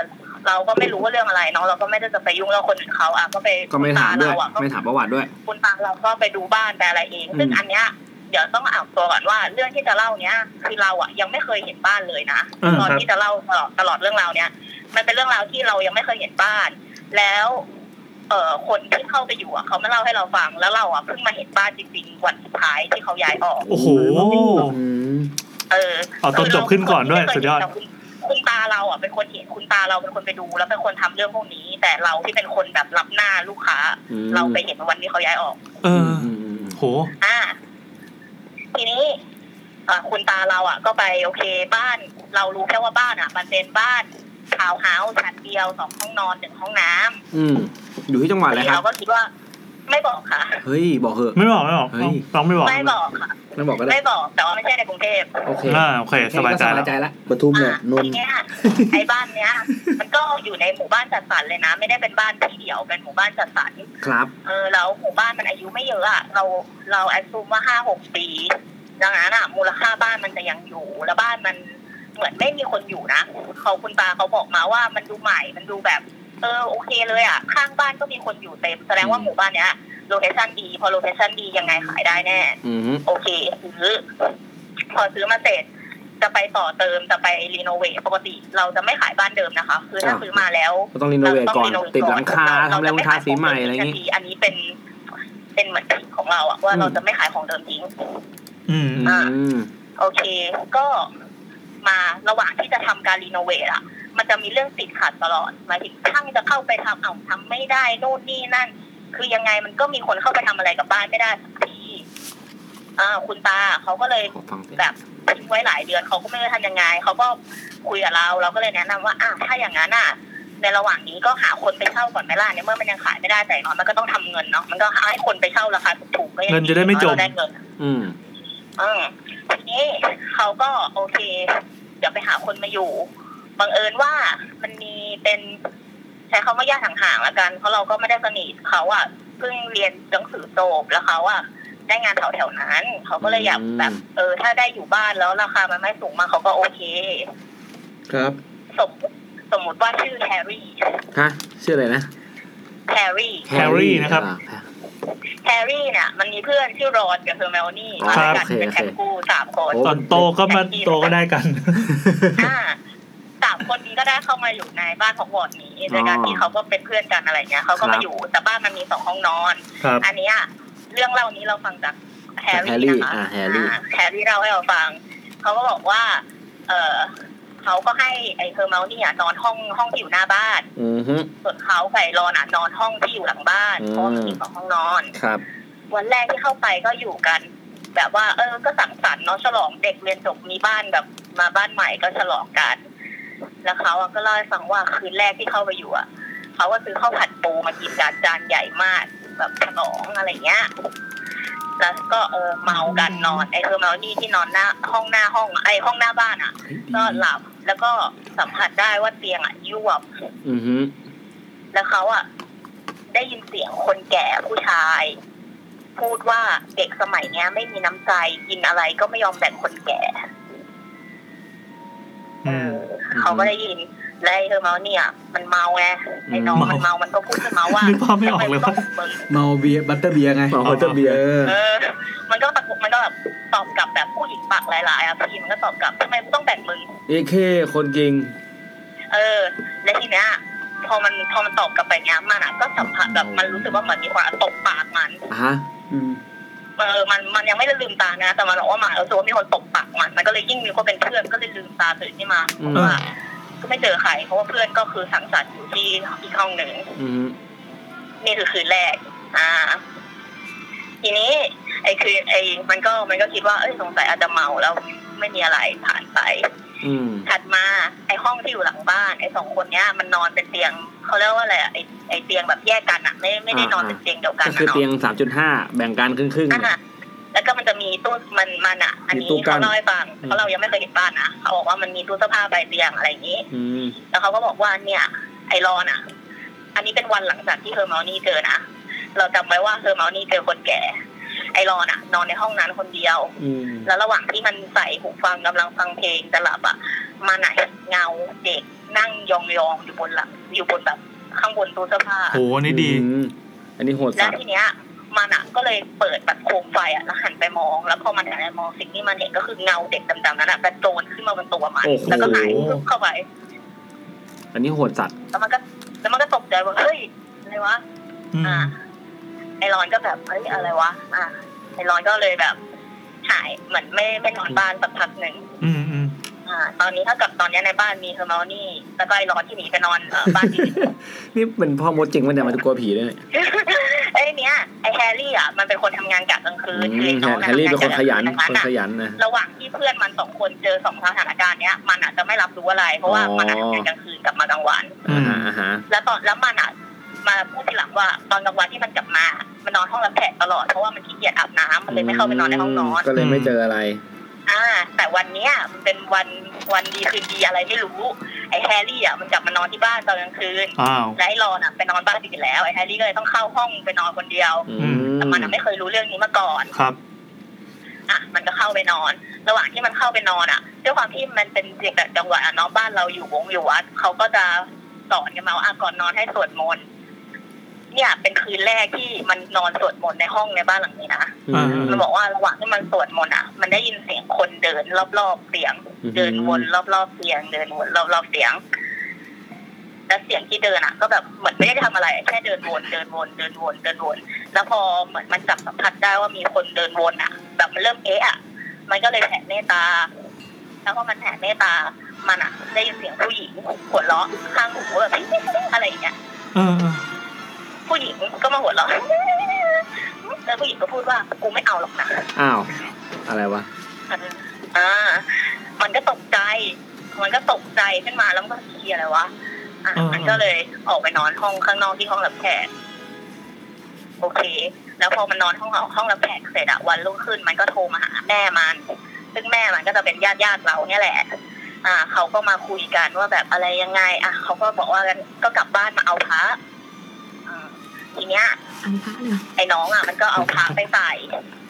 Speaker 10: เราก็ไม่รู้ว่าเรื่องอะไรเนาะ เราก็ไม่ได้จะไปยุ่งเรื่องคนอื่นเขาอ่ะ ก็ไป
Speaker 6: ก็ไม่ถามด้วย
Speaker 10: คุณตเรอะก็
Speaker 6: ไม่ถามประวัติด้วย
Speaker 10: คุณตาเราก็ไปดูบ้านไปอะไรเอง
Speaker 6: อืม
Speaker 10: ซึ่งอันเนี้ยเดี๋ยวต้องอ่านตัวก่อนว่าเรื่องที่จะเล่าเนี้ยคือเราอ่ะยังไม่เคยเห็นบ้านเลยนะ
Speaker 1: อืม
Speaker 10: ตอน
Speaker 1: ครับ
Speaker 10: ที่จะเล่าตลอดตลอดเรื่องราวเนี้ยมันเป็นเรื่องราวที่เรายังไม่เคยเห็นบ้าน แล้ว เอ่อคนที่เข้าไปอยู่อ่ะเขามาเล่าให้เราฟังแล้วเราอ่ะเพิ่งมาเห็นบ้านจริงๆวันสุดท้ายที่เขาย้ายออก
Speaker 1: โอ้โห
Speaker 6: อืม
Speaker 10: เออ
Speaker 1: เอาตอนจบขึ้นก่อนด้วยสุดยอด
Speaker 10: คุณคุณตาเราอ่ะเป็นคนเห็นคุณตาเราเป็นคนไปดู แล้วเป็นคนทำเรื่องพวกนี้ แต่เราที่เป็นคนแบบรับหน้าลูกค้า
Speaker 6: อืม
Speaker 10: เราไปเห็นวันที่เขาย้ายออก
Speaker 1: เอ
Speaker 6: อื
Speaker 1: อ
Speaker 6: มอืมอืม
Speaker 1: โห
Speaker 10: อ่า ทีนี้เอ่อคุณตาเราอ่ะ ก็ไปโอเคบ้าน เรารู้แค่ว่าบ้านอ่ะ มันเป็นบ้านทาวน์เฮาส์ชั้นเดียวสองห้องนอนหนึ่งห้องน้
Speaker 6: อืม อยู่ที่จังหวัด
Speaker 10: ำ
Speaker 6: อะไร
Speaker 10: ที
Speaker 6: ครั
Speaker 10: เรา
Speaker 6: บ
Speaker 10: ก็คิดว่า ไม่บอกค่ะ
Speaker 6: เฮ้ย บอกเถอะ
Speaker 1: ไม่บอกไม่บอก
Speaker 6: เฮ้ย
Speaker 1: ต้องไม่บอก
Speaker 10: ไม่บอกค่ะ
Speaker 6: ไม่บอกก็ได้
Speaker 10: ไม่บอก แต่ว่าไม่ใช่ในกรุงเทพ
Speaker 6: โอเค
Speaker 1: อ่าโอเค
Speaker 6: แค่นี้ก็
Speaker 1: สบายใจ
Speaker 6: ส
Speaker 1: แล้
Speaker 6: บา
Speaker 1: วย
Speaker 6: ใจละ
Speaker 2: ปทุมแห
Speaker 10: อ่ะ
Speaker 2: ละนน
Speaker 10: ที
Speaker 2: ท์
Speaker 10: เนี้ยไอ้บ้านเนี้ย มันก็อยู่ในหมู่บ้านจัดสรรเลยนะ ไม่ได้เป็นบ้านที่เดี่ยวเป็นหมู่บ้านจัดสรร
Speaker 6: ครับ
Speaker 10: เออแล้วหมู่บ้านมันอายุไม่เยอะอ่ะเราเราแอดซูมว่าห้าหกปี ดังนั้นอ่ะมูลค่าบ้านมันจะยังอยู่ แล้วบ้านมันเหมือนไม่มีคนอยู่นะเขาคุณตาเขาบอกมาว่ามันดูใหม่มันดูแบบ เออโอเคเลยอ่ะ ข้างบ้านก็มีคนอยู่เต็มแสดงว่าหมู่บ้านเนี้ยโลเคชั่นดี พอโลเคชั่นดียังไงขายได้แน่
Speaker 6: อืม
Speaker 10: โอเคซื้อพอซื้อมาเสร็จ จะไปต่อเติมจะไปรีโนเวทปกติเราจะไม่ขายบ้านเดิมนะคะ คือถ้า
Speaker 6: อ่า
Speaker 10: ซื้อมาแล้ว
Speaker 6: ก็ต้องรีโนเวทก่อน
Speaker 10: เรา
Speaker 6: ติดหลังคา
Speaker 10: เ
Speaker 6: ทำอะไรต้องทาสีใหม่อะไรอย่าง
Speaker 10: นี้
Speaker 6: งี้
Speaker 10: อันนี้เป็น เป็นเหมือนทริคของเราอะว่า
Speaker 6: อืม
Speaker 10: เราจะไม่ขายของเดิมทิ้ง
Speaker 1: อืม
Speaker 6: อื
Speaker 1: อืม
Speaker 6: ม
Speaker 10: โอเค ก็มาระหว่างที่จะทำการรีโนเวทอะมันจะมีเรื่องติดขัดตลอดหมายถึงช่างจะเข้าไปทำเอาทำไม่ได้โน่นนี่นั่น คือยังไงมันก็มีคนเข้าไปทำอะไรกับบ้านไม่ได้สักทีอ่าคุณตาเขาก็เลย
Speaker 6: ขอฟังเสียง
Speaker 10: แบบทิ้งไว้หลายเดือนเขาก็ไม่รู้จะทำยังไงเขาก็คุยกับเรา เราก็เลยแนะนำว่าอ่ะถ้าอย่างนั้นอ่ะ ในระหว่างนี้ก็หาคนไปเช่าก่อนไหมล่ะในเมื่อมันยังขายไม่ได้แต่อย่างน้อยมันก็ต้องทำเงินเนาะมันก็ให้คนไปเช่าราคาถูกๆก็ยัง
Speaker 1: เงินจะได้ไม่จม
Speaker 10: เราได้เงิน
Speaker 6: อืม
Speaker 10: เออทีนี้เขาก็โอเค เดี๋ยวไปหาคนมาอยู่บังเอิญว่ามันมีเป็นใช้คำว่าญาติห่างๆละกัน เพราะเราก็ไม่ได้สนิทเขาอะเพิ่งเรียนหนังสือจบแล้วเขาอะได้งานแถวๆนั้นเขาก็เลยอยาก
Speaker 6: อืม
Speaker 10: แบบ เออ ถ้าได้อยู่บ้านแล้วราคามันไม่สูงมากเขาก็โอเค
Speaker 2: ครับ
Speaker 10: สมสมมติว่าชื่อแฮร์รี่
Speaker 6: ฮะชื่ออะไรนะ
Speaker 10: แฮร์รี่
Speaker 1: Harry นะครับ
Speaker 6: อ่า
Speaker 10: แฮร์รี่เนี่ยมันมีเพื่อนชื่อรอนกับเฮอร์เมลนี่
Speaker 6: ครั
Speaker 10: มา
Speaker 6: บ
Speaker 10: ด้วย
Speaker 6: โอเค
Speaker 10: กันเป็นแพ็คคู่สามคน
Speaker 1: ตอนโตก็มาโตก็ได้กัน
Speaker 10: อ่าสามคนนี้ก็ได้เข้ามาอยู่ในบ้านของวอร์ดนี้โดยการที่เขาก็เป็นเพื่อนกันอะไรเงี้ยเขาก็
Speaker 6: ครั
Speaker 10: มา
Speaker 6: บ
Speaker 10: อยู่แต่บ้านมันมีสองห้องนอน
Speaker 1: ครับ
Speaker 10: อันเนี้ยเรื่องเล่านี้เราฟังจากแฮร์
Speaker 6: จากแฮร์รี่
Speaker 10: รี่
Speaker 6: อ่าแฮร์รี่
Speaker 10: นะคะอ่าแฮร์รี่เล่าให้เราฟังเขาก็บอกว่า เออเขาก็ให้ไอ้เฮอร์เมลนี่อ่ะนอนห้องห้องที่อยู่หน้าบ้าน
Speaker 6: อือฮึ
Speaker 10: ส่วนเขาไก่รอนอ่ะนอนห้องที่อยู่หลังบ้าน
Speaker 6: อืม
Speaker 10: เพราะว่ามันมีสองห้องนอน
Speaker 6: ครับ
Speaker 10: วันแรกที่เข้าไปก็อยู่กัน แบบว่า เออ ก็สังสรรค์เนาะฉลองเด็กเรียนจบมีบ้านแบบมาบ้านใหม่ก็ฉลองกัน แล้วเขาอะก็เล่าให้ฟังว่าคืนแรกที่เข้าไปอยู่อะเขาก็ซื้อข้าวผัดปูมากินกันจานใหญ่มาก แบบฉลองอะไรเงี้ย แล้วก็เออเมากันนอนไอ้เออเมานี่ที่นอนหน้าห้องหน้าห้องไอ้ห้องหน้าบ้านอะก็หลับ แล้วก็สัมผัสได้ว่าเตียงอ่ะยวบ
Speaker 6: อือฮึ
Speaker 10: แล้วเขาอ่ะได้ยินเสียงคนแก่ผู้ชาย พูดว่าเด็กสมัยเนี้ย ไม่มีน้ำใจกินอะไรก็ไม่ยอมแบ่งคนแก่
Speaker 1: อืม
Speaker 10: เขาก็ได้ยินแล้วไอ้เธอเมาเนี่ยมันเมาไงไอ้น้องมันเมามันก็พูดขึ้นมาว่า
Speaker 1: นึกภาพไม่ออกเลยว่า
Speaker 10: ทำไมมึงต้องมึง
Speaker 2: เมาเบียร์บัตเตอร์เบียร์ไง
Speaker 6: หมอเขาจะเบียร์
Speaker 2: เออ
Speaker 10: เออ มันก็ตะกุกมันก็แบบตอบกลับแบบผู้หญิงปากหลายๆอ่ะพี่มันก็ตอบกลับทำไมมึงต้องแบ่งมึง
Speaker 6: เอเคคนจริง
Speaker 10: เออ และทีเนี้ยพอมันพอมันตอบกลับไปเนี้ยมันอ่ะก็สัมผัสแบบมันรู้สึกว่าเหมือนมีคนอ่ะตบปากมัน
Speaker 6: อ่ะฮะ
Speaker 10: เออ มัน มันยังไม่ได้ลืมตานะ แต่มันบอกว่าหมาเราตัวมีคนตกปากมัน มันก็เลยยิ่งมีคนเป็นเพื่อนก็เลยลืมตาตื่นขึ้นมา
Speaker 6: อืม
Speaker 10: เพราะว่าก็ไม่เจอใคร เพราะว่าเพื่อนก็คือสังสรรค์อยู่ที่อีกห้องหนึ่ง
Speaker 6: อือฮึ
Speaker 10: นี่คือคืนแรก อ่า ทีนี้ ไอ้คืนไอ้ มันก็ มันก็คิดว่า เอ้ย สงสัยอาจจะเมาแล้วไม่มีอะไรผ่านไป
Speaker 6: อืม
Speaker 10: ถัดมา ไอ้ห้องที่อยู่หลังบ้าน ไอ้สองคนเนี้ย มันนอนเป็นเตียง เขาเรียกว่าอะไรอะไอ้ ไอ้เตียงแบบแยกกันอะไม่ ไม่ได้นอนเป็นเตียงเดียวกัน
Speaker 6: ก็
Speaker 10: อะ
Speaker 6: คือ
Speaker 10: เนาะ
Speaker 6: เตียง 3.5 แบ่งกันครึ่งครึ่ง
Speaker 10: อ่ะแล้วก็มันจะมีตู้มันมันอ่ะ อัน
Speaker 6: มี
Speaker 10: นี้
Speaker 6: ตู้กั้
Speaker 10: เขา
Speaker 6: น
Speaker 10: เล่าให้ฟัง
Speaker 6: อืม
Speaker 10: เพราะเรายังไม่เคยเห็นบ้านนะเขาบอกว่ามันมีตู้เสื้อผ้าใบเตียงอะไรอย่างนี้
Speaker 6: ๆอืม
Speaker 10: แล้วเขาก็บอกว่าเนี่ย ไอรอนอ่ะ อันนี้เป็นวันหลังจากที่เฮอร์เมานี่เจอนะเราจำไว้ว่าเฮอร์เมานี่เจอคนแก่ ไอรอนอ่ะ นอนในห้องนั้นคนเดียว
Speaker 6: อืม
Speaker 10: แล้วระหว่างที่มันใส่หูฟังกำลังฟังเพลงจะหลับอ่ะมันอ่ะเห็นเงาเด็กนั่งยองๆอยู่บนหลังอยู่บนแบบข้างบนตู้เสื้อผ้า
Speaker 1: โหอันนี่ดี
Speaker 6: อืมอันนี้โหด
Speaker 10: แล้
Speaker 6: สั
Speaker 10: ว
Speaker 6: ตว์
Speaker 10: ทีเนี้ยมันอ่ะก็เลยเปิดแบบโคมไฟอ่ะแล้วหันไปมอง แล้วพอมันหันไปมองสิ่งที่มันเห็นก็คือเงาเด็กดำๆนั้นอ่ะกระโจนขึ้นมาบนตัวมัน
Speaker 1: โอ้โห
Speaker 10: แล้วก็หายพึบเข้าไป
Speaker 6: อันนี้โหดสัตว์
Speaker 10: แล้วมันก็แล้วมันก็ตกใจว่าเฮ้ยอะไรวะ
Speaker 1: อืม
Speaker 10: อ่า ไอรอนก็แบบเฮ้ยอะไรวะอ่าไอรอนก็เลยแบบหายเหมือนไม่ไม่นอนบ้านสักพักหนึ่ง
Speaker 1: อืมอืม
Speaker 10: อ่า ตอนนี้เท่ากับตอนเนี้ยในบ้านมีเฮอร์มานี่แล้วก็ไอรอนที่หนีไปนอนเอ่อบ้านที่
Speaker 6: นี่เป็นพ่อมดจริงมันแต่ยมันจะกลัวผีด้วยเนี่ย
Speaker 10: ไอเนี้ยไอแฮร์รี่อ่ะมันเป็นคนทำงานกะกลางคืน
Speaker 6: อื
Speaker 10: คือ
Speaker 6: ม
Speaker 10: ไอ้อง
Speaker 6: แฮร์รี่เป็นคนขยัน
Speaker 10: ทำงา
Speaker 6: ค
Speaker 10: กะกลา
Speaker 6: น
Speaker 10: งอะ
Speaker 6: ขยันนะ
Speaker 10: ระหว่างที่เพื่อนมันสองคนเจอสองสถานการณ์เนี้ย มันอาจจะไม่รับรู้อะไร เพราะว่า
Speaker 6: อ๋อ
Speaker 10: มันอาจจะทำงานกลางคืนกลับมากลางวัน
Speaker 1: อื
Speaker 6: อ่าม ฮะอ่าฮะ
Speaker 10: แล้วตอนแล้วมันอะมาพูดทีหลังว่าตอนกลางวันที่มันกลับมา มันนอนห้องรับแขกตลอดเพราะว่ามันขี้เกียจอาบน้ำมันเลยไม่เข้าไปนอนในห้องนอน
Speaker 6: ก็เลยไม่เจออะไร
Speaker 10: อ่า แต่วันเนี้ยมันเป็นวันวันดีคืนดีอะไรไม่รู้ ไอ้แฮร์รี่อ่ะมันกลับมานอนที่บ้านตอนกลางคืน
Speaker 1: อ้าว
Speaker 10: และไอ้รอนอ่ะไปนอนบ้านติดแล้วไอ้แฮร์รี่ก็เลยต้องเข้าห้องไปนอนคนเดียว
Speaker 6: อื
Speaker 1: อื
Speaker 10: แต่มันอะไม่เคยรู้เรื่องนี้มาก่อน
Speaker 1: ครับ
Speaker 10: อ่ะมันก็เข้าไปนอน ระหว่างที่มันเข้าไปนอนอ่ะด้วยความที่มันเป็นเด็กต่างจังหวัดอ่ะเน้องบ้านเราอยู่วงอยู่วัดเขาก็จะสอนกันมาว่าอ่ะก่อนนอนให้สวดมนต์เนี่ยเป็นคืนแรกที่มันนอนสวดมนต์ในห้องในบ้านหลังนี้นะ
Speaker 6: อืม
Speaker 10: มันบอกว่าระหว่างที่มันสวดมนต์อ่ะ มันได้ยินเสียงคนเดินรอบๆเตียง
Speaker 6: อือหือ
Speaker 10: เดินวนรอบๆเตียง เดินวนรอบๆเตียงและเสียงที่เดินอ่ะ ก็แบบเหมือนไม่ได้ทำอะไร แค่เดินวนเดินวนเดินวนเดินวน แล้วพอเหมือนมันจับสัมผัสได้ว่ามีคนเดินวนอ่ะ แบบมันเริ่มเอะอ่ะ มันก็เลยแผ่เมตตา แล้วพอมันแผ่เมตตา มันอ่ะ ได้ยินเสียงผู้หญิงหัวเราะข้างหูแบบอะไรอย่างเงี้ย
Speaker 1: เออเออ
Speaker 10: ผู้หญิงก็มาหัวเราะ แล้วผู้หญิงก็พูดว่ากูไม่เอาหรอกนะ
Speaker 6: อ้าว อะไรวะ
Speaker 10: อ่า มันก็ตกใจ มันก็ตกใจขึ้นมาแล้วมันก็เฮียอะไรวะ อ่ะ มันก็เลยออกไปนอนห้องข้างนอกที่ห้องรับแขก โอเค แล้วพอมันนอนห้องห้องรับแขกเสร็จอะวันรุ่งขึ้น มันก็โทรมาหาแม่มัน ซึ่งแม่มันก็จะเป็นญาติญาติๆเราเนี่ยแหละ อ่า เขาก็มาคุยกันว่าแบบอะไรยังไง อ่ะ เขาก็บอกว่ากันก็กลับบ้านมาเอาพระอืมทีเนี้ย
Speaker 3: เอาพระเลยเหรอ
Speaker 10: ไอ้น้องอ่ะ มันก็เอาพระไปใส่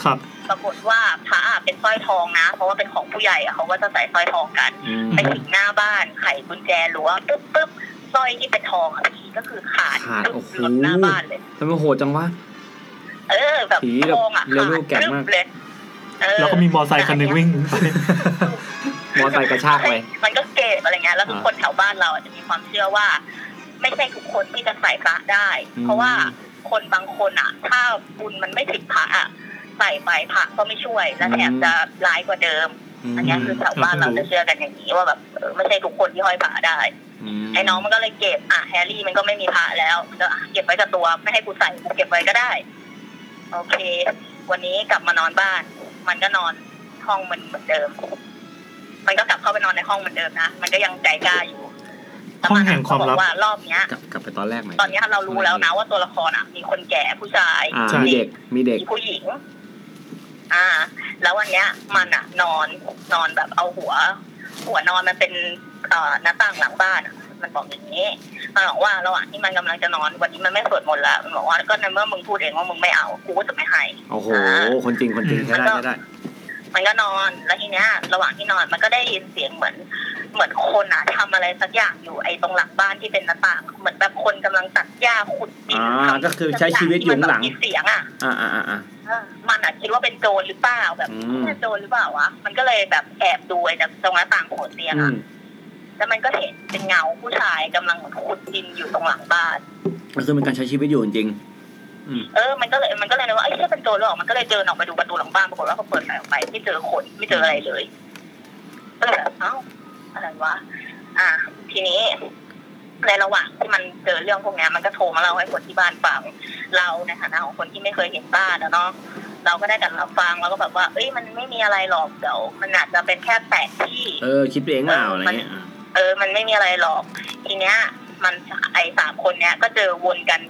Speaker 1: ครับ
Speaker 10: ปรากฏว่าพระอะเป็นสร้อยทองนะ เพราะว่าเป็นของผู้ใหญ่อะเขาก็จะใส่สร้อยทองกัน
Speaker 6: อืม
Speaker 10: ไปถึงหน้าบ้านไขกุญแจรั้วปุ๊บปุ๊บสร้อยที่เป็นทองอะพี่ก็คือขาด
Speaker 6: ขาด
Speaker 10: ปุ๊บ
Speaker 6: โอ้โห
Speaker 10: หลุดหน้าบ้านเลย
Speaker 6: ทำไมโหดจังวะ
Speaker 10: เออ แบบ
Speaker 6: ผีแบบ
Speaker 10: ทองอะ
Speaker 6: เร็
Speaker 10: ขาว ด
Speaker 6: ๆแกะมาก
Speaker 10: ปึ๊บเลยเออ
Speaker 1: แล้วก็มีมอไซค์คันหนึ่งวิ่งไป
Speaker 6: มอไซค์กระชากไป
Speaker 10: มันก็เก็บอะไรเงี้ยแล้วทุกคนแถวบ้านเราอะจะมีความเชื่อว่า ไม่ใช่ทุกคนที่จะใส่พระได้
Speaker 6: อืม
Speaker 10: เพราะว่าคนบางคนอ่ะ ถ้าบุญมันไม่ถึงพระอ่ะใส่ไปพระก็ไม่ช่วยและแถมจะร้ายกว่าเดิม
Speaker 6: ม
Speaker 10: อันเนี้ยคือแถวบ้านเราจะเชื่อกันอย่างนี้ว่าแบบเออไม่ใช่ทุกคนที่ห้อยผ้าได้
Speaker 6: ม
Speaker 10: ไอ้น้องมันก็เลยเก็บอ่ะแฮร์รี่มันก็ไม่มีผ้าแล้วมันก็อ่ะเก็บไว้กับตัวไม่ให้กูใส่กูเก็บไว้ก็ได้ โอเค วันนี้กลับมานอนบ้าน มันก็นอนห้องมันเหมือนเดิม มันก็กลับเข้าไปนอนในห้องเหมือนเดิมนะมันก็ยังใจกล้าอยู่ต่
Speaker 1: ห้องแห่งความลับ
Speaker 10: ก็บอกว่ารอบเนี้ย
Speaker 6: กลับกลับไปตอนแรกไหม
Speaker 10: ตอนเนี้ยเรารู้แล้วนะว่าตัวละครอ่ะ มีคนแก่ผู้ชาย
Speaker 6: อ่า
Speaker 1: ใช่
Speaker 6: มีเด็ก มีเด็ก
Speaker 10: มีผู้หญิง อ่า แล้ววันเนี้ย มันอะนอนนอนแบบเอาหัว หัวนอนมันเป็น เอ่อหน้าต่างหลังบ้านอะมันบอกอย่างนี้มันบอกว่าระหว่างที่มันกำลังจะนอนวันนี้มันไม่สวดมนต์ละมันบอกว่าก็ในเมื่อมึงพูดเองว่ามึงไม่เอากูก็จะไม่ให้
Speaker 6: โอ้โห คนจริงคนจริงใช่ได้ใช่ได้
Speaker 10: มันก็นอนแล้วทีเนี้ย ระหว่างที่นอนมันก็ได้ยินเสียงเหมือน เหมือนคนอ่ะทำอะไรสักอย่างอยู่ไอ้ตรงหลังบ้านที่เป็นหน้าต่างเหมือนแบบคนกำลังตัดหญ้าขุดดิน
Speaker 6: อ่า
Speaker 10: ทำ
Speaker 6: ก็คือใช้ชีวิตอยู่ข้างหลัง
Speaker 10: มันแบบมีเสียงอ่ะ
Speaker 6: อ่าอ่าอ่า
Speaker 10: เออมันอะคิดว่าเป็นโจรหรือเปล่าแบบ
Speaker 6: อืม
Speaker 10: เป็นโจรหรือเปล่าวะมันก็เลยแบบแอบดูไอ้จากตรงหน้าต่างโขดเตียง
Speaker 6: อื
Speaker 10: อ่ะ
Speaker 6: ม
Speaker 10: แล้วมันก็เห็นเป็นเงาผู้ชายกำลังเหมือนขุดดินอยู่ตรงหลังบ้าน
Speaker 6: ก็คือเป็นการใช้ชีวิตอยู่จริง
Speaker 10: เออ มันก็เลย มันก็เลยนึกว่า เอ้ยถ้าเป็นโจรหรอกมันก็เลยเดินออกไปดูประตูหลังบ้าน ปรากฏว่าเขาเปิดไฟออกไป ไม่เจอคน ไม่เจออะไรเลย ก็เลยแบบเอ้า อะไรวะ อ่ะ ทีนี้ ในระหว่างที่มันเจอเรื่องพวกเนี้ยมันก็โทรมาเล่าให้คนที่บ้านฟัง เราในฐานะของคนที่ไม่เคยเห็นบ้านนะเนาะ เราก็ได้แต่รับฟังแล้วก็แบบว่า เอ้ย มันไม่มีอะไรหรอก เดี๋ยวมันอาจจะเป็นแค่แตะที่
Speaker 6: เออ คิดเองเปล่าอะไรเงี้ยอ่ะ
Speaker 10: เออ มันไม่มีอะไรหรอก ทีเนี้ย มันไอ้สามคนเนี้ยก็เจอวนกัน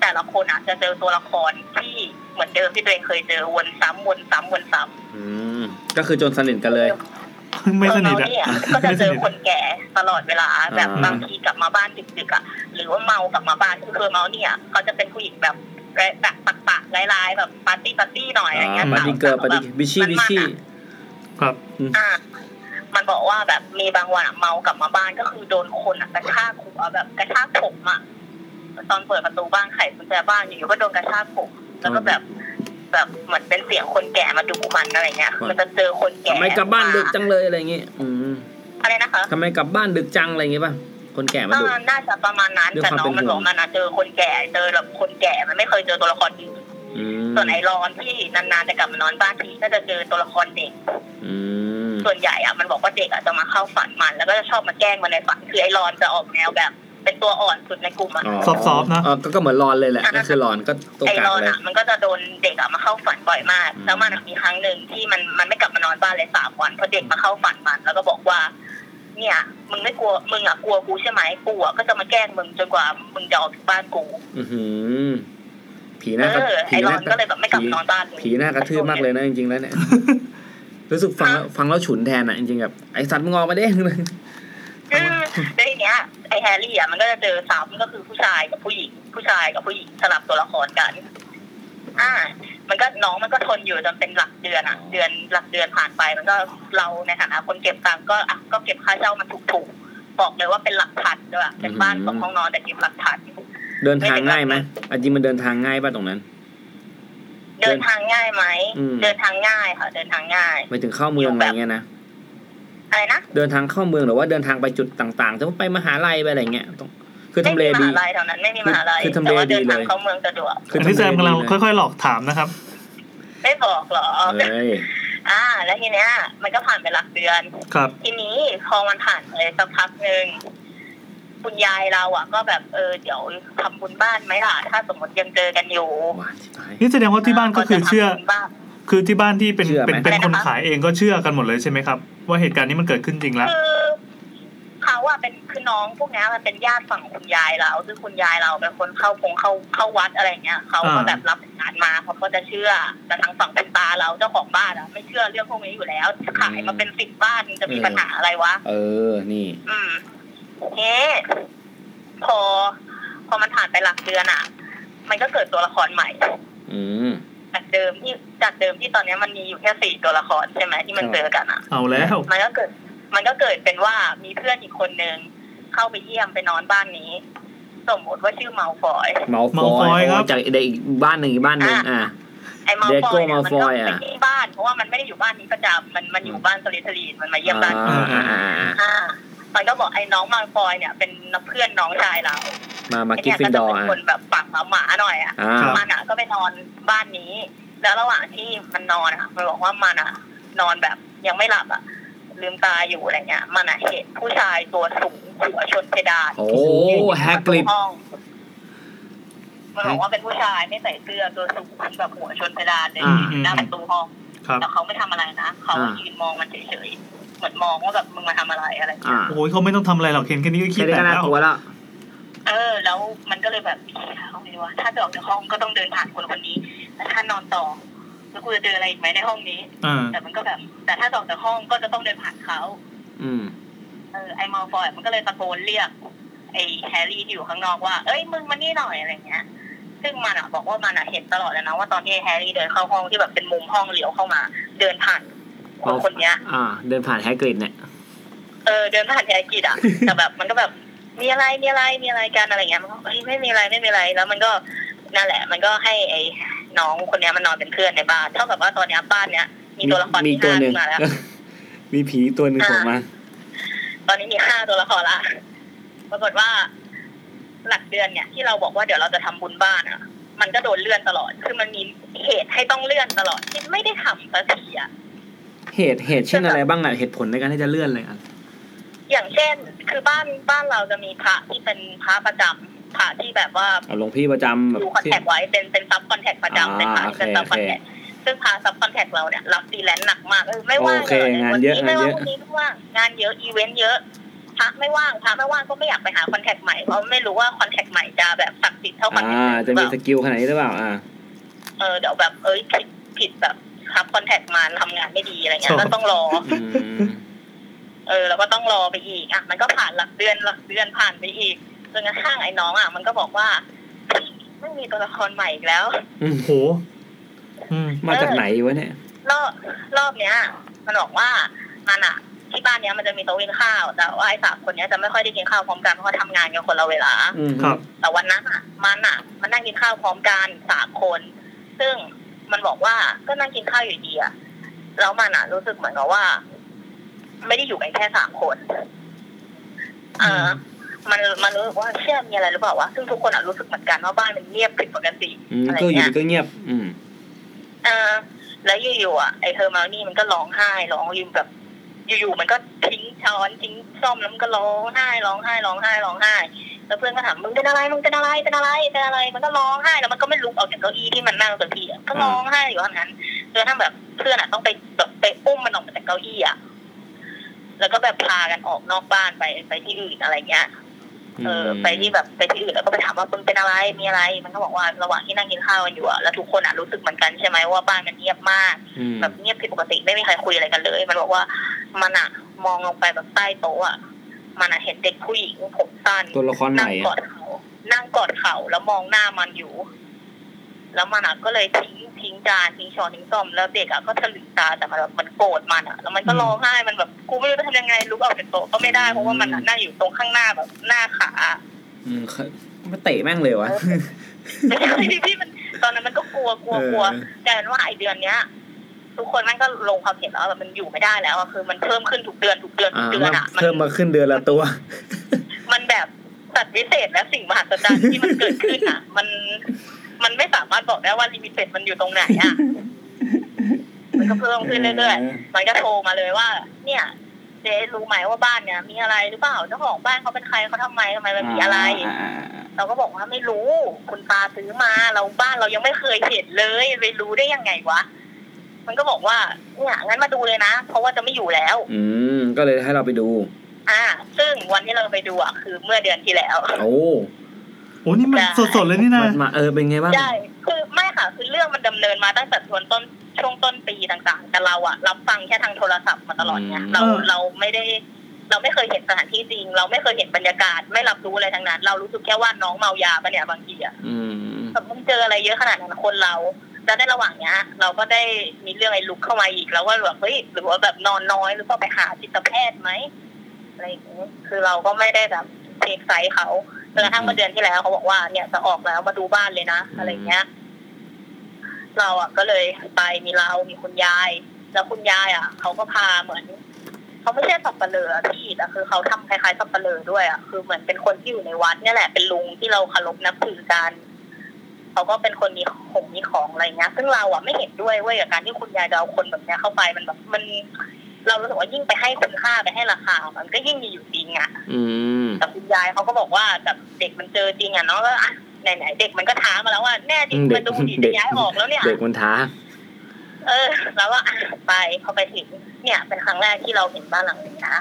Speaker 10: แต่ละคนอ่ะจะเจอตัวละครที่เหมือนเดิมที่ตัวเองเคยเจอวนซ้ำวนซ้ำวนซ้ำ
Speaker 6: อืมก็คือจนสนิทกันเลย
Speaker 1: ไม่สนิท
Speaker 10: เรา
Speaker 1: อะ
Speaker 10: เนี่ยก็จะ
Speaker 1: ไม่ส
Speaker 10: เจอ
Speaker 1: นิท
Speaker 10: คนแก่ตลอดเวลาแบบ
Speaker 6: อ่า
Speaker 10: บางทีกลับมาบ้านดึกๆอ่ะหรือว่าเมากลับมาบ้านคือเคยเมาเนี่ยก็จะเป็นผู้หญิงแบบแบบปักปักๆร้ายๆแบบปาร์ตี้ปาร์ตี้หน่อยอะไรเงี้ย
Speaker 6: ปาร์ตี้เกิร์ลปาร์ตี้บิชชี่
Speaker 10: มัน
Speaker 6: บิช
Speaker 10: มัน
Speaker 6: ชี่
Speaker 10: อะ
Speaker 1: ครับ
Speaker 10: อ่ะมันบอกว่าแบบมีบางวันอะเมากลับมาบ้านก็คือโดนคนอะกระชากหัวแบบกระชากผมอะตอนเปิดประตูบ้านไขกุญแจบ้านอยู่ๆก็โดนกระชากผมแล้วก็แบบ แบบเหมือนเป็นเสียงคนแก่มาดูมันอะไรเงี้ย
Speaker 6: ครับ
Speaker 10: มันจะเจอคนแก่
Speaker 6: ทำไมกลับบ้านดึกจังเลยอะไรเงี้ยอืม
Speaker 10: อะไรนะคะ
Speaker 6: ทำไมกลับบ้านดึกจังอะไรเงี้ยป่ะ คนแก่มา
Speaker 10: อ่า
Speaker 6: ดู
Speaker 10: น่าจะประมาณนั้น
Speaker 6: ด้วย
Speaker 10: แต่
Speaker 6: ความ
Speaker 10: น้อง
Speaker 6: เป็
Speaker 10: มัน
Speaker 6: นห่
Speaker 10: บ
Speaker 6: ว
Speaker 10: อง กมันอะเจอคนแก่เจอแบบคนแก่มันไม่เคยเจอตัวละครอื่น
Speaker 6: อืม
Speaker 10: ส่วนไอรอนที่นานๆจะกลับมานอนบ้านทีก็จะเจอตัวละครเด็ก
Speaker 6: อืม
Speaker 10: ส่วนใหญ่อะมันบอกว่าเด็กอะจะมาเข้าฝันมัน แล้วก็จะชอบมาแกล้งมันในฝัน คือไอ้รอนจะออกแนวแบบ เป็นตัวอ่อนสุดในกลุ่มอะ
Speaker 1: ซอฟๆนะ
Speaker 6: เก็ก็เหมือนรอนเลยแหละก็คือรอนก็ตัว
Speaker 10: ไอ้
Speaker 6: กลารง
Speaker 10: อน
Speaker 6: เลย
Speaker 10: อะมันก็จะโดนเด็กอะมาเข้าฝันบ่อยมาก
Speaker 6: อืม
Speaker 10: แล้วมันอะมีครั้งหนึ่งที่มันมันไม่กลับมานอนบ้านเลยสามวันเพราะเด็กมาเข้าฝันมัน แล้วก็บอกว่า เนี่ย มึงไม่กลัวมึงอะกลัวกูใช่ไหมกูอะก็จะมาแกล้งมึงจนกว่ามึงจะออกจากบ้านกู
Speaker 6: อือหือผีห
Speaker 10: เอ
Speaker 6: น้าก็
Speaker 10: อไอ้
Speaker 6: ผีห
Speaker 10: รอ
Speaker 6: น้าน
Speaker 10: ก็เลยแบบไม่กลับ
Speaker 6: ผี
Speaker 10: มานอนบ้านเลย
Speaker 6: ผีหน้ากระทืบมากเลยนะจริงๆแล้วเนี่ย รู้สึกฟังแล้วฟังแล้วฉุนแทนอ่ะจริงๆ แบบไอสัตว์มึงออกมาเด้
Speaker 10: อืมแล้วทีเนี้ยไอ้แฮร์รี่อะมันก็จะเจอซ้ำก็คือผู้ชายกับผู้หญิง ผู้ชายกับผู้หญิงสลับตัวละครกัน อ่า มันก็น้องมันก็ทนอยู่จนเป็นหลักเดือนอะเดือนหลักเดือนผ่านไป มันก็เราในฐานะคนเก็บตังค์ก็อ่ะก็เก็บค่าเช่ามันถูกๆบอกเลยว่าเป็นหลักพันด้วยอะเป็นบ้าน
Speaker 6: อืม
Speaker 10: สองห้องนอนแต่เก็บหลักพัน
Speaker 6: เดินทางง่ายไหมอ่ะจริงมันเดินทางง่ายป่ะตรงนั้น
Speaker 10: เดินทางง่ายไหม
Speaker 6: อืม
Speaker 10: เดินทางง่ายค่ะ เดินทางง่าย
Speaker 6: ไปถึงเข้าเมืองอะไรเงี้ยนะ
Speaker 10: อะไรนะ
Speaker 6: เดินทางเข้าเมืองหรือว่าเดินทางไปจุดต่างๆสมมติไปมหาลัยไปอะไรเงี้ยต้องคือ
Speaker 10: ไม่
Speaker 6: ทำเล
Speaker 10: มีม
Speaker 6: ดี
Speaker 10: หาลัยแถวนั้นไม่มีมหาลัย
Speaker 6: คือทำเล
Speaker 10: แต่ว่าเดิน
Speaker 6: ดีเลย
Speaker 10: ทางเข้าเมืองสะดวก
Speaker 6: คือ
Speaker 1: อั
Speaker 6: ทำ
Speaker 1: น
Speaker 6: เล
Speaker 1: นี้แซมกำลัง
Speaker 6: ดี
Speaker 1: ค่อยๆหลอกถามนะครับ
Speaker 10: ไม่บอกหรอ
Speaker 6: เอ้ย
Speaker 10: อ่า แล้วทีเนี้ย มันก็ผ่านไปหลักเดือน
Speaker 1: ครับ
Speaker 10: ทีนี้พอมันผ่านเลยสักพักหนึ่งคุณยายเราอ่ะ ก็แบบเออเดี๋ยวทำบุญบ้านไหมล่ะ ถ้าสมมติยังเจอกันอยู่
Speaker 6: หวานชิบหาย
Speaker 1: นี่แสดงว่าที่บ้านก็คือเชื่อ
Speaker 10: จะทำบุญบ้าน
Speaker 1: คือที่บ้านที่เป็น
Speaker 6: เชื่อไหม
Speaker 1: เป็นเป็นคนขายเองก็เชื่อกันหมดเลยใช่ไหมครับ ว่าเหตุการณ์นี้มันเกิดขึ้นจริงแล้ว
Speaker 10: คือเขาอ่ะเป็นคือน้องพวกเนี้ยมันเป็นญาติฝั่งคุณยายเราซึ่งคุณยายเราเป็นคนเข้าพงเข้าเข้าวัดอะไรเงี้ยเขาก็
Speaker 1: อ่า
Speaker 10: แบบรับสารมาเขาก็จะเชื่อ แต่ทางฝั่งคุณตาเราเจ้าของบ้านอ่ะไม่เชื่อเรื่องพวกนี้อยู่แล้วขายมาเป็นสิบบ้านมันจะมีปัญหาอะไรวะ
Speaker 6: เออนี่
Speaker 10: อืมเอ๊ะพอ พอมันผ่านไปหลักเดือนอ่ะ มันก็เกิดตัวละครใหม่
Speaker 6: อืม
Speaker 10: จากเดิมที่จากเดิมที่ตอนเนี้ยมันมีอยู่แค่สี่ตัวละครใช่ไหมที่มัน
Speaker 6: ครับ
Speaker 10: เจอกันอ่ะ
Speaker 1: เอาแล้ว
Speaker 10: มันก็เกิด มันก็เกิดเป็นว่ามีเพื่อนอีกคนนึงเข้าไปเยี่ยมไปนอนบ้านนี้ สมมติว่าชื่อเมาฟอย
Speaker 6: เมาฟอย
Speaker 1: Malfoy ครับ
Speaker 6: จากเด็กอีกบ้านหนึ่งอีกบ้านหนึ่งอ่ะ
Speaker 10: ไอ้เมาฟอ
Speaker 6: Draco
Speaker 10: ยเนี่ยมันก็
Speaker 6: Malfoy
Speaker 10: ไป
Speaker 6: อ่ะ
Speaker 10: ที่บ้านเพราะว่ามันไม่ได้อยู่บ้านนี้ประจำมันมันอยู่บ้านสลิทลีนมันมาเยี่ยมบ้านนี้
Speaker 6: อ่าอ่าอ่าอ่า
Speaker 10: อ่า มันก็บอกไอ้น้องเมาฟอยเนี่ย เป็นเพื่อนน้องชายเรา
Speaker 6: มามา
Speaker 10: ไอ้
Speaker 6: กิฟฟิน
Speaker 10: เนี่ยก็
Speaker 6: ด
Speaker 10: จะ
Speaker 6: อร์
Speaker 10: เป็น
Speaker 6: อ่ะ
Speaker 10: คนแบบปากหมาหมาๆหน่อยอ่ะ
Speaker 6: อ่า
Speaker 1: ครับ
Speaker 10: มันอ่ะก็ไปนอนบ้านนี้ แล้วระหว่างที่มันนอนอ่ะ มันบอกว่ามันอ่ะ นอนแบบยังไม่หลับอ่ะ ลืมตาอยู่อะไรเงี้ย มันอ่ะเห็นผู้ชายตัวสูงหัวชนเพดาน
Speaker 6: โอ้โหแฮกกริด
Speaker 10: ห้องมันบอกว่าเป็นผู้ชายไม่ใส่เสื้อตัวสูงแบบหัวชนเพดานเลย
Speaker 6: อ่า
Speaker 10: อยู่หน้าประตูห้อง
Speaker 1: ครับ
Speaker 10: แต่เขาไม่ทำอะไรนะเขา
Speaker 6: อ่า
Speaker 10: ยืนมองมันเฉยๆเหมือนมองว่าแบบมึงมาทำอะไรอะไรเงี้ย
Speaker 6: อ่า
Speaker 1: โอ้ยเขาไม่ต้องทำอะไรหรอกเห็นแค่นี้ก็คิ
Speaker 6: แค่นี้
Speaker 1: ดแต่
Speaker 6: ก็น่า
Speaker 1: แล้ว
Speaker 6: กลัวแล้ว
Speaker 10: เออ แล้วมันก็เลยแบบเอ๊ะเอาไงวะถ้าจะออกจากห้องก็ต้องเดินผ่านคนคนนี้แล้วถ้านอนต่อแล้วกูจะเจออะไรอีกไหมในห้องนี้
Speaker 1: อ่า
Speaker 10: แต่มันก็แบบ แต่ถ้าจะออกจากห้องก็จะต้องเดินผ่านเขา
Speaker 6: อืม
Speaker 10: เ ออไอ้มอลฟอยมันก็เลยตะโกนเรียก ไอ้แฮร์รี่ที่อยู่ข้างนอกว่า เอ้ยมึงมานี่หน่อยอะไรเงี้ย ซึ่งมันอะบอกว่ามันอะเห็นตลอดแล้วนะว่าตอนที่แฮร์รี่เดินเข้าห้องที่แบบเป็นมุมห้องเลี้ยวเข้ามา เดินผ่านคนคนเนี้ย
Speaker 6: อ่า เดินผ่านแฮกริดเนี่ย
Speaker 10: เออเดินผ่านยายกิดอ่ะ แต่แบบมันก็แบบมีอะไรมีอะไรมีอะไรกันอะไรเงี้ยมันก็เฮ้ยไม่มีอะไรไม่มีอะไร แล้วมันก็นั่นแหละ มันก็ให้ไอ้น้องคนเนี้ยมันนอนเป็นเพื่อนในบ้านเท่ากับว่าตอนเนี้ยบ้านเนี้ยมีตัวละคร
Speaker 6: มี
Speaker 10: ที่
Speaker 6: ตัว
Speaker 10: ห้า
Speaker 6: หนึ่
Speaker 10: ขึ้
Speaker 6: ง
Speaker 10: นมาแล้ว
Speaker 6: มีผีตัวหนึ่งโผล่มา
Speaker 10: ตอนนี้มีห้าตัวละครละปรากฏว่า หลักเดือนเนี่ย ที่เราบอกว่าเดี๋ยวเราจะทำบุญบ้านอ่ะ มันก็โดนเลื่อนตลอด คือมันมีเหตุให้ต้องเลื่อนตลอดที่ไม่ได้ทำสักทีอ่ะ
Speaker 6: เหตุเหตุเช่นอะไรบ้างอ่ะ เหตุผลในการที่จะเลื่อนเลยอ่ะ
Speaker 10: อย่างเช่น คือบ้านบ้านเราจะมีพระที่เป็นพระประจำพระที่แบบว่า
Speaker 6: เอาหลวงพี่ประจำแบบ
Speaker 10: ดูคอน
Speaker 6: ที่
Speaker 10: แทคไว้เป็นเป็นซับคอนแทคประ
Speaker 6: อ่า
Speaker 10: จำเป็นพาร์ทที่เป็นซับ
Speaker 6: โอ
Speaker 10: คอน
Speaker 6: เค
Speaker 10: แทคซึ่งพาซับคอนแทคเราเนี่ยรับฟรีแลนซ์หนักมากเออไม่ว่าง
Speaker 6: โอเค
Speaker 10: เลย
Speaker 6: งาน
Speaker 10: วั
Speaker 6: เยอะ
Speaker 10: ไม่ว่าง
Speaker 6: งานเยอะ
Speaker 10: วันนี้ไม่ว่างงานเยอะอีเวนต์เยอะพระไม่ว่างพระไม่ว่างก็ไม่อยากไปหาคอนแทคใหม่เพราะไม่รู้ว่าคอนแทคใหม่จะแบบศักดิ์สิทธิ์เท่าคอน
Speaker 6: อ่า
Speaker 10: แทค
Speaker 6: จะมี
Speaker 10: เดิม
Speaker 6: ส
Speaker 10: หรือเปล่า
Speaker 6: กิลขนาดนี้หรือเปล่าอ่า
Speaker 10: เออเดี๋ยวแบบเอ้ยผิดผิดแบบครับคอนแทคมาทำงานไม่ดีอะไรเงี้ยก็ต้องรอ
Speaker 6: อืม
Speaker 10: เออเราก็ต้องรอไปอีกอ่ะมันก็ผ่านหลักเดือนหลักเดือนผ่านไปอีกจนกระทั่งไอ้น้องอ่ะมันก็บอกว่าเฮ้ยไม่มีตัวละครใหม่อีกแล้ว
Speaker 1: โอ้โหอืม
Speaker 6: มาจากไหนวะเนี่ย
Speaker 10: รอบรอบเนี้ย มันบอกว่ามันอะที่บ้านเนี้ยมันจะมีโต๊ะกินข้าว แต่ว่าไอ้สามคนเนี้ยจะไม่ค่อยได้กินข้าวพร้อมกันเพราะเขาทำงานกันคนละเวลา
Speaker 6: อืม
Speaker 1: ครับ
Speaker 10: แต่วันนั้นอะมันอะมันนั่งกินข้าวพร้อมกันสามคน ซึ่งมันบอกว่าก็นั่งกินข้าวอยู่ดีอะแล้วมันอะรู้สึกเหมือนกับว่า ไม่ได้อยู่กันแค่สามคน เออ มันมันรู้สึกว่าเชื่อมีอะไรหรือเปล่าวะซึ่งทุกคนอะรู้สึกเหมือนกันว่าบ้านมันเงียบผิดปกติ
Speaker 6: อืม
Speaker 10: อะไร
Speaker 6: ก็อยู่
Speaker 10: เงี้ย
Speaker 6: ดีก็เงียบ อืม
Speaker 10: เออแล้วอยู่ๆอ่ะไอเฮอร์มานี่มันก็ร้องไห้ร้องอยืมแบบ อยู่ๆมันก็ทิ้งช้อนทิ้งส้อมแล้วมันก็ร้องไห้ร้องไห้ร้องไห้ร้องไห้ แล้วเพื่อนก็ถามมึงเป็นอะไรมึงเป็นอะไรเป็นอะไรเป็นอะไร มันก็ร้องไห้แล้วมันก็ไม่ลุกออกจากเก้าอี้ที่มันนั่งสักทีอะก็ร้องไห้อยู่ทั้งนั้นจนกระทั้งแบบเพื่อนอ่ะต้องไปแบบไปอุ้มมันออกมาจากเก้าอี้อ่ะแล้วก็แบบพากันออกนอกบ้านไปไปที่อื่นอะไรเงี้ย เออไปที่แบบไปที่อื่นแล้วก็ไปถามว่ามึงเป็นอะไรมีอะไร มันก็บอกว่าระหว่างที่นั่งกินข้าวกันอยู่อะแล้วทุกคนอะรู้สึกเหมือนกันใช่ไหมว่าบ้านมันเงียบมาก
Speaker 6: อืม
Speaker 10: แบบเงียบผิดปกติไม่มีใครคุยอะไรกันเลย มันบอกว่ามันอะมองลงไปแบบใต้โต๊ะอะมันอะเห็นเด็กผู้หญิงผมสั้น
Speaker 6: ตัวละครให
Speaker 10: นั่
Speaker 6: ม่
Speaker 10: งกอ
Speaker 6: อ่ะ
Speaker 10: ดเขานั่งกอดเขาแล้วมองหน้ามันอยู่ แล้วมันอะก็เลยทิ้งทิ้งจานทิ้งช้อนทิ้งส้อมแล้วเด็กอะก็ถลึงตาแต่มันแบบมันโกรธมันอะแล้วมันก็ร้องไห้มันแบบกูไม่รู้จะทำยังไงลุกออกจากโต๊ะก็ไม่ได้เพราะว่ามันอะนั่งอยู่ตรงข้างหน้าแบบหน้าขา
Speaker 6: อืมมาเตะแม่งเลยวะ
Speaker 10: ไม่ใช่พี่มันตอนนั้นมันก็กลัวกลัวกลัว
Speaker 6: เออ
Speaker 10: แต่ว่าไอเดือนเนี้ย ทุกคนมันก็ลงความเห็นแล้วว่าแบบมันอยู่ไม่ได้แล้วอะคือมันเพิ่มขึ้นทุกเดือนทุกเดือนทุ
Speaker 6: อ่าก
Speaker 10: เดือนอะ
Speaker 6: เพิ่มมาขึ้นเดือนละตัว
Speaker 10: มัน แบบสัตว์วิเศษและสิ่งมหัศจรรย์ที่มันเกิดขึ้นอะมันมันไม่สามารถบอกได้ว่าลิมิเต็ดมันอยู่ตรงไหนอะมันก็เพิ่มขึ้นเรื่อยๆมันก็โทรมาเลยว่า เนี่ยเจ๊รู้ไหมว่าบ้านเนี้ยมีอะไรหรือเปล่าเจ้าของบ้านเขาเป็นใครเขาทำไมทำไมมันมีอะไร เราก็บอกว่าไม่รู้ คุณตาซื้อมาเราบ้านเรายังไม่เคยเห็นเลยไปรู้ได้ยังไงวะ มันก็บอกว่าเนี่ยงั้นมาดูเลยนะ เพราะว่าจะไม่อยู่แล้ว
Speaker 6: อืม ก็เลยให้เราไปดู
Speaker 10: อ่า ซึ่งวันที่เราไปดูอ่ะคือเมื่อเดือนที่แล้ว
Speaker 6: โอ้
Speaker 1: โอ้นี่มัน
Speaker 10: ได้
Speaker 1: สดๆเลยนี่นะ
Speaker 6: มันมาเออเป็นไงบ้าง
Speaker 10: ใช่คือไม่ค่ะคือเรื่องมันดำเนินมาตั้งแต่ช่วงต้นช่วงต้นปีต่างๆ แต่เราอ่ะรับฟังแค่ทางโทรศัพท์มาตลอดเนี่ย
Speaker 6: อืม
Speaker 10: เราเราไม่ได้ เราไม่เคยเห็นสถานที่จริง เราไม่เคยเห็นบรรยากาศไม่รับรู้อะไรทั้งนั้น เรารู้สึกแค่ว่าน้องเมายาปะเนี่ยบางทีอ่ะ
Speaker 6: อืม
Speaker 10: แบบมึงเจออะไรเยอะขนาดนั้นคนเรา แล้วในระหว่างเนี้ย เราก็ได้มีเรื่องไอ้ลุกเข้ามาอีกแล้วว่าแบบเฮ้ยหรือว่าแบบนอนน้อยหรือว่าไปหาจิตแพทย์ไหมอะไรอย่างเงี้ยคือเราก็ไม่ได้แบบเทคไซส์เขาจนกระทั่งเมื่อเดือนที่แล้วเขาบอกว่าเนี่ยจะออกแล้วมาดูบ้านเลยนะอะไรอย่างเงี้ย เราอ่ะก็เลยไปมีเรา มีคุณยาย แล้วคุณยายอ่ะเขาก็พาเหมือนเขาไม่ใช่สับปะเลออะพี่แต่คือเขาทำคล้ายๆสับปะเลอด้วยอ่ะคือเหมือนเป็นคนที่อยู่ในวัดเนี่ยแหละเป็นลุงที่เราเคารพนับถือกัน เขาก็เป็นคนมีของมีของอะไรเงี้ย ซึ่งเราอ่ะไม่เห็นด้วยเว้ยกับการที่คุณยายจะเอาคนแบบเนี้ยเข้าไปมันแบบมัน เรารู้สึกว่ายิ่งไปให้คุณค่าไปให้ราคา มันก็ยิ่งมีอยู่จริงอ่ะ
Speaker 6: อืม
Speaker 10: แต่คุณยายเขาก็บอกว่าแบบเด็กมันเจอจริงอ่ะเนาะก็อ่ะไหนๆเด็กมันก็ท้ามาแล้วว่าแน่จริงมาดูดิจะย้ายออกแล้วเนี่ย
Speaker 6: เด็กมันท้า
Speaker 10: เออ แล้วก็อ่ะไปพอไปถึงเนี่ย เป็นครั้งแรกที่เราเห็นบ้านหลังนี้นะ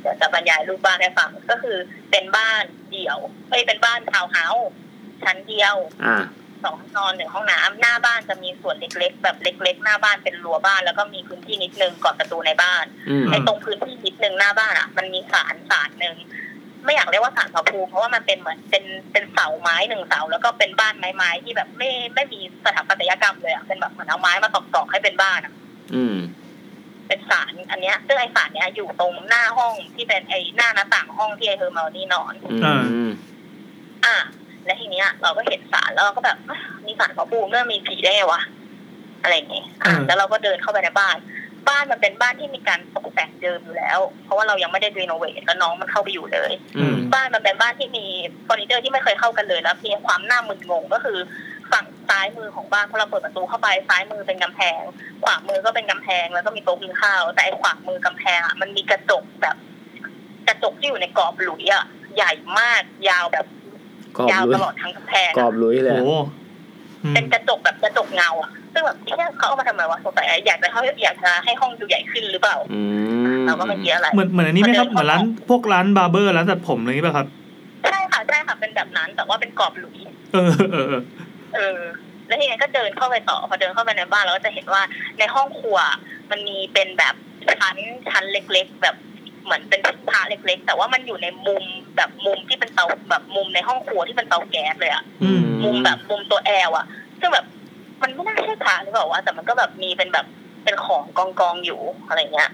Speaker 10: เดี๋ยวจะบรรยายรูปบ้านให้ฟังก็คือเป็นบ้านเดี่ยวเอ้ยเป็นบ้านทาวน์เฮาส์ชั้นเดียว
Speaker 6: อ่า
Speaker 10: สองนอนหนึ่งห้องน้ำหน้าบ้านจะมีส่วนเล็กๆ แบบเล็ก ๆ หน้าบ้านเป็นรั้วบ้าน แล้วก็มีพื้นที่นิดนึงก่อนประตูในบ้าน
Speaker 6: อืม
Speaker 10: ไอ้ตรงพื้นที่นิดนึงหน้าบ้านอ่ะ มันมีศาลศาลหนึ่งไม่อยากเรียกว่าศาลพระภูมิเพราะว่ามันเป็นเหมือนเป็นเป็นเสาไม้หนึ่งเสา แล้วก็เป็นบ้านไม้ๆที่แบบไม่ไม่มีสถาปัตยกรรมเลยอ่ะเป็นแบบเหมือนเอาไม้มาตอกๆให้เป็นบ้านอะ
Speaker 6: อืม
Speaker 10: เป็นศาลอันเนี้ยซึ่งไอ้ศาลเนี้ยอยู่ตรงหน้าห้องที่เป็นไอ้หน้าหน้าต่างห้องที่ไอ้เฮอร์เมานี่นอน
Speaker 6: อื
Speaker 1: อ่า
Speaker 6: ม
Speaker 10: อ่ะและทีเนี้ย เราก็เห็นศาลแล้วเราก็แบบอ่ะมีศาลพระภูมิเมื่อมีผีได้ไงวะอะไรอย่างเงี้ยอ่ะ
Speaker 1: อืม
Speaker 10: แล้วเราก็เดินเข้าไปในบ้าน บ้านมันเป็นบ้านที่มีการตกแต่งเดิมอยู่แล้ว เพราะว่าเรายังไม่ได้รีโนเวทแล้วน้องมันเข้าไปอยู่เลย
Speaker 6: อืม
Speaker 10: บ้านมันเป็นบ้านที่มีเฟอร์นิเจอร์ที่ไม่เคยเข้ากันเลยแล้วมีความหน้ามึนงงก็คือฝั่งซ้ายมือของบ้านพอเราเปิดประตูเข้าไปซ้ายมือเป็นกำแพง ขวามือก็เป็นกำแพงแล้วก็มีโต๊ะกินข้าว แต่ไอ้ขวามือกำแพงอ่ะมันมีกระจกแบบ กระจกที่อยู่ในกรอบหลุยอ่ะใหญ่มากยาวแบบ
Speaker 6: กรอบ
Speaker 10: ยาว
Speaker 6: ลุ
Speaker 10: ต
Speaker 6: ย
Speaker 10: ลอดทั้งกำแพง
Speaker 6: กรอบลุยเลย
Speaker 1: โอ้อืม
Speaker 10: เป็นกระจกแบบกระจกเงาอะซึ่งแบบที่เขาเอามาทำไมวะสงสัยอยากจะเขาอยากจะให้ห้องดูใหญ่ขึ้นหรือเปล่า
Speaker 6: อืม
Speaker 10: เราก็ไม่เกี่ยอะไร
Speaker 1: เหมือนเหมือนอันนี้ไหมครับเหมือนร้านพวกร้านบาร์เบอร์ร้านตัดผมอะไรอย่างนี้ป่ะครับ
Speaker 10: ใช่ค่ะใช่ค่ะเป็นแบบนั้น แต่ว่าเป็นกรอบหลุย
Speaker 1: เออเออเออ
Speaker 10: เออ แล้วทีนี้ก็เดินเข้าไปต่อพอเดินเข้าไปในบ้านเราก็จะเห็นว่าในห้องครัว มันมีเป็นแบบชั้นชั้นเล็ก ๆ แบบเหมือนเป็นพระเล็ก ๆ แต่ว่ามันอยู่ในมุมแบบมุมที่เป็นเตาแบบมุมในห้องครัวที่เป็นเตาแก๊สเลยอะ
Speaker 1: อืม
Speaker 10: มุมแบบมุมตัวแอลอะซึ่งแบบมันไม่น่าใช่พระหรือเปล่าวะแต่มันก็แบบมีเป็นแบบเป็นของกองกองๆอยู่อะไรเงี้ย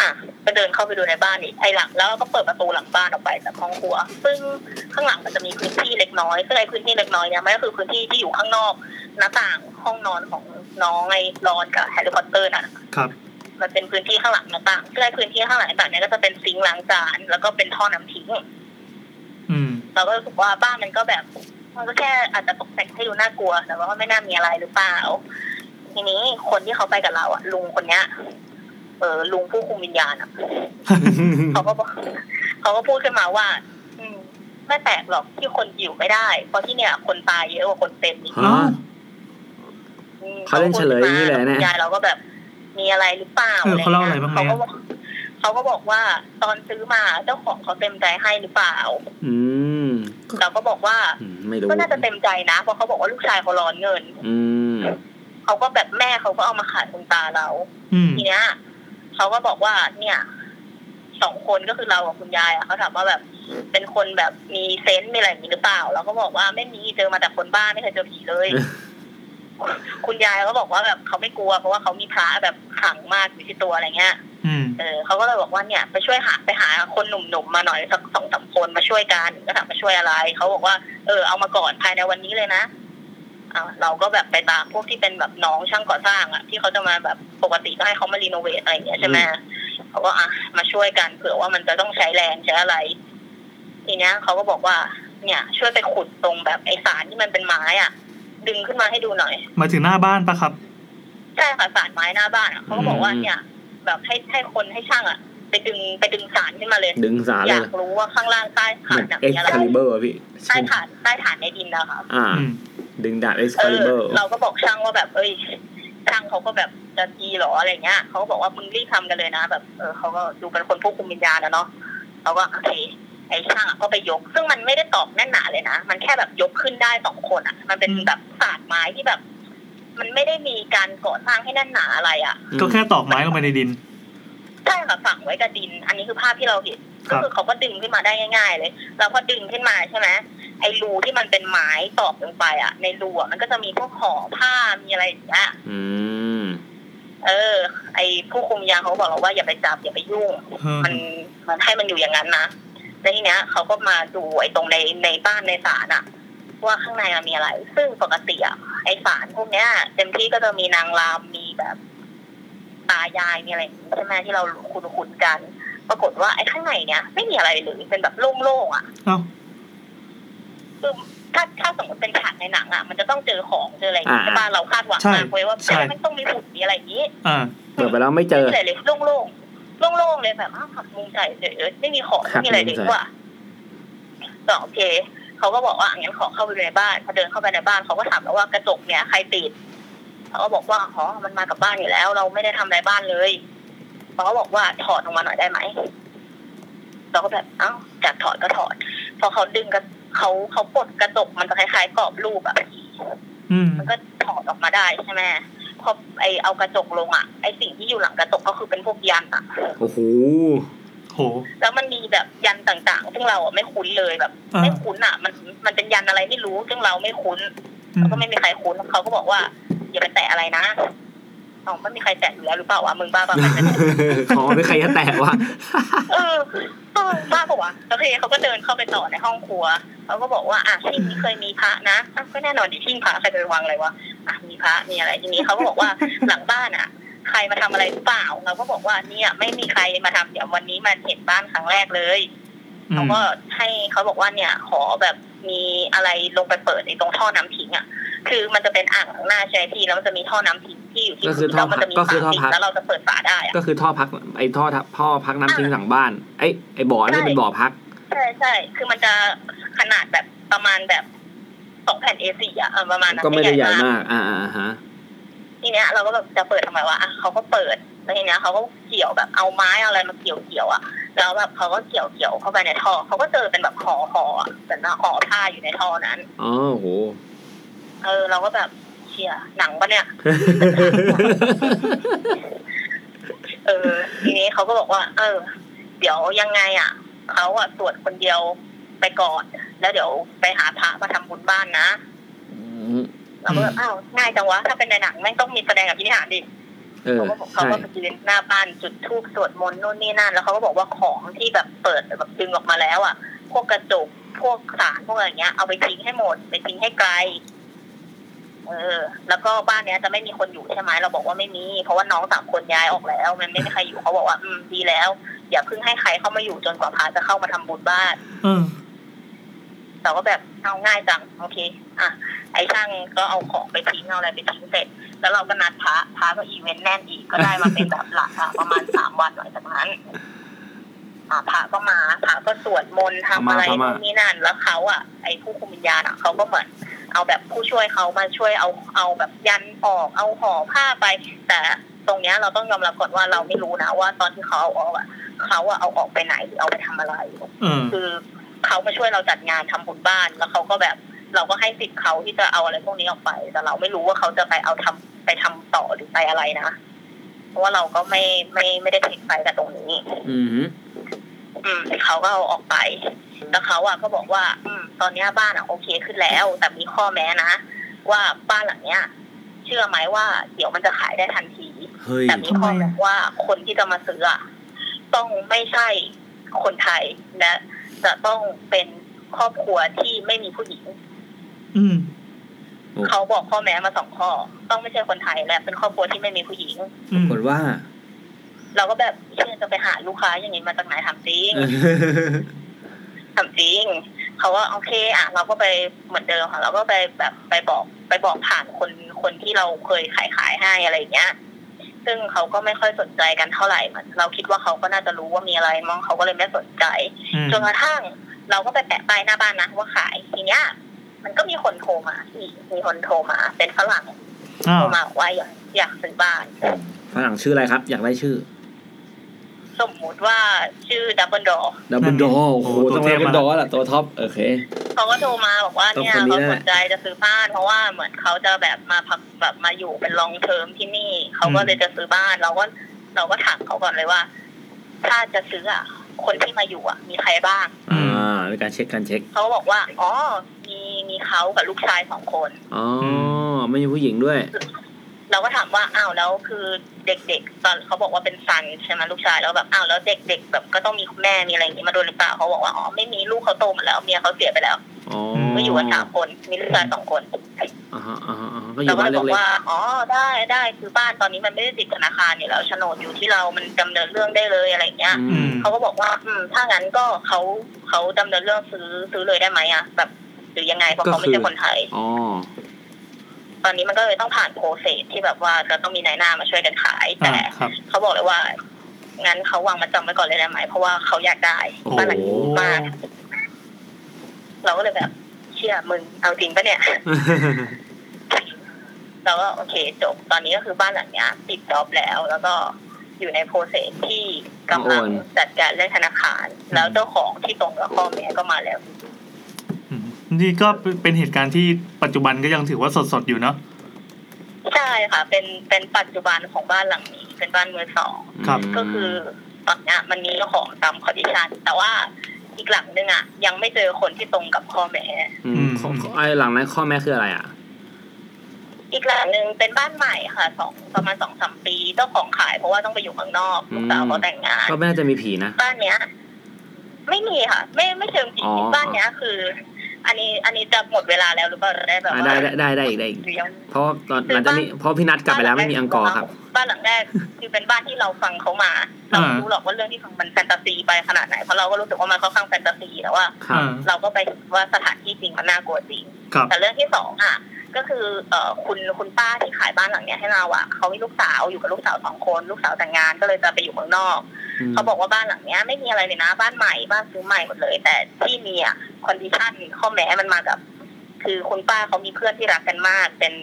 Speaker 10: อ่ะก็เดินเข้าไปดูในบ้านอีกไอ้หลังแล้วก็เปิดประตูหลังบ้านออกไปจากห้องครัว ซึ่งข้างหลังมันจะมีพื้นที่เล็กน้อยซึ่งไอ้พื้นที่เล็กน้อยเนี่ยมันก็คือพื้นที่ที่อยู่ข้างนอก หน้าต่างห้องนอนของน้องไอ้รอนกับแฮร์รี่พอตเตอร์น่ะ
Speaker 1: ครับ
Speaker 10: มันเป็นพื้นที่ข้างหลังหน้าต่างซึ่งไอ้พื้นที่ข้างหลังหน้าต่างเนี่ยก็จะเป็นซิงค์ล้างจานแล้วก็เป็นท่อน้ำทิ้ง
Speaker 1: อืม
Speaker 10: เราก็รู้สึกว่าบ้านมันก็แบบ มันก็แค่อาจจะตกแต่งให้ดูน่ากลัวแต่ว่าไม่น่ามีอะไรหรือเปล่า ทีนี้คนที่เขาไปกับเราอะลุงคนเนี้ย เออลุงผู้คุมวิญญา ณอะ เขาก็บอกเขาก็พูดขึ้นมาว่า อืมไม่แปลกหรอกที่คนอยู่ไม่ได้ เพราะที่เนี่ย คนตายเยอะกว่าคนเป็นอีก
Speaker 6: ฮะ
Speaker 10: อืม
Speaker 6: เขาเล่นเฉลยอย่างนี้เลยนะ
Speaker 10: ยายเราก็แบบมีอะไรหรือเปล่า
Speaker 1: เออเขาเล่าอะไรบ้างไหม
Speaker 10: เขา
Speaker 1: อะ
Speaker 10: ก็บอกเขาก็บอกว่าตอนซื้อมาเจ้าของเขาเต็มใจให้หรือเปล่า
Speaker 6: อืม
Speaker 10: เราก็บอกว่า
Speaker 6: อืมไม่รู้
Speaker 10: ก็น่าจะเต็มใจนะเพราะเขาบอกว่าลูกชายเขาร้อนเงิน
Speaker 6: อืม
Speaker 10: เขาก็แบบแม่เขาก็เอามาขายคุณตาเรา
Speaker 1: อืม
Speaker 10: ทีเนี้ยเขาก็บอกว่าเนี่ยสองคนก็คือเรากับคุณยายอะเขาถามว่าแบบเป็นคนแบบมีเซนส์มีอะไรอย่างนี้หรือเปล่าเราก็บอกว่าไม่มีเจอมาแต่คนบ้าไม่เคยเจอผี เลย คุณยายก็บอกว่าแบบเขาไม่กลัว เพราะว่าเขามีพระแบบขลังมากอยู่ที่ตัวอะไรเงี้ย
Speaker 1: อืม
Speaker 10: เออเขาก็เลยบอกว่าเนี่ยไปช่วยหาไปหาคนหนุ่มๆมาหน่อยสักสองสามคนมาช่วยกันก็ถามมาช่วยอะไรเขาบอกว่าเออเอามาก่อนภายในวันนี้เลยนะอ่าเราก็แบบไปตามพวกที่เป็นแบบน้องช่างก่อสร้างอะที่เขาจะมาแบบปกติก็ให้เขามารีโนเวทอะไรอย่างเงี้ยใช่ไหมเขาก็อ่ะมาช่วยกันเผื่อว่ามันจะต้องใช้แรงใช้อะไร ทีเนี้ยเขาก็บอกว่า เนี่ย ช่วยไปขุดตรงแบบไอสารที่มันเป็นไม้อะดึงขึ้นมาให้ดูหน่อย
Speaker 1: มาถึงหน้าบ้านปะครับ
Speaker 10: ใช่ค่ะสารไม้หน้าบ้านอะเขาก็บอกว่าเนี่ย แบบให้ให้คนให้ช่างอ่ะ ไปดึงไปดึงสารขึ้นมาเลย
Speaker 6: ดึงสาร
Speaker 10: อ
Speaker 6: เลย
Speaker 10: ยาก
Speaker 6: นะ
Speaker 10: รู้ว่าข้างล่างใต้ฐา
Speaker 6: เหมื
Speaker 10: น
Speaker 6: อน
Speaker 10: น่ะ
Speaker 6: เอ็ก
Speaker 10: มีอะไร
Speaker 6: คาลิเบอร์พี่
Speaker 10: ใต้ฐานใต้ฐานในดินนะคะ
Speaker 6: อ่า
Speaker 1: อืม
Speaker 6: ดึงดาบเอ็ก
Speaker 10: เอ
Speaker 6: คาลิ
Speaker 10: อ
Speaker 6: เบอร์
Speaker 10: เราก็บอกช่างว่าแบบ เอ้ยช่างเขาก็แบบจะดีเหรออะไรเงี้ยเขาก็บอกว่ามึงรีบทำกันเลยนะ แบบเออเขาก็ดูเป็นคนควบคุมวิญญาณนะเนาะเราก็โอเคไอ้ช่างอะก็ไปยก ซึ่งมันไม่ได้ตอกแน่นหนาเลยนะมันแค่แบบยกขึ้นได้สองคนอ่ะ มันเป็นแบบศาสตร์ไม้ที่แบบ มันไม่ได้มีการก่อสร้างให้แน่นหนาอะไรอ่ะ
Speaker 1: ก็แค่ตอกไม้ลงไปในดิน
Speaker 10: ใช่ค่ะฝังไว้กับดิน อันนี้คือภาพที่เราเห็น
Speaker 1: ค
Speaker 10: ก็
Speaker 1: รับ
Speaker 10: คือเขาก็ดึงขึ้นมาได้ง่าย ๆ เลย แล้วพอดึงขึ้นมาใช่ไหมไอ้รูที่มันเป็นไม้ตอกลงไปอ่ะ ในรูอ่ะมันก็จะมีพวกห่อผ้ามีอะไรอย่างเงี้ย
Speaker 6: อืม
Speaker 10: เออ ไอ้ผู้คุมยามเขาก็บอกเราว่าอย่าไปจับอย่าไปยุ่ง
Speaker 1: เออ
Speaker 10: มันมันให้มันอยู่อย่างนั้นนะแล้วทีเนี้ยเขาก็มาดูไอ้ตรงในในบ้านในศาลอะว่าข้างในมันมีอะไร ซึ่งปกติอะไอ้ศาลพวกเนี้ยเต็มที่ก็จะมีนางรำมีแบบ ตายายมีอะไรอย่างงี้ใช่ไหมที่เราคุ้นคุ้นๆกัน ปรากฏว่าไอ้ข้างในเนี้ยไม่มีอะไรเลยเป็นแบบโล่งๆอะ
Speaker 1: เอ้า
Speaker 10: คือถ้าถ้าสมมติเป็นฉากในหนังอะมันจะต้องเจอของเจออะไรอย่างงี้ใช่ปะเราคาดหวังมากเลยว่า
Speaker 1: ใช่ใช่
Speaker 10: มันต้องมีหุ่นมีอะไรอย่างงี้
Speaker 1: อ่า
Speaker 6: เปิดไปแล้วไม่เจอ
Speaker 10: ไม่มีอะไรเลยโล่งๆโล่งๆเลยแบบอ้าวหักมุมใส่เฉยเลยไม่มีของ
Speaker 6: หักมุมใส่
Speaker 10: ไม่มีอะไรเลยดีกว่าก็โอเคเขาก็บอกว่างั้นขอเข้าไปดูในบ้านพอเดินเข้าไปในบ้านเขาก็ถามแล้วว่ากระจกเนี่ยใครติดเขาก็บอกว่าอ๋อมันมากับบ้านอยู่แล้ว เราไม่ได้ทำอะไรบ้านเลยเขาก็บอกว่าถอดออกมาหน่อยได้ไหมเราก็แบบเอ้าจากถอดก็ถอด พอเขาดึงกระเขาเขาปลดกระจกมันจะคล้ายๆกรอบรูปอะ
Speaker 1: อืม
Speaker 10: มันก็ถอดออกมาได้ใช่ไหมพอไอเอากระจกลงอ่ะไอสิ่งที่อยู่หลังกระจกก็คือเป็นพวกยันอ่ะ
Speaker 6: โอ้โห
Speaker 1: โห
Speaker 10: แล้วมันมีแบบยันต่างๆ ซึ่งเราอะไม่คุ้นเลยแบบ
Speaker 1: อ่า
Speaker 10: ไม่คุ้นอ่ะ มันมันเป็นยันอะไรไม่รู้ซึ่งเราไม่คุ้น
Speaker 1: อืม
Speaker 10: แล้วก็ไม่มีใครคุ้นเขาก็บอกว่า อย่าไปแตะอะไรนะอ๋อไม่มีใครแตะอยู่แล้วหรือเปล่าวะมึงบ้า ปะ
Speaker 6: ขอไม่ใครจะแตะวะ
Speaker 10: เออเออบ้าปะวะแล้วทีนี้เขาก็เดินเข้าไปต่อในห้องครัวเขาก็บอกว่าอ่ะที่นี้เคยมีพระนะอ่ะก็แน่นอนดิที่พระใครไปวางอะไรวะอ่ะมีพระมีอะไรทีนี้เขาก็บอกว่า หลังบ้านอ่ะ ใครมาทำอะไรหรือเปล่าเราก็บอกว่าเนี่ยไม่มีใครมาทำเดี๋ยววันนี้มาเห็นบ้านครั้งแรกเลย
Speaker 1: อื
Speaker 10: เขา
Speaker 1: ม
Speaker 10: ก็ให้เขาบอกว่าเนี่ย ขอแบบมีอะไรลงไปเปิดในตรงท่อน้ำทิ้งอ่ะ คือมันจะเป็นอ่างข้างหน้าใช่ไหมพี่แล้วมันจะมีท่อน้ำทิ้งที่อยู่ที่
Speaker 6: ก็คือท่อ
Speaker 10: แล้วมันจะมี
Speaker 6: ก็คือท่อ
Speaker 10: ฝาปิด
Speaker 6: พัก
Speaker 10: แล้วเราจะเปิดฝาได้อะ
Speaker 6: ก็คือท่อพักไอ้ท่อท่อพักน้ำทิ้งหลังบ้านไอ้ไอ้บ่อนี่เป็นบ่อพัก
Speaker 10: ใช่ใช่ คือมันจะขนาดแบบประมาณแบบสองแผ่น A4 อะเออประมาณนั้น
Speaker 6: ก็ไม่ได้ใหญ่มาก อ่าอ่าอ่าฮะ
Speaker 10: ทีเนี้ยเราก็แบบจะเปิดทำไมวะอ่ะเขาก็เปิดแล้วทีเนี้ยเขาก็เกี่ยวแบบเอาไม้เอาอะไรมาเกี่ยวเกี่ยวๆอะแล้วแบบเขาก็เกี่ยวเกี่ยวเข้าไปในท่อเขาก็เจอเป็นแบบห่อห่อแต่ละห่อผ้าอยู่ในท่อนั้น
Speaker 6: อ๋อ โห
Speaker 10: เออ เราก็แบบเชียหนังปะเนี่ย เออ ทีนี้เขาก็บอกว่า เออ เดี๋ยวยังไงอ่ะเขาอ่ะตรวจคนเดียวไปก่อน แล้วเดี๋ยวไปหาพระมาทำบุญบ้านนะ เราก็แบบอ้าวง่ายจังวะ ถ้าเป็นในหนังแม่งต้องมีแสดงกับพิธีหารดิ
Speaker 6: เออ
Speaker 10: เขาก็บอกเขา
Speaker 6: ใช่
Speaker 10: ก็ไปยืนหน้าบ้านจุดธูปสวดมนต์นู่นนี่นั่น แล้วเขาก็บอกว่าของที่แบบเปิดแบบดึงออกมาแล้วอ่ะ พวกกระจกพวกสารพวกอะไรอย่างเงี้ยเอาไปทิ้งให้หมดไปทิ้งให้ไกล เออ แล้วก็บ้านเนี้ยจะไม่มีคนอยู่ใช่ไหมเราบอกว่าไม่มี เพราะว่าน้องสามคนย้ายออกแล้ว มันไม่มีใครอยู่เขาบอกว่า อืมดีแล้ว อย่าเพิ่งให้ใครเข้ามาอยู่จนกว่าพระจะเข้ามาทำบุญบ้าน
Speaker 1: เออ
Speaker 10: เราก็แบบเอาง่ายจังโอเค อ่ะ ไอ้ช่างก็เอาของไปทิ้งเอาอะไรไปทิ้งเสร็จ แล้วเราก็นัดพระพระก็อีเวนต์แน่นอีกก็ได้มาเป็นแบบหลักอะประมาณสามวันหลังจากนั้น อ่ะพระก็มาพระก็สวดมนต์ทำอะไร
Speaker 2: พระมาพระมา
Speaker 10: นู่นนี่นั่นแล้วเขาอ่ะไอ้ผู้คุมวิญญาณอ่ะเขาก็เหมือนเอาแบบผู้ช่วยเขามาช่วยเอาเอาแบบยันออกเอาห่อผ้าไป แต่ตรงเนี้ยเราต้องยอมรับก่อนว่าเราไม่รู้นะว่าตอนที่เขาเอาออกอ่ะเขาอ่ะเอาออกไปไหนหรือเอาไปทำอะไร
Speaker 1: เออ
Speaker 10: คือเขามาช่วยเราจัดงานทำบุญบ้านแล้วเขาก็แบบ เราก็ให้สิทธิ์เขาที่จะเอาอะไรพวกนี้ออกไป แต่เราไม่รู้ว่าเขาจะไปเอาทำไปทำต่อหรือไปอะไรนะ เพราะว่าเราก็ไม่ไม่ไม่ได้เทคไปแต่ตรงนี้
Speaker 6: อืม
Speaker 10: อืมเขาก็เอาออกไป แล้วเขาอะก็บอกว่า อืม ตอนเนี้ยบ้านอะโอเคขึ้นแล้ว แต่มีข้อแม้นะ ว่าบ้านหลังเนี้ย เชื่อไหมว่า เดี๋ยวมันจะขายได้ทันที
Speaker 6: เฮ้ย
Speaker 10: แต่มีข้อแม้ว่าคนที่จะมาซื้ออะต้องไม่ใช่คนไทยและจะต้องเป็นครอบครัวที่ไม่มีผู้หญิง
Speaker 1: อืม
Speaker 6: โอ้
Speaker 10: เขาบอกข้อแม้มาสองข้อ ต้องไม่ใช่คนไทยและเป็นครอบครัวที่ไม่มีผู้หญิง
Speaker 1: อืม
Speaker 6: กดว่า
Speaker 10: เราก็แบบเชื่อจะไปหาลูกค้าอย่างนี้มาจากไหนทำจริง ถามจริงเขาว่าโอเคอ่ะเราก็ไปเหมือนเดิมค่ะเราก็ไปแบบไปบอกไปบอกผ่านคนคนที่เราเคยขายขายให้อะไรอย่างเงี้ย ซึ่งเขาก็ไม่ค่อยสนใจกันเท่าไหร่เหมือนเราคิดว่าเขาก็น่าจะรู้ว่ามีอะไรมั้งเขาก็เลยไม่สนใจ
Speaker 1: อืม
Speaker 10: จนกระทั่ง เราก็ไปแปะป้ายหน้าบ้านนะว่าขายทีเนี้ย มันก็มีคนโทรมาอีกมีคนโทรมา เป็นฝรั่ง
Speaker 1: อ้า
Speaker 10: โท
Speaker 1: ว
Speaker 10: รมาบอกว่าอยากอยากซื้อบ้าน
Speaker 6: ฝรั่งชื่ออะไรครับ อยากได้ชื่อ
Speaker 10: สมมุติว่าชื่อดับเบิลดอ
Speaker 6: ดับเบิลดอโอ้โหต้องดับเบิลดอแหละตัวท็อป โอเค
Speaker 10: เขาก็โทรมาบอกว่าเนี่ย
Speaker 6: ต้องคนนี้
Speaker 10: เขา
Speaker 6: แหละ
Speaker 10: สนใจจะซื้อบ้านเพราะว่าเหมือนเขาจะแบบมาพักแบบมาอยู่เป็นลองเทอมที่นี่ เขาก็เลยจะซื้อบ้านเราก็เราก็ถามเขาก่อนเลยว่า ถ้าจะซื้ออ่ะคนที่มาอยู่อ่ะ มีใครบ้าง
Speaker 6: อ่าเป็นการเช็คการเช็ค
Speaker 10: เขาก็บอกว่าอ๋อมีมีเขากับลูกชายสองคน
Speaker 6: อ๋อ ไม่มีผู้หญิงด้วย
Speaker 10: เราก็ถามว่าอ้าวแล้วคือเด็กๆตอนเขาบอกว่าเป็นซันใช่ไหมลูกชายแล้วแบบอ้าวแล้วเด็ก ๆ แบบก็ต้องมีคุณแม่มีอะไรอย่างนี้มาด้วยหรือเปล่าเขาบอกว่าอ๋อไม่มีลูกเขาโตหมดแล้วเมียเขาเสียไปแล้ว
Speaker 6: อ๋อ
Speaker 10: ก็อยู่กันสามคนมีลูกชายสองคน
Speaker 6: อ่าฮะอ่าฮะอ่าฮะก็อยู่
Speaker 10: เราก็
Speaker 6: บ้าน
Speaker 10: เลยบอก
Speaker 6: เล็ก
Speaker 10: ว่า อ๋อ ได้ได้ คือบ้านตอนนี้มันไม่ได้ติดธนาคารอยู่แล้วโฉนดอยู่ที่เรา มันดำเนินเรื่องได้เลยอะไรอย่างเงี้ย
Speaker 1: อืม
Speaker 10: เขาก็บอกว่า อืม ถ้างั้นก็เขาเขาดำเนินเรื่องซื้อซื้อเลยได้ไหมอะแบบ หรือยังไง เพราะเขาไม่ใช่คนไทย
Speaker 6: ๆอ๋อ
Speaker 10: ตอนนี้มันก็เลยต้องผ่านโปรเซสที่แบบว่าจะต้องมีนายหน้ามาช่วยกันขาย
Speaker 1: อ่า
Speaker 10: แต่
Speaker 1: ครับ
Speaker 10: เขาบอกเลยว่า งั้นเขาวางมาจำไว้ก่อนเลยได้ไหม เพราะว่าเขาอยากได้
Speaker 6: โอ้โห
Speaker 10: บ้านหลังนี้มาก เราก็เลยแบบ เชื่อมึง เอาจริง ปะเนี่ย เราก็โอเคจบตอนนี้ก็คือบ้านหลังเนี้ยปิดจอบแล้ว แล้วก็อยู่ในโปรเซสที่กำลัง
Speaker 6: โอน
Speaker 10: จัดการเรื่องธนาคาร แล้วเจ้าของที่ตรงกับข้อแม้ก็มาแล้ว
Speaker 1: อืม นี่ก็เป็นเหตุการณ์ที่ปัจจุบันก็ยังถือว่าสดๆอยู่เนาะ
Speaker 10: ใช่ค่ะ เป็นเป็นปัจจุบันของบ้านหลังนี้ เป็นบ้านมือสอง
Speaker 1: ครับ
Speaker 10: ก็คือตอนเนี้ยมันมีเจ้าของตามคอนดิชันแต่ว่าอีกหลังนึงอ่ะ ยังไม่เจอคนที่ตรงกับข้อแม้
Speaker 4: อื
Speaker 1: อืม
Speaker 4: มของของไอ้หลังนั้นข้อแม่คืออะไรอ่ะ
Speaker 10: อีกหลังนึงเป็นบ้านใหม่ค่ะสองประมาณสองสามปีเจ้าของขายเพราะว่าต้องไปอยู่เมืองนอก
Speaker 4: อืม
Speaker 10: ลูกสาวเขาแต่งงาน
Speaker 4: ก็ไม่น่าจะมีผีนะ
Speaker 10: บ้านเนี้ย ไม่มีค่ะ ไม่ไม่เชิงผี
Speaker 4: อ๋อ
Speaker 10: บ้านเนี้ยคือ อันนี้อันนี้จะหมดเวลาแล้วหรือเปล่าจะได้แบบ
Speaker 4: อ่ะ
Speaker 10: ว่า
Speaker 4: ได้ได้ได้ได้อีกได้อีก
Speaker 10: หรือยัง
Speaker 4: เพราะตอนหลังจากนี้เพราะพี่นัดกลับไปแล้วไม่มีอังกอร์ครับ
Speaker 10: บ้านหลังแรกคือเป็นบ้านที่เราฟังเขามาเรา
Speaker 1: อ่า
Speaker 10: รู้หรอกว่าเรื่องที่ฟังมันแฟนตาซีไปขนาดไหนเพราะเราก็รู้สึกว่ามันค่อนข้างแฟนตาซีแต่ว่า
Speaker 4: ครับ
Speaker 1: อ่า
Speaker 10: เราก็ไปเห็นว่าสถานที่จริงมันน่ากลัวจริง
Speaker 1: ครับ
Speaker 10: แต่เรื่องที่สองอ่ะก็คือเอ่อคุณคุณป้าที่ขายบ้านหลังเนี้ยให้เราอ่ะเขามีลูกสาวอยู่กับลูกสาวสองคนลูกสาวแต่งงานก็เลยจะไปอยู่เมืองนอก เขาบอกว่าบ้านหลังเนี้ยไม่มีอะไรเลยนะ บ้านใหม่บ้านซื้อใหม่หมดเลย แต่ที่มีอ่ะคอนดิชันข้อแม้มันมากับ คือคุณป้าเขามีเพื่อนที่รักกันมาก เป็น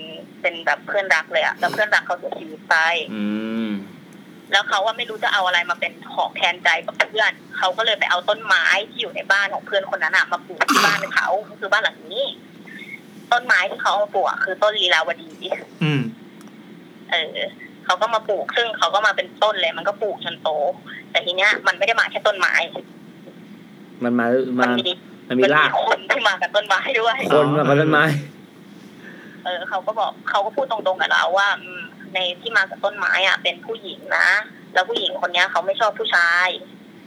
Speaker 10: เป็นแบบเพื่อนรักเลยอ่ะแล้วเพื่อนรักเขาเสียชีวิตไป
Speaker 4: อืม
Speaker 10: แล้วเขาว่าไม่รู้จะเอาอะไรมาเป็นของแทนใจกับเพื่อนเขาก็เลยไปเอาต้นไม้ที่อยู่ในบ้านของเพื่อนคนนั้นอะมาปลูกที่บ้านเขาก็คือบ้านหลังนี้ ต้นไม้ที่เขาเอามาปลูกอะคือต้นลีลาวดี
Speaker 1: อืม
Speaker 10: เออเขาก็มาปลูกซึ่งเขาก็มาเป็นต้นเลย มันก็ปลูกจนโต แต่ทีเนี้ยมันไม่ได้มาแค่ต้นไม้
Speaker 4: มันมา มา
Speaker 10: มันมี
Speaker 4: มันมีราก
Speaker 10: คนที่มากับต้นไม้ด้วย
Speaker 4: คนมากับต้นไม้
Speaker 10: เออเขาก็บอกเขาก็พูดตรงๆกับเราว่าอืมในที่มากับต้นไม้อ่ะเป็นผู้หญิงนะ แล้วผู้หญิงคนเนี้ยเขาไม่ชอบผู้ชาย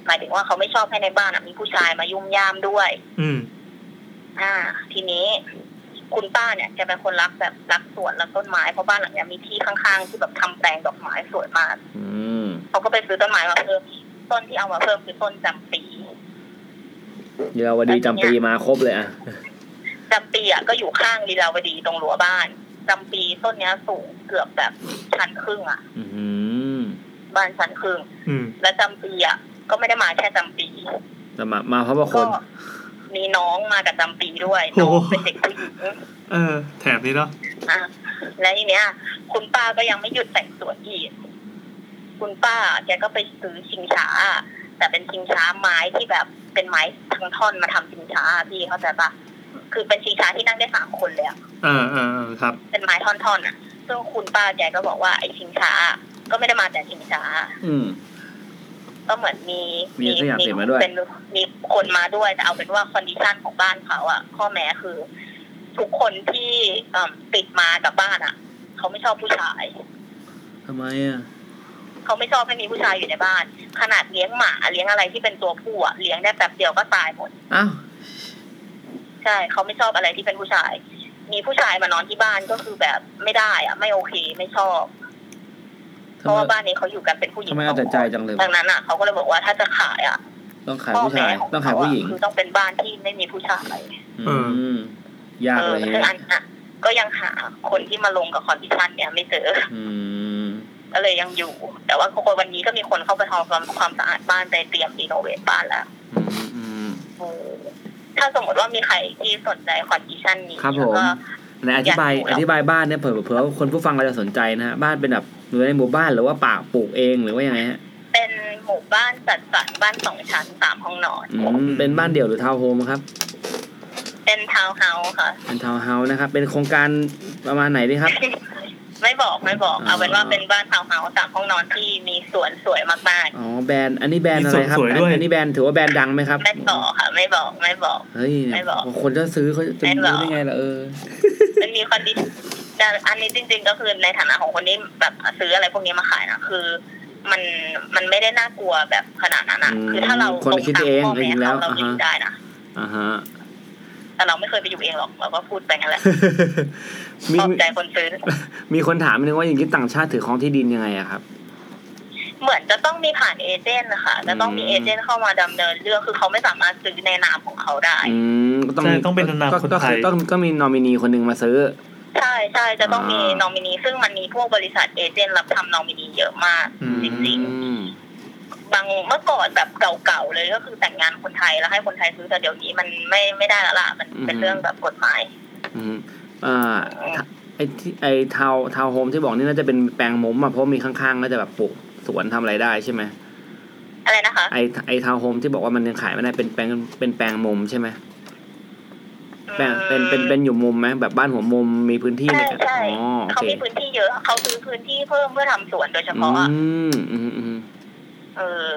Speaker 10: หมายถึงว่าเขาไม่ชอบให้ในบ้านอ่ะมีผู้ชายมายุ่มย่ามด้วย
Speaker 1: อืม
Speaker 10: อ่า ทีนี้ คุณป้าเนี่ยแกเป็นคนรักแบบรักสวนรักต้นไม้เพราะบ้านหลังเนี้ยมีที่ข้างๆที่แบบทำแปลงดอกไม้สวยมาก
Speaker 4: อืม
Speaker 10: เขาก็ไปซื้อต้นไม้มาเพิ่มต้นที่เอามาเพิ่มคือต้นจำปี
Speaker 4: เดี๋ยววันดีจำปีมาครบเลยอ่ะ
Speaker 10: จำปีอ่ะก็อยู่ข้างลีลาวดีตรงรั้วบ้านจำปีต้นเนี้ยสูงเกือบแบบชั้นครึ่งอ่ะ
Speaker 4: อืม
Speaker 10: บ้านชั้นครึ่ง
Speaker 1: อืม
Speaker 10: และจำปีอ่ะก็ไม่ได้มาแค่จำปี
Speaker 4: แต่มา มาเพราะว่าค
Speaker 10: ก็
Speaker 4: น
Speaker 10: มีน้องมากับจำปีด้วย
Speaker 1: โอ้
Speaker 10: น้อ
Speaker 1: โห
Speaker 10: งเป็นเด็กผู้หญิง
Speaker 1: เออ แถบนี้เนาะ
Speaker 10: อ่ะและทีเนี้ย คุณป้าก็ยังไม่หยุดแต่งสวนอีกคุณป้าแกก็ไปซื้อชิงช้า แต่เป็นชิงช้าไม้ที่แบบเป็นไม้ทั้งท่อนมาทำชิงช้าพี่เข้าใจปะคือเป็นชิงช้าที่นั่งได้สามคนเลยอะ
Speaker 1: เออเออเออครับ
Speaker 10: เป็นไม้ท่อนๆอ่ะ ซึ่งคุณป้าแกก็บอกว่าไอ้ชิงช้า ก็ไม่ได้มาแต่ชิงช้า
Speaker 4: อืม
Speaker 10: ก็เหมือนมี
Speaker 4: มีสยามเสรีมาด้วย
Speaker 10: เป็นมีคนมาด้วย แต่เอาเป็นว่าคอนดิชันของบ้านเขาอ่ะ ข้อแม้คือ ทุกคนที่เอิ่มติดมากับบ้านอ่ะ เขาไม่ชอบผู้ชาย
Speaker 4: ทำไมอ่ะ
Speaker 10: เขาไม่ชอบให้มีผู้ชายอยู่ในบ้าน ขนาดเลี้ยงหมาเลี้ยงอะไรที่เป็นตัวผู้อ่ะเลี้ยงได้แป๊บเดียวก็ตายหมด
Speaker 4: อ้าว
Speaker 10: ใช่เขาไม่ชอบอะไรที่เป็นผู้ชาย มีผู้ชายมานอนที่บ้านก็คือแบบไม่ได้อ่ะ ไม่โอเคไม่ชอบ เพ
Speaker 4: ทำไม
Speaker 10: ราะว่าบ้านนี้เขาอยู่กันเป็นผู้หญิง
Speaker 4: ทำไมเอาแต่ใจจังเลย
Speaker 10: ดังนั้นอ่ะเขาก็เลยบอกว่าถ้าจะขายอ่ะ
Speaker 4: ต้องขายผู้ชาย
Speaker 10: พ่แม่
Speaker 4: ต้องขายผู้หญิง
Speaker 10: คือต้องเป็นบ้านที่ไม่มีผู้ชาย
Speaker 1: เอออื
Speaker 4: อืม ยาก
Speaker 10: เออ
Speaker 4: เลย
Speaker 10: คืออันอ่ะก็ยังหาคนที่มาลงกับคอนดิชันเนี่ยไม่เจอ
Speaker 4: อืม
Speaker 10: ก็เลยยังอยู่ แต่ว่าคนวันนี้ก็มีคนเข้าไปทำความความสะอาดบ้านไปเตรียมรีโนเวทบ้านแล้ว
Speaker 4: อืม
Speaker 10: เออถ้าสมมติว่ามีใครที่สนใจคอนดิชันนี้
Speaker 4: ครับผม
Speaker 10: ก็
Speaker 4: ในอธิบาย
Speaker 10: อยากดูแล้ว
Speaker 4: อธิบายบ้านเนี่ยเผื่อเผื่อว่าคนผู้ฟังเราจะสนใจนะฮะ บ้านเป็นแบบอยู่ในหมู่บ้านหรือว่าป่าปลูกเองหรือว่ายังไงฮะ
Speaker 10: เป็นหมู่บ้านจัดสรรบ้านสองชั้นสามห้องนอน
Speaker 4: อืม เป็นบ้านเดี่ยวหรือทาวน์โฮมครับ
Speaker 10: เป็นทาวน์เฮาส์ค่ะ
Speaker 4: เป็นทาวน์เฮาส์นะครับ เป็นโครงการประมาณไหนดีครับ
Speaker 10: ไม่บอกไม่บอก
Speaker 4: อ๋อ
Speaker 10: เอาเป็นว่าเป็นบ้านทาวน์เฮาส์สามห้องนอนที่มีสวนสวยมาก
Speaker 4: อ๋อ แบรนด์ อันนี้แบรนด์อะไรครับ
Speaker 1: มีสวยๆด้วย
Speaker 4: อันนี้แบรนด์ถือว่าแบรนด์ดังไหมครับ
Speaker 10: ๆ ไม่บอกค่ะ ไม่บอกไม่บอก
Speaker 4: เฮ้ยเนี่ย
Speaker 10: ไม่บอก
Speaker 4: คนจะซื้อเขาจะ
Speaker 10: ไม่บอ
Speaker 4: รู้
Speaker 10: ก
Speaker 4: ได้ไงล่ะเออ
Speaker 10: มันมีคอนดิแต่อันนี้จริง ๆ ก็คือในฐานะของคนนี้แบบซื้ออะไรพวกนี้มาขายนะคือ มันมันไม่ได้น่ากลัวแบบขนาดนั้นนะ
Speaker 4: อืม
Speaker 10: คือถ้าเรา
Speaker 4: คนคิดเอง
Speaker 10: ตรตา
Speaker 4: จ
Speaker 10: มพ่อแม่
Speaker 4: ริงๆแล้ว
Speaker 10: เขาเรา
Speaker 4: อ่าฮะ
Speaker 10: คิดได้นะ
Speaker 4: อ่าฮะ
Speaker 10: แต่เราไม่เคยไปอยู่เองหรอกเราก็พูดไปงั้นแหละ
Speaker 4: มี
Speaker 10: ขอบใจคนซื้อ
Speaker 4: มีคนถามนึงว่าอย่างนี้ต่างชาติถือครองที่ดินยังไงอะครับ
Speaker 10: เหมือนจะต้องมีผ่านเอเจนต์นะคะจะต้องมี
Speaker 4: อืม
Speaker 10: เอเจนต์เข้ามาดำเนินเรื่องคือเขาไม่สามารถซื้อในนามของเขาได้
Speaker 4: อืมก็ต้อง
Speaker 1: ใช่
Speaker 4: มี
Speaker 1: ต้องเป็นนาม
Speaker 4: ก็
Speaker 1: คน
Speaker 4: ก็
Speaker 1: ไท
Speaker 4: คือย ต้องก็มีนอมินีคนหนึ่งมาซื้อ
Speaker 10: ใช่ใช่จะต้องมี
Speaker 4: อ่า
Speaker 10: นอมินีซึ่งมันมีพวกบริษัทเอเจนต์รับทำนอมินีเยอะมาก
Speaker 1: อืม
Speaker 10: จริง
Speaker 4: อืม
Speaker 10: ๆ บางเมื่อก่อนแบบเก่าๆเลยก็คือแต่งงานคนไทยแล้วให้คนไทยซื้อแต่เดี๋ยวนี้มันไม่ไม่ได้และละมันเป็นเรื่องแบบกฎหมาย
Speaker 4: อืมอ่าถ้าไอ้ที่ไอ้ทาวทาวโฮมที่บอกนี่น่าจะเป็นแปลงมุมอะเพราะมีข้างๆก็จะแบบปลูกสวนทำอะไรได้ใช่ไหม
Speaker 10: อะไรนะคะ
Speaker 4: ไอ้ไอ้ทาวโฮมที่บอกว่ามันยังขายไม่ได้เป็นแปลงเป็นแปลงมุมใช่ไหม แบ่งเป็นเป็นเป็นอยู่มุมไหมแบบบ้านหัวมุมมีพื้นที่ในการ
Speaker 10: ใช่ใช่
Speaker 4: อ๋อโอ
Speaker 10: เขา
Speaker 4: เค
Speaker 10: มีพื้นที่เยอะเขาซื้อพื้นที่เพิ่มเพื่อทำสวนโดยเฉ
Speaker 4: อื
Speaker 10: พาะอะ
Speaker 4: มอืมอืม
Speaker 10: เออ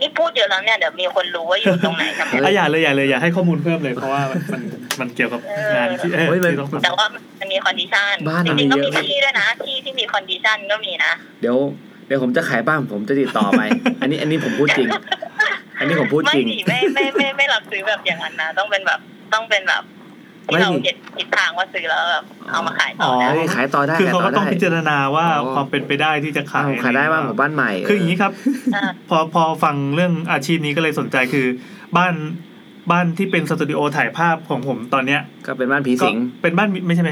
Speaker 10: นี่พูดเยอะแล้วเนี่ยเดี๋ยวมีคนรู้ว่าอยู่ตรงไหนทำไม
Speaker 1: อ่ะอย่าเลยอย่าเลยอย่าให้ข้อมูลเพิ่มเลยเพราะว่ามันมันมันเกี่ยวกับงานที่เอ้ย
Speaker 4: เฮ้ยมัน
Speaker 1: ที่ต้องทำ
Speaker 10: แต่ว่ามันมีคอนดิชัน
Speaker 4: บ้าน
Speaker 10: จ
Speaker 4: มันมี
Speaker 10: ริงๆ
Speaker 4: เย
Speaker 10: ก็มี
Speaker 4: อะ
Speaker 10: ที่ด้วยนะที่ที่มีคอนดิชันก็มีนะ
Speaker 4: เดี๋ยวเดี๋ยวผมจะขายบ้านผมจะติดต่อไป อันนี้อันนี้ผมพูดจริง อันนี้ผมพูด
Speaker 10: ไม่
Speaker 4: จริง
Speaker 10: ดิไม่ไม่ไม่ไม่รับซื้อแบบอย่างนั้นนะต้องเป็นแบบต้องเป็นแบบที่
Speaker 4: ไม่
Speaker 10: เรา
Speaker 4: ดิ
Speaker 10: เห็นทิศทางว่าซื้อแล้วแบบเอามาขายต่
Speaker 1: อ๋
Speaker 10: อ
Speaker 1: อ
Speaker 10: ได้
Speaker 4: เฮ้ยขายต่อได้
Speaker 1: คือ
Speaker 4: ขาย
Speaker 1: เขา
Speaker 4: ต่
Speaker 1: ก็
Speaker 4: อ
Speaker 1: ต้อง
Speaker 4: ได้
Speaker 1: พิจารณาว่า
Speaker 4: อ๋อ
Speaker 1: ความเป็นไปได้ที่จะ
Speaker 4: อ่า
Speaker 1: ขาย
Speaker 4: ผมขายได้บ้านผมบ้านใหม่
Speaker 1: คืออย่างนี้ครับ
Speaker 10: อ่า
Speaker 1: พอพอฟังเรื่องอาชีพนี้ก็เลยสนใจคือบ้านบ้านที่เป็นสตูดิโอถ่ายภาพของผมตอนเนี้ย
Speaker 4: ก็เป็นบ้านผีสิง
Speaker 1: ก็เป็นบ้านมิไม่ใช่ไหม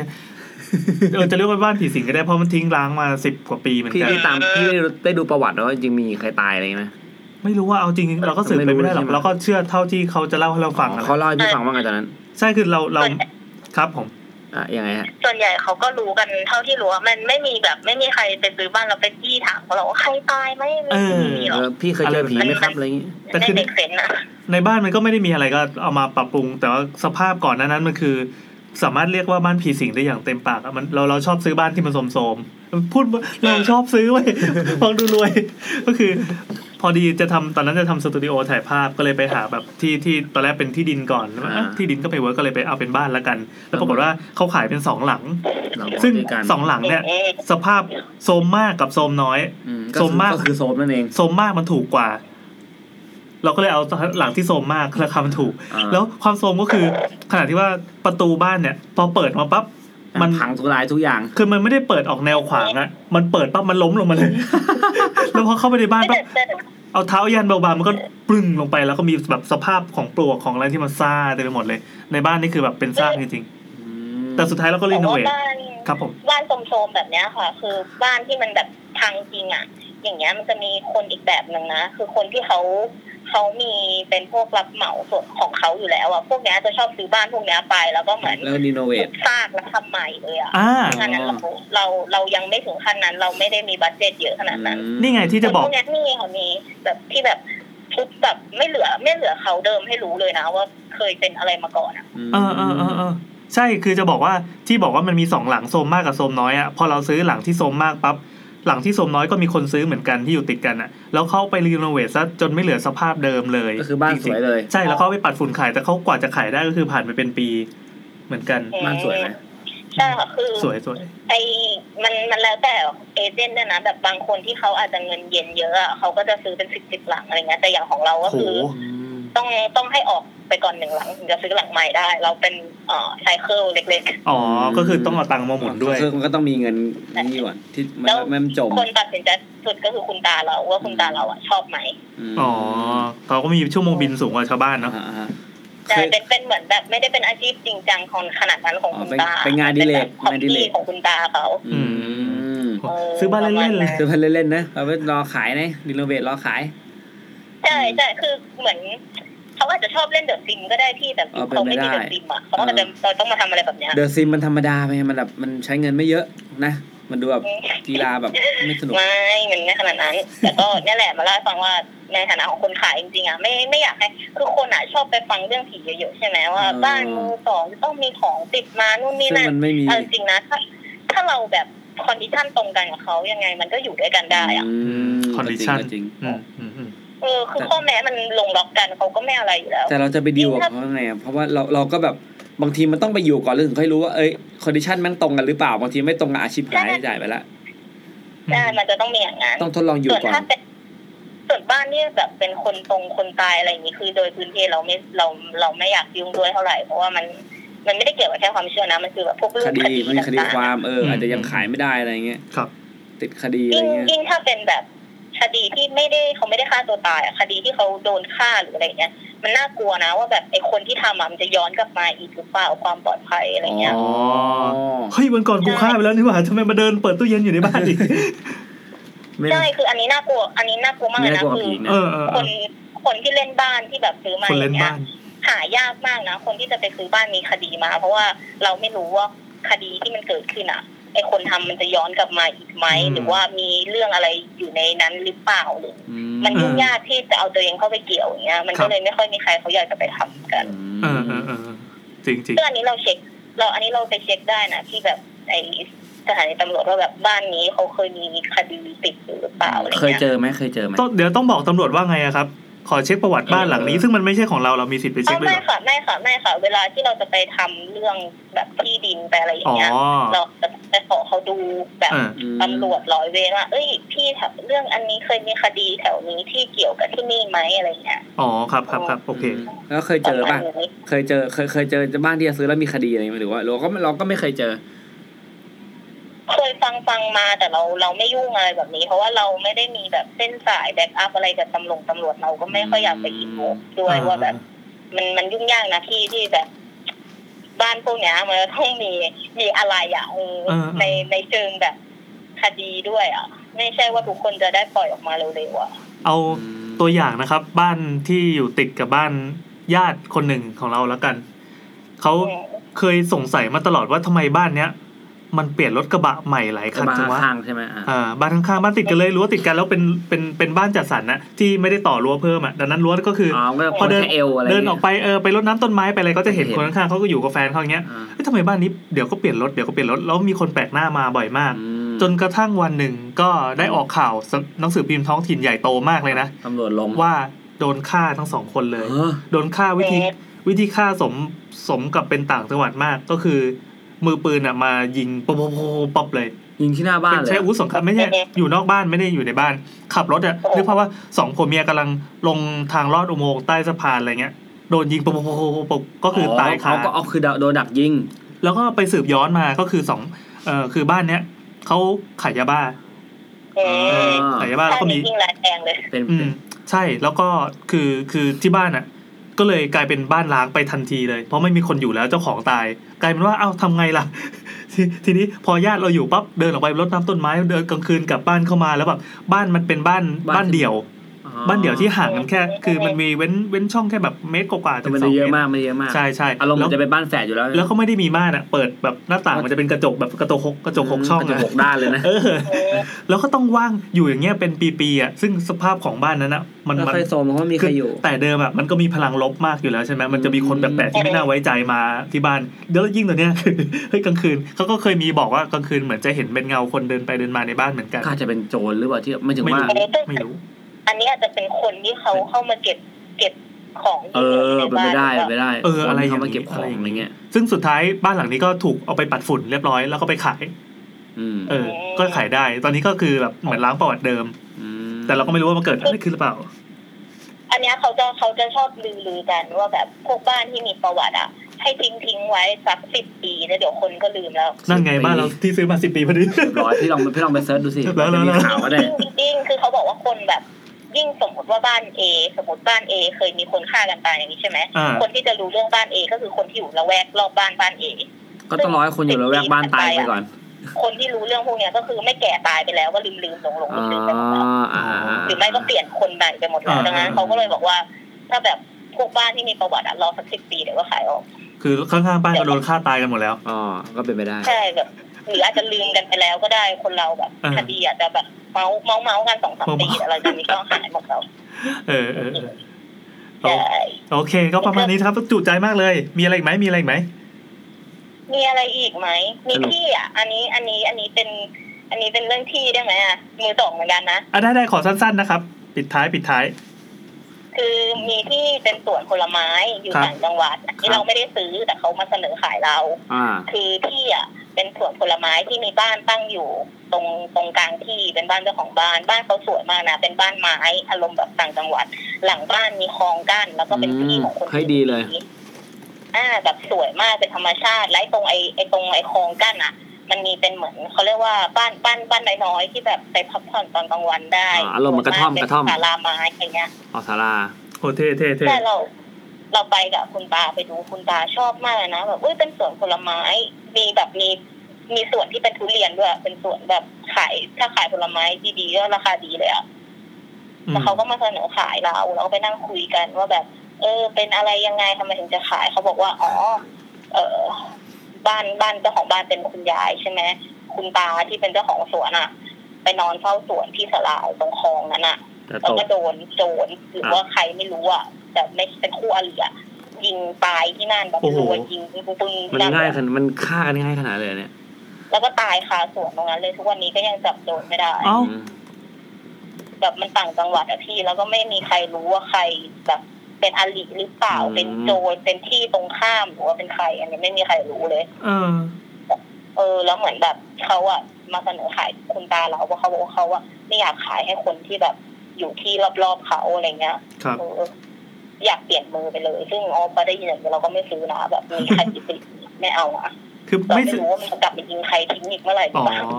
Speaker 1: เออจะเรียกว่าบ้านผีสิงก็ได้เพราะมันทิ้งร้างมาสิบกว่าปีเหมือน
Speaker 4: พี่
Speaker 1: กัน
Speaker 4: ได้ตามพี่ได้ได้ดูประวัติแล้วาจริงมีใครตายอะไรไหม
Speaker 1: ไม่รู้ว่าเอาจริงๆเราก็สืบไปไม่ได้หรอ
Speaker 4: ไม่รู้ใช่ไห
Speaker 1: ก
Speaker 4: ม
Speaker 1: เราก็เชื่อเท่าที่เขาจะเล่าให้เราฟัง
Speaker 4: อ๋อ
Speaker 1: นะ
Speaker 4: เขาเล่าให้พี่ฟังว่าไงตอนนั้น
Speaker 1: ใช่คือเราเรา
Speaker 10: ส่วนใหญ่
Speaker 1: ครับผม
Speaker 4: อ่ะยังไงฮะ
Speaker 10: ส่วนใหญ่เขาก็รู้กันเท่าที่รู้ว่ามันไม่มีแบบ ไม่มีใครไปซื้อบ้านเราไปจี้ถามเขาหรอกว่าใครตายไหมไม่มีหร
Speaker 4: เอ
Speaker 10: อก
Speaker 4: อพี่เคยเจอผีไหมครับอะไรอย่างงี้
Speaker 10: ในเด็กเซนนะ
Speaker 1: ในบ้านมันก็ไม่ได้มีอะไรก็เอามาปรับปรุง แต่ว่าสภาพก่อนหน้านั้นมันคือ สามารถเรียกว่าบ้านผีสิงได้อย่างเต็มปากอะมันเราเราชอบซื้อบ้านที่มันโสมๆพูดว่าเราชอบซื้อเว้ย ฟังดูรวย ก็คือ พอดีจะทำตอนนั้นจะทำสตูดิโอถ่ายภาพก็เลยไปหาแบบที่ที่ตอนแรกเป็นที่ดินก่อนแล้วก็อ่ะ
Speaker 4: อ่า
Speaker 1: ที่ดินก็ไปเวิร์กก็เลยไปเอาเป็นบ้านละกัน แล้วปรากฏว่าเขาขายเป็นสองหลัง
Speaker 4: เราบอก
Speaker 1: ซึ่ง
Speaker 4: ด้วยกัน
Speaker 1: สองหลังเนี่ย สภาพโซมมากกับโซมน้อย
Speaker 4: อืม
Speaker 1: โซมมาก
Speaker 4: ก็คือโซมนั่นเอง
Speaker 1: โซมมากมันถูกกว่า เราก็เลยเอาหลังที่โซมมากราคามันถูก
Speaker 4: อ่า
Speaker 1: แล้วความโซมก็คือขนาดที่ว่าประตูบ้านเนี่ย พอเปิดมาปั๊บ
Speaker 4: มั
Speaker 1: มัน น
Speaker 4: พังทุกรายทุกอย่าง
Speaker 1: คือมันไม่ได้เปิดออกแนวขวางอะมันเปิดปั๊บมันล้มลงมาเลย แล้วพอเข้าไปในบ้านปั๊บ เอาเท้ายันเบาๆมันก็ปรึงลงไปแล้วก็มีแบบสภาพของปลวกของอะไรที่มันซ่าเต็มไปหมดเลย ในบ้านนี่คือแบบเป็นซ่าจริงๆแต่สุดท้ายเราก็รีโนเวท
Speaker 10: แต่ว่าบ้าน
Speaker 1: ครับผม
Speaker 10: บ้านโสมๆแบบเนี้ยค่ะ คือบ้านที่มันแบบทางจริงอ่ะ อย่างเงี้ยมันจะมีคนอีกแบบหนึ่งนะ คือคนที่เขาเขามีเป็นพวกรับเหมาส่วนของเขาอยู่แล้วอ่ะพวกเนี้ยจะชอบซื้อบ้านพวกเนี้ยไป แล้วก็เหมือน
Speaker 4: แล้วรีโนเวท
Speaker 10: ซากแล้วทำใหม่เลยอ่ะ
Speaker 1: อ่า
Speaker 10: เพราะงั้นเราเราเรายังไม่ถึงขั้นนั้น เราไม่ได้มีบัตเจ็ตเยอะขนาดนั้น
Speaker 1: นี่ไงที่จะบอก
Speaker 10: พวกนี้มีค่ะมีแบบที่แบบทุบแบบไม่เหลือไม่เหลือเขาเดิมให้รู้เลยนะว่าเคยเป็นอะไรมาก่อนอะ
Speaker 1: เออเออเออเออใช่คือจะบอกว่าที่บอกว่ามันมีสองหลังโซมมากกับโซมน้อยอ่ะพอเราซื้อหลังที่โซมมากปั๊บหลังที่โซมน้อยก็มีคนซื้อเหมือนกันที่อยู่ติดกันอ่ะแล้วเขาไปรีโนเวทซะจนไม่เหลือสภาพเดิมเลย
Speaker 4: ก็คือบ้านสวยเลย
Speaker 1: ใช่แล้วเขาไปปัดฝุ่นขายแต่เขากว่าจะขายได้ก็คือผ่านไปเป็นปีเหมือนกัน
Speaker 4: บ้านสวยไหม
Speaker 10: ใช่ค่ะคือ
Speaker 1: สวยสวย
Speaker 10: ไอ้มันมันแล้วแต่เอเจนต์ด้วยนะแบบบางคนที่เขาอาจจะเงินเย็นเยอะอะเขาก็จะซื้อเป็นสิบสิบหลังอะไรเงี้ยแต่อย่างของเราก็
Speaker 1: โห
Speaker 10: คือ ต้องต้องให้ออกไปก่อนหนึ่งหลังถึงจะซื้อหลังใหม่ได้ เราเป็นเอ่อไซเคิลเล็ก
Speaker 1: อ๋อ ก็คือต้องเอาตังค์มาหมุนด้วย
Speaker 4: คือมันก็ต้องมีเงินนี่ก่อนที่มัน
Speaker 10: แล้ว
Speaker 4: ไม่มันจม
Speaker 10: ๆ คนตัดสินใจสุดก็คือคุณตาเราว่าคุณตาเราอะชอบไหม
Speaker 4: ม
Speaker 1: อ๋อเขาก็มีชั่วโมงบินสูงกว่าชาวบ้านเนาะ
Speaker 4: อ่าฮะเค
Speaker 10: แต่
Speaker 4: ย
Speaker 10: เป็นเป็นเหมือนแบบไม่ได้เป็นอาชีพจริงจังของขนาดนั้นของคุณตา
Speaker 4: อ๋อเป็นเป็นงานอดิเรก
Speaker 10: ของ
Speaker 4: งานอดิเร
Speaker 10: ที่
Speaker 4: ก
Speaker 10: ของคุณตาเขา
Speaker 1: อื
Speaker 4: ม
Speaker 1: โหซื้อบ้านเล่นๆเลย
Speaker 4: คือพันเล่นๆนะเอาไว้รอขายนะรีโนเวทรอขาย
Speaker 10: ใช่ใช่คือเหมือนเขาอาจจะชอบเล่นเดอะซิมก็ได้พี่แต่
Speaker 4: อ๋อเป็น
Speaker 10: เขา
Speaker 4: ไป
Speaker 10: ไม่มี
Speaker 4: ได้
Speaker 10: เดอะซิมอ่ะเขาก็จะ
Speaker 4: เออ
Speaker 10: เราต้องมาทำอะไรแบบเนี้ย
Speaker 4: เดอะซิมมันธรรมดาไปมันแบบมันใช้เงินไม่เยอะนะ มันดูแบบกีฬาแบบไม่สนุก
Speaker 10: ไม่มันไม่ขนาดนั้น แต่ก็เนี่ยแหละมาเล่าให้ฟังว่าในฐานะของคนขายจริงๆอ่ะไม่ไม่อยากให้คือคนอ่ะชอบไปฟังเรื่องผีเยอะๆใช่ไหมว่า
Speaker 4: เออ
Speaker 10: บ้านมือสองต้องมีของติดมานู่นนี่
Speaker 4: ซึ่ง
Speaker 10: นั่น
Speaker 4: มันไม่มี
Speaker 10: เอาจริงๆนะถ้าถ้าเราแบบคอนดิชันตรงกันกับเขายังไงมันก็อยู่ด้วยกันได้อะ
Speaker 4: อืม
Speaker 1: คอนดิชั่น
Speaker 4: ก็จริง
Speaker 1: อืมอืมอืม
Speaker 10: เออคือข้อแม้มันลงล็อกกันเขาก็ไม่อะไรอยู่แล้ว
Speaker 4: แต่เราจะไปดีลกับเขายังไงอะเพราะว่าเราเราก็แบบบางทีมันต้องไปอยู่ก่อนแล้วถึงค่อยรู้ว่าเอ้ยคอนดิชันมันตรงกันหรือเปล่าบางทีไม่ตรงกับอาชีพขายที่จ่ายไปละ
Speaker 10: ใช่มันจะต้องมีอย่างนั้น
Speaker 4: ต้องทดลองอยู่
Speaker 10: ส่วน
Speaker 4: ก่อน
Speaker 10: ถ้าเป็นส่วนบ้านเนี่ยแบบเป็นคนตรงคนตายอะไรอย่างนี้คือ โดยพื้นที่เราไม่เราเราไม่อยากยุ่งด้วยเท่าไหร่เพราะว่ามันมันไม่ได้เกี่ยวกับแค่ความเชื่อนะมันคือแบบพวกเรื่
Speaker 4: ค
Speaker 10: อง
Speaker 4: ดี
Speaker 10: คดี
Speaker 4: มันมีคดี
Speaker 10: ต่าง
Speaker 4: ความเอออาจจะยังขายไม่ได้อะไรเงี้ย
Speaker 1: ครับ
Speaker 4: ติดคดี
Speaker 10: ๆ
Speaker 4: อะไร
Speaker 10: ยิ่ง
Speaker 4: เงี้ย
Speaker 10: ยิ่งถ้าเป็นแบบคดีที่ไม่ได้เขาไม่ได้ฆ่าตัวตายอะคดีที่เขาโดนฆ่าหรืออะไรเงี้ยมันน่ากลัวนะว่าแบบไอ้คนที่ทำอะมันจะย้อนกลับมาอีกหรือเปล่าความปลอดภัยอะไรเงี้ย
Speaker 4: อ๋อ
Speaker 1: เฮ้ยวันก่อนกูฆ่าไปแล้วนี่หว่าทำไมมาเดินเปิดตู้เย็นอยู่ในบ้านอีก
Speaker 4: ไม่
Speaker 10: ใช่คืออันนี้น่ากลัว อันนี้น่ากลัวมากเล
Speaker 4: ไม่
Speaker 10: ย
Speaker 4: ได้
Speaker 10: นะ
Speaker 4: กลัว
Speaker 10: คือ
Speaker 4: ผีนะ
Speaker 1: เออเออ
Speaker 10: ค
Speaker 1: เออน
Speaker 10: คนที่เล่นบ้านที่แบบซื้อมา
Speaker 1: คน
Speaker 10: อ
Speaker 1: เล่น
Speaker 10: ย่างเงี้
Speaker 1: บ้าย น
Speaker 10: หายากมากนะ คนที่จะไปซื้อบ้านมีคดีมา เพราะว่าเราไม่รู้ว่าคดีที่มันเกิดขึ้นอ่ะไอคนทำมันจะย้อนกลับมาอีกไหม
Speaker 1: อืม
Speaker 10: หรือว่ามีเรื่องอะไรอยู่ในนั้นหรือเปล่าหรือ
Speaker 4: อื
Speaker 10: มันยุ่งยากที่จะเอาตัวเองเข้าไปเกี่ยวอย่างเงี้ย มันก็เลยไม่ค่อยมีใครเขาอยากจะไปทำกัน
Speaker 1: เออเออเออ จริงจริง
Speaker 10: ซึ่งอันนี้เราเช็ค เราอันนี้เราไปเช็คได้นะที่แบบไอสถานีตำรวจว่าแบบบ้านนี้เขาเคยมีคดีติดอยู่หรือเปล่าอะไร
Speaker 6: เคย
Speaker 10: เงี้ย
Speaker 6: เจอไหมเคยเจอไหม
Speaker 1: ต้องเดี๋ยวต้องบอกตำรวจว่าไงอะครับ ขอเช็คประวัติบ้านหลังนี้
Speaker 6: เออ
Speaker 1: ซึ่งมันไม่ใช่ของเราเรามีสิทธิ์ไปเช็
Speaker 10: เอา
Speaker 1: คด้วย
Speaker 10: ไม่
Speaker 1: เหรอ
Speaker 10: ค่ะไม่ค่ะไม่ค่ะ เวลาที่เราจะไปทำเรื่องแบบที่ดินไปอะไรอย่า
Speaker 1: อ๋อ
Speaker 10: งเงี้ย เราจะไปขอเขาดูแบบ
Speaker 1: เออ
Speaker 10: ตำรวจร้อยเวรว่าเอ้ยพี่แถวเรื่องอันนี้เคยมีคดีแถวนี้ที่เกี่ยวกับที่นี่ไหมอะไรเงี้ย
Speaker 1: อ๋อครับครับครับโอเค
Speaker 6: แล้วเคยเจอป่ะ
Speaker 10: ประมาณนี้
Speaker 6: เคยเจอเคยเคยเจอบ้านที่จะซื้อแล้วมีคดีอะไรไหมหรือว่าเราก็เราก็ไม่เคยเจอ
Speaker 10: เคยฟังฟังมาแต่เราเราไม่ยุ่งอะไรแบบนี้ เพราะว่าเราไม่ได้มีแบบเส้นสายแบ็กอัพอะไรกับตำรวจตำรวจเราก็ไม่ค่อยอยากไปอินโวด้วยว่าแบบ มันมันยุ่งยากนะที่ที่แบบ บ้านพวกเนี้ยมันต้องมีมีอะไรอ่ะเออ
Speaker 1: เออเออ
Speaker 10: ในในเชิงแบบคดีด้วยอ่ะ ไม่ใช่ว่าทุกคนจะได้ปล่อยออกมาเร็วๆอ่ะ
Speaker 1: เอาตัวอย่างนะครับ บ้านที่อยู่ติดกับบ้านญาติคนหนึ่งของเราแล้วกันเขาเคยสงสัยมาตลอดว่าทำไมบ้านเนี้ย มันเปลี่ยนรถกระบะใหม่หลายคัน
Speaker 6: บ้าน
Speaker 1: จังวะ
Speaker 6: ข้างๆใช่ไหมอ่ะ
Speaker 1: อ่าบ้านข้างๆบ้านติดกันเลยรั้วติดกันแล้วเป็นเป็นเป็นบ้านจัดสรรนะที่ไม่ได้ต่อรั้วเพิ่มอ่ะดังนั้นรั้วก็คือ
Speaker 6: อ๋อก็
Speaker 1: พอเดิน
Speaker 6: แค่เอวอะไร
Speaker 1: เดินออกไปเออไปรดน้ำต้นไม้ไปอะไรก็จะเห็นคนข้างๆเขาก็อยู่กับแฟนเขาอย่างเงี้ย
Speaker 6: อ่า
Speaker 1: เฮ้ยทำไมบ้านนี้เดี๋ยวก็เปลี่ยนรถเดี๋ยวก็เปลี่ยนรถแล้วมีคนแปลกหน้ามาบ่อยมาก
Speaker 6: อืม
Speaker 1: จนกระทั่งวันหนึ่งก็ได้ออกข่าวสหนังสือพิมพ์ท้องถิ่นใหญ่โตมากเลยนะ
Speaker 6: ตำรวจลง
Speaker 1: ว่าโดนฆ่าทั้งสองคนเลย
Speaker 6: เออ
Speaker 1: โดนฆ่าวิธี
Speaker 10: เอ๊ะ
Speaker 1: วิธีฆ่าสมสมกับเป็นต่างจังหวัดมากก็คือ มือปืนอ่ะมายิงปุ๊บปุ๊บปุ๊บปุ๊บเลย
Speaker 6: ยิงที่หน้าบ้าน
Speaker 1: เป็น
Speaker 6: เลย
Speaker 1: ใช้อาวุธสงครามไม่ใช่
Speaker 10: เอ๊ะ
Speaker 1: อยู่นอกบ้านไม่ได้อยู่ในบ้าน ขับรถอะนึกภาพว่าสองผัวเมียกำลังลงทางลอดอุโมงค์ใต้สะพานอะไรเงี้ยโดนยิงปุ๊บปุ๊บปุ๊บปุ๊บปุ๊บก็คือตายคา
Speaker 6: เขาก็เอาคือโดนดักยิง
Speaker 1: แล้วก็ไปสืบย้อนมาก็คือสองเออคือบ้านเนี้ยเขาขายยาบ้า
Speaker 10: เออ
Speaker 6: อ่า
Speaker 1: ขายยาบ้าแล้วก็มี
Speaker 10: ยิ่งร้ายแรงเลย
Speaker 6: เป็น
Speaker 1: อืมใช่แล้วก็คือคือที่บ้านอ่ะ ก็เลยกลายเป็นบ้านล้างไปทันทีเลย เพราะไม่มีคนอยู่แล้วเจ้าของตาย กลายเป็นว่าเอ้าทำไงล่ะ ทีทีนี้พอญาติเราอยู่ปั๊บเดินออกไปรดน้ำต้นไม้เดินกลางคืนกลับบ้านเข้ามาแล้วแบบบ้านมันเป็นบ้านบ้านเดี่ยว
Speaker 6: อ๋อ
Speaker 1: บ้านเดี่ยวที่ห่างกันแค่ คือมันมีเว้นเว้นช่องแค่แบบเมตรกว่าๆถึง
Speaker 6: มัน
Speaker 1: สอง
Speaker 6: เย
Speaker 1: เม
Speaker 6: อะ
Speaker 1: ตร
Speaker 6: มากมันเยอะมาก
Speaker 1: ใช่ใช่
Speaker 6: อารมณ์
Speaker 1: แล้
Speaker 6: มั
Speaker 1: วน
Speaker 6: จะเป็นบ้านแฝดอยู่แล้ว
Speaker 1: แล้วเขาไม่ได้มีม่านอ่ะเปิดแบบหน้าต่างมันจะเป็นกระจกแบบกระจกหกกระจกหกช่อง
Speaker 6: กระจกหกด้านเลยนะ
Speaker 1: เออ แล้วก็ต้องว่างอยู่อย่างเงี้ยเป็นปีๆอ่ะซึ่งสภาพของบ้านนั้นอ่ะมัน
Speaker 6: แล้ว
Speaker 1: มัน
Speaker 6: เคยโซมเพราะว่ามีใครอยู่
Speaker 1: แต่เดิมอะมันก็มีพลังลบมากอยู่แล้วใช่ไหมมันจะมีคนแปลกๆที่ไม่น่าไว้ใจมาที่บ้านเดี๋ยวยิ่งตัวเนี้ย คือเฮ้ยกลางคืนเขาก็เคยมีบอกว่ากลางคืนเหมือนจะเห็นเป็นเงาคนเดินไปเดินมาในบ้านเหมือนกัน
Speaker 6: ก็อาจจะเป็นโจรหรือเปล่าที่ไม่ถึง
Speaker 1: ไม่
Speaker 6: ว่า
Speaker 1: รู้ไม่รู้
Speaker 10: อันนี้อาจจะเป็นคนที่เขาเข้ามาเก็บเก็บของ
Speaker 6: เอ
Speaker 10: ที่หลื
Speaker 6: อ
Speaker 10: ใน
Speaker 6: เป็น
Speaker 10: บ้า
Speaker 6: ไป
Speaker 10: น
Speaker 6: ได้
Speaker 10: ห
Speaker 6: เป็น
Speaker 10: รื
Speaker 6: ไป
Speaker 10: เปล่า
Speaker 6: ได้
Speaker 1: เอออะไรอย่างนี้
Speaker 6: นี้มาเก็บของอะไรเงี้ย
Speaker 1: ซึ่งสุดท้ายบ้านหลังนี้ก็ถูกเอาไปปัดฝุ่นเรียบร้อยแล้วก็ไปขาย
Speaker 6: อืม
Speaker 1: เออ ก็ขายได้ ตอนนี้ก็คือแบบเหมือนล้างประวัติเดิม
Speaker 6: ม
Speaker 1: แต่เราก็ไม่รู้ว่ามันเกิดอะไรขึ้นหรือเปล่า
Speaker 10: อันเนี้ยเขาจะเขาจะชอบลือลือกันว่าแบบพวกบ้านที่มีประวัติอ่ะ ให้ทิ้งทิ้งไว้สักสิบปีแล้วเดี๋ยวคนก็ลืมแล้ว
Speaker 1: นั่นไงบ้านเราที่ซื้อมาสิบปีพอ ดี
Speaker 6: เรียบร้อยพี่ลองพี่ลองไปเซิร์ชดูสิ
Speaker 1: แล้วแล้
Speaker 6: จะ
Speaker 1: ว
Speaker 6: มี
Speaker 1: แล้ว
Speaker 6: ข่าวก็
Speaker 10: จ
Speaker 6: ได้
Speaker 10: ริงจริงๆคือเขาบอกว่าคนแบบ ยิ่งสมมติว่าบ้านเอสมมติบ้านเอเคยมีคนฆ่ากันตายอย่างนี้ใช่ไหม
Speaker 1: อ่า
Speaker 10: คนที่จะรู้เรื่องบ้านเอก็คือคนที่อยู่ละแวกรอบบ้านบ้านเอ
Speaker 6: ก็ต้องรอให้คนอยู่ระแวกบ้านตายไปก่อน
Speaker 10: คนที่รู้เรื่องพวกเนี้ยก็คือไม่แก่ตายไปแล้วก็ลืมลืมๆหลงหลง
Speaker 6: อ๋อ
Speaker 10: ลืมๆไปหมดแล้ว
Speaker 6: อ่า
Speaker 10: หรือไม่ก็เปลี่ยนคนใหม่ไปหมดแล้ว
Speaker 1: อ่า
Speaker 10: ดังนั้นเขาก็เลยบอกว่า ถ้าแบบพวกบ้านที่มีประวัติอะรอสักสิบปีเดี๋ยวก็ขายออก
Speaker 1: คือข้างๆบ้านก็โดนฆ่าตายกันหมดแล้ว
Speaker 6: อ๋อก็เป็นไปได้
Speaker 10: ใช่แบบ หรืออาจจะลืมกันไปแล้วก็ได้คนเราแบบ
Speaker 1: อ่า
Speaker 10: คดีอาจจะแบบเมาเมาเมากันสองสามปีอะไรแบบนี้ก็หายหมดแล้ว
Speaker 1: เออเออเออ
Speaker 10: ใช่
Speaker 1: โอเค ก็ประมาณนี้ครับจุใจมากเลย มีอะไรอีกไหมมีอะไรอีกไหม
Speaker 10: มีอะไรอีกไหม มี
Speaker 6: สรุป
Speaker 10: ที่อ่ะ อันนี้ อันนี้ อันนี้เป็น อันนี้เป็นเรื่องที่ได้ไหมอ่ะ มือสองเหมือนกันนะ
Speaker 1: อ่ะได้ได้ขอสั้นๆนะครับ ปิดท้ายปิดท้าย
Speaker 10: คือมีที่เป็นสวนผลไม้อยู่
Speaker 1: ครับ
Speaker 10: ต่างจังหวัดอันนี้เราไม่ได้ซื้อแต่เขามาเสนอขายเรา
Speaker 6: อ่า
Speaker 10: คือที่อ่ะ เป็นสวนผลไม้ที่มีบ้านตั้งอยู่ ตรงตรงกลางที่เป็นบ้านเจ้าของบ้าน บ้านเขาสวยมากนะ เป็นบ้านไม้อารมณ์แบบต่างจังหวัด หลังบ้านมีคลองกั้นแล้วก็เป็นที่ของคน
Speaker 6: อืมเฮ้ยดีเลย
Speaker 10: อ่าแบบสวยมากเป็นธรรมชาติไร้ตรงไอไอตรงไอคลองกั้นอ่ะ มันมีเป็นเหมือนเขาเรียกว่าบ้านบ้านบ้านน้อยๆที่แบบไปพักผ่อนตอนกลางวันได้
Speaker 6: อ่าอารมณ์เหมือนกระท่อม
Speaker 10: เป็
Speaker 6: กระท่อม
Speaker 10: ศาลาไม้อย่างเงี้ย
Speaker 6: ออกสารา
Speaker 1: โอเท่เท่เท่
Speaker 10: แต่เราเราไปกับคุณตาไปดูคุณตาชอบมากเลยนะแบบเอ้ยเป็นสวนผลไม้มีแบบมีมีสวนที่เป็นทุเรียนด้วยเป็นสวนแบบขายถ้าขายผลไม้ดีๆก็ราคาดีเลยอะ
Speaker 1: อืม
Speaker 10: แล้วเขาก็มาเสนอขายเราเราก็ไปนั่งคุยกันว่าแบบ เออ เป็นอะไรยังไงทำไมถึงจะขายเขาบอกว่าอ๋อเออบ้านบ้านเจ้าของบ้านเป็นคุณยายใช่ไหมคุณตาที่เป็นเจ้าของสวนอะไปนอนเฝ้าสวนที่สลาตรงคลองนั้นอะ
Speaker 6: แต่
Speaker 10: แล้ว
Speaker 6: ตก
Speaker 10: ก็โดนโจรหรือว่าใครไม่รู้อ่ะแต่ไม่เป็นคู่อริอ่ะ ยิงตายที่นั่นแบบ
Speaker 1: โอ้โห
Speaker 10: รัวยิงปึ้งปึ้ง
Speaker 6: มันง่ายขนาดมันฆ่ากันง่ายขนาดเลยเนี่ย
Speaker 10: แล้วก็ตายคาสวนตรงนั้นเลยทุกวันนี้ก็ยังจับโจรไม่ได้
Speaker 1: เอ้า
Speaker 6: ม
Speaker 10: แบบมันต่างจังหวัดอะพี่ แล้วก็ไม่มีใครรู้ว่าใครแบบเป็นอลิหรือเปล่าเป็นโจรเป็นที่ตรงข้ามหรือว่าเป็นใคร อันนี้ไม่มีใครรู้เลย
Speaker 1: เออ
Speaker 10: เออแล้วเหมือนแบบเขาอะมาเสนอขายคุณตาเราเพราะเขาบอกว่าเขาอะไม่อยากขายให้คนที่แบบอยู่ที่รอบๆเขาอะไรเงี้ย
Speaker 1: ครับ
Speaker 10: เอออยากเปลี่ยนมือไปเลย ซึ่งออพอได้ยินอย่างนี้เราก็ไม่ซื้อนะ แบบมีใครติดไม่เอาอะ
Speaker 1: คือ
Speaker 10: เรา
Speaker 1: ไม่
Speaker 10: ไม่
Speaker 1: ซื้อ
Speaker 10: รู้ว่ามันจะกลับไปยิงใครทิ้งอีกเมื่อไหร่
Speaker 1: อ๋อ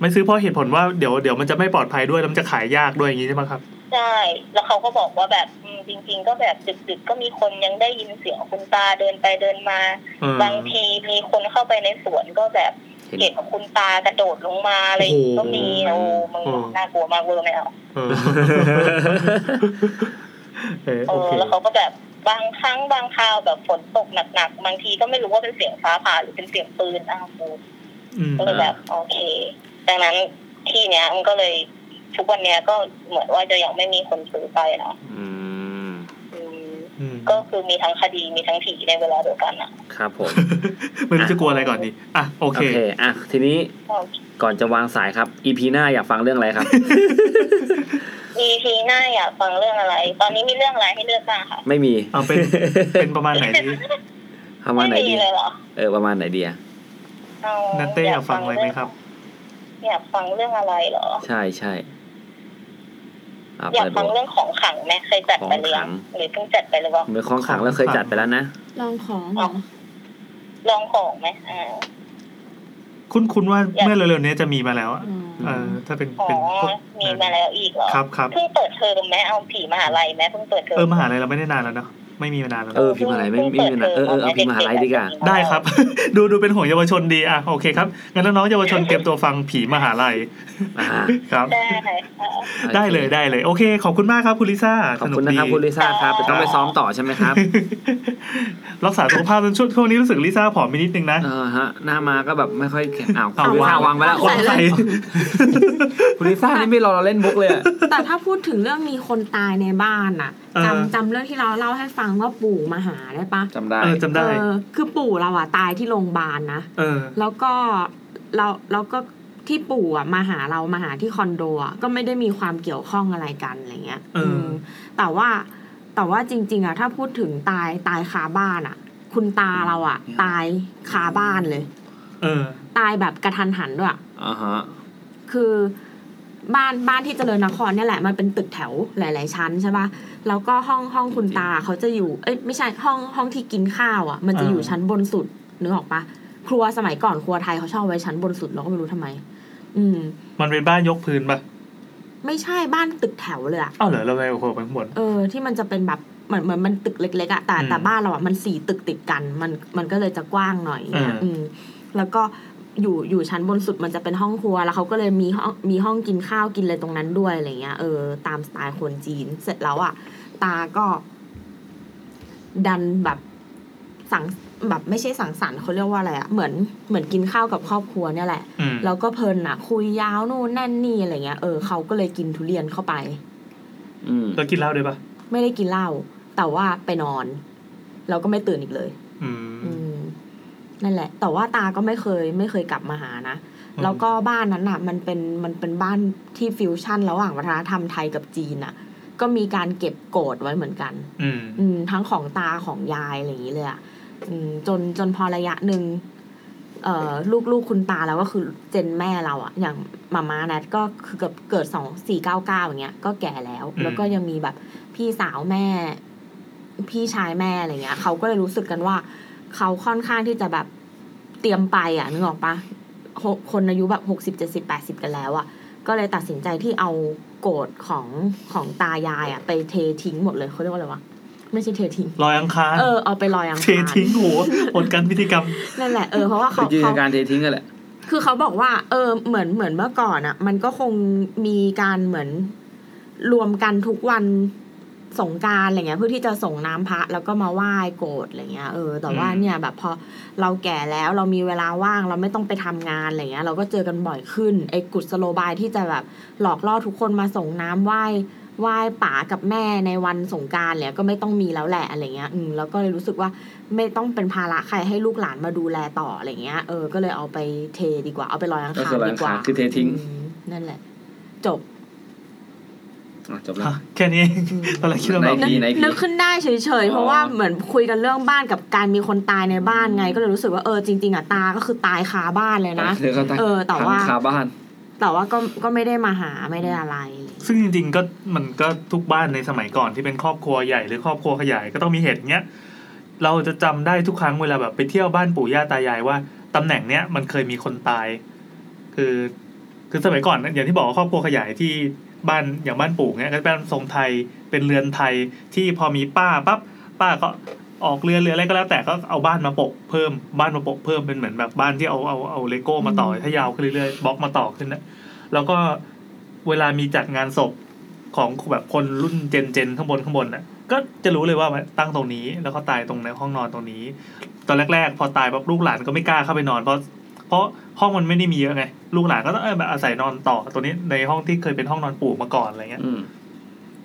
Speaker 1: ไม่ซื้อเพราะเหตุผลว่าเดี๋ยวเดี๋ยวมันจะไม่ปลอดภัยด้วยแล้วมันจะขายยากด้วยอย่างนี้ใช่ไหมครับ
Speaker 10: ใช่แล้วเขาก็บอกว่าแบบอืมจริง ๆ ก็แบบดึกๆก็มีคนยังได้ยินเสียงคุณตาเดินไปเดินมา
Speaker 1: เออ
Speaker 10: บางทีมีคนเข้าไปในสวนก็แบบ
Speaker 6: เห็น
Speaker 10: เห็นคุณตากระโดดลงมาอะไรอย่างงี้ก็มีโอ้มึง
Speaker 1: โอ้
Speaker 10: น่ากลัวมากเวอร์ไม่เอา
Speaker 1: เออ เออ
Speaker 10: เอ
Speaker 1: โอ
Speaker 10: อ
Speaker 1: เค
Speaker 10: แล้วเขาก็แบบบางครั้งบางคราวแบบฝนตกหนักๆบางทีก็ไม่รู้ว่าเป็นเสียงฟ้าผ่าหรือเป็นเสียงปืนอ้าวกู
Speaker 1: อืม
Speaker 10: ก็เลยแบบโอเค ดังนั้นที่เนี้ยมันก็เลยทุกวันเนี้ยก็เหมือนว่าจะยังไม่มีคนซื้อไปเนาะ
Speaker 6: อืม
Speaker 10: อืม
Speaker 1: อืม
Speaker 10: ก็คือมีทั้งคดีมีทั้งผีในเวลาเดียวกันอ่ะ
Speaker 6: ครับผม
Speaker 1: ไม่รู้จะกลัวอะไรก่อนดีอ่ะโอ
Speaker 6: โอ
Speaker 1: เค
Speaker 6: เคอ่ะทีนี้
Speaker 10: ก็
Speaker 6: ก่อนจะวางสายครับ EP หน้าอยากฟังเรื่องอะไรครับ
Speaker 10: EP หน้าอยากฟังเรื่องอะไร ตอนนี้มีเรื่องอะไรให้เลือกบ้างคะ
Speaker 6: ไม่มี
Speaker 1: เอาเป็น เป็นประมาณไหนดี
Speaker 6: ประมาณไหน
Speaker 10: ไม่
Speaker 6: ดี
Speaker 10: มีเลยเหรอ
Speaker 6: เออประมาณไหนดีอ่ะ
Speaker 10: เอา
Speaker 1: นัตเต้อยากฟังอะไรไหมครับ
Speaker 10: อยากฟังเรื่องอะไรเหรอ
Speaker 6: ใช่ใช่อ่ะ
Speaker 10: อยาก
Speaker 6: เปิด
Speaker 10: ฟัง
Speaker 6: โหวต
Speaker 10: เรื่องของขลังไหมเคยจัดไปหรือ
Speaker 6: ข
Speaker 10: ยั
Speaker 6: องขลั
Speaker 10: ง
Speaker 6: ง
Speaker 10: หรือเพิ่งจัดไปหรือเปล่า
Speaker 6: เมื่อของขลังเราเคยจัดไปแล้วนะ
Speaker 3: ลองของเหรอ
Speaker 10: ลองของไหมอ่า
Speaker 1: คุ้นคุ้นว่า
Speaker 10: อยาก
Speaker 1: เมื่อเร็วๆนี้จะมีมาแล้วอะ
Speaker 3: อืม
Speaker 1: เออ ถ้าเป็น
Speaker 10: อ๋อ
Speaker 1: เป็นพวก
Speaker 10: มีมาแล้วอีกเหรอ
Speaker 1: ครับครับ
Speaker 10: เพิ่งเปิดเทอมไหมเอาผีมหาลัยไหมเพิ่งเปิดเทอม
Speaker 1: เออมหาลัยเราไม่ได้นานแล้วเนาะไม่มีมานานแล้ว
Speaker 6: เออพิมพ์อะไรไม่ไม่มีนะเออเออเอาพิมพ์อะไรดีกว่า
Speaker 1: ได้ครับ ดูดูเป็นห่วงเยาวชนดีอ่ะโอเคครับงั้นน้องๆเยาวชนเตรียมตัวฟังผีมหาลัย
Speaker 6: อ่า
Speaker 1: ครับ
Speaker 10: ได้ค่ะ
Speaker 6: โอค
Speaker 1: ได้เลยได้เลย โอเค ขอบคุณมากครับคุณลิซ่า
Speaker 6: ขอบ
Speaker 1: สนุก
Speaker 6: คุณนะ
Speaker 1: ดี
Speaker 6: ครับคุณลิซ่าครับแต่ต้องไปซ้อมต่อใช่ไหมครับ
Speaker 1: รักษาสุขภาพจนช่วงช่วงนี้รู้สึกลิซ่าผอมไปนิดนึงนะ
Speaker 6: เออฮะหน้ามาก็แบบไม่ค่อยแข็งอ้าว
Speaker 1: เอา
Speaker 6: คุณลิซ่าว
Speaker 1: าง
Speaker 6: วางไปแล้ว
Speaker 1: คนใส่
Speaker 6: คุณลิซ่านี่ไม่รอเราเล่นมุกเลยอะ
Speaker 3: แต่ถ้าพูดถึงเรื่องมีคนตายในบ้านน่ะ
Speaker 1: เออ
Speaker 3: จำจำเรื่องที่เราเล่าให้ฟังว่าปู่มาหาได้ปะ
Speaker 6: จำได้
Speaker 1: เออจำได้
Speaker 3: เออคือปู่เราอะตายที่โรงพยาบาลนะ
Speaker 1: เออ
Speaker 3: แล้วก็เราแล้วก็ที่ปู่อ่ะมาหาเรามาหาที่คอนโดอ่ะก็ไม่ได้มีความเกี่ยวข้องอะไรกันอะไรเงี้ย
Speaker 1: เอออื
Speaker 3: มแต่ว่าแต่ว่าจริง ๆอ่ะถ้าพูดถึงตายตายคาบ้านอ่ะ คุณตาเราอ่ะ ตายคาบ้านเลย
Speaker 1: เออ
Speaker 3: ตายแบบกระทันหันด้วยอะ
Speaker 6: อ่าฮะ
Speaker 3: คือบ้านบ้านที่เจริญนครเนี่ยแหละมันเป็นตึกแถวหลาย ๆ ชั้นใช่ปะแล้วก็ห้องห้องคุณตาเขาจะอยู่เอ้ยไม่ใช่ห้องห้องที่กินข้าวอ่ะ มันจะอยู่
Speaker 1: เออ
Speaker 3: ชั้นบนสุดนึกออกปะครัวสมัยก่อนครัวไทยเขาชอบไว้ชั้นบนสุดเราก็ไม่รู้ทำไม อืม
Speaker 1: มันเป็นบ้านยกพื้นปะ
Speaker 3: ไม่ใช่บ้านตึกแถวเลยอะ
Speaker 1: อ้าวเหรอเราไปโอ้โหไปข้างบน
Speaker 3: เออ ที่มันจะเป็นแบบเหมือนเหมือนมันตึกเล็กๆอะแต่
Speaker 1: อืม
Speaker 3: แต่บ้านเราอะมันสี่ตึกติดกัน มันมันก็เลยจะกว้างหน่อย
Speaker 1: เออ
Speaker 3: อืมแล้วก็อยู่อยู่ชั้นบนสุดมันจะเป็นห้องครัว แล้วเขาก็เลยมีห้องมีห้องกินข้าวกินอะไรตรงนั้นด้วยอะไรเงี้ยเออตามสไตล์คนจีน เสร็จแล้วอะตาก็ ดันแบบสังแบบไม่ใช่สังสรรค์เขาเรียกว่าอะไรอะเหมือนเหมือนกินข้าวกับครอบครัวเนี่ยแหละ
Speaker 1: อืม
Speaker 3: แล้วก็เพลินอะคุยยาวนู่นนั่นนี่อะไรเงี้ยเออเขาก็เลยกินทุเรียนเข้าไป
Speaker 6: อืม
Speaker 1: แล้วกินเหล้าด้วยปะ
Speaker 3: ไม่ได้กินเหล้าแต่ว่าไปนอน แล้วก็ไม่ตื่นอีกเลย
Speaker 1: อื
Speaker 3: อื
Speaker 1: ม
Speaker 3: ม นั่นแหละ แต่ว่าตาก็ไม่เคย ไม่เคยกลับมาหานะ
Speaker 1: อืม
Speaker 3: แล้วก็บ้านนั้นอ่ะ มันเป็นมันเป็นบ้านที่ฟิวชั่น ระหว่างวัฒนธรรมไทยกับจีนอ่ะ ก็มีการเก็บโกรธไว้เหมือนกัน
Speaker 1: อืม
Speaker 3: อืมทั้งของตาของยายอะไรอย่างนี้เลยอ่ะอืมจนจนพอระยะหนึ่งเอ่อลูกลูกคุณตาแล้วก็คือเจนแม่เราอ่ะ อย่างมาม่าแนทก็คือเกิดเกิดสองสี่เก้าเก้าอย่างเงี้ยก็แก่แล้ว
Speaker 1: อืม
Speaker 3: แล้วก็ยังมีแบบพี่สาวแม่ พี่ชายแม่อะไรเงี้ยเขาก็เลยรู้สึกกันว่า เขาค่อนข้างที่จะแบบเตรียมไปอ่ะนึกออกปะหกคนอายุแบบหกสิบเจ็ดสิบแปดสิบกันแล้วอ่ะ ก็เลยตัดสินใจที่เอาโกรธของของตายายอ่ะ ไปเททิ้งหมดเลยเขาเรียกว่าอะไรวะ ไม่ใช่เททิ้ง
Speaker 1: ลอยอังคาร
Speaker 3: เออเอาไปลอยอัง
Speaker 1: เท
Speaker 3: คาร
Speaker 1: ทิ้ง โหอดกันพิธีกรรม
Speaker 3: นั่นแหละเออเพราะว่า
Speaker 6: คื
Speaker 3: เขา
Speaker 6: อจินต
Speaker 3: เขา
Speaker 6: นาการเททิ้งกันแหละ
Speaker 3: คือเขาบอกว่า เออเหมือนเหมือนเมื่อก่อนอ่ะ มันก็คงมีการเหมือนรวมกันทุกวันสงกรารอะไรเงี้ย เพื่อที่จะส่งน้ำพระแล้วก็มาไหว้โกรธอะไรเงี้ยเออแต่ว่า
Speaker 1: อืม
Speaker 3: เนี่ยแบบพอเราแก่แล้วเรามีเวลาว่างเราไม่ต้องไปทำงานอะไรเงี้ย เราก็เจอกันบ่อยขึ้นไอ้กุศโลบายที่จะแบบหลอกล่อทุกคนมาส่งน้ำไหว้ ไหว้ป๋ากับแม่ในวันสงกรารเนี่ยก็ไม่ต้องมีแล้วแหละอะไรเงี้ยอืมแล้วก็เลยรู้สึกว่าไม่ต้องเป็นภาระใครให้ลูกหลานมาดูแลต่ออะไรเงี้ยเออก็เลยเอาไปเทดีกว่าเอาไปลอยอัง
Speaker 6: ก็
Speaker 3: คาร
Speaker 6: คือลอย
Speaker 3: ดี
Speaker 6: อัง
Speaker 3: ก
Speaker 6: คา
Speaker 3: ว่าร
Speaker 6: คือเททิ้ง
Speaker 3: อืมนั่นแหละ จบ
Speaker 6: อ่ะจบแล้ว
Speaker 1: ฮะแค่นี้เองตอนแรกคิดว่าแบบ
Speaker 6: ไห ผี
Speaker 3: นึก
Speaker 6: ไหผี
Speaker 3: นึกขึ้นได้เฉย
Speaker 6: อ๋
Speaker 3: ๆ
Speaker 6: อ
Speaker 3: เพราะว่าเหมือนคุยกันเรื่องบ้านกับการมีคนตายในบ้านไง ก็เลยรู้สึกว่าเออจริงๆอ่ะตาก็คือตายคาบ้านเลยนะ
Speaker 6: เดี๋ยวก็ตั้ง
Speaker 3: เออแต่ว่า
Speaker 6: ทงคาบ้าน
Speaker 3: แต่ว่าก็ก็ไม่ได้มาหาไม่ได้อะไร
Speaker 1: ซึ่งจริง ๆ ก็มันก็ทุกบ้านในสมัยก่อนที่เป็นครอบครัวใหญ่หรือครอบครัวขยายก็ต้องมีเหตุเนี้ยเราจะจำได้ทุกครั้งเวลาแบบไปเที่ยวบ้านปู่ย่าตายายว่าตำแหน่งเนี้ยมันเคยมีคนตาย คือคือสมัยก่อนอย่างที่บอกว่าครอบครัวขยายที่บ้านอย่างบ้านปู่เนี้ยก็เป็นบ้านทรงไทยเป็นเรือนไทยที่พอมีป้าปั๊บป้าก็ออกเรือนหรืออะไรก็แล้วแต่ก็เอาบ้านมาโปะเพิ่มบ้านมาโปะเพิ่มเป็นเหมือนแบบบ้านที่เอาเอาเอาเลโก้มาต่อถ้ายาวขึ้นเรื่อยๆบล็อกมาต่อขึ้นนะแล้วก็เวลามีจัดงานศพของแบบคนรุ่นเจนเจนข้างบนข้างบนน่ะก็จะรู้เลยว่าตั้งตรงนี้ แล้วก็ตายตรงในห้องนอนตรงนี้ ตอนแรก ๆ พอตายปั๊บลูกหลานก็ไม่กล้าเข้าไปนอนเพราะ เพราะห้องมันไม่ได้มีเยอะไงลูกหลานก็ต้องเอ้ยแบบอาศัยนอนต่อตัวนี้ในห้องที่เคยเป็นห้องนอนปู่มาก่อนอะไรเงี้ย
Speaker 6: อืม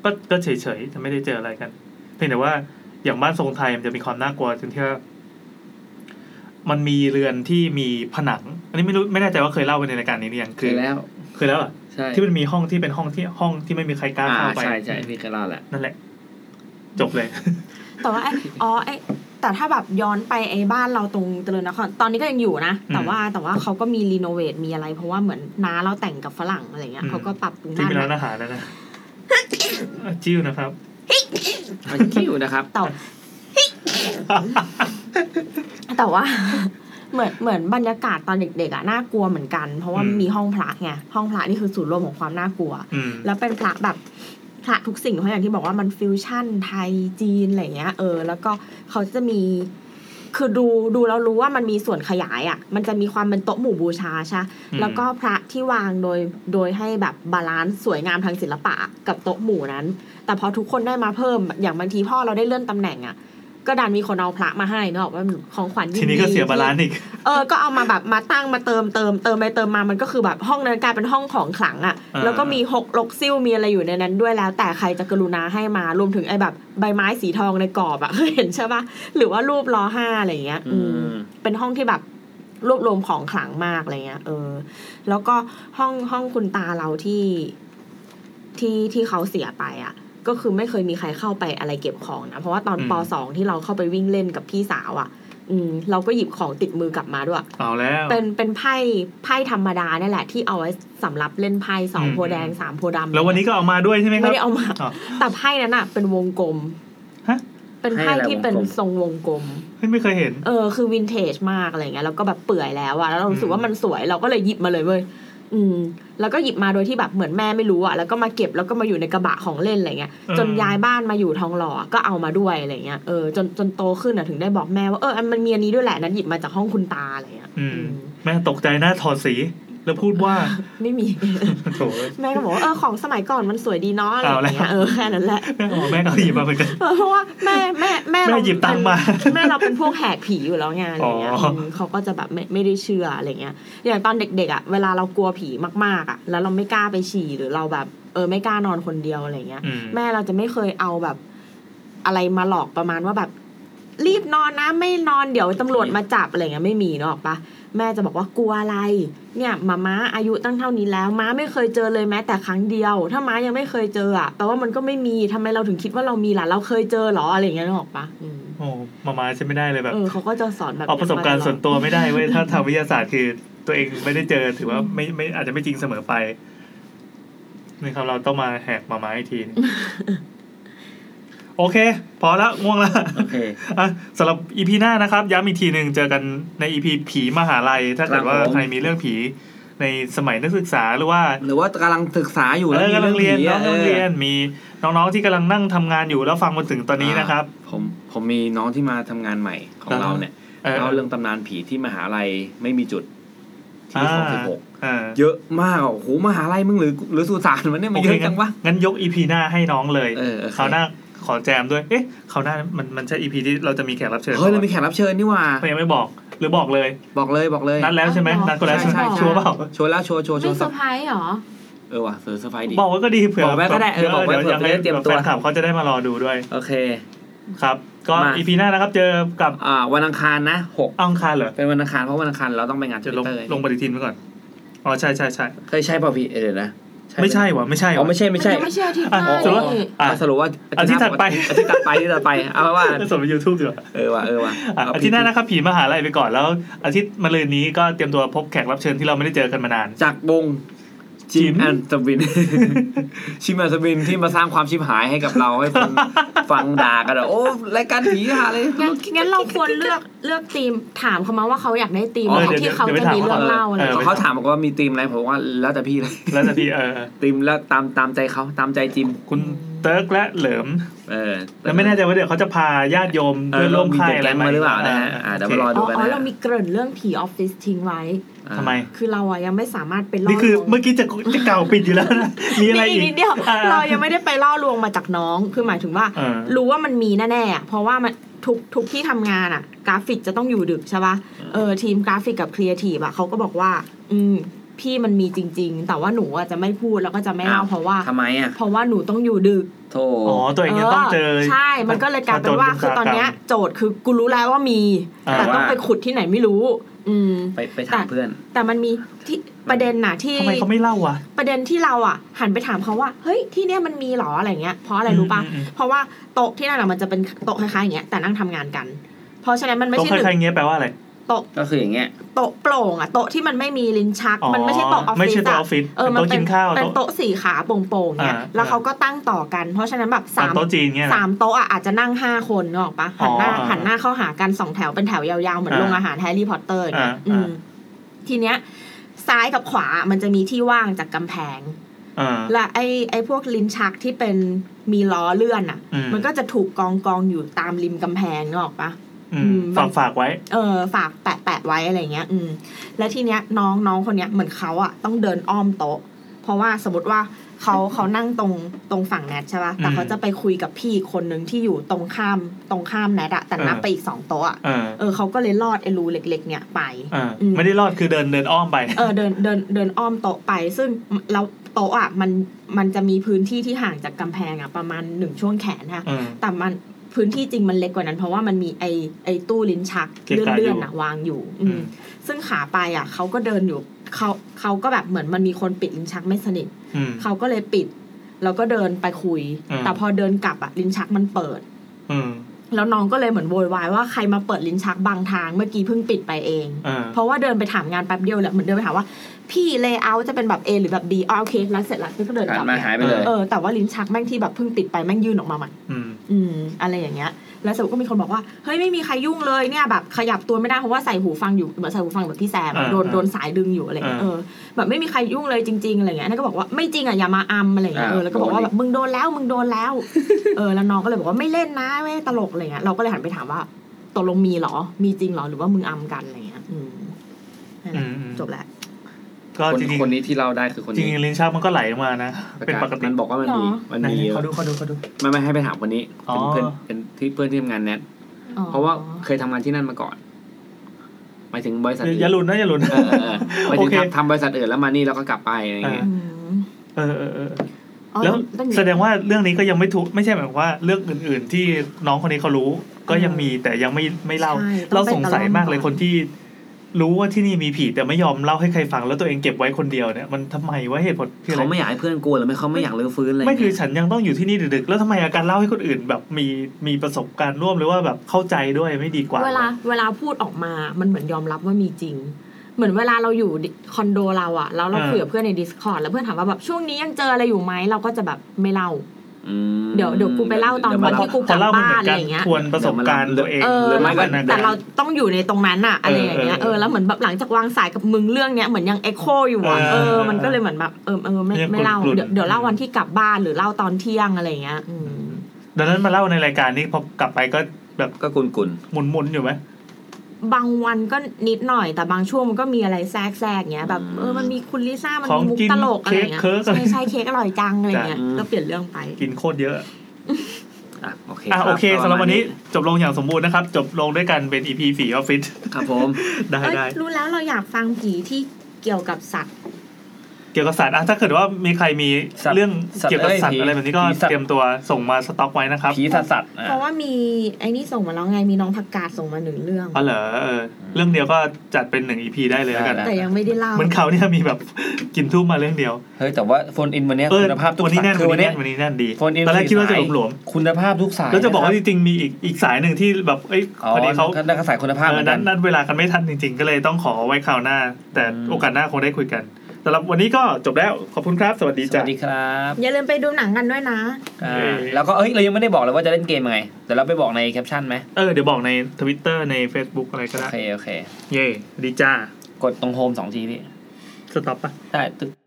Speaker 1: ก็ก็เฉยๆจะไม่ได้เจออะไรกัน เพียงแต่ว่าอย่างบ้านทรงไทยมันจะมีความน่ากลัวจนที่ว่ามันมีเรือนที่มีผนัง อันนี้ไม่รู้ไม่แน่ใจว่าเคยเล่าไปในรายการนี้หรือยัง
Speaker 6: เคยแล้ว
Speaker 1: เคยแล้วเหรอ
Speaker 6: ใช่
Speaker 1: ที่มันมีห้องที่เป็นห้องที่ห้องที่ไม่มีใครกล้า
Speaker 6: อ่า
Speaker 1: เข้าไป
Speaker 6: ใช่ใช่พี่เคยเล่าแหละ
Speaker 1: นั่นแหละ จบเลย
Speaker 3: แต่ว่าไอ้อ๋อไอ้แต่ถ้าแบบย้อนไปไอ้บ้านเราตรงเจริญนครตอนนี้ก็ยังอยู่นะ แต่ว่าแต่ว่าเขาก็มีรีโนเวทมีอะไรเพราะว่าเหมือนน้าเราแต่งกับฝรั่งอะไรเงี้ย
Speaker 1: อืม
Speaker 3: เขาก็ปรับปรุง
Speaker 1: ที่เป็น
Speaker 3: ด้า
Speaker 1: ร้าน นอาหารแล้วนะอ่ะจิ้วนะครับ
Speaker 6: มันคิ้วนะครับ
Speaker 3: แต่ แต่ว่า เหมือนเหมือนบรรยากาศตอนเด็กๆอ่ะน่ากลัวเหมือนกัน เพราะว่า
Speaker 1: อืม
Speaker 3: มีห้องพระไงห้องพระนี่คือศูนย์รวม ของความน่ากลัว
Speaker 1: อืม
Speaker 3: แล้วเป็นพระแบบพระทุกสิ่งเพราะอย่างที่บอกว่ามันฟิวชั่นไทยจีนอะไรเงี้ยเออ แล้วก็เขาจะมี คือดูดูแล้วรู้ว่ามันมีส่วนขยายอ่ะ มันจะมีความเป็นโต๊ะหมู่บูชาใช่ปะ
Speaker 1: อืม
Speaker 3: แล้วก็พระที่วางโดยโดยให้แบบบาลานซ์สวยงามทางศิลปะกับโต๊ะหมู่นั้น แต่พอทุกคนได้มาเพิ่มอย่างบางทีพ่อเราได้เลื่อนตำแหน่งอ่ะ ก็ดันมีคนเอาพระมาให้เนกอะว่าของขวัญง
Speaker 1: ทีนี้ก็
Speaker 3: ดี
Speaker 1: เสียบาลานซ์อีก
Speaker 3: เออ ก็เอามาแบบมาตั้งมาเติมเติมเติมไปเติมมา มันก็คือแบบห้องนั้นกลายเป็นห้องของขลังอะ่ะ
Speaker 1: อ่า
Speaker 3: แล้วก็มีหกลกซิ่วมีอะไรอยู่ในนั้นด้วยแล้ว แต่ใครจะกรุณาให้มารวมถึงไอ้แบบใบไม้สีทองในกรอบอะ่ะ เคยเห็นใช่ปะหรือว่ารูปล้อห้าอะไรอย่างเงี้ย อืม เป็นห้องที่แบบรวบรวมของขลังมากอะไรเงี้ย เออ แล้วก็ห้องห้องคุณตาเราที่ที่ที่เขาเสียไปอะ่ะ ก็คือไม่เคยมีใครเข้าไปอะไรเก็บของนะเพราะว่าตอน
Speaker 1: อืม
Speaker 3: ปสองที่เราเข้าไปวิ่งเล่นกับพี่สาวอะ่ะ อืม เราก็หยิบของติดมือกลับมาด้วย
Speaker 1: เอาแล้ว
Speaker 3: เป็นเป็นไพ่ไพ่ธรรมดาเนี่ยแหละที่เอาไว้สำหรับเล่นไพ่สอง
Speaker 1: อืม
Speaker 3: โพธิ์แดงสามโพธิ์ดำ
Speaker 1: แล้ววันนี้ก็เอามาด้วยใช่ไหมครั
Speaker 3: ไม่
Speaker 1: บ
Speaker 3: ได้เอามา
Speaker 1: อ๋อ
Speaker 3: แต่ไพ่นั้นอ่ะ เป็นวงกลม
Speaker 1: ฮะ
Speaker 3: เป็นไพ่ที่เป็น
Speaker 6: ให้อะไรวงกลม
Speaker 3: ทรงวงกลม
Speaker 1: เฮ้ยไม่เคยเห็น
Speaker 3: เออคือวินเทจมากอะไรเงี้ยแล้วก็แบบเปื่อยแล้วอะแล้วเรา
Speaker 1: อืม
Speaker 3: รู้สึกว่ามันสวยเราก็เลยหยิบมาเลยเว้ยอืม แล้วก็หยิบมาโดยที่แบบเหมือนแม่ไม่รู้อะแล้วก็มาเก็บแล้วก็มาอยู่ในกระบะของเล่นอะไรเงี้ยจนย้ายบ้านมาอยู่ทองหล่อก็เอามาด้วยอะไรเงี้ยเออจนจนโตขึ้นอะถึงได้บอกแม่ว่าเอออันมันมีอันนี้ด้วยแหละนั้นหยิบมาจากห้องคุณตาอะไรเงี้ย
Speaker 1: อืม
Speaker 3: อืม
Speaker 1: แม่ตกใจหน้าถอดสี แล้วพูดว่า
Speaker 3: ไม่มี
Speaker 1: โถ
Speaker 3: แม่ก็บอกว่าเออของสมัยก่อนมันสวยดีเนาะอะไรอย่างเงี้ย
Speaker 1: เอาแล้ว
Speaker 3: เออแค่นั้นแหละ
Speaker 1: แม่บอกแม่ก็หยิบมาเหมือนกัน
Speaker 3: เออเพราะว่าแม่แม่แม่
Speaker 1: แม่
Speaker 3: เรา
Speaker 1: หยิบตังค์
Speaker 3: เป็น
Speaker 1: มา
Speaker 3: แม่เราเป็นพวกแหกผีอยู่แล้วไงอะไรเงี้ย
Speaker 1: อ๋ออื
Speaker 3: มเขาก็จะแบบไม่ไม่ได้เชื่ออะไรเงี้ยอย่างตอนเด็กๆอ่ะเวลาเรากลัวผีมากๆอ่ะ แล้วเราไม่กล้าไปฉี่หรือเราแบบ เออไม่กล้านอนคนเดียวอะไรเงี้ย
Speaker 1: อืม
Speaker 3: แม่เราจะไม่เคยเอาแบบ อะไรมาหลอกประมาณว่าแบบ รีบนอนนะไม่นอนเดี๋ยวตำรวจมาจับอะไรเงี้ยไม่มีเนกอะปะแม่จะบอกว่ากลัวอะไร เนี่ยมาม้าอายุตั้งเท่านี้แล้วม้าไม่เคยเจอเลยแม้แต่ครั้งเดียว ถ้าม้ายังไม่เคยเจออะแปลว่ามันก็ไม่มีทำไมเราถึงคิดว่าเรามีล่ะเราเคยเจอเหรออะไรเงี้ยนึกออกปะอืม
Speaker 1: โอ้มามาใช่ไม่ได้เลยแบบ
Speaker 3: เออเขาก็จะสอนแบบ
Speaker 1: เอาประสบการณ์ส่วน
Speaker 3: เนี้ยมตลอด
Speaker 1: ตัวไม่ได้เว้ยถ้าทางวิทยาศาสตร์คือ ตัวเองไม่ได้เจอถือว่าไม่ไม่อาจจะไม่จริงเสมอไปนี่ครับเราต้องมาแหกมามาอีก ทีหนึ่งโอเค พอแล้วง่วงแล้ว
Speaker 6: โอเค
Speaker 1: อ่ะสำหรับอีพีหน้านะครับ ย้ำอีกทีหนึ่งเจอกันในอีพีผีมหาลัย ถ้าเกิดว่า
Speaker 6: ครับผม
Speaker 1: ใครมีเรื่องผีในสมัยนักศึกษาหรือว่า
Speaker 6: หรือว่ากำลังศึกษาอยู่แล้ว
Speaker 1: เออกำลังเรียน
Speaker 6: มี
Speaker 1: น้องกำลัง
Speaker 6: ผีะ
Speaker 1: เรียนมีน้องๆที่กำลังนั่งทำงานอยู่แล้วฟังมาถึงตอนนี้นะครับ
Speaker 6: ผมผมมีน้องที่มาทำงานใหม่ของ
Speaker 1: อ่า
Speaker 6: เราเนี่ย
Speaker 1: เออ
Speaker 6: เล่าเรื่องตำนานผีที่มหาลัยไม่มีจุดที่สองสิบหก
Speaker 1: อ่า
Speaker 6: เยอะมากอ่ะโอ้โหมหาลัยมึงหรือหรือสุสานมันเนี่ยมันเยอะจังวะ
Speaker 1: งั้นยกอีพีหน้าให้น้องเลย
Speaker 6: เออโอเค
Speaker 1: คราวหน้าขอแจมด้วย เอ๊ะคราวหน้ามันมันใช่อีพีที่เราจะมีแขกรับเชิญ
Speaker 6: เฮ้ยเรามีแขกรับเชิญนี่หว่า
Speaker 1: เขายังไม่บอกหรือบอกเลย
Speaker 6: บอกเลยบอกเลย
Speaker 1: นัดแล้วใช่ไหมนัดก็แล้วใช่ไหม
Speaker 6: ใช่ใช่
Speaker 1: ชัวร์เปล่า
Speaker 6: ชวนแล้วชวนชวนชวน
Speaker 3: ไม่เซอร์ไพรส์เหรอ
Speaker 4: เออว่ะเซอร์เซอร์ไพรส์ดี
Speaker 1: บอกไว้ก็ดีเผื่อ
Speaker 4: บอกไว้ก็ได้เออบอกไว้
Speaker 1: ดี๋ย
Speaker 4: เผื่อจะได้เตรียมตัว
Speaker 1: แฟนคลับเขาจะได้มารอดูด้วย
Speaker 4: โอเค
Speaker 1: ครับ ก็
Speaker 4: มา
Speaker 1: อีพีหน้านะครับ เจอกับ
Speaker 4: อ่าวันอังคารนะหก
Speaker 1: อังคารเหรอ
Speaker 4: เป็นวันอังคารเพราะวันอังคารเราต้องไปงาน
Speaker 1: จะลง
Speaker 4: Twitter
Speaker 1: ลงปฏิทินไว้ก่อนอ๋อใช่ใช่ใช่
Speaker 4: เคยใช่เปล่าพี่เออเดี๋ยวนะ
Speaker 1: ไม่ใช่วะไม่ใช่
Speaker 4: อ๋อ
Speaker 1: วะ
Speaker 4: ไม่ใช่ไม่ใช่
Speaker 3: นยังไม่ใช่อาทิตย์หน้า
Speaker 1: อ่ะสรุปว่า
Speaker 3: นี่
Speaker 1: อ่ะ
Speaker 4: สรุปว่า
Speaker 1: อาทิตย์ถัดไป
Speaker 4: อาทิตย์ถัดไปอาทิตย์ถัดไปเอาไว้ว่า
Speaker 1: ส่งไปยูทูบดีกว่า
Speaker 4: เออว่ะเออว่ะ
Speaker 1: อ่ะอาทิตย์หน้านะครับผีมหาลัยไปก่อนแล้ว อาทิตย์มะรืนนี้ก็เตรียมตัวพบแขกรับเชิญที่เราไม่ได้เจอกันมานาน
Speaker 4: จากวง
Speaker 1: จิ
Speaker 4: จิ
Speaker 1: ม
Speaker 4: มแอนด์ส วิน ชิมแอนด์สวินที่มาสร้างความชิบหายให้กับเราให้คนฟังด่ากันอะโอ้รายการผีหาเลย
Speaker 3: งั้นงั้นเราควรเลือกเลือกธีมถามเขามาว่าเขาอยากได้ธีม
Speaker 1: อ๋อ
Speaker 3: อะไร
Speaker 1: เดี๋ยว
Speaker 3: ที่เขา
Speaker 1: เดี๋ยวไป
Speaker 3: จะ
Speaker 1: ถาม
Speaker 3: มี
Speaker 1: เขา
Speaker 3: เรื่องเล่า
Speaker 1: ก่อน
Speaker 3: อะไร
Speaker 1: เออ
Speaker 4: เขาถามบอกว่ามีธีมอะไรผมว่าแล้วแต่พี่เลย
Speaker 1: แล้วจะที่เออ
Speaker 4: ธีมแล้วตามตามใจเขาตามใจจิม
Speaker 1: คุณเติร์กและเหลิม
Speaker 4: เออ
Speaker 1: แล้วไม่แน่ใจว่าเดี๋ยวเขาจะพาญาติโยม
Speaker 4: เอ
Speaker 1: เพื่อ
Speaker 4: อ
Speaker 1: น
Speaker 4: ร่
Speaker 1: ร่
Speaker 4: ว
Speaker 1: วม
Speaker 4: มมี
Speaker 1: ค่า
Speaker 4: โป
Speaker 1: ย
Speaker 4: ร
Speaker 1: อะ
Speaker 4: แก
Speaker 1: ไร
Speaker 4: รมมาหรือเปล่านะฮะอ่าเดี๋ยวมารอ
Speaker 3: อ๋
Speaker 4: ดู
Speaker 3: อ
Speaker 4: กัน
Speaker 3: อ๋อ
Speaker 4: นะ
Speaker 3: เรา
Speaker 4: ฮะ
Speaker 3: มีเกริ่นเรื่องผีออฟฟิศทิ้งไว้
Speaker 4: อ่า
Speaker 1: ทำไม
Speaker 3: คือเราอะยังไม่สามารถไปล่อ
Speaker 1: นี่คือ
Speaker 3: ลวง
Speaker 1: เมื่อกี้จะจะเก่าปิดอยู่แล้วนะ มีอะไรอีก
Speaker 3: นิดเดียว
Speaker 1: อ่ะ
Speaker 3: เรายังไม่ได้ไปล่อลวงมาจากน้องคือหมายถึงว่า
Speaker 1: เออ
Speaker 3: รู้ว่ามันมีแน่ๆอ่ะเพราะว่ามันทุกทุกที่ทำงานอ่ะ กราฟิกจะต้องอยู่ดึกใช่ปะเออทีมกราฟิกกับครีเอทีฟอ่ะเขาก็บอกว่า อืมพี่มันมีจริง ๆ แต่ว่าหนูอ่ะจะไม่พูดแล้วก็จะไม่เล่า
Speaker 4: อ้าว
Speaker 3: เพราะว่า
Speaker 4: ทำไมอ่ะ
Speaker 3: เพราะว่าหนูต้องอยู่ดึก
Speaker 4: โถ
Speaker 1: อ๋อตัวเองยังต้องเจอ
Speaker 3: ใช่ มันก็เลยกลายเป็นว่าคือตอนเนี้ย โจทย์คือกูรู้แล้วว่ามี
Speaker 1: อ่า
Speaker 3: แต่ต้องไปขุดที่ไหนไม่รู้ อืม
Speaker 4: ไปไปถามเพื่อน
Speaker 3: แต่มันมีที่ประเด็นน่ะที่
Speaker 1: ทำไมเขาไม่เล่าวะ
Speaker 3: ประเด็นที่เราอ่ะ หันไปถามเขาว่า เฮ้ยที่เนี่ยมันมีเหรออะไรเงี้ยเพราะอะไรรู้ปะ
Speaker 1: อืมอืมอืม
Speaker 3: เพราะว่าโต๊ะที่นั่นอะมันจะเป็นโต๊ะคล้ายๆอย่างเงี้ยแต่นั่งทำงานกัน เพราะฉะนั้นมันไม่
Speaker 1: ตรง
Speaker 3: ใช่
Speaker 1: ค
Speaker 3: หนึ่ง
Speaker 1: ล้ายๆเงี้ยแปลว่าอะไร
Speaker 3: โต๊ะ
Speaker 4: ก็คืออย่างเงี้ย
Speaker 3: โต๊ะโปร่งอ่ะโต๊ะที่มันไม่มีลิ้นชัก
Speaker 1: อ๋อ
Speaker 3: มันไม่ใช่โต๊ะออฟฟิศ
Speaker 1: ไม่ใช่โต๊ะอ
Speaker 3: อะ
Speaker 1: อฟฟิศ
Speaker 3: เออ
Speaker 1: เป็น
Speaker 3: มัน
Speaker 1: โต๊ะ
Speaker 3: เป็
Speaker 1: กิ
Speaker 3: น
Speaker 1: นข้าว
Speaker 3: เป็น
Speaker 1: โต๊ะ
Speaker 3: โต๊ะสี่ขาโป่งๆเงี้ย
Speaker 1: อ่า
Speaker 3: แล้วเขาก็ตั้งต่อกัน เพราะฉะนั้นแบบ
Speaker 1: ตา
Speaker 3: สาม ม
Speaker 1: โต๊ะจีนเงี้ยนะ
Speaker 3: สามโต๊ะอะอาจจะนั่งห้าคนนึกออกปะหันหน้า
Speaker 1: อ๋อ
Speaker 3: หันหน้าเข้าหากันสองแถวเป็นแถวยาวๆ เหมือน
Speaker 1: อ่า
Speaker 3: โรงอาหารแฮร์รี่พอตเตอร์เนี่ย
Speaker 1: อ่า
Speaker 3: อืมทีเนี้ยซ้ายกับขวามันจะมีที่ว่างจากกำแพง
Speaker 1: อ่า
Speaker 3: และไอ้ไอ้พวกลิ้นชักที่เป็นมีล้อเลื่อนอ่ะ
Speaker 1: อืม
Speaker 3: มันก็จะถูกกองกองอยู่ตามริมกำแพงนึกออกปะ
Speaker 1: อื
Speaker 3: อื
Speaker 1: ม
Speaker 3: ม
Speaker 1: ฝากฝากไว้
Speaker 3: เออฝากแปะแปะไว้อะไรเงี้ย อืม แล้วทีเนี้ยน้องน้องคนเนี้ยเหมือนเขาอ่ะต้องเดินอ้อมโต๊ะ เพราะว่าสมมติว่าเขาเขานั่งตรงตรงฝั่งแนทใช่ปะแต่
Speaker 1: อืม
Speaker 3: เขาจะไปคุยกับพี่อีกคนนึงที่อยู่ตรงข้ามตรงข้ามแนทอะแต่นับ
Speaker 1: เออ
Speaker 3: ไปอีกสองโต๊ะอะ
Speaker 1: เออ
Speaker 3: เออเขาก็เลยลอดไอ้รูเล็ก ๆ เนี่ยไป
Speaker 1: อ่า
Speaker 3: อืม
Speaker 1: ไม่ได้รอดคือเดินเดินอ้อมไป
Speaker 3: เออเดินเดินเดินอ้อมโต๊ะไป ซึ่งแล้วโต๊ะอ่ะมันมันจะมีพื้นที่ที่ห่างจากกำแพงอ่ะประมาณหนึ่งช่วงแขนค่ะ
Speaker 1: เออ
Speaker 3: แต่มันพื้นที่จริงมันเล็กกว่านั้น เพราะว่ามันมีไอไอตู้ลิ้นชัก
Speaker 1: เกะ
Speaker 3: เลื่อน
Speaker 1: กะอยู่
Speaker 3: เลื่อนอะวางอยู่ อื
Speaker 1: อื
Speaker 3: ม
Speaker 1: ม
Speaker 3: ซึ่งขาไปอ่ะเขาก็เดินอยู่เขาเขาก็แบบเหมือนมันมีคนปิดลิ้นชักไม่สนิท
Speaker 1: อืม
Speaker 3: เขาก็เลยปิด แล้วก็เดินไปคุย
Speaker 1: อืม
Speaker 3: แต่พอเดินกลับอ่ะลิ้นชักมันเปิด
Speaker 1: อืม
Speaker 3: แล้วน้องก็เลยเหมือนโวยวายว่าใครมาเปิดลิ้นชักบางทางเมื่อกี้เพิ่งปิดไปเอง
Speaker 1: เออ
Speaker 3: เพราะว่าเดินไปถามงานแป๊บเดียวแหละเหมือนเดินไปถามว่า พี่เลเยอร์จะเป็นแบบ A หรือแบบ B อ๋อโอเคแล้วเสร็จแล้วก็เดินก
Speaker 4: กา
Speaker 3: ลั
Speaker 4: ร
Speaker 3: บ
Speaker 4: มาหายไปเลย
Speaker 3: เออแต่ว่าลิ้นชักแม่งที่แบบเพิ่งติดไปแม่งยื่นออกมาใหม่
Speaker 1: อืม
Speaker 3: อืมอะไรอย่างเงี้ย แล้วสรุปก็มีคนบอกว่าเฮ้ยไม่มีใครยุ่งเลยเนี่ยแบบขยับตัวไม่ได้เพราะว่าใส่หูฟังอยู่เหมือนใส่หูฟังแบบพี่แซมอะโดนโดนสายดึงอยู่อะไรเงี้ยเออแบบไม่มีใครยุ่งเลยจริงๆอะไรเงี้ยอันนั่นก็บอกว่าไม่จริงอ่ะอย่ามาอัมอะไรเงี้ยเออแล้วก็บอกว่าแบบมึงโดนแล้วมึงโดนแล้ว เออแล้วน้องก็เลยบอกว่าไม่เล่นนะไม่ตลกอะไรเงี้ยเราก็เลยหันไปถามว่าตกลงมีเหรอมีจริงเหรอหรือว่ามึงอัมกันอะไรเงี้ยอืมนั่นแห
Speaker 1: อืม
Speaker 3: ละ
Speaker 1: อืม
Speaker 3: จบแล้ว
Speaker 1: ก็
Speaker 4: คน
Speaker 1: จริง
Speaker 4: คนนี้ที่เราได้คือคน
Speaker 1: ๆจ
Speaker 4: นี้
Speaker 1: ริงๆลิ้นชักมันก็ไหลออกมานะ เป็นปกติ
Speaker 4: มันบอกว่ามัน
Speaker 3: ห
Speaker 4: มี
Speaker 3: รอ
Speaker 4: มัน
Speaker 1: ไหน
Speaker 4: มี
Speaker 1: เขาดูเขาดูเขาดู
Speaker 4: ไม่ไม่ให้ไปถามคนนี้
Speaker 1: อ๋อ
Speaker 4: เป็นเพื่อนเป็นที่เพื่อนที่ทำงานแนทเพราะว่าเคยทำงานที่นั่นมาก่อนหมายถึงบริษัทอื่น
Speaker 1: อย่าหลุดนะอย่าหลุดนะ
Speaker 4: เออเออเออ หมาย
Speaker 1: โอ
Speaker 4: ถึง
Speaker 1: เค
Speaker 4: ทำทำบริษัทอื่นแล้วมานี่แล้วก็กลับไปอะไรอย่างเงี้ย
Speaker 3: อืม
Speaker 1: เออเออเออ
Speaker 3: อ๋อ
Speaker 1: แล้ว
Speaker 3: ต้องอยู่
Speaker 1: แสดงว่าเรื่องนี้ก็ยังไม่ถูกไม่ใช่หมายความว่าเรื่องอื่น ๆ ที่น้องคนนี้เขารู้ ก็ยังมีแต่ยังไม่ไม่เล่า
Speaker 3: ใช่
Speaker 1: เรา
Speaker 3: ต้อ
Speaker 1: สง
Speaker 3: ไปตะล่อ
Speaker 1: สัยมากเลยคนที่ รู้ว่าที่นี่มีผีแต่ไม่ยอมเล่าให้ใครฟังแล้วตัวเองเก็บไว้คนเดียวเนี่ยมันทำไมวะเหตุผลคืออะไร
Speaker 4: เขาไม่อยากให้เพื่อนกลัวหรือไม่เขาไม่อยากลื้อฟื้นอะไร
Speaker 1: ไม่คือ
Speaker 4: เงี้ย
Speaker 1: ฉันยังต้องอยู่ที่นี่ดึกๆแล้วทำไมอาการเล่าให้คนอื่นแบบมีมีประสบการณ์ร่วมหรือว่าแบบเข้าใจด้วยไม่ดีกว่า
Speaker 3: เวลาเวลาพูดออกมา มันเหมือนยอมรับว่ามีจริง เหมือนเวลาเราอยู่คอนโดเราอะแล้วเราคุยกับเพื่อนใน Discord แล้วเพื่อนถามว่าแบบช่วงนี้ยังเจออะไรอยู่ไหมเราก็จะแบบไม่เล่า
Speaker 4: อืม
Speaker 3: เดี๋ยวเดี๋ยวกูไปเล่าตอน
Speaker 4: ดี๋ยว
Speaker 3: วั
Speaker 4: มาน เล่า
Speaker 3: ที่กู
Speaker 1: พ
Speaker 3: ก
Speaker 1: อ
Speaker 3: ลับ
Speaker 1: เล่ามัน
Speaker 3: บ้า
Speaker 1: เหมือนกั
Speaker 3: นอะไร
Speaker 1: น
Speaker 3: อย่างเงี้ย
Speaker 1: ทวนประสบการณ์ตัวเอง
Speaker 3: เออ
Speaker 1: หรือ
Speaker 3: แล้
Speaker 1: ไม่
Speaker 3: ว
Speaker 1: ก็
Speaker 3: มัน
Speaker 1: นะ
Speaker 3: แต่เราต้องอยู่ในตรงนั้นอะอะไรอย่างเงี้ย
Speaker 1: เออ
Speaker 3: เอ
Speaker 1: เออ
Speaker 3: อแล้วเหมือนแบบหลังจากวางสายกับมึงเรื่องเนี้ยเหมือนยังเอ็กโคอยู่อะ
Speaker 1: เอ
Speaker 3: เอ
Speaker 1: อ
Speaker 3: อมันก็เลยเหมือนแบบเออเออไม่
Speaker 1: เนี่ย
Speaker 3: ไม่เล่า
Speaker 1: คุณ
Speaker 3: เดี๋ยวเดี๋ยวเล่าวันที่กลับบ้านหรือเล่าตอนเที่ยงอะไรอย่างเงี้ยอืม
Speaker 1: ดังนั้นมาเล่าในรายการนี้พอกลับไปก็แบบ
Speaker 4: ก็กุนกุน
Speaker 1: หมุนๆอยู่ไหม
Speaker 3: บางวันก็นิดหน่อยแต่บางช่วงมันก็มีอะไรแทรกแทรกเงี้ยแบบเออมันมีคุณลิซ่ามัน
Speaker 1: ของ
Speaker 3: มีมุก
Speaker 1: กิน
Speaker 3: ตลกอะไรเงี้ย
Speaker 1: เค้กเคิร์กอะไร
Speaker 3: ใช่ใช่เค้กอร่อยจังอะไรเงี้ย
Speaker 1: จ้ะ
Speaker 3: ก็เปลี่ยนเรื่องไป
Speaker 1: กินโคตรเยอะ
Speaker 4: ๆอ่ะโอเค
Speaker 1: อ่ะ
Speaker 4: รับ
Speaker 1: โอเค
Speaker 4: ก็ป
Speaker 1: สำ
Speaker 4: ระ
Speaker 1: หรับ
Speaker 4: มา
Speaker 1: วั
Speaker 4: ณ
Speaker 1: นนี้จบลงอย่างสมบูรณ์นะครับ จบลงด้วยกันเป็น EP สี่ออฟฟิศ
Speaker 4: ครับผม
Speaker 1: ได้
Speaker 3: เอ้ย
Speaker 1: ได้
Speaker 3: รู้แล้วเราอยากฟังผีที่เกี่ยวกับสัตว์
Speaker 1: เกี่ยวกับสัตว์อ่ะถ้าเกิดว่ามีใครมี
Speaker 4: สัตว์
Speaker 1: เรื่อง
Speaker 4: สัตว์
Speaker 1: เกี่ยวกับสัตว์
Speaker 4: เอ้ยผี
Speaker 1: อะไรแบบนี้ก็
Speaker 4: ผีสัตว์
Speaker 1: เตรียมตัวส่งมาสต็อกไว้นะครับ
Speaker 4: ผีสัตว์สัตว์
Speaker 3: เพราะว่ามีไอ้นี่ส่งมาแล้วไงมีน้องผักกาดส่งมาหนึ่งเรื่อง
Speaker 1: อ๋อเหรอเออเรื่องเดียวก็จัดเป็นหนึ่งอีพีได้เลยแล้วกัน
Speaker 3: แต่ยังไม่ได้เล่า
Speaker 1: เหมือนเขาเนี่ยมีแบบ กินทุ่มมาเรื่องเดียว
Speaker 4: เฮ้ยแต่ว่าโฟนอินวันเนี้ย
Speaker 1: เออ
Speaker 4: คุณภาพทุก
Speaker 1: วันนี้แน่น
Speaker 4: คื
Speaker 1: วัน
Speaker 4: วัน
Speaker 1: นี้
Speaker 4: เนี้
Speaker 1: แน่นวันนี้แน่นดี
Speaker 4: โฟนอิน
Speaker 1: ตอนแรกคิดว่าจะหลวม
Speaker 4: คุณภาพทุกสาย
Speaker 1: ๆแล้วจะบอกว่าจริงๆมีอีกอีกสายหนึ่งที่แบบเอ้ย
Speaker 4: อ๋อ
Speaker 1: พอดีเขา
Speaker 4: นักสายคุณภาพเหมือน
Speaker 1: เออ
Speaker 4: กั
Speaker 1: นั
Speaker 4: น
Speaker 1: ดนัดเวลากันไม่ทันจริงๆ ก็เลยต้องขอไว้คราวหน้า แต่
Speaker 4: อืม
Speaker 1: โอกาสหน้าคงได้คุยกันสำหรับวันนี้ก็จบแล้ว ขอบคุณครับ สวัสดี
Speaker 4: ส
Speaker 1: จ้ะ
Speaker 4: วัสดีครับ
Speaker 3: อย่าลืมไปดูหนังกันด้วยนะ
Speaker 4: อ่า
Speaker 1: เย้
Speaker 4: แล้วก็เอ้ยเรายังไม่ได้บอกเลยว่าจะเล่นเกมยังไงเดี๋ยวเราไปบอกในแคปชั่นไหม
Speaker 1: เออ เดี๋ยวบอกใน Twitter ใน Facebook อะไรก็
Speaker 4: โอ
Speaker 1: ได้
Speaker 4: เคโอเค
Speaker 1: เย่ดีจ้าก
Speaker 4: ดตรงโฮมสองทีพี่
Speaker 1: สต็อปปะ
Speaker 4: ได้ตึ๊ก